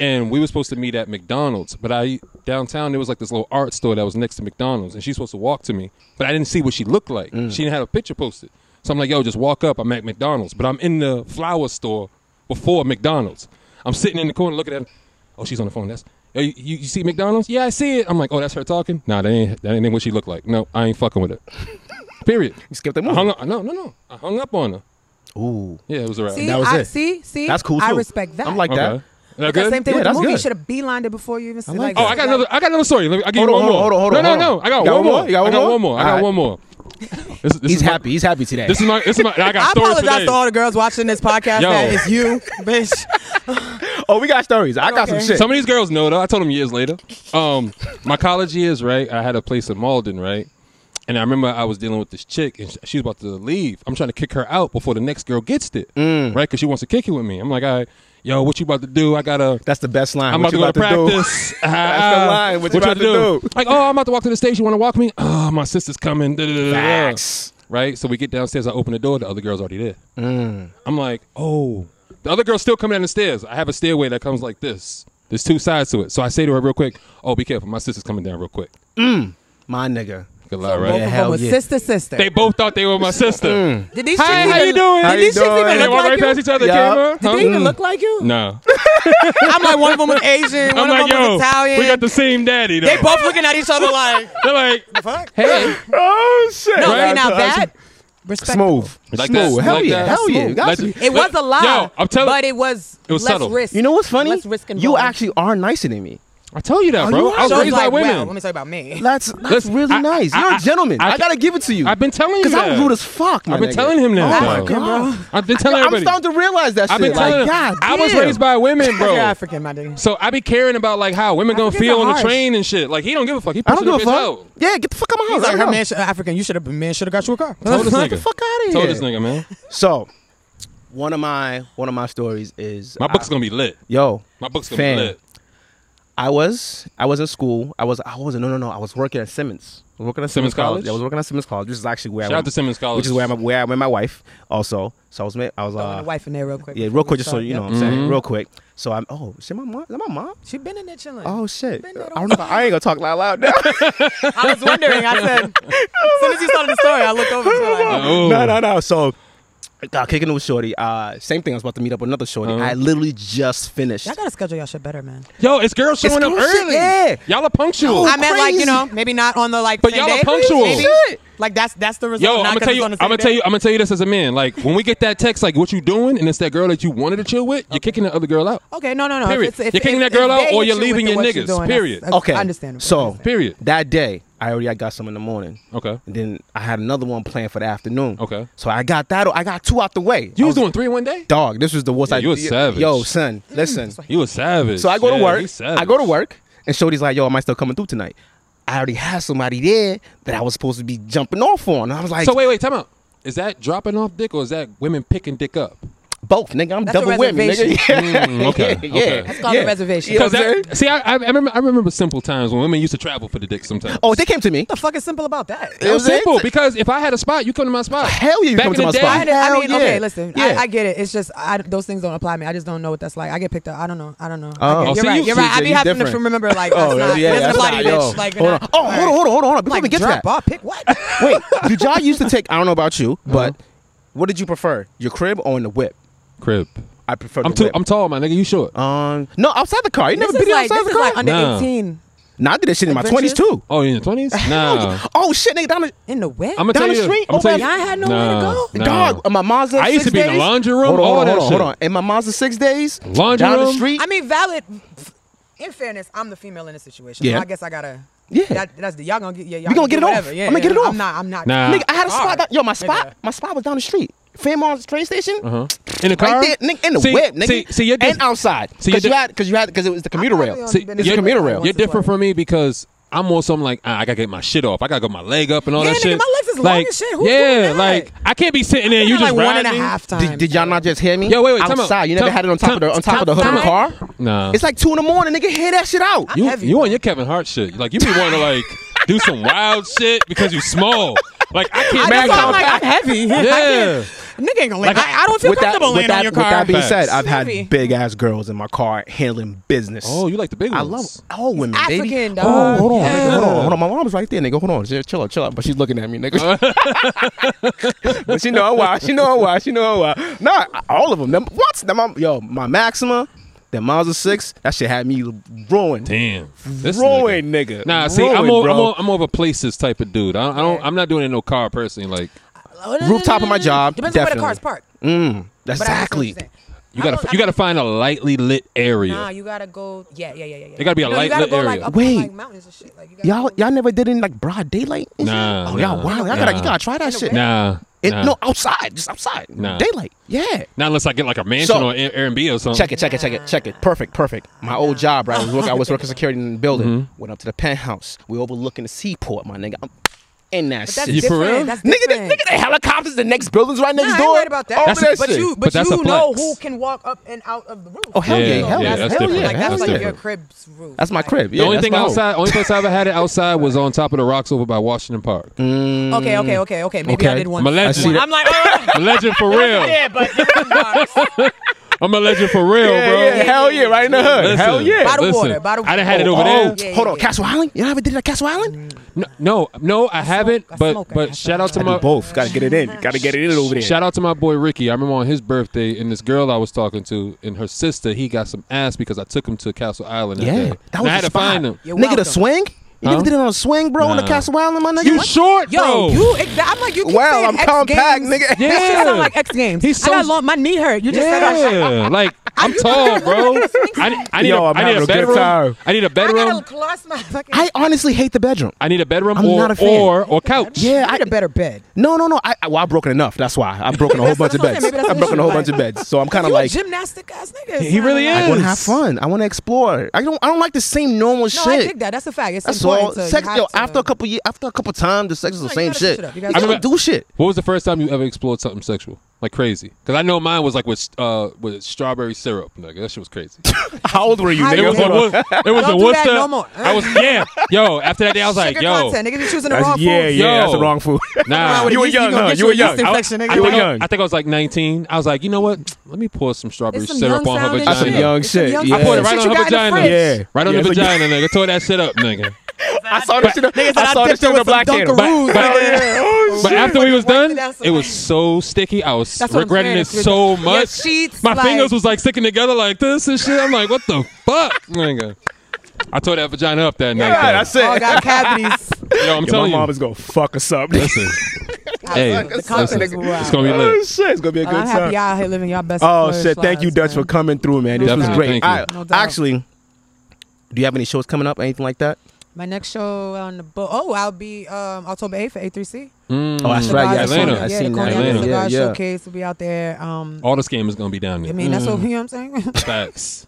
S3: And we were supposed to meet at McDonald's, but I downtown there was like this little art store that was next to McDonald's, and she's supposed to walk to me, but I didn't see what she looked like.
S1: Mm.
S3: She didn't have a picture posted, so I'm like, "Yo, just walk up." I'm at McDonald's, but I'm in the flower store before McDonald's. I'm sitting in the corner looking at. her. Oh, she's on the phone. That's. "Yo, You, you see McDonald's? Yeah, I see it. I'm like, oh, that's her talking. Nah, that ain't that ain't what she looked like. No, I ain't fucking with it. Period.
S1: You skipped the
S3: I
S1: movie.
S3: hung up. No, no, no. I hung up on her.
S1: Ooh,
S3: Yeah, it was alright.
S9: See,
S1: That was
S9: I,
S1: it.
S9: See, see,
S1: That's cool,
S9: I
S1: too.
S9: respect that.
S1: I'm like that.
S3: That
S9: Because
S3: good?
S9: same thing
S1: Yeah,
S9: with the
S1: that's
S9: movie. You
S1: good.
S9: should have beelined it before you even said
S1: like
S9: like.
S1: that.
S3: Oh, I got another. I got another story. Let me, I give
S1: Hold
S3: you
S1: on,
S3: one more.
S1: hold on, hold on,
S3: No,
S1: hold
S3: no,
S1: on.
S3: no. I got,
S1: You got
S3: one
S1: one
S3: more.
S1: more? You got
S3: I
S1: one
S3: got
S1: more?
S3: one more. I got
S1: Alright.
S3: one more. This, is- this
S1: he's
S3: is my-
S1: happy. He's happy today.
S3: this is my. This is my. I got
S9: I
S3: stories
S9: apologize
S3: today.
S9: to all the girls watching this podcast.
S3: Yo.
S9: That it's you, bitch.
S1: oh, we got stories. I got some
S9: Okay.
S1: shit.
S3: Some of these girls know though. I told them years later. Um, my college years, right? I had a place in Malden, right? And I remember I was dealing with this chick, and sh- she was about to leave. I'm trying to kick her out before the next girl gets it,
S1: Mm.
S3: right? Because she wants to kick it with me. I'm like, all right, yo, what you about to do? I gotta.
S1: That's the best line.
S3: I'm
S1: What
S3: about to
S1: you
S3: go
S1: do?
S3: to practice.
S1: That's
S3: Uh,
S1: the line. What you about to do?
S3: Like, oh, I'm about to walk to the station. You want to walk me? Oh, my sister's coming. Da, da, da, da, da.
S1: Facts.
S3: Right? So we get downstairs. I open the door. The other girl's already there. I'm like, oh. The other girl's still coming down the stairs. I have a stairway that comes like this. There's two sides to it. So I say to her real quick, oh, be careful. My sister's coming down real quick.
S1: Mm, My nigga.
S3: Good luck, right?
S9: Both of them
S1: hell
S9: was
S1: yeah.
S9: sister, sister. Mm.
S3: They both thought they were my sister.
S9: did these
S3: Hi,
S9: chicks
S3: how
S9: even,
S3: you doing?
S1: How
S9: Did
S1: you
S9: these chicks
S1: doing?
S9: even
S3: And they
S9: look
S3: walk
S9: like
S3: right
S9: you?
S3: past each other, Hmm.
S1: Yeah.
S3: camera.
S9: Did
S3: Huh?
S9: they even look like you?
S3: No.
S9: I'm like one of them was Asian,
S3: I'm
S9: one of
S3: like,
S9: them
S3: yo,
S9: was Italian.
S3: we got the same daddy, though.
S9: they both looking at each other like,
S3: They're like,
S9: fuck.
S3: hey.
S1: Oh shit.
S9: No,
S3: Right?
S9: they not
S1: Uh,
S9: that. Respect.
S1: Smooth.
S3: Like that.
S1: Smooth. Hell
S3: Like
S1: yeah.
S3: that.
S1: Hell yeah. You got
S3: Like
S1: to.
S3: that.
S9: It was a lie.
S3: Yo, I'm telling-
S9: but it was
S3: It was
S9: less
S3: subtle.
S9: risk.
S1: You know what's funny?
S9: Less risk
S1: you
S9: involved.
S1: actually are nicer than me.
S3: I told you that,
S9: Oh,
S3: bro.
S9: you
S3: I was
S9: are?
S3: raised by
S9: Like,
S3: women.
S9: wow, let me tell you about me.
S1: That's that's
S3: Listen,
S1: really
S3: I-
S1: nice.
S3: I-
S1: You're
S3: I-
S1: a gentleman.
S3: I-
S1: I, gotta give it to you.
S3: I've been telling you
S1: because
S3: that.
S1: I'm rude as fuck. My
S3: I've been
S1: nigga.
S3: telling him that,
S1: Oh my
S3: though.
S1: god.
S3: I've been telling
S1: I,
S3: everybody.
S1: I'm starting to realize that.
S3: I've been
S1: shit. Like,
S3: telling
S1: God
S3: I was
S1: damn.
S3: raised by women, bro.
S9: You're African, my dude.
S3: So I be caring about like how women gonna
S9: Africans
S3: feel
S9: are
S3: on the
S9: harsh.
S3: train and shit. Like he don't give a fuck. He
S9: I don't
S3: pushing the
S9: give a
S3: bitch
S9: fuck.
S3: out.
S1: Yeah, get the fuck out of my
S9: He's
S1: house.
S9: like,
S1: I
S9: her
S1: know.
S9: man, should- African. You should have man should have got you a car.
S3: Told this
S9: Get
S3: nigga.
S9: the fuck out of here.
S3: Told this nigga, man.
S1: So, one of my one of my stories is
S3: My book's gonna be lit.
S1: Yo,
S3: My book's gonna
S1: fam,
S3: be lit.
S1: I was I was in school. I was I wasn't no no no. I was working at Simmons. I was working at Simmons,
S3: Simmons College?
S1: Yeah, I was working at Simmons College. This is actually where
S3: Shout
S1: I
S3: out
S1: went,
S3: to Simmons College.
S1: which is where I where I met my wife also. So I was ma- I was
S9: Throwing
S1: uh,
S9: the wife in there real quick.
S1: yeah real quick just so you know what I'm saying
S3: Mhm.
S1: real quick. So I'm oh is she my mom? Is that my mom?
S9: She been in there chilling.
S1: Oh shit! I
S9: Been there the
S1: don't know. I ain't gonna talk loud loud now.
S9: I was wondering. I said, as soon as you started the story, I looked over. So like,
S3: Oh.
S1: no, no, no. So, uh, kicking it with Shorty. Uh, same thing. I was about to meet up with another Shorty.
S3: Uh-huh.
S1: I literally just finished.
S9: y'all gotta schedule y'all shit better, man.
S3: Yo, it's girls
S1: It's
S3: showing up
S1: girl shit,
S3: early.
S1: yeah.
S3: Y'all are punctual.
S9: I meant like you
S1: crazy.
S9: know maybe not on the like.
S3: But
S9: same
S3: y'all are
S9: day.
S3: punctual.
S9: Maybe.
S1: Shit.
S9: Like that's that's the result.
S3: Yo, I'm
S9: not
S3: gonna
S9: 'cause
S3: tell
S9: it's
S3: you.
S9: on
S3: I'm
S9: the same
S3: gonna
S9: day.
S3: tell you. I'm gonna tell you this as a man. Like when we get that text, like what you doing, and it's that girl that you wanted to chill with, you're kicking the other girl out.
S9: Okay, no, no, no.
S3: Period.
S9: If it's, if,
S3: You're kicking
S9: if-
S3: that
S9: if
S3: girl out
S9: they
S3: or
S9: hit
S3: you're
S9: you with
S3: leaving
S9: the
S3: your
S9: what you're
S3: niggas.
S9: doing, that's-
S3: Period.
S9: that's
S1: Okay.
S9: Understandable.
S1: So
S9: Understandable.
S3: Period.
S1: that day, I already I got some in the morning.
S3: Okay.
S1: And then I had another one planned for the afternoon.
S3: Okay.
S1: So I got that. I got two out the way. I
S3: You was doing three in one day. Mm,
S1: dog. This was the worst.
S3: Yeah,
S1: I
S3: you a savage.
S1: Yo, son, listen.
S3: You a savage.
S1: So I go
S3: Yeah,
S1: to work.
S3: he's savage.
S1: I go to work, and Shorty's like, "Yo, am I still coming through tonight?" I already had somebody there that I was supposed to be jumping off on. And I was like,
S3: So wait, wait, time out. Is that dropping off dick or is that women picking dick up?
S1: both, nigga. I'm
S9: That's a
S1: double women, nigga.
S9: reservation.
S1: Yeah.
S3: Mm, okay,
S1: yeah,
S3: okay.
S1: yeah.
S3: That's
S9: called a reservation.
S1: You know
S3: Because
S1: what I'm saying?
S3: see, I, I remember, I remember simple times when women used to travel for the dick. Sometimes
S1: Oh, they came to me.
S9: What the fuck is simple about that?
S1: You
S3: it
S1: know
S3: was
S1: what I'm saying?
S3: simple because if I had a spot, you come to my spot.
S1: Hell yeah, you
S3: Back
S1: come
S3: in
S1: to
S3: the
S1: my
S3: day,
S1: spot.
S9: I, had- I
S1: Hell
S9: mean,
S1: yeah.
S9: okay, listen,
S1: Yeah.
S9: I, I get it. It's just I, those things don't apply to me. I just don't know what that's like. I get picked up. I don't know. I don't know.
S1: Oh.
S9: I get,
S1: Oh,
S9: you're
S3: see,
S9: right.
S3: you-
S9: you're right. I
S1: see,
S9: be
S1: you
S9: having
S1: different.
S9: to remember like that's not that's not
S1: not-
S9: a
S1: yo.
S9: bitch. Like
S1: hold on. Oh, hold on, hold on, hold on. Before
S9: Like
S1: we get to
S9: drop
S1: that,
S9: off, pick what? Uh-huh.
S1: Wait, did y'all used to take? I don't know about you, but what did you prefer, your crib or in the whip?
S3: crib.
S1: I prefer.
S3: I'm
S1: the
S3: too,
S1: whip.
S3: I'm tall, my nigga. You short.
S1: Um, no, outside the car. You
S9: This
S1: never
S9: is
S1: been
S9: like
S1: outside
S9: this
S1: the
S9: is
S1: car.
S9: like under
S3: Nah.
S9: eighteen
S1: nah, I did that shit in my twenties
S9: Adventures?
S1: too.
S3: Oh, you in your twenties? Nah.
S1: Oh shit, nigga, down the
S9: in the wet.
S3: I'm gonna
S1: Down
S3: tell
S1: the
S3: you.
S1: street?
S3: I'm
S1: Oh,
S3: tell
S1: man,
S3: you.
S9: I had nowhere to go.
S3: Nah.
S1: dog. uh, My Mazda.
S3: I
S1: six
S3: used to be in the
S1: days-
S3: laundry room,
S1: Hold on,
S3: all
S1: hold on,
S3: that
S1: hold on,
S3: shit.
S1: hold on. In my Mazda six days.
S3: Laundry
S1: down the
S3: room?
S1: street.
S9: I mean, valid. In fairness, I'm the female in this situation.
S1: Yeah.
S9: So I guess I gotta.
S1: Yeah.
S9: That, that's the y'all gonna get. Yeah, y'all
S1: We gonna get it
S9: do
S1: off.
S9: whatever. Yeah,
S1: I'ma get
S9: yeah,
S1: it off.
S9: I'm not. I'm not.
S3: Nah.
S1: nigga, I had a spot.
S9: Hard.
S1: down- Yo, my spot.
S9: Nigga.
S1: My spot was down the street. Fairmont's train station.
S3: Uh-huh. In the car.
S1: Right there, nigga, in the
S3: See-
S1: whip, nigga,
S3: See, see, you're
S1: and
S3: different.
S1: outside,
S3: see,
S1: because
S3: you're
S1: you
S3: di-
S1: had, because you had, because it was the commuter
S9: probably
S1: rail.
S9: on-
S3: See,
S9: Been
S1: It's a
S3: you're,
S1: commuter rail.
S3: you're
S9: once or
S3: different
S9: twice.
S3: from me because I'm more something like ah, I gotta get my shit off. I gotta get my leg up and all
S9: Yeah,
S3: that
S9: nigga,
S3: shit.
S9: my legs is long
S3: like,
S9: as shit. Who's
S3: yeah,
S9: doing that?
S3: like I can't be sitting there. and You
S9: Like
S3: just
S9: one and
S3: ride
S9: a
S3: me.
S9: half times.
S1: Did, did y'all not just hear me?
S3: Yo, wait, wait, time out.
S1: outside. You never
S3: Time-
S1: had it on top of the on top of the hood of the car.
S3: Nah.
S1: It's like two in the morning, nigga. Hear that shit out.
S3: You,
S9: heavy,
S3: you
S9: bro.
S3: on your Kevin Hart shit. Like you be wanting to like do some wild shit because you small. Like I can't
S9: I
S3: imagine.
S9: am
S3: how
S9: like, I'm heavy. I
S3: Yeah.
S9: can't- nigga ain't gonna let.
S3: Like,
S9: I, I don't feel
S1: With that,
S9: comfortable
S1: with
S9: laying
S1: that,
S9: on your
S1: with
S9: car.
S1: that being
S3: Facts.
S1: said, I've
S9: Heavy.
S1: had big ass girls in my car handling business.
S3: oh, you like the big ones.
S1: I love all women,
S9: African,
S1: baby.
S9: dog.
S1: Oh, hold on,
S9: Yeah.
S1: nigga, hold on, hold on. My mom's right there, nigga. Hold on, Chill- chill out, chill out. But she's looking at me, nigga. but she know I'm wild. She know I'm wild. She know I'm wild. Nah, all of them. them what? Them, I'm- yo, my Maxima, that Mazda six. That shit had me ruined,
S3: Damn. This
S1: ruined, nigga.
S3: Nah, see, I'm
S1: Ruined,
S3: more,
S1: bro.
S3: I'm more, I'm more of a places type of dude. I, I don't. I'm not doing it in no car personally. Like
S1: Rooftop of my job,
S9: Depends on where
S1: definitely.
S9: the car's parked.
S1: Mm, exactly.
S3: you
S9: I
S3: gotta,
S9: don't-
S3: you gotta find a lightly lit area.
S9: Nah, you gotta go. Yeah, yeah, yeah, yeah. yeah.
S3: It gotta be a
S9: You know,
S3: light
S9: you gotta
S3: lit
S9: go,
S3: area.
S9: Like, up on,
S1: Wait.
S9: like, mountains and shit. Like, you gotta
S1: Y'all,
S9: go-
S1: y'all never did it in like broad daylight? and shit?
S3: Nah,
S1: Oh, y'all
S3: nah,
S1: wow. Y'all gotta,
S3: nah.
S1: you gotta try that shit.
S3: nah,
S1: It-
S3: nah.
S1: No, outside, just outside,
S3: Nah.
S1: daylight. Yeah.
S3: Not unless I get like a mansion
S1: So-
S3: or Air- Airbnb or something.
S1: Check it, check it, check it, check it. Perfect, perfect. My old job, right? I was working, I was working security in the building.
S3: Mm-hmm.
S1: Went up to the penthouse. We overlooking the seaport, my nigga. I'm in that
S9: But that's
S1: shit.
S3: You for
S9: different.
S3: real?
S9: That's
S1: nigga, the,
S9: different.
S1: nigga, the helicopters, the next buildings right next
S9: Nah, I ain't
S1: door. Oh,
S9: worried about that.
S1: All
S3: That's-
S1: that
S9: but
S1: shit.
S9: you,
S3: But
S9: but,
S3: that's a
S9: you know
S3: flex.
S9: who can walk up and out of the roof.
S1: oh hell yeah,
S3: Yeah,
S1: hell
S3: yeah,
S1: yeah,
S3: that's
S1: hell
S3: different.
S1: yeah,
S9: Like,
S1: hell
S9: that's like
S1: yeah.
S3: different.
S9: your crib's roof.
S1: That's my
S9: Like,
S1: crib. Yeah,
S3: the only
S1: that's
S3: thing
S1: my home.
S3: outside, only place I ever had it outside was on top of the rocks over by Washington Park.
S9: Okay, okay, okay, okay. Maybe I
S1: Okay.
S9: did one.
S3: I'm a legend.
S1: Mm. I see that.
S9: I'm like, oh,
S3: A legend for real.
S9: yeah, but you're in bars.
S3: I'm a legend for real,
S1: Yeah,
S3: bro.
S1: yeah, hell yeah, right in the hood.
S3: Listen,
S1: hell yeah.
S9: Bottle
S3: listen,
S9: water, bottle
S3: I done had it
S9: water.
S3: over
S1: Oh,
S3: there.
S9: Yeah,
S1: hold
S9: yeah,
S1: on,
S9: yeah.
S1: Castle Island. You ever did it at Castle Island?
S3: No, no, no, I haven't.
S9: smoke- I
S3: but
S9: Mm-hmm. smoke, I
S3: but
S9: have
S3: shout
S9: to-
S3: out to
S1: I
S3: my
S1: did both. Got to get it in.
S9: Mm-hmm.
S1: Got to get it in over there.
S3: Shout out to my boy Ricky. I remember on his birthday, and this girl I was talking to, and her sister, he got some ass because I took him to Castle Island. That
S1: Yeah,
S3: day. And I had
S1: the
S3: to
S1: spot.
S3: find him.
S9: You're
S1: nigga,
S9: welcome.
S1: the swing. You
S3: Huh?
S1: never did it on a swing, bro, on the
S3: Nah.
S1: Castle Island, my nigga.
S3: You short,
S9: Yo,
S3: bro.
S9: you. Exa- I'm like, you keep
S1: Well,
S9: saying
S1: I'm
S9: X
S1: compact,
S9: games. This
S1: nigga.
S9: shit
S3: Yeah.
S9: sound like X Games.
S3: He's
S9: I got
S3: so-
S9: long, my knee hurt. You just said that shit.
S3: yeah, like I'm tall, bro.
S9: Swing
S3: I need, I need
S1: Yo,
S3: a,
S1: I'm
S3: I need
S1: having
S3: a
S1: a good
S3: bedroom.
S1: time.
S3: I need a
S9: I
S3: bedroom.
S9: gotta close my fucking.
S1: I honestly hate the bedroom.
S3: I need a bedroom
S1: I'm
S3: or
S1: not a fan.
S3: or or couch.
S1: Yeah, I
S9: need a better bed.
S1: No, no, no. I, I well, I've broken enough. That's why I've broken a whole bunch of
S9: what I'm
S1: beds.
S9: saying. Maybe that's
S1: I've
S9: the
S1: broken a whole
S9: issue,
S1: bunch of
S9: like-
S1: beds. So I'm kind
S9: You
S1: of
S9: a
S1: like
S9: gymnastic ass nigga.
S1: he really
S9: Like,
S1: I want to have fun. I want to explore. I don't. I don't like the same normal
S9: No,
S1: shit.
S9: I dig that. That's a fact. It's
S1: That's
S9: important. to-
S1: all.
S9: you
S1: Sex,
S9: have
S1: yo,
S9: to-
S1: after a couple years, after a couple times, the sex is the
S9: No, you
S1: same
S9: gotta switch
S1: shit.
S9: it up. You
S1: You
S9: gotta
S1: gotta
S9: switch it
S1: do shit.
S3: What was the first time you ever explored something sexual? Like crazy, because I know mine was like with uh with strawberry syrup. Like that shit was crazy.
S1: How old were you?
S9: How
S3: It
S9: you
S3: was a
S9: doing?
S3: one. It was
S9: Don't
S3: a
S9: do
S3: one
S9: that
S3: step.
S9: no more.
S3: I was yeah. Yo, after that day, I was like,
S9: Sugar
S3: yo,
S9: content, nigga. You choosing the
S1: That's-
S9: wrong
S1: yeah,
S9: food.
S1: yeah, that's the
S3: Yo.
S1: wrong food.
S9: Around
S3: Nah,
S9: with a
S1: You were
S9: yeast-
S1: young,
S9: gonna
S1: huh?
S9: get
S1: You
S9: a
S1: were
S9: yeast
S1: young. I-
S9: infection, nigga.
S1: I You were
S3: think I-
S1: young.
S3: I think I was like 19. I was like, you know what? Let me pour some strawberry
S9: It's some
S3: syrup
S9: young
S3: on her
S9: sounding
S1: That's some
S3: vagina.
S9: shit.
S1: young
S9: It's some
S1: shit.
S9: young
S1: Yeah.
S3: I poured it right
S9: Shit
S3: on
S9: you
S3: her
S9: got in the
S3: vagina.
S9: fridge.
S1: Yeah.
S3: Right on
S1: Yeah,
S3: the
S1: it's like-
S3: vagina, nigga. Tore that shit up, nigga.
S1: I saw this
S9: said,
S1: shit.
S9: I
S1: I saw
S9: dipped
S1: this shit
S9: it
S1: on the
S9: with some
S1: black hand.
S9: Dunkaroos, nigga.
S1: oh,
S3: But
S1: shit.
S3: after we was done,
S9: That's
S3: it was so sticky. I was
S9: That's what I'm
S3: regretting
S9: saying.
S3: it
S9: It's
S3: so
S9: ridiculous. Your
S3: much.
S9: sheets,
S3: My
S9: like-
S3: fingers was like sticking together like this and shit. I'm like, what the fuck, nigga? I tore that vagina up that night.
S1: Yeah,
S3: though.
S1: that's
S9: All
S1: it.
S9: got cavities.
S3: Yo, I'm
S1: Yo, my
S3: telling
S1: mom
S3: you.
S1: is gonna fuck us up.
S3: Listen, hey,
S9: The confidence
S3: listen,
S9: will rise.
S3: it's gonna be
S1: oh
S3: lit.
S1: shit, it's gonna be a good
S9: I'm happy
S1: time.
S9: y'all out here living y'all best.
S1: Oh
S9: flourish
S1: shit, thank you,
S9: lives,
S1: Dutch,
S9: man.
S1: for coming through, man. This was
S3: doubt.
S1: great.
S3: Thank you.
S1: I-
S9: No doubt.
S1: Actually, do you have any shows coming up? Anything like that?
S9: My next show on the book. Oh, I'll be um, October 8th for A3C.
S3: Mm.
S1: Oh, that's
S9: The
S1: right. Yeah, I
S9: Garza-
S1: seen
S3: Atlanta.
S1: that. I
S9: Yeah,
S1: seen
S9: the
S1: that.
S9: Cognac
S3: Atlanta.
S9: Cigar
S1: Yeah, yeah.
S9: Showcase will be out there. Um,
S3: All the scammers gonna be down
S9: I
S3: there.
S9: mean, that's what, you know what I'm saying? what
S3: Facts.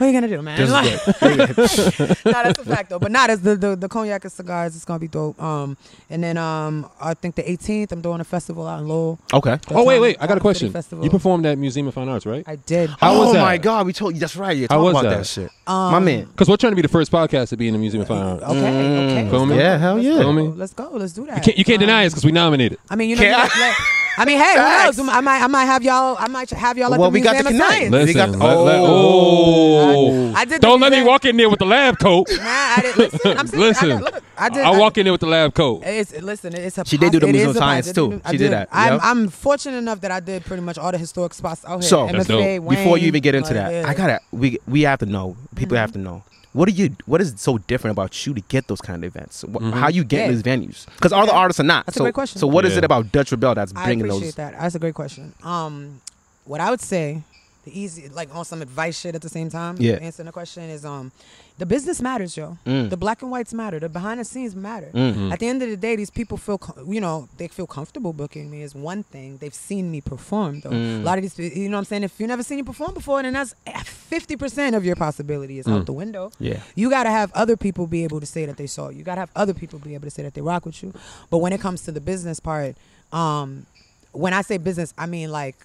S9: are you going to do, man?
S1: Mm. This
S9: Like-
S1: is great.
S9: no, that's a fact though. But not as the, the the cognac and cigars. It's gonna be dope. Um, and then um, I think the 18th, I'm doing a festival out in Lowell.
S1: okay.
S9: That's
S3: Oh wait,
S9: on
S3: wait! I got a
S9: City
S3: question.
S9: Festival.
S3: You performed at Museum of Fine Arts, right?
S9: I did.
S3: How
S1: oh
S3: was that?
S1: my god, we told you. That's right. You
S3: How
S1: talk
S3: was
S1: about that,
S3: that?
S1: shit.
S9: Um,
S1: my man.
S3: Because we're trying to be the first podcast to be in the Museum of Fine Arts.
S9: Okay, okay.
S3: Feel
S9: let's go.
S3: me?
S1: Mm. Yeah, hell
S9: Let's
S1: yeah.
S9: go.
S3: Feel me?
S9: Let's go. Let's do that.
S3: You can't, you can't deny us because we nominated.
S9: I mean, you know. you
S1: Can't-
S9: got- like- I mean, hey, who knows? I might, I might have y'all. I might have y'all at
S1: Well,
S9: the
S1: we got
S9: Museum
S1: to
S9: of
S1: connect.
S9: Science.
S1: Let's-
S3: Listen,
S1: They got the-
S3: let- let-
S1: Oh.
S3: oh.
S9: I did the
S3: Don't let me
S9: Museum-
S3: walk in there with the lab coat.
S9: Nah, I didn't. Listen, I'm serious. I,
S3: Listen,
S9: got- look,
S3: I,
S9: I did.
S3: walk in there with the lab coat.
S9: It's listen. It's a.
S1: She did do the
S9: it is
S1: Museum of
S9: a
S1: Science,
S9: positive.
S1: too.
S9: I
S1: She did that.
S9: I'm,
S1: Yep.
S9: I'm fortunate enough that I did pretty much all the historic spots out here.
S1: So-
S9: MFA,
S1: That's
S3: dope.
S1: Before you
S9: Wayne,
S1: even get into
S9: like, Mm-hmm.
S1: that,
S9: yeah.
S1: I gotta. We we have to know. People have to know. What do you? What is so different about you to get those kind of events? Wh- How you get
S9: Yeah.
S1: these venues? Because all the artists are not.
S9: That's a
S1: so,
S9: great question.
S1: So what is
S3: Mm-hmm. Yeah.
S1: it about Dutch Rebel that's
S9: I
S1: bringing
S9: appreciate
S1: those?
S9: that. That's a great question. Um, what I would say, the easy, like on some advice shit at the same time,
S1: Yeah. Mm.
S9: answering the question is, um, the business matters, yo. The black and whites matter. The behind the scenes matter. At the end of the day, these people feel, com- you know, they feel comfortable booking me is one thing. They've seen me perform though.
S1: Mm.
S9: A lot of these, you know, what I'm saying, if you never seen you perform before, then that's fifty percent of your possibility is
S3: Mm.
S4: Mm.
S9: out the window.
S1: Yeah.
S9: You got to have other people be able to say that they saw you. You got to have other people be able to say that they rock with you. But when it comes to the business part, um, when I say business, I mean like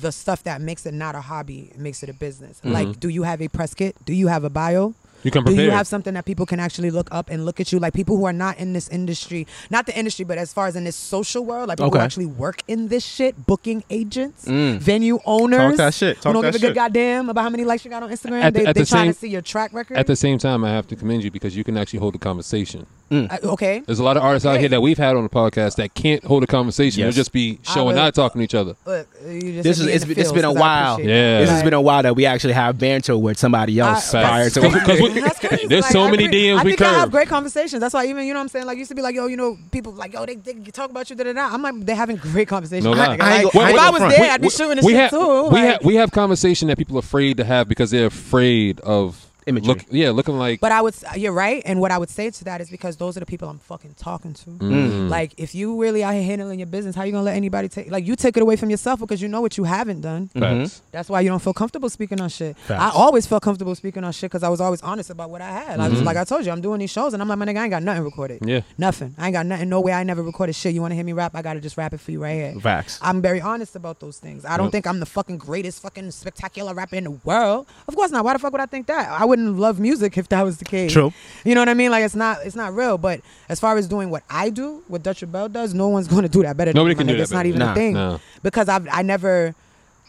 S9: the stuff that makes it not a hobby, it makes it a business. Like, do you have a press kit? Do you have a bio?
S3: You come
S9: Do you
S3: prepared.
S9: have something that people can actually look up and look at you? Like people who are not in this industry, not the industry, but as far as in this social world, like people who
S1: Okay.
S9: actually work in this shit, booking agents, Mm. venue owners.
S1: that shit.
S9: who
S1: Talk
S9: don't
S1: that
S9: give a
S1: shit.
S9: good goddamn about how many likes you got on Instagram.
S3: At the-
S9: they
S3: at
S9: they
S3: the
S9: trying to
S3: same-
S9: see your track record.
S3: At the same time, I have to commend you because you can actually hold a conversation.
S1: Mm.
S9: Uh, okay.
S3: There's a lot of artists out here that we've had on the podcast that can't hold a conversation.
S1: Yes.
S3: They'll just be
S9: I
S3: show and
S9: will-
S3: I talking to each other.
S9: Look, you just
S1: This
S9: hit
S1: is
S9: me in
S1: it's,
S9: the
S1: it's
S9: feels,
S1: been a
S9: 'cause I
S1: while.
S9: appreciate it.
S3: Yeah.
S1: This has
S9: Like-
S1: been a while that we actually have banter with somebody else
S9: I-
S1: prior
S9: Facts.
S1: to.
S3: Because we,
S9: That's crazy.
S3: there's
S9: Like,
S3: so
S9: I
S3: many
S9: agree-
S3: DMs
S9: I
S3: we
S9: think I have
S3: curve.
S9: great conversations. That's why even you know what I'm saying. Like used to be like yo, you know, people like yo, they, they talk about you da da da. I'm like they're having great conversations.
S3: No
S9: Like,
S3: lie.
S9: like,
S1: I ain't go- I
S9: if
S1: ain't
S9: I
S1: go
S9: was
S1: front.
S9: there,
S1: We-
S9: I'd be shooting the
S3: we
S9: shit
S3: have
S9: too.
S3: we
S9: like-
S3: have we have conversation that people are afraid to have because they're afraid of
S1: Imagery.
S3: Look, yeah, looking like
S9: But I would, s- you're right. And what I would say to that is because those are the people I'm fucking talking
S3: Mm.
S9: to.
S1: Mm.
S9: Like, if you really out here handling your business, how you gonna let anybody take? Like, you take it away from yourself because you know what you haven't done.
S3: facts.
S9: That's why you don't feel comfortable speaking on shit.
S1: Mm-hmm. Facts.
S9: I always felt comfortable speaking on shit because I was always honest about what I had. I was like, I told you, I'm doing these shows, and I'm like, my nigga, I ain't got nothing recorded.
S3: Mm-hmm. Yeah.
S9: nothing. I ain't got nothing. No way. I never recorded shit. You want to hear me rap? I gotta just rap it for you right here.
S1: Facts.
S9: I'm very honest about those things. I don't
S3: Yep.
S9: think I'm the fucking greatest fucking spectacular rapper in the world. Of course not. Why the fuck would I think that? I wouldn't love music if that was the case.
S1: True.
S9: You know what I mean? Like it's not it's not real. But as far as doing what I do, what Dutch Bell does, no one's going to do that better.
S3: Nobody
S9: than me, my
S3: can do
S9: nigga.
S3: that
S9: It's not
S3: better.
S9: even
S1: Nah.
S9: a thing
S3: No.
S9: because I've I never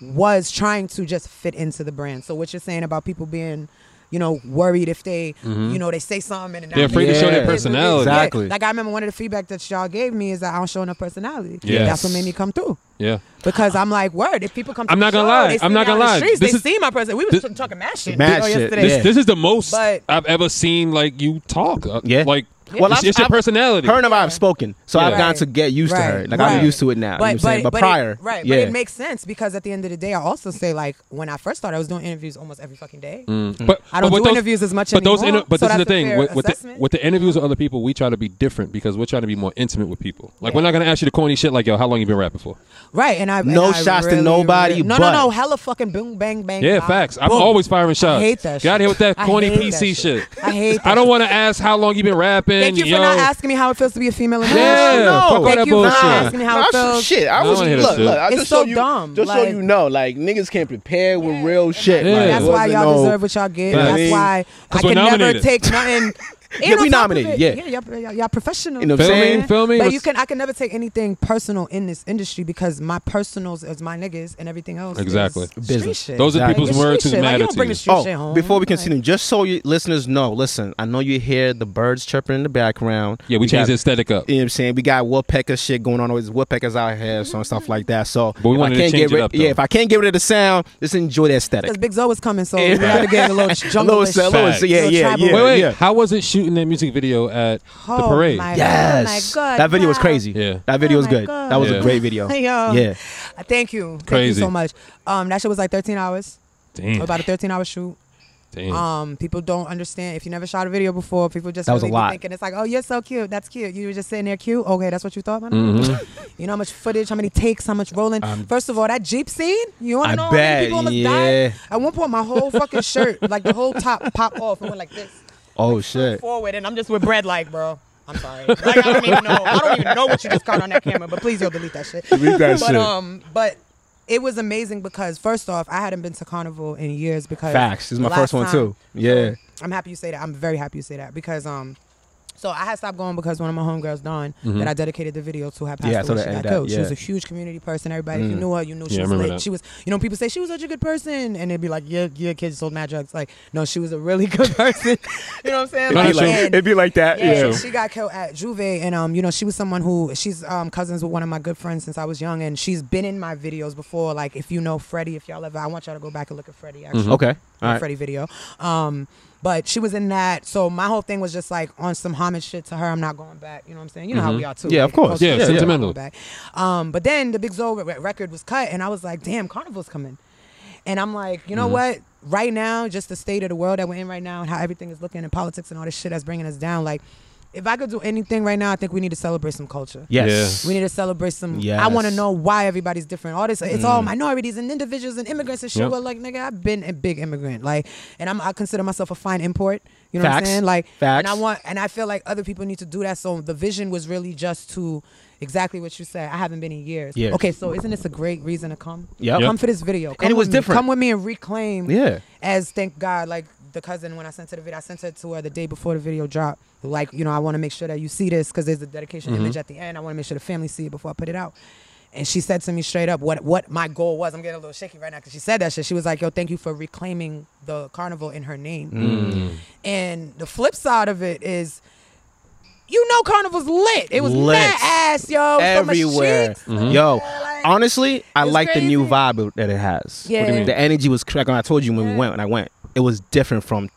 S9: was trying to just fit into the brand. So what you're saying about people being you know, worried if they,
S3: Mm-hmm.
S1: Mm-hmm.
S9: you know, they say something and
S3: They're afraid
S1: to show their
S9: Yeah.
S3: personality.
S9: Yeah.
S1: Exactly.
S9: Like I remember one of the feedback that y'all gave me is that I don't show enough personality.
S3: Yes.
S9: That's what made me come through
S3: Yeah,
S9: because I'm like, word. If people come, to
S3: I'm
S9: the
S3: not gonna
S9: show,
S3: lie.
S9: They see
S3: I'm
S9: me
S3: not
S9: out
S3: gonna
S9: in the
S3: lie.
S9: Streets,
S3: This
S9: they
S3: is-
S9: see my president. We
S3: this-
S9: was talking mad shit.
S1: Mad
S9: you know,
S1: shit,
S9: Yesterday.
S1: yeah.
S3: this, this is the most
S9: But-
S3: I've ever seen. Like you talk. Uh,
S1: Yeah.
S3: like
S1: Well,
S3: it's,
S1: I've-
S3: it's your
S1: I've-
S3: personality.
S1: Her and I have spoken, so I've
S3: Yeah.
S1: gotten to get used to her.
S9: Right,
S1: Like
S9: right.
S1: I'm used to it now. you know what I'm saying? But,
S9: it-
S1: prior,
S9: right?
S1: Yeah.
S9: But it makes sense because at the end of the day, I also say like when I first started, I was doing interviews almost every fucking day.
S3: Mm. But
S9: I don't
S3: but
S9: do
S3: with those-
S9: interviews as much
S3: But those,
S9: anymore.
S3: inter- but
S9: so
S3: this is the
S9: that's a
S3: thing
S9: fair
S3: with with the,
S9: assessment.
S3: with the interviews with other people, we try to be different because we're trying to be more intimate with people. Like we're not gonna ask you the corny shit like, "Yo, how long you been rapping for?"
S9: right? And I
S1: No
S9: and I
S1: shots to
S9: really,
S1: nobody,
S9: really- no,
S1: but-
S9: no, no, hella fucking boom, bang, bang.
S3: Yeah,
S9: bang.
S3: facts. I'm
S9: Boom.
S3: always firing shots.
S9: I hate that.
S3: Get out
S9: shit.
S3: here with that
S9: I
S3: corny
S9: hate
S3: PC
S9: that
S3: shit.
S9: I hate.
S3: I don't want to ask how long you been rapping.
S9: Thank you
S3: yo.
S9: for not asking me how it feels to be a female. in the
S3: Yeah,
S9: industry.
S3: fuck all
S9: Thank
S3: that
S9: you for
S3: bullshit.
S9: not asking me how
S1: I
S9: it
S1: was-
S9: feels.
S1: shit, I
S3: I
S1: was
S3: wanna hear
S1: look,
S3: this
S1: look.
S3: shit.
S1: I
S9: It's
S1: just
S9: so
S1: so you,
S9: dumb,
S1: Just so
S9: like-
S1: you know, like niggas can't prepare with real shit.
S3: Yeah.
S1: Like,
S9: That's why
S1: wasn't
S9: y'all
S1: no-
S9: deserve what y'all get.
S1: Yeah. I
S9: That's
S1: mean-
S9: why I
S3: 'Cause we're
S9: can never
S3: nominated.
S9: take nothing.
S1: Yeah,
S9: And
S1: we
S9: on top of
S1: nominated,
S9: it-
S1: yeah.
S9: yeah, y'all, y'all, y'all professional.
S1: You know what I'm
S3: Feel me?
S1: saying?
S3: Feel me?
S9: But
S3: What's-
S9: you can, I can never take anything personal in this industry because my personals is my niggas and everything else. is
S3: Exactly.
S9: street
S1: Business.
S9: shit.
S3: Those are
S9: Like,
S3: people's
S9: it's
S3: words
S9: street
S3: who
S9: shit. Like,
S3: matter
S9: you don't
S3: to
S9: bring
S3: you.
S9: the street
S1: oh,
S9: shit home.
S1: before we
S9: Like,
S1: continue, just so your listeners know, listen, I know you hear the birds chirping in the background.
S3: Yeah, we,
S1: got-
S3: changed the aesthetic up.
S1: You know what I'm saying? We got woodpecker shit going on. Always woodpeckers out here, so and stuff like that. So,
S3: we
S1: if I
S3: wanted to
S1: can't
S3: change
S1: get
S3: it
S1: rid-
S3: up, though.
S1: yeah, if I can't get rid of the sound, just enjoy the aesthetic.
S9: Because Big Zo was coming, so
S1: Yeah.
S9: we had to get a little jungle.
S1: Lois, Lois, yeah,
S9: Little
S1: yeah,
S9: tribal.
S1: yeah,
S3: wait, wait.
S1: yeah.
S3: How was it shooting that music video at the
S9: Oh
S3: parade?
S9: my
S1: Yes,
S9: Oh my God,
S1: that video was
S9: wow.
S1: crazy.
S3: Yeah.
S1: that video
S9: Oh
S1: was
S9: my
S1: good.
S9: God.
S1: That was
S3: Yeah.
S1: a great video.
S9: Yo. Uh,
S1: Yeah,
S9: Thank you. Thank
S3: Crazy.
S9: you so much. Um, that shit was like 13 hours.
S3: Damn.
S9: About a 13 hour shoot.
S3: Damn.
S9: Um, people don't understand if you never shot a video before. People just
S1: That was
S9: really
S1: a lot.
S9: Be thinking it's like, oh, you're so cute. That's cute. You were just sitting there cute. Okay, that's what you thought. man?
S3: Mhm.
S9: You know how much footage, how many takes, how much rolling. First of all, that Jeep scene. You want
S1: Um, I
S9: to know how
S1: bet,
S9: many people almost
S1: yeah.
S9: died? At one point, my whole fucking shirt, like the whole top, popped off and went like this
S1: Oh shit.
S9: forward, and I'm just with bread, like, bro. I'm sorry. Like, I don't even know. I don't even know what you just caught on that camera, but please, yo, delete that shit.
S1: Delete that
S9: but,
S1: shit.
S9: Um, but it was amazing because first off, I hadn't been to Carnival in years because
S1: Facts. This is my
S9: the last
S1: first one
S9: time-
S1: too. Yeah.
S9: I'm happy you say that. I'm very happy you say that because um, so I had stopped going because one of my homegirls, Dawn,
S3: Mhm.
S9: that I dedicated the video to, had passed
S1: Mm-hmm. Yeah, I saw
S9: away.
S1: that
S9: She
S1: edit
S9: got
S1: out,
S9: killed. She was
S1: yeah.
S9: a huge community person. Everybody, if you
S1: Mm.
S9: knew her, you knew she
S3: Yeah, I
S9: was
S3: remember
S9: lit.
S3: that.
S9: She was, you know, people say she was such a good person, and they'd be like, "Yeah, yeah, kids sold mad drugs." Like, no, she was a really good person. you know what I'm saying?
S3: Not
S9: Like,
S3: true.
S9: and-
S1: It'd be like that.
S9: yeah,
S1: Yeah.
S9: she got killed at Juve, and um, you know, she was someone who she's um cousins with one of my good friends since I was young, and she's been in my videos before. Like, if you know Freddie, if y'all ever, I want y'all to go back and look at Freddie. Actually,
S1: Mm-hmm. Okay. All
S9: the
S1: right.
S9: Freddie video. Um, but she was in that, so my whole thing was just like on some homage shit to her. I'm not going back. You know what I'm saying? You know how we are too.
S1: Mm-hmm.
S9: Like,
S1: Yeah,
S9: oh,
S1: of course.
S9: culture,
S1: Yeah,
S9: I'm not going
S3: sentimental.
S9: back. Um, but then the Big Zo re- record was cut, and I was like, damn, Carnival's coming. And I'm like, you know
S1: Mm-hmm.
S9: what? Right now, just the state of the world that we're in right now and how everything is looking and politics and all this shit that's bringing us down. Like, if I could do anything right now, I think we need to celebrate some culture.
S1: Yes.
S9: We need to celebrate some.
S1: Yes. Mm-hmm.
S9: I want to know why everybody's different. All this, it's all minorities and individuals and immigrants and shit.
S3: Yep.
S9: Well, like nigga, I've been a big immigrant, like, and I'm I consider myself a fine import. You know what I'm
S1: Facts.
S9: saying? Like, and I
S1: Facts.
S9: want, and I feel like other people need to do that. So the vision was really just to exactly what you said. I haven't been in years.
S1: Years.
S9: Okay, so isn't this a great reason to come?
S1: Yep.
S9: Come for this video. Come
S1: it was
S9: with me.
S1: different.
S9: Come with me and reclaim.
S1: Yeah.
S9: As thank God, like the cousin when I sent her the video, I sent her to her the day before the video dropped. Like, you know, I want to make sure that you see this because there's a dedication
S1: Mm-hmm.
S9: image at the end. I want to make sure the family see it before I put it out. And she said to me straight up what what my goal was. I'm getting a little shaky right now because she said that shit. She was like, "Yo, thank you for reclaiming the carnival in her name."
S3: Mm.
S9: And the flip side of it is. You know, carnival's lit. It was
S1: Lit.
S9: mad ass, yo. So much
S1: Everywhere. Mm-hmm.
S9: chicks.
S1: Yo,
S9: Like-
S1: honestly, I
S9: it's
S1: like the new
S9: crazy.
S1: vibe that it has.
S9: Yeah. What do you mean?
S1: The energy was crack. I told you when we went, when I went, it was different from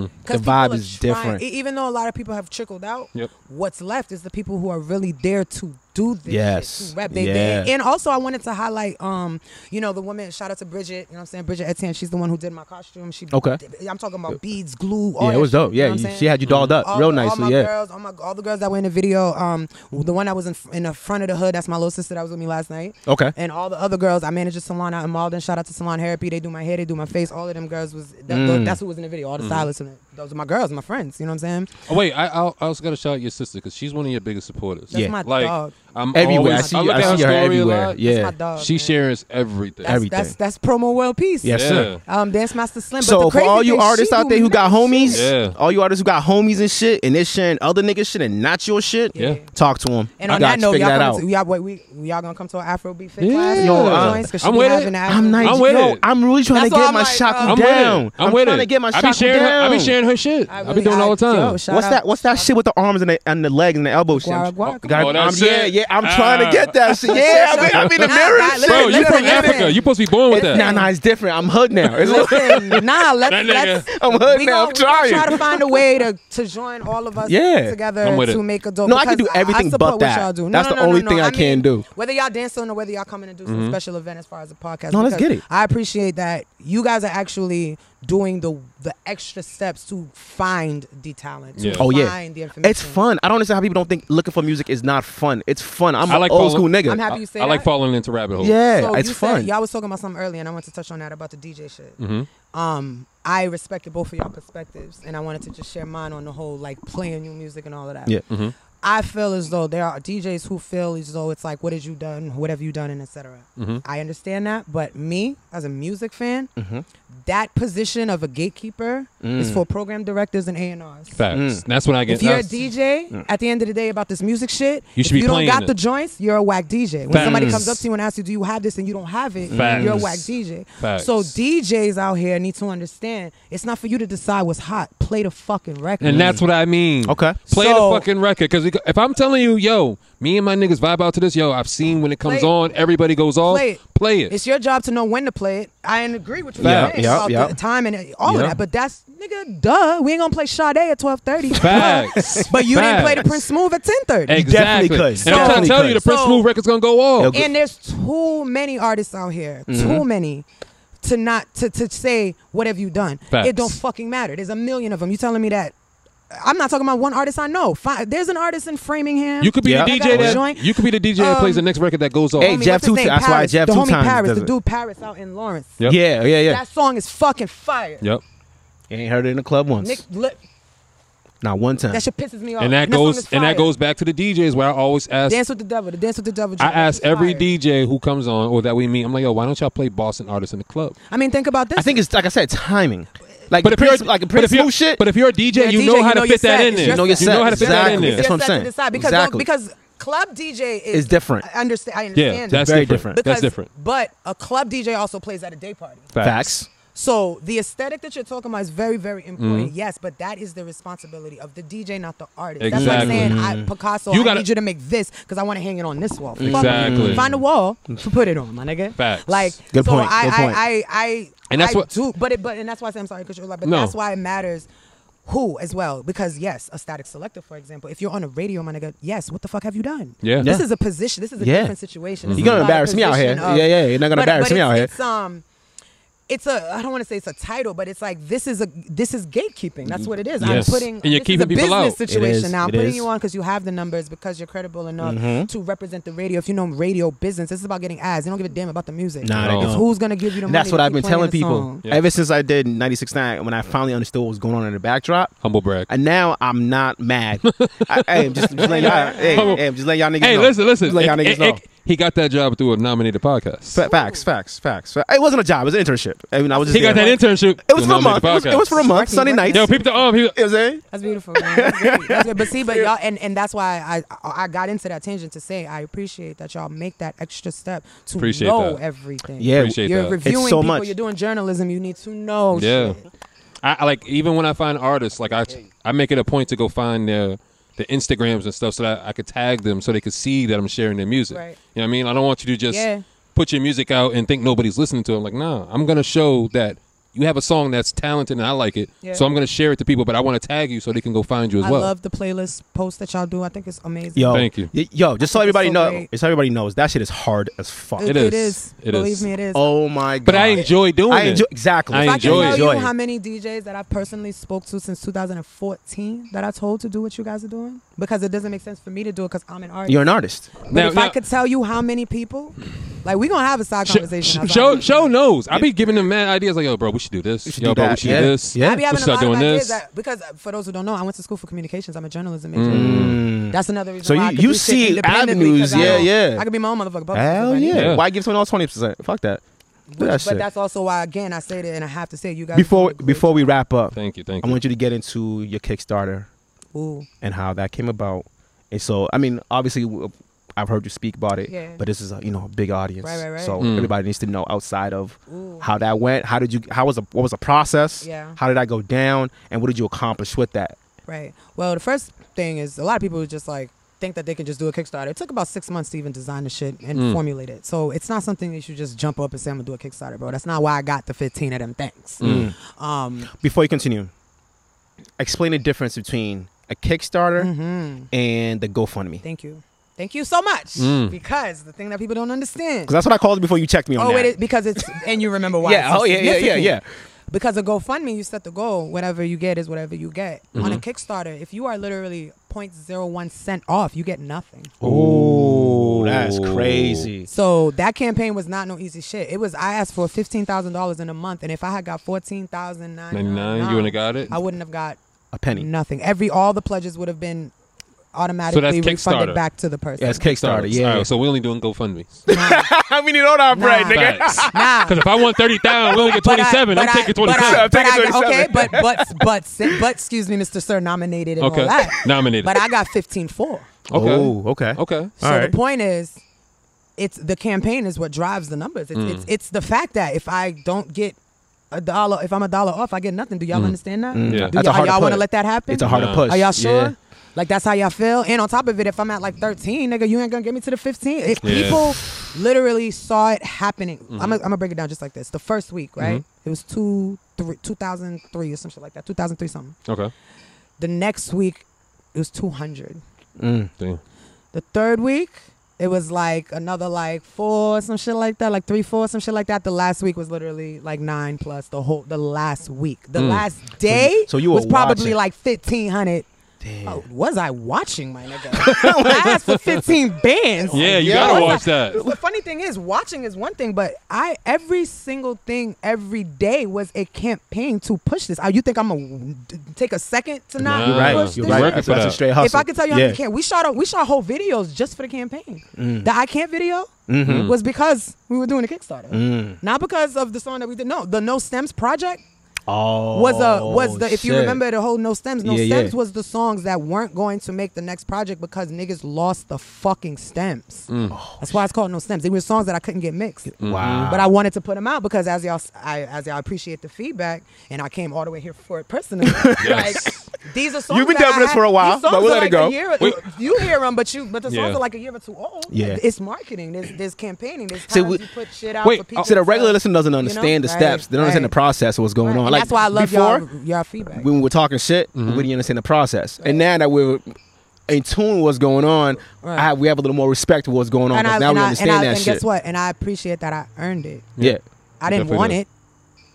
S9: Yeah.
S1: The
S9: 'Cause
S1: vibe
S9: people are
S1: is
S9: trying-
S1: different.
S9: e- even though a lot of people have trickled out,
S3: Yep.
S9: what's left is the people who are really there to do this. shit,
S1: Yes.
S9: to rep they
S1: Yeah.
S9: band. And also, I wanted to highlight, um, you know, the woman. Shout out to Bridget. You know, what I'm saying Bridget Etienne. She's the one who did my costume. She.
S1: Okay.
S9: I'm talking about beads, glue. All
S1: yeah, it
S9: that
S1: was
S9: shit,
S1: dope.
S9: you know what
S1: Yeah,
S9: I'm
S1: you-
S9: saying?
S1: she had you dolled up
S9: all,
S1: real
S9: all
S1: nicely.
S9: my
S1: yeah.
S9: girls, all my all the girls that were in the video. Um, the one that was in, in the front of the hood. That's my little sister that was with me last night.
S1: Okay.
S9: And all the other girls, I manage a salon out in Malden. Shout out to Salon Therapy. They do my hair, they do my face. All of them girls was that,
S1: Mm.
S9: that's who was in the video. All the stylists, and those are my girls, my friends. You know what I'm saying?
S3: Oh, wait, I, I I also got to shout out your sister because she's one of your biggest supporters.
S9: That's my
S3: like
S9: dog.
S3: I'm
S1: Everywhere.
S3: Always,
S1: I see,
S3: I look
S1: I
S3: at
S1: see
S3: her
S1: her
S3: story a
S1: everywhere.
S3: lot.
S9: That's
S1: Yeah.
S9: my dog.
S3: she
S9: man.
S3: shares everything.
S9: That's, That's
S1: everything.
S9: that's promo well piece.
S1: Yes,
S3: yeah.
S1: sir.
S9: Um, Dance Master Slim. But
S1: So
S9: the
S1: for
S9: crazy
S1: all you
S9: thing, she
S1: artists out there
S9: do
S1: who got
S9: not-
S1: homies,
S3: Yeah.
S1: all you artists who got homies and shit, and they're sharing other niggas shit and not your shit,
S3: Yeah.
S1: talk to them.
S9: And on
S1: you gotta
S9: that note,
S1: figure
S9: y'all,
S1: that
S9: coming
S1: out.
S9: to, y'all, wait, we, y'all gonna come to an Afrobeat fit class?
S3: Yeah.
S9: You know,
S3: I'm
S9: joints, 'cause she
S3: with
S9: be
S3: it.
S9: having the
S1: I'm
S9: Afrobeat.
S1: not.
S3: I'm with
S1: yo,
S3: it.
S1: I'm really trying
S9: That's
S1: to
S9: why
S1: get
S9: I'm
S1: my
S9: like,
S1: shaku
S9: uh,
S1: down.
S3: I'm with it. I'm, with
S1: trying
S3: it.
S1: to get my
S3: I be
S1: shaku
S3: sharing. Her, I
S1: down.
S3: be sharing her shit.
S9: I
S3: I, be
S9: really-
S3: doing it all
S9: I-
S3: the time.
S9: yo, shout
S1: What's
S9: out.
S1: that? What's that shit with the arms and the and the legs and the elbows?
S9: Guara, guara,
S1: Got-
S3: Oh, that
S1: um, yeah,
S3: shit?
S1: Yeah, I'm trying to get that. shit.
S3: Ah.
S1: Yeah, I mean, I'm in the mirror. and shit.
S3: Bro, you
S1: Listen,
S3: from
S1: listen.
S3: Africa. You supposed to be born with
S1: It's-
S3: that.
S1: Nah, nah, it's different. I'm hood now. It's
S9: Listen, nah, let's, let's
S1: I'm
S9: we
S1: hood now.
S9: gonna-
S1: I'm
S9: we gonna
S1: trying.
S9: Try to find a way to, to join all of us
S1: Yeah.
S9: together
S1: I'm with
S9: to
S1: it.
S9: make a dope.
S1: No, I can
S9: because
S1: do everything
S9: I support
S1: but
S9: what
S1: that.
S9: y'all do. No,
S1: That's
S9: no,
S1: the
S9: no,
S1: only
S9: no,
S1: thing
S9: no.
S1: I
S9: mean,
S1: can do.
S9: Whether y'all dancing or whether y'all coming to do some
S1: Mhm.
S9: special event as far as a podcast.
S1: No, let's
S9: because
S1: get it.
S9: I appreciate that you guys are actually doing the the extra steps to find the talent. To
S1: Oh
S9: find
S1: yeah,
S9: the information.
S1: it's fun. I don't understand how people don't think looking for music is not fun. It's fun. I'm
S3: I
S1: an
S3: like
S1: old school
S3: falling-
S1: nigga.
S9: I'm happy you say
S3: I like
S9: that.
S3: falling into rabbit holes.
S1: Yeah,
S9: So
S1: it's
S9: you said-
S1: fun.
S9: Y'all was talking about something earlier, and I want to touch on that about the DJ shit.
S3: Mhm.
S9: Um, I respected both of y'all perspectives, and I wanted to just share mine on the whole, like playing new music and all of that.
S14: Yeah.
S3: Mm-hmm.
S14: Mhm.
S9: I feel as though there are DJs who feel as though it's like, what did you done? What have you done? And etc.
S3: Mm-hmm.
S14: Mhm.
S9: I understand that, but me as a music fan,
S1: Mm-hmm.
S3: Mhm.
S9: that position of a gatekeeper is
S3: Mm.
S9: for program directors and A and R's.
S3: Facts. That's when I get.
S9: If you're a
S3: that's-
S9: DJ,
S3: Mm.
S9: at the end of the day, about this music shit,
S3: You
S9: if
S3: should be
S9: you don't
S3: playing
S9: got
S3: it.
S9: the joints, you're a whack DJ. When somebody
S3: Facts.
S9: comes up to you and asks you, "Do you have this?" and you don't have it,
S14: Facts.
S9: you're a whack DJ.
S14: Facts.
S9: So DJs out here need to understand it's not for you to decide what's hot. Play the fucking record.
S1: Mm.
S3: And that's what I mean. Okay. Play
S9: So-
S3: the fucking record. Because if I'm telling you, yo, me and my niggas vibe out to this, yo, I've seen when it comes
S9: Play it.
S3: on, everybody goes off.
S9: Play it.
S3: Play it.
S9: It's your job to know when to play it. I agree with you
S3: Yeah,
S9: saying
S3: yeah,
S9: about
S3: yeah.
S9: the time and all
S3: Yeah.
S9: of that, but that's nigga, duh. We ain't gonna play Sade at twelve thirty.
S3: Facts.
S9: but you didn't play the
S3: Facts.
S9: Prince Smooth at ten thirty.
S3: Exactly. And I'm trying to tell you, the Prince
S9: So-
S3: Smooth record's gonna go off.
S9: Oh, And there's too many artists out here,
S3: Mhm.
S9: too many, to not to, to say what have you done. It
S14: Facts.
S9: don't fucking matter. There's a million of them. You telling me that? I'm not talking about one artist I know. Fi- There's an artist in Framingham.
S3: you could be
S9: that
S3: the
S9: got
S3: DJ
S9: a
S3: that
S9: joint. Um,
S3: you could be the DJ that plays the next record that goes off.
S9: Homie, what's his name? Paris. the homie Paris, the dude Paris out in Lawrence.
S1: Yep. Yeah, yeah, yeah.
S9: That song is fucking fire.
S3: Yep.
S1: You ain't heard it in the club once.
S9: Nick, look,
S1: Not one time.
S9: that shit pisses me off.
S3: And that
S9: song
S3: goes
S9: is fire.
S3: and that goes back to the DJs where I always ask
S9: Dance with the devil. The dance with the devil.
S3: I
S9: joint.
S3: ask every DJ who comes on or that we meet, I'm like, yo, why don't y'all play Boston artists in the club?
S9: I mean, think about this.
S1: I think it's like I said, timing. Like
S3: But
S1: the
S3: if you're-
S1: Prince, like the
S3: but if
S1: Prince
S3: you're-
S1: Smooth shit.
S3: but if you're a DJ, you know how to fit that in there.
S1: You know your
S3: You know how to fit that in there.
S1: That's what I'm
S9: set to
S1: saying.
S9: decide because
S1: exactly.
S9: because club DJ is
S1: It's different.
S9: I understand. I understand.
S1: Yeah,
S9: that.
S1: that's Very different. different.
S9: Because-
S1: That's different.
S9: But a club DJ also plays at a day party.
S1: facts.
S9: So the aesthetic that you're talking about is very, very important.
S1: Mhm.
S3: Mm-hmm.
S9: Yes, but that is the responsibility of the DJ, not the artist. That's like
S3: Exactly.
S9: saying, I, Picasso,
S3: You
S9: I
S3: gotta-
S9: need you to make this because I want to hang it on this wall. Fuck you.
S3: Exactly.
S9: Find a wall, put it on, my nigga.
S3: Facts.
S9: Like,
S3: Good
S9: so
S3: point,
S9: I,
S3: good point.
S9: I, I, I,
S3: And that's
S9: I
S3: what-
S9: do, but it, but and that's why I say I'm sorry because you're like, but
S3: No.
S9: that's why it matters. Who as well? Because yes, a static selector, for example, if you're on a radio, my nigga, yes, what the fuck have you done?
S1: Yeah.
S9: this
S1: Yeah.
S9: is a position. This is a
S1: Yeah.
S9: different situation. This
S1: You're
S9: is
S1: gonna
S9: not a
S1: embarrass me out here.
S9: position of-
S1: Yeah, yeah, you're not gonna
S9: But-
S1: embarrass
S9: but
S1: me out
S9: it's-
S1: here.
S9: It's um, it's a I don't want to say it's a title, but it's like this is a this is gatekeeping. That's what it is.
S3: Yes.
S9: I'm putting
S3: And you're
S9: this
S3: keeping
S9: is a
S3: people
S9: business
S3: out. It
S9: situation
S3: is,
S9: now. I'm
S3: it
S9: putting
S3: is. Mm-hmm.
S9: you on because you have the numbers because you're credible enough
S1: Mhm.
S9: to represent the radio. If you know radio business, this is about getting ads. They don't give a damn about the music.
S1: Nah, they
S9: It's
S1: don't.
S9: who's gonna give you the
S1: And
S9: money?
S1: That's what
S9: to
S1: I've
S9: keep
S1: been
S9: playing
S1: telling
S9: the
S1: people
S9: song?
S1: ever since I did 96.9 when I finally understood what was going on in the backdrop.
S3: Humble brag.
S1: And now I'm not mad. I, I am just, just letting y'all, hey,
S3: Humble-
S1: hey, I'm just letting y'all niggas
S3: Hey,
S1: know.
S3: listen, listen.
S1: Just letting y'all
S3: It-
S1: niggas
S3: it-
S1: know.
S3: it- he got that job through a nominated podcast.
S1: Fa- facts, facts, facts. Fa- It wasn't a job. It was an internship. I mean, I was just
S3: He got
S1: there.
S3: that internship.
S1: It was
S3: through
S1: for a month. It was,
S3: Nominated
S1: it was for a
S3: Podcast.
S1: month. Sunday nights.
S3: Yo, peep the arm. He,
S1: You know what I'm saying?
S9: That's beautiful. Man. That's great. That's good. But see, but y'all, and, and that's why I, I I got into that tangent to say I appreciate that y'all make that extra step to
S3: Appreciate
S9: know
S3: that.
S9: everything.
S3: Yeah, Appreciate
S9: you're
S3: that. It's
S9: reviewing
S3: so
S9: people.
S3: much.
S9: You're doing journalism. You need to know.
S3: yeah.
S9: shit.
S3: I, I like even when I find artists, like I, I make it a point to go find their the Instagrams and stuff so that I could tag them so they could see that I'm sharing their music.
S9: Right.
S3: You know what I mean? I don't want you to just
S9: Yeah.
S3: put your music out and think nobody's listening to it. I'm like, nah, I'm gonna show that you have a song that's talented and I like it.
S9: Yeah.
S3: So I'm gonna share it to people, but I want to tag you so they can go find you as
S9: I
S3: well.
S9: love the playlist post that y'all do. I think it's amazing.
S1: Yo,
S3: Thank you.
S1: y- Yo, just so
S9: I think it's
S1: everybody
S9: so
S1: knows,
S9: great.
S1: just so everybody knows, that shit is hard as fuck.
S9: It- It it is. is. It Believe is. me, it is.
S1: Oh my god!
S3: But I enjoy doing
S1: I
S3: it.
S1: enjoy, Exactly.
S3: I
S9: If I
S3: enjoy
S9: can
S3: it.
S9: tell you how many DJs that I've personally spoke to since 2014 that I told to do what you guys are doing because it doesn't make sense for me to do it because I'm an artist.
S1: You're an artist.
S9: But
S3: Now-
S9: if I
S3: now-
S9: could tell you how many people, like we gonna have a side conversation. about
S3: Show
S9: it.
S3: show knows. I be giving them mad ideas like, yo, bro, we should do this.
S1: should
S3: yo,
S1: do
S3: bro, we
S1: that.
S3: should
S1: Yeah.
S3: do this.
S1: Yeah.
S9: I be
S3: we
S9: having
S3: should
S9: a lot
S3: start
S9: of
S3: doing
S9: my kids
S3: this.
S9: that, because uh, for those who don't know, I went to school for communications. I'm a journalism major.
S1: Mm.
S9: That's another reason.
S1: So
S9: why I
S1: you-
S9: could
S1: you
S9: do shit
S1: see
S9: independently 'cause
S1: avenues.
S9: I
S1: Yeah,
S9: don't-
S1: yeah.
S9: I could be my own motherfucker. but-
S1: Hell
S9: but-
S1: yeah.
S3: Yeah.
S1: Why give someone else twenty percent? Fuck that. Do that
S9: But
S1: shit.
S9: that's also why, again, I say it and I have to say it. You guys.
S1: Before before we wrap up,
S3: thank you, thank
S1: you. I want you to get into your Kickstarter
S9: Ooh.
S1: and how that came about. And so, I mean, obviously, w- I've heard you speak about it,
S9: Yeah.
S1: but this is a you know a big audience,
S9: Right, right, right.
S1: so
S9: Mm.
S1: everybody needs to know outside of how that went. How did you? How was the, what was the process?
S9: Yeah.
S1: How did I go down? And what did you accomplish with that?
S9: Right. Well, the first thing is a lot of people are just like, think that they can just do a Kickstarter. It took about six months to even design the shit and
S14: Mm.
S9: formulate it. So it's not something that you just jump up and say, I'm going to do a Kickstarter, bro. That's not why I got the 15 of them things.
S1: Mm.
S9: Um,
S1: Before you continue, explain the difference between a Kickstarter
S9: Mhm.
S1: and the GoFundMe.
S9: Thank you. Thank you so much.
S1: Mm.
S9: Because the thing that people don't understand.
S1: Because that's what I called it before you checked me on
S9: oh,
S1: that.
S9: it is because it's and you remember why.
S1: Yeah,
S9: it's
S1: oh, yeah, yeah, yeah,
S9: significant.
S1: yeah.
S9: Because a GoFundMe, you set the goal. Whatever you get is whatever you get. On a
S1: Mhm.
S9: Kickstarter, if you are literally 0.01 cent off, you get nothing.
S1: Oh, that's crazy.
S9: So that campaign was not no easy shit. It was I asked for fifteen thousand dollars in a month, and if I had got fourteen thousand
S3: Ninety nine. You wouldn't have got it.
S9: I wouldn't have got
S1: a penny.
S9: Nothing. Every all the pledges would have been automatically refunded back to the person.
S3: All right, so we only doing GoFundMe.
S1: we need all our bread, nigga.
S9: Nah.
S3: Because if I want thirty thousand, we only get twenty seven.
S9: Ah. But
S3: I'm
S9: I-
S3: taking
S9: but
S3: twenty
S9: I-
S3: seven.
S9: but I- Okay, but but but si- but excuse me, Mr. Sir, nominated and
S3: Okay.
S9: all that.
S3: Nominated.
S9: But I got fifteen four.
S3: Okay.
S1: Oh, okay.
S3: Okay.
S9: So the point is, it's the campaign is what drives the numbers. It's,
S3: Mm.
S9: it's it's the fact that if I don't get a dollar, if I'm a dollar off, I get nothing. Do y'all
S1: Mm.
S9: understand that?
S1: Mm.
S9: Do
S1: Yeah. That's a
S9: y'all,
S1: harder
S9: y'all want to
S1: push.
S9: let that happen?
S1: It's a harder No. push.
S9: Are y'all sure?
S1: Yeah.
S9: Like that's how y'all feel. And on top of it, if I'm at like 13, nigga, you ain't gonna get me to the 15. If
S14: Yeah.
S9: people literally saw it happening, I'm
S1: Mm-hmm.
S14: Mhm.
S9: gonna break it down just like this. The first week, right?
S14: Mhm.
S9: It was two, three, 2003 or some shit like that. 2003 something.
S3: Okay.
S9: The next week, it was 200.
S1: Mm.
S3: Damn.
S9: The third week, it was like another like four, some shit like that, like three, four, some shit like that. The last week was literally like nine plus the whole the last week. The
S1: Mm.
S9: last
S1: So you-
S9: day
S1: so you were
S9: was probably
S1: watching.
S9: like fifteen hundred. Oh, was I watching my nigga? I asked for fifteen bands.
S3: Yeah, you
S9: Yo,
S3: gotta
S9: was
S3: watch
S9: I-
S3: that.
S9: The funny thing is, watching is one thing, but I every single thing every day was a campaign to push this. Uh, You think I'm gonna uh, take a second to not?
S1: You're right.
S9: push
S1: You're
S9: this?
S1: right. Working That's- for that's a that. straight
S9: If I
S1: hustle.
S9: could tell you how
S1: Yeah.
S9: many can we shot a, we shot whole videos just for the campaign.
S1: Mm.
S9: The I can't video
S1: Mhm.
S9: was because we were doing a Kickstarter,
S1: Mm.
S9: not because of the song that we did. No, the No Stems project
S1: Oh,
S9: was a was the if you
S1: shit.
S9: remember the whole No Stems, No
S1: Yeah, yeah.
S9: Stems was the songs that weren't going to make the next project because niggas lost the fucking stems.
S4: Mm.
S3: Mm.
S1: Oh,
S9: That's why it's called No Stems. They were songs that I couldn't get mixed.
S1: Mm-hmm. Wow.
S9: But I wanted to put them out because as y'all s- I, as y'all appreciate the feedback and I came all the way here for it personally. Like these are songs
S1: You've been
S9: that
S1: doing
S9: I
S1: this for a
S9: had-
S1: while,
S9: these songs
S1: but we'll
S9: are
S1: let it
S9: like
S1: go.
S9: a year-
S1: Wait.
S9: you hear them, but you but the songs
S1: Yeah.
S9: are like a year or two old.
S1: Yeah.
S9: It's marketing. There's there's campaigning. There's times
S1: See, we-
S9: you put shit out for
S1: Wait,
S9: people.
S1: so the
S9: to
S1: regular
S9: sell,
S1: listener
S9: you
S1: doesn't
S9: know?
S1: understand the
S9: Right,
S1: steps. They don't understand the
S9: right.
S1: process of what's going on.
S9: And
S1: Like
S9: that's why I love
S1: before,
S9: y'all y'all feedback.
S1: when we were talking shit,
S3: Mm-hmm.
S1: we didn't understand the process. And now that we're in tune with what's going on,
S9: Right.
S1: I, we have a little more respect for what's going on.
S9: and
S1: 'cause
S9: I,
S1: now
S9: and
S1: we
S9: I,
S1: understand
S9: and I,
S1: that
S9: and
S1: shit.
S9: guess what? And I appreciate that I earned it.
S1: Yeah.
S9: I didn't
S3: definitely
S9: want
S3: did.
S9: it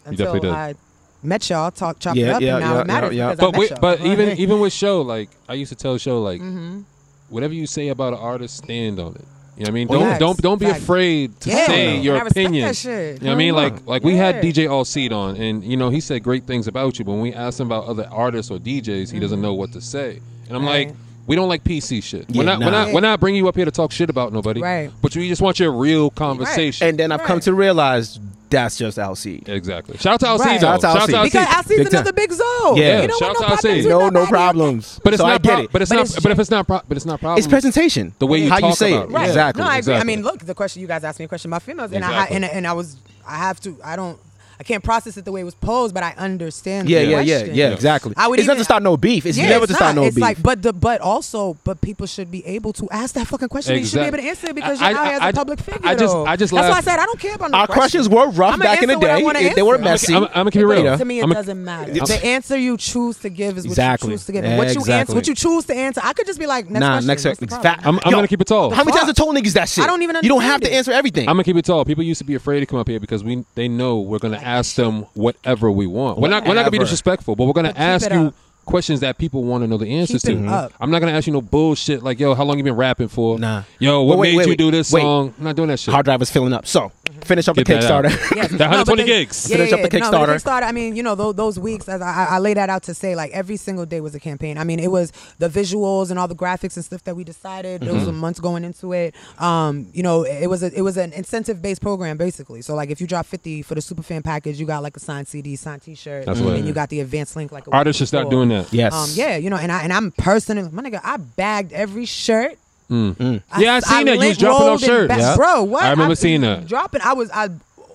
S3: You definitely
S9: until
S3: did.
S9: I met y'all, talk, chopped it
S3: Yeah,
S9: up,
S3: yeah,
S9: and now
S3: yeah,
S9: it matters
S1: yeah, yeah.
S9: because I
S3: But
S9: met
S3: we,
S9: y'all.
S3: but
S9: Right.
S3: even even with show, like I used to tell show, like
S9: Mhm.
S3: whatever you say about an artist, stand on it. You know what I mean?
S1: Oh,
S3: Don't
S1: facts,
S3: don't don't be
S1: facts.
S3: afraid to
S1: Yeah,
S3: say
S1: no.
S3: your
S1: I respect
S3: opinion.
S1: that shit.
S3: You know what I mean?
S1: Hell no.
S3: Like like we had
S1: Yeah.
S3: DJ All Seed on, and you know he said great things about you. But when we asked him about other artists or DJs, he doesn't know what to say. And I'm like, we don't like PC shit.
S1: Yeah,
S3: we're not we're
S1: nah.
S3: not we're not bringing you up here to talk shit about nobody.
S1: Right.
S3: But we just want your real conversation.
S1: And then I've come to realize that's just Alcide.
S3: Exactly. Shout out to Alcide.
S1: Right.
S3: though.
S1: Shout out to Alcide.
S9: because
S1: Big
S9: Alcide's
S1: time.
S9: another big zone.
S1: Yeah.
S9: You don't want
S3: Shout
S9: no
S3: out to
S9: problems
S3: Alcide.
S9: with
S1: No, no
S9: nobody.
S1: problems.
S3: But it's
S1: So I
S3: not.
S1: get
S3: pro-
S1: it.
S3: But it's
S1: But
S3: not.
S1: it's
S3: but if it's not. Pro- but it's not problem.
S1: It's presentation.
S3: The way you
S1: how you
S3: talk
S1: say
S3: about
S1: it.
S3: it. Yeah.
S1: Exactly.
S9: No, I agree.
S1: exactly.
S9: I mean, look, the question you guys asked me a question about females, and
S1: Exactly.
S9: I and, and I was I have to I don't I can't process it the way it was posed, but I understand.
S1: yeah,
S9: the
S1: yeah, yeah, yeah,
S9: question.
S1: exactly.
S9: I would
S1: it's not
S9: even-
S1: to start no beef. It's
S9: Yeah,
S1: never to start
S9: not.
S1: no
S9: it's
S1: beef.
S9: Like, but the but also, but people should be able to ask that fucking question. You should be
S1: Exact-
S9: able to answer it because you're
S1: I-
S9: out
S1: I-
S9: here as a
S1: I-
S9: public figure.
S1: I just-
S9: though.
S1: I just
S9: that's why I
S1: laugh.
S9: said I don't care about no
S1: Our questions were rough
S9: I'ma
S1: back in the
S9: answer what I
S1: day.
S9: wanna
S1: It- they were
S9: answer.
S1: messy.
S3: I'ma- I'ma keep it real.
S9: To me, it
S3: I'ma-
S9: doesn't matter.
S1: I'ma-
S9: the answer you choose to give is what
S1: Exactly.
S9: you choose to give. And what you answer,
S1: Exactly.
S9: what you choose to answer, I could just be like, next
S1: nah,
S9: question.
S1: next
S9: What's the
S1: it's
S9: problem?
S1: fact.
S3: I'm, I'm
S1: Yo,
S3: gonna keep it tall.
S1: How many times I told niggas that shit?
S9: I don't even
S1: You don't have to
S9: understand it.
S1: answer everything.
S3: I'm gonna keep it tall. People used to be afraid to come up here because we they know we're gonna ask them whatever we want. We're not we're not gonna be
S1: Whatever.
S3: disrespectful, but we're gonna
S1: But keep
S3: ask
S1: it
S3: you
S1: up.
S3: questions that people want to know the answers
S1: Keep it
S3: to.
S1: up.
S3: I'm not gonna ask you no bullshit like yo, how long you been rapping for? Nah. Yo, what
S1: But wait,
S3: made
S1: wait,
S3: you
S1: wait,
S3: do this
S1: wait.
S3: song? I'm not doing that shit. Mm-hmm.
S1: Hard drive is filling up. So finish up the
S3: Get that out.
S1: Kickstarter.
S3: Yes. That 120
S9: but then-
S3: gigs.
S9: Yeah,
S1: Finish
S9: yeah,
S1: up the
S9: yeah. No, but
S1: Kickstarter.
S9: Kickstarter. I mean, you know, those, those weeks, as I, I I lay that out to say, like every single day was a campaign. I mean, it was the visuals and all the graphics and stuff that we decided. There was
S3: Mm-hmm.
S14: Mhm.
S9: a months going into it. Um, you know, it was a, it was an incentive based program basically. So like, if you drop fifty for the super fan package, you got like a signed CD, signed T shirt,
S3: That's
S9: and
S3: what-
S9: you got the advanced link. Like a week
S3: Artists should stop
S9: before.
S3: doing that. Yes.
S9: Um, yeah, you know, and I and I'm personally, my nigga, I bagged every shirt.
S3: Mm. Yeah, I seen that. You was dropping off
S9: lint-rolled and
S3: shirts.
S9: ba- Bro, what?
S3: I remember
S9: I-
S3: seeing that.
S9: Dropping. I was I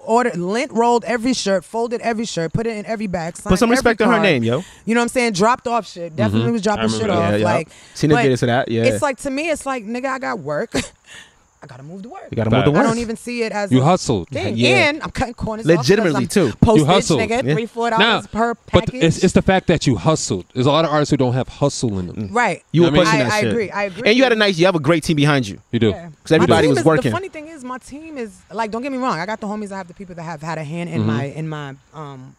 S9: ordered, lint rolled every shirt, folded every shirt, put it in every bag.
S1: Put some
S9: signed
S1: respect
S9: every
S1: on her
S9: card.
S1: name, yo.
S9: You know what I'm saying? Dropped off
S3: Mm-hmm.
S9: shit. Definitely
S1: Mhm.
S9: was
S1: I
S9: dropping shit
S1: remember
S9: off.
S1: that. Yeah, yeah.
S9: Like,
S1: Seen her
S9: but
S1: get into that, yeah.
S9: It's like to me, it's like nigga, I got work. I gotta move to work.
S1: You gotta move to
S9: I
S1: work.
S9: don't even see it as
S3: You
S9: a
S3: hustled.
S9: Thing.
S3: Yeah.
S9: And I'm cutting corners off 'cause
S1: Legitimately,
S9: I'm
S1: too. You
S9: Postage,
S3: hustled.
S9: nigga,
S3: Yeah.
S9: three four dollars
S3: Now,
S9: per
S3: But
S9: package.
S3: it's, it's the fact that you hustled. There's a lot of artists who don't have hustle in them.
S9: Right.
S1: You were
S3: I mean-
S1: pushing
S3: I-
S1: that
S9: I
S1: shit.
S9: agree, I agree.
S1: And you had a nice, you have a great team behind you.
S3: You do.
S1: Because everybody
S9: team
S1: was
S9: is-
S1: working.
S9: The funny thing is, my team is like, don't get me wrong. I got the homies. I have the people that have had a hand in
S1: Mhm.
S9: my in my um,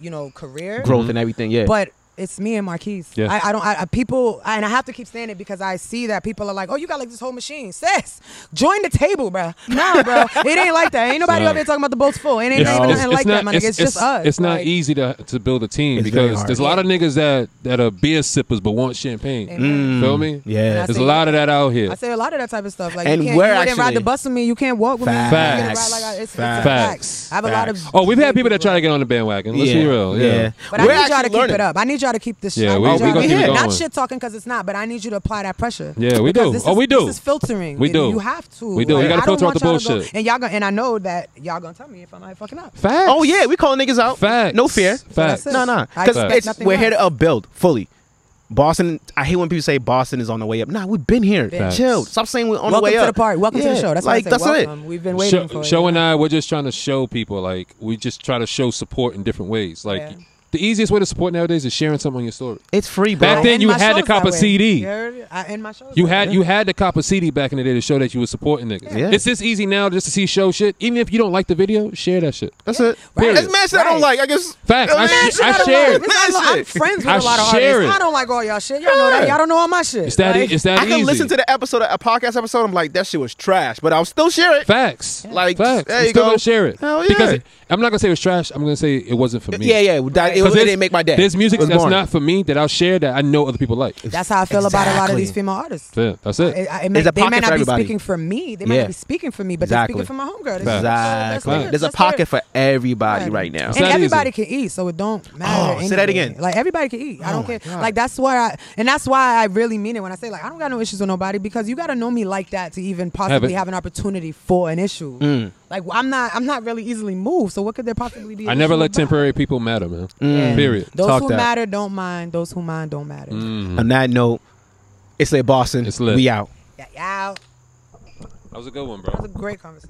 S9: you know, career
S1: Growth
S3: Mm-hmm.
S1: and everything, yeah.
S9: But it's me and Marquise.
S1: Yeah.
S9: I, I don't. I, I people and I have to keep saying it because I see that people are like, oh, you got like this whole machine, sis. Join the table, bruh. Nah, bruh. it ain't like that. Ain't nobody
S3: Nah.
S9: over here talking about the boat's full. It ain't,
S3: It's-
S9: ain't nothing
S3: it's- it's
S9: like that, my nigga. It's, just us.
S3: It's not
S9: Like,
S3: easy to to build a team
S1: It's very
S3: because
S1: hard.
S3: there's a lot of niggas that that are beer sippers but want champagne.
S9: Mm.
S1: Amen.
S3: Feel me?
S1: Yeah. And I
S3: There's
S1: say-
S3: a lot of that out here.
S9: I say a lot of that type of stuff. Like,
S1: And
S9: you can't,
S1: we're
S9: you wouldn't
S1: actually-
S9: ride the bus with me. You can't walk with me. You can't
S3: Facts.
S9: ride like I- it's- it's a
S3: Facts.
S9: fact. I have a lot of
S3: Oh, we've had people that try to get on the bandwagon. Let's be
S1: Yeah.
S3: real.
S1: Yeah.
S3: Yeah.
S9: But I need y'all to
S1: actually
S9: keep
S1: learning.
S9: it up. I need y'all to keep this.
S3: Yeah,
S9: I
S3: we-
S9: need
S3: we
S9: y'all to
S3: gonna
S9: keep
S3: keep
S9: it
S3: it
S9: up. Not
S3: going.
S9: shit talking because it's not, but I need you to apply that pressure.
S3: Yeah, we
S9: Because
S3: do.
S9: this
S3: Oh,
S9: is-
S3: we do.
S9: This is filtering.
S3: We
S9: And
S3: do.
S9: You have to.
S3: We do. We gotta
S9: I don't
S3: filter out
S9: want
S3: the
S9: y'all to go-
S3: bullshit.
S9: and y'all gonna and I know that y'all gonna tell me if I'm like fucking up.
S3: Facts.
S1: Oh yeah, we calling niggas out.
S3: Facts.
S1: No fear.
S3: Facts.
S1: No, no.
S9: I
S1: Because
S9: expect
S1: it's
S9: nothing
S1: we're here to
S9: less.
S1: upbuild fully. Boston. I hate when people say Boston is on the way up. Nah, we've been here.
S9: Been.
S1: Chill. Stop saying we're on
S9: Welcome
S1: the way
S9: to
S1: up.
S9: the party. Welcome to the
S1: Yeah,
S9: show. That's
S1: like
S9: what I
S1: that's
S9: say.
S1: it.
S9: Welcome. We've been waiting
S3: Show,
S9: for it.
S3: show and I, we're just trying to show people like we just try to show support in different ways. Like
S9: Yeah.
S3: the easiest way to support nowadays is sharing something on your story.
S1: It's free, bro.
S3: Back then,
S9: End
S3: you
S9: my
S3: had to
S9: shows
S3: cop
S9: that
S3: a
S9: way.
S3: CD.
S9: You heard it? I end my shows.
S3: You
S9: that
S3: had
S9: way.
S3: you had to cop a CD back in the day to show that you were supporting niggas.
S1: Yeah.
S3: It's this easy now just to see show shit. Even if you don't like the video, share that shit.
S1: That's it.
S3: Period.
S1: It's mad shit I don't
S9: Right.
S1: like. I guess.
S3: Facts. I,
S1: Man,
S3: sh-
S1: shit
S3: I
S1: don't
S3: shared.
S1: like.
S9: I know- I'm friends with
S3: I
S9: a lot of
S3: share
S9: artists.
S3: it.
S9: I don't like all y'all shit. Y'all know that.
S1: Yeah.
S9: Y'all don't know all my shit.
S3: It's that. e-
S9: Like,
S3: It's that
S1: I can
S3: easy.
S1: listen to the episode, a podcast episode. I'm like, that shit was trash, but I'll still share it.
S3: Facts.
S1: Like,
S3: Facts.
S1: there
S3: I'm
S1: you
S3: still
S1: go.
S3: gonna share it
S1: Hell yeah.
S3: because it- I'm not gonna say it was trash. I'm gonna say it wasn't for me.
S1: Yeah, yeah. That, it,
S3: 'Cause
S1: it
S3: there's-
S1: didn't make my day.
S3: There's music
S1: It was
S3: that's
S1: boring.
S3: not for me that I'll share that I know other people like.
S9: That's how I feel about a lot of these
S1: Exactly.
S9: female artists.
S3: Yeah, that's it.
S9: It, I- it may,
S1: There's a
S9: they
S1: pocket
S9: may
S1: for
S9: not be
S1: everybody.
S9: speaking for me. They may
S1: Yeah.
S9: not be speaking for me, but
S1: Exactly.
S9: they're speaking for my homegirl. This is- that's
S1: Exactly.
S9: their-
S1: There's a
S9: that's their-
S1: pocket for everybody
S9: Right.
S1: right now.
S3: It's
S9: and
S3: not
S9: everybody can eat, so it don't matter.
S1: Oh, say that
S9: anyway.
S1: again. Oh
S9: Like everybody can eat. I don't care. Like that's why I, and that's why I really mean it when I say like I don't got no issues with nobody because you got to know me like that to even possibly
S3: it.
S9: have, an opportunity for an issue. Like I'm not, I'm not really easily moved. So what could there possibly be? an
S3: Mm. I never
S9: issue
S3: let
S9: about?
S3: temporary people matter, man.
S1: Mm.
S3: Period. Mm-hmm.
S9: Those
S1: Talk
S9: who
S1: that.
S9: matter don't mind. Those who mind don't matter.
S1: On that note, it's a Boston.
S3: It's lit.
S1: We out.
S9: Yeah, yeah.
S3: That was a good one,
S9: That
S3: bro.
S9: was a great conversation.